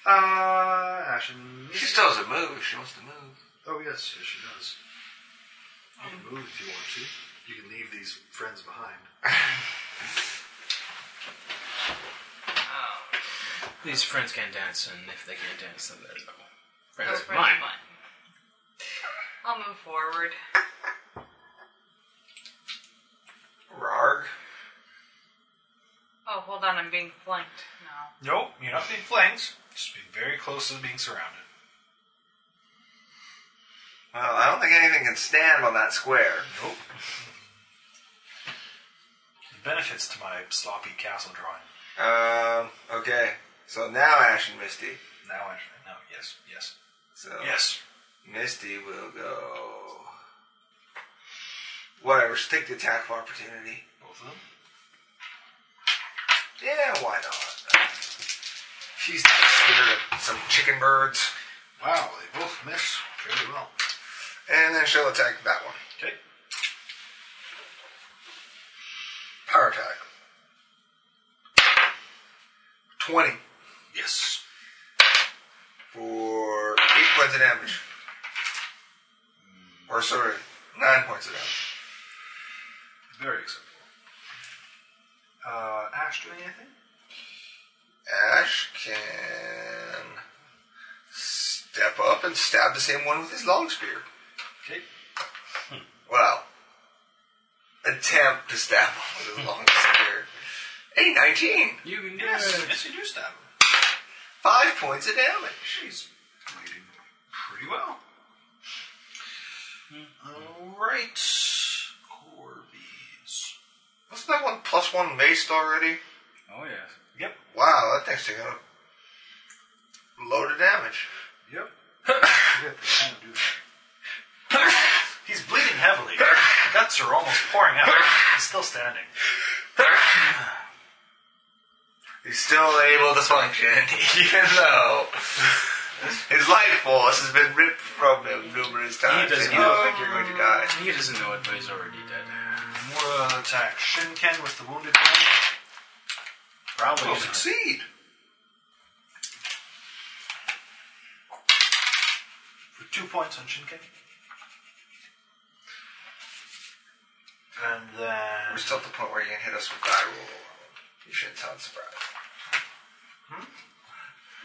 Speaker 4: Hmm. Uh, Ashen.
Speaker 2: She still has a move if she wants to move.
Speaker 4: Oh, yes, yes, she does. You can move if you want to. You can leave these friends behind.
Speaker 9: These friends can dance, and if they can't dance, then there's no
Speaker 3: Oh,
Speaker 9: friends of
Speaker 3: friend
Speaker 9: mine.
Speaker 3: of mine. I'll move forward.
Speaker 2: Rarg.
Speaker 3: Oh, hold on, I'm being flanked now.
Speaker 4: Nope, you're not being flanked. Just being very close to being surrounded.
Speaker 2: Well, I don't think anything can stand on that square.
Speaker 4: Nope. Benefits to my sloppy castle drawing.
Speaker 2: Um, okay. So now Ash and Misty.
Speaker 4: Now, actually, no, yes, yes,
Speaker 2: So
Speaker 4: yes.
Speaker 2: Misty will go. Whatever, stick the attack of opportunity.
Speaker 4: Both of them.
Speaker 2: Yeah, why not? She's not scared of some chicken birds.
Speaker 4: Wow, they both miss very well.
Speaker 2: And then she'll attack that one.
Speaker 4: Okay.
Speaker 2: Power attack. 20
Speaker 4: Yes.
Speaker 2: for 8 points of damage. Or sorry, 9 points of damage.
Speaker 4: Very acceptable. Uh, Ash doing anything?
Speaker 2: Ash can step up and stab the same one with his long spear.
Speaker 4: Okay.
Speaker 2: Well, attempt to stab him with his long spear. Hey, 19!
Speaker 9: You can do
Speaker 4: Yes.
Speaker 9: it.
Speaker 4: Yes, you do stab him.
Speaker 2: 5 points of damage.
Speaker 4: She's bleeding pretty well. Alright. Corby's.
Speaker 2: Wasn't that one plus 1 maced already?
Speaker 9: Oh yes.
Speaker 4: Yep.
Speaker 2: Wow, that thing's taking a load of damage.
Speaker 4: Yep. Yep, they kind of do that. He's bleeding heavily. Guts are almost pouring out. He's still standing.
Speaker 2: He's still able to function, even though his life force has been ripped from him numerous times.
Speaker 9: doesn't
Speaker 2: and you don't think you're going to die.
Speaker 9: He doesn't know it, but he's already dead.
Speaker 4: More attack. Shinken with the wounded one. Probably
Speaker 9: Oh,
Speaker 2: Will
Speaker 4: not.
Speaker 2: succeed.
Speaker 4: For two points on Shinken. And then.
Speaker 2: We're still at the point where you can hit us with die roll. You shouldn't sound surprised. Hmm?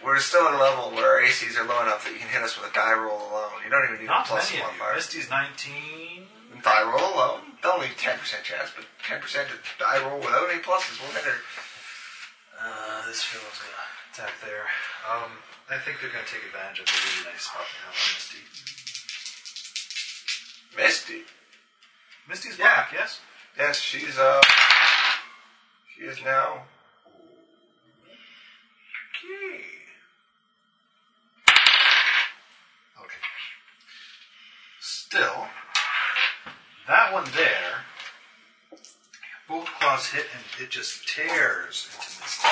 Speaker 2: We're still at a level where our ACs are low enough that you can hit us with a die roll alone. You don't even need
Speaker 4: Not
Speaker 2: a plus
Speaker 4: many of you.
Speaker 2: modifier.
Speaker 4: Misty's 19.
Speaker 2: Die roll alone. Only 10% chance, but 10% to die roll without any pluses will hit her.
Speaker 4: Uh, this fellow's gonna attack there. Um, I think they're gonna take advantage of the really nice spot they have on Misty.
Speaker 2: Misty.
Speaker 4: Misty's
Speaker 2: Yeah.
Speaker 4: black, yes?
Speaker 2: Yes, she's uh she is now Okay.
Speaker 4: Okay. Still, that one there, both claws hit and it just tears into Misty.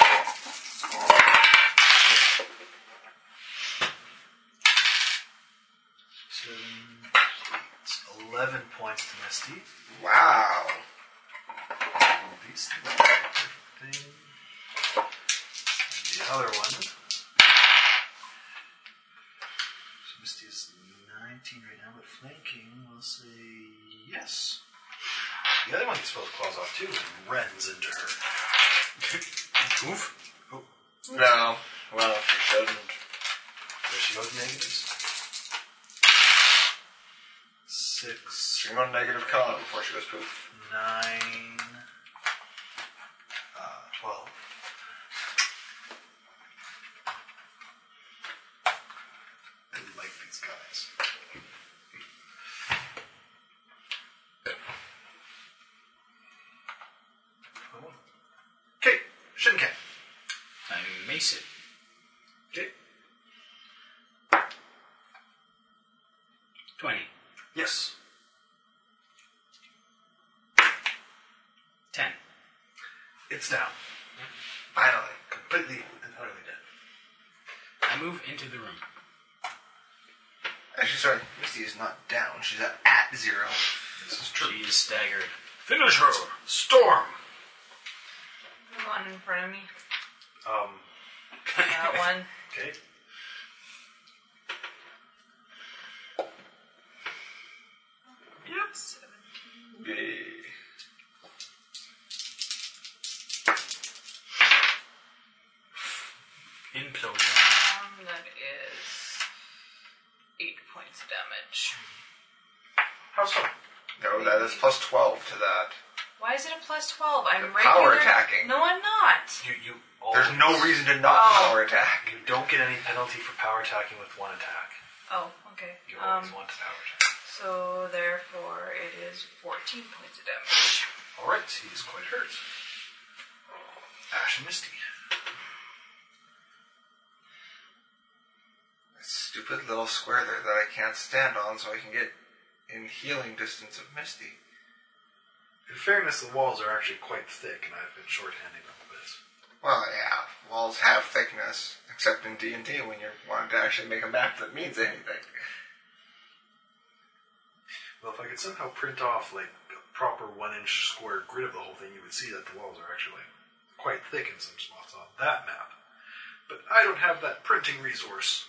Speaker 4: Seven, eight, Eleven points to Misty.
Speaker 2: Wow.
Speaker 4: These things. The other one. So Misty's 19 right now, but flanking, we'll say yes. The other one gets both claws off too and rends into her. Oof. Oh.
Speaker 2: No. Well she doesn't.
Speaker 4: There she goes, negatives. Six,
Speaker 2: She can go negative con before she goes poof.
Speaker 4: nine, uh, twelve. I like these guys. Okay, Shinken.
Speaker 9: I mace it.
Speaker 4: Okay.
Speaker 9: 20.
Speaker 4: Yes.
Speaker 9: 10.
Speaker 4: It's down.
Speaker 2: Finally.
Speaker 4: Completely and utterly dead.
Speaker 9: I move into the room.
Speaker 2: Actually sorry, Misty is not down, she's at, at zero.
Speaker 4: This is true.
Speaker 9: She is staggered. Finish her!
Speaker 4: Storm!
Speaker 3: The one in front of me.
Speaker 4: Um,
Speaker 3: That one.
Speaker 4: okay.
Speaker 3: Yes.
Speaker 9: Implosion.
Speaker 3: Um, that is eight points of damage.
Speaker 4: How so?
Speaker 2: No, that is plus twelve to that.
Speaker 3: Why is it a plus twelve? I'm
Speaker 2: You're
Speaker 3: regular.
Speaker 2: power attacking.
Speaker 3: No, I'm not.
Speaker 4: You, you always,
Speaker 2: There's no reason to not
Speaker 3: Oh.
Speaker 2: power attack.
Speaker 4: You don't get any penalty for power attacking with one attack.
Speaker 3: Oh, okay.
Speaker 4: You
Speaker 3: Um,
Speaker 4: always want to power attack.
Speaker 3: so therefore, it is fourteen points of damage.
Speaker 4: Alright, he is quite hurt. Ash and Misty.
Speaker 2: That stupid little square there that I can't stand on so I can get in healing distance of Misty.
Speaker 4: In fairness, the walls are actually quite thick, and I've been shorthanding them with this.
Speaker 2: Well, yeah, walls have thickness, except in D and D when you're wanting to actually make a map that means anything.
Speaker 4: Well, if I could somehow print off like a proper one-inch square grid of the whole thing, you would see that the walls are actually quite thick in some spots on that map. But I don't have that printing resource.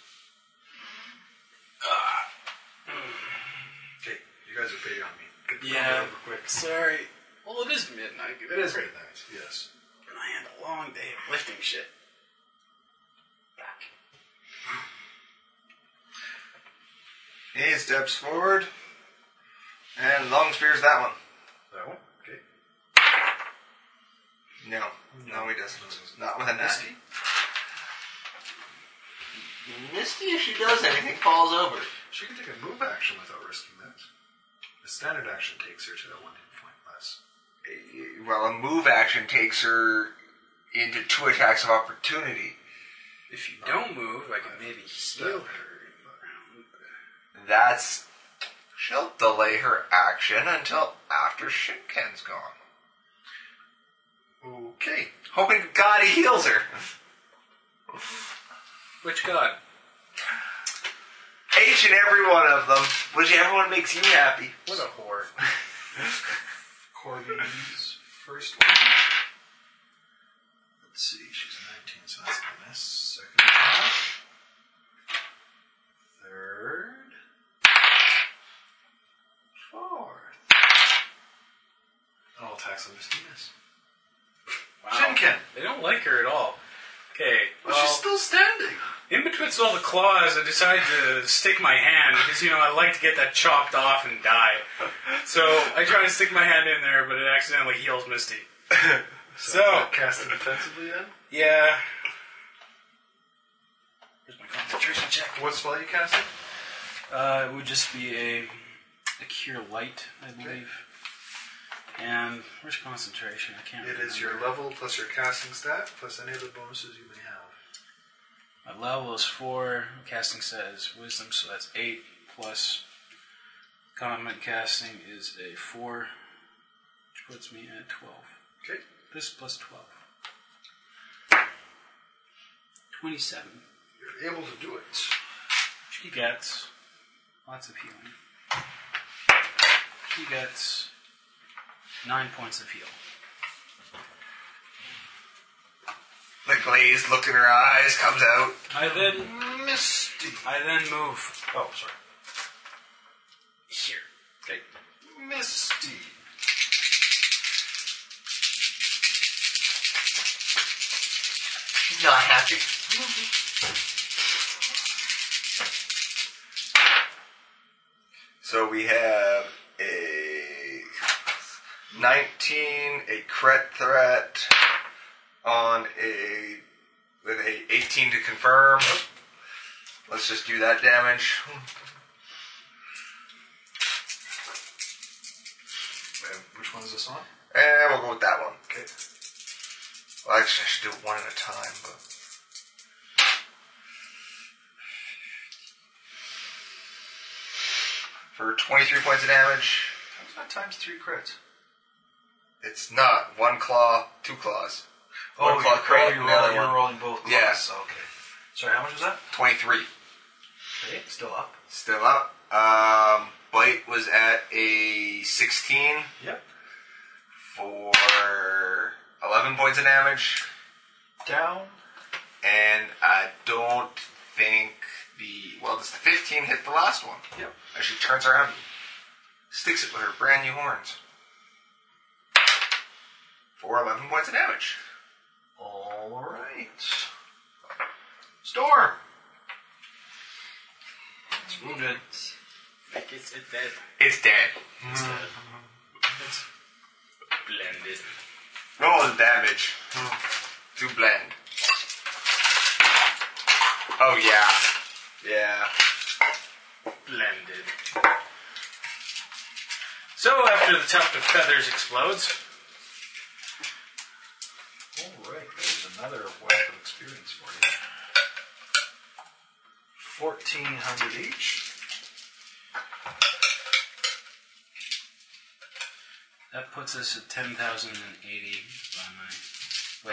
Speaker 4: Okay, you guys are big on me. Get the
Speaker 21: Yeah.
Speaker 4: combat over quick.
Speaker 21: Sorry. Well, it is midnight.
Speaker 4: It is midnight. Yes.
Speaker 21: And I had a long day of lifting shit.
Speaker 2: He steps forward and long spears that one.
Speaker 4: That one. Okay.
Speaker 2: No, no, he doesn't. Not with a nasty. Misty, if she does anything, falls over.
Speaker 4: She can take a move action without risking that. The standard action takes her to that one hit point less.
Speaker 2: Well, a move action takes her into two attacks of opportunity.
Speaker 21: If you don't move, I could maybe heal her.
Speaker 2: That's. She'll delay her action until after Shinken's gone.
Speaker 4: Okay.
Speaker 2: Hoping to God he heals her.
Speaker 9: Which god?
Speaker 2: Each and every one of them. Whichever one makes you happy.
Speaker 9: What a whore.
Speaker 4: Corby's first one. Let's see, she's 19, so that's a miss. Second attack. Third. Fourth. attacks on just a miss.
Speaker 9: Wow. They don't like her at all. Okay.
Speaker 4: Well, she's still standing.
Speaker 9: In betwixt all the claws, I decided to stick my hand because, you know, I like to get that chopped off and die. So I try to stick my hand in there, but it accidentally heals Misty. so.
Speaker 4: Cast it defensively then?
Speaker 9: Yeah.
Speaker 5: Concentration check.
Speaker 4: What spell you casting?
Speaker 9: Uh, it would just be a, a cure light, I believe. And where's concentration? I can't
Speaker 4: It
Speaker 9: remember.
Speaker 4: is your level plus your casting stat plus any other bonuses you may have.
Speaker 9: My level is four. Casting says wisdom, so that's eight plus common casting is a four, which puts me at twelve.
Speaker 4: Okay.
Speaker 9: This plus twelve. Twenty-seven.
Speaker 4: You're able to do it.
Speaker 9: She gets lots of healing. She gets nine points of heal.
Speaker 2: The glazed look in her eyes comes out.
Speaker 9: I then
Speaker 4: Misty.
Speaker 9: I then move.
Speaker 4: Oh, sorry.
Speaker 9: Here. Okay.
Speaker 4: Misty.
Speaker 2: She's not happy. So we have a 19, a cret threat on a with a 18 to confirm. Let's just do that damage.
Speaker 4: Uh, which one is this on?
Speaker 2: And we'll go with that one.
Speaker 4: Okay.
Speaker 2: Well, actually, I should do it one at a time, but. For 23 points of damage.
Speaker 4: How's that times three crits?
Speaker 2: It's not. One claw, two claws.
Speaker 4: Oh,
Speaker 2: One claw
Speaker 4: you're-
Speaker 2: crit,
Speaker 4: oh,
Speaker 2: and
Speaker 4: you're,
Speaker 2: the other
Speaker 4: roll- you're
Speaker 2: one.
Speaker 4: rolling both claws.
Speaker 2: Yeah.
Speaker 4: Okay. Sorry, how much was that?
Speaker 2: 23.
Speaker 4: Okay, still up.
Speaker 2: Still up. Um, Bite was at a 16
Speaker 4: Yep.
Speaker 2: for 11 points of damage.
Speaker 4: Down.
Speaker 2: And I don't think the. Well, does the 15 hit the last one?
Speaker 4: Yep.
Speaker 2: As she turns around, and sticks it with her brand new horns. For 11 points of damage.
Speaker 4: All right. Storm.
Speaker 9: It's wounded. Like it's it dead.
Speaker 2: It's dead.
Speaker 9: It's dead. It's blended.
Speaker 2: Roll the damage. To blend. Oh, yeah. Yeah.
Speaker 9: Blended. So after the tuft of feathers explodes,
Speaker 4: All right, there's another wealth of experience for you. Fourteen hundred each.
Speaker 9: that puts us at ten thousand and eighty by my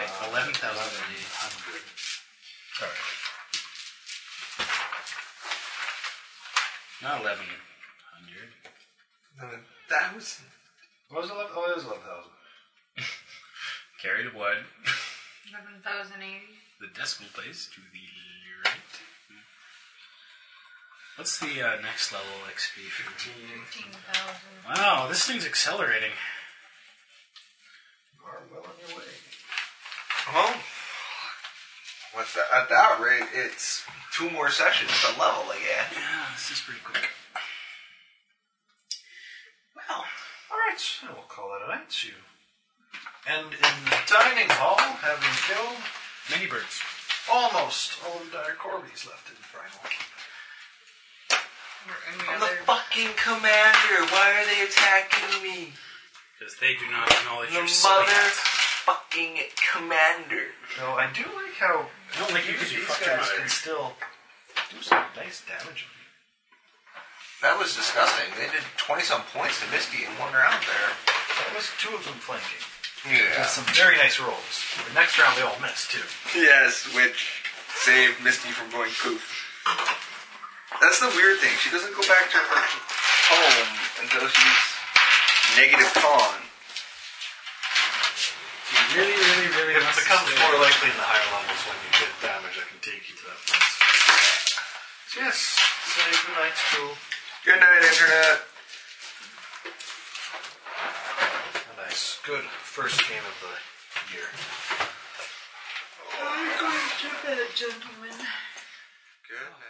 Speaker 9: wait,
Speaker 4: Uh,
Speaker 9: eleven thousand and eighty.
Speaker 4: Hundred. All right.
Speaker 9: Not eleven hundred.
Speaker 2: Thousand.
Speaker 4: What was eleven? Oh, it was eleven thousand.
Speaker 9: Carry the one.
Speaker 3: 11,080.
Speaker 9: The decimal place to the right. What's the uh, next level XP? for-
Speaker 3: 15,000.
Speaker 9: Wow, this thing's accelerating.
Speaker 4: You are well on your way.
Speaker 2: Well, with Oh, the, at that rate, it's two more sessions to level again.
Speaker 9: Yeah, this is pretty quick.
Speaker 4: Well, all right, and we'll call that a night too. And in the dining hall, having killed
Speaker 9: Many birds.
Speaker 4: almost all of the dire corbies left in Primal.
Speaker 3: Or any other.
Speaker 2: fucking commander. Why are they attacking me?
Speaker 9: Because they do not acknowledge your silly ass.
Speaker 2: fucking commander.
Speaker 4: Though I do like how
Speaker 9: I don't like you because
Speaker 4: these
Speaker 9: you fucked your
Speaker 4: guys
Speaker 9: mother.
Speaker 4: can still do some nice damage.
Speaker 2: That was disgusting. They did 20 some points to Misty in one round there.
Speaker 4: That was two of them flanking.
Speaker 2: Yeah.
Speaker 4: Got some very nice rolls. The next round they all missed too.
Speaker 2: Yes, which saved Misty from going poof. That's the weird thing. She doesn't go back to her home until she's negative con.
Speaker 9: She really, really, really
Speaker 4: It
Speaker 9: wants to
Speaker 4: becomes
Speaker 9: stay.
Speaker 4: more likely in the higher levels when you get damage that can take you to that place. So yes, say good night, school,
Speaker 2: Good night, Internet.
Speaker 4: and I
Speaker 2: good
Speaker 4: scoot
Speaker 2: first game of the year.
Speaker 22: I'm going to bed, gentlemen.
Speaker 23: Good night.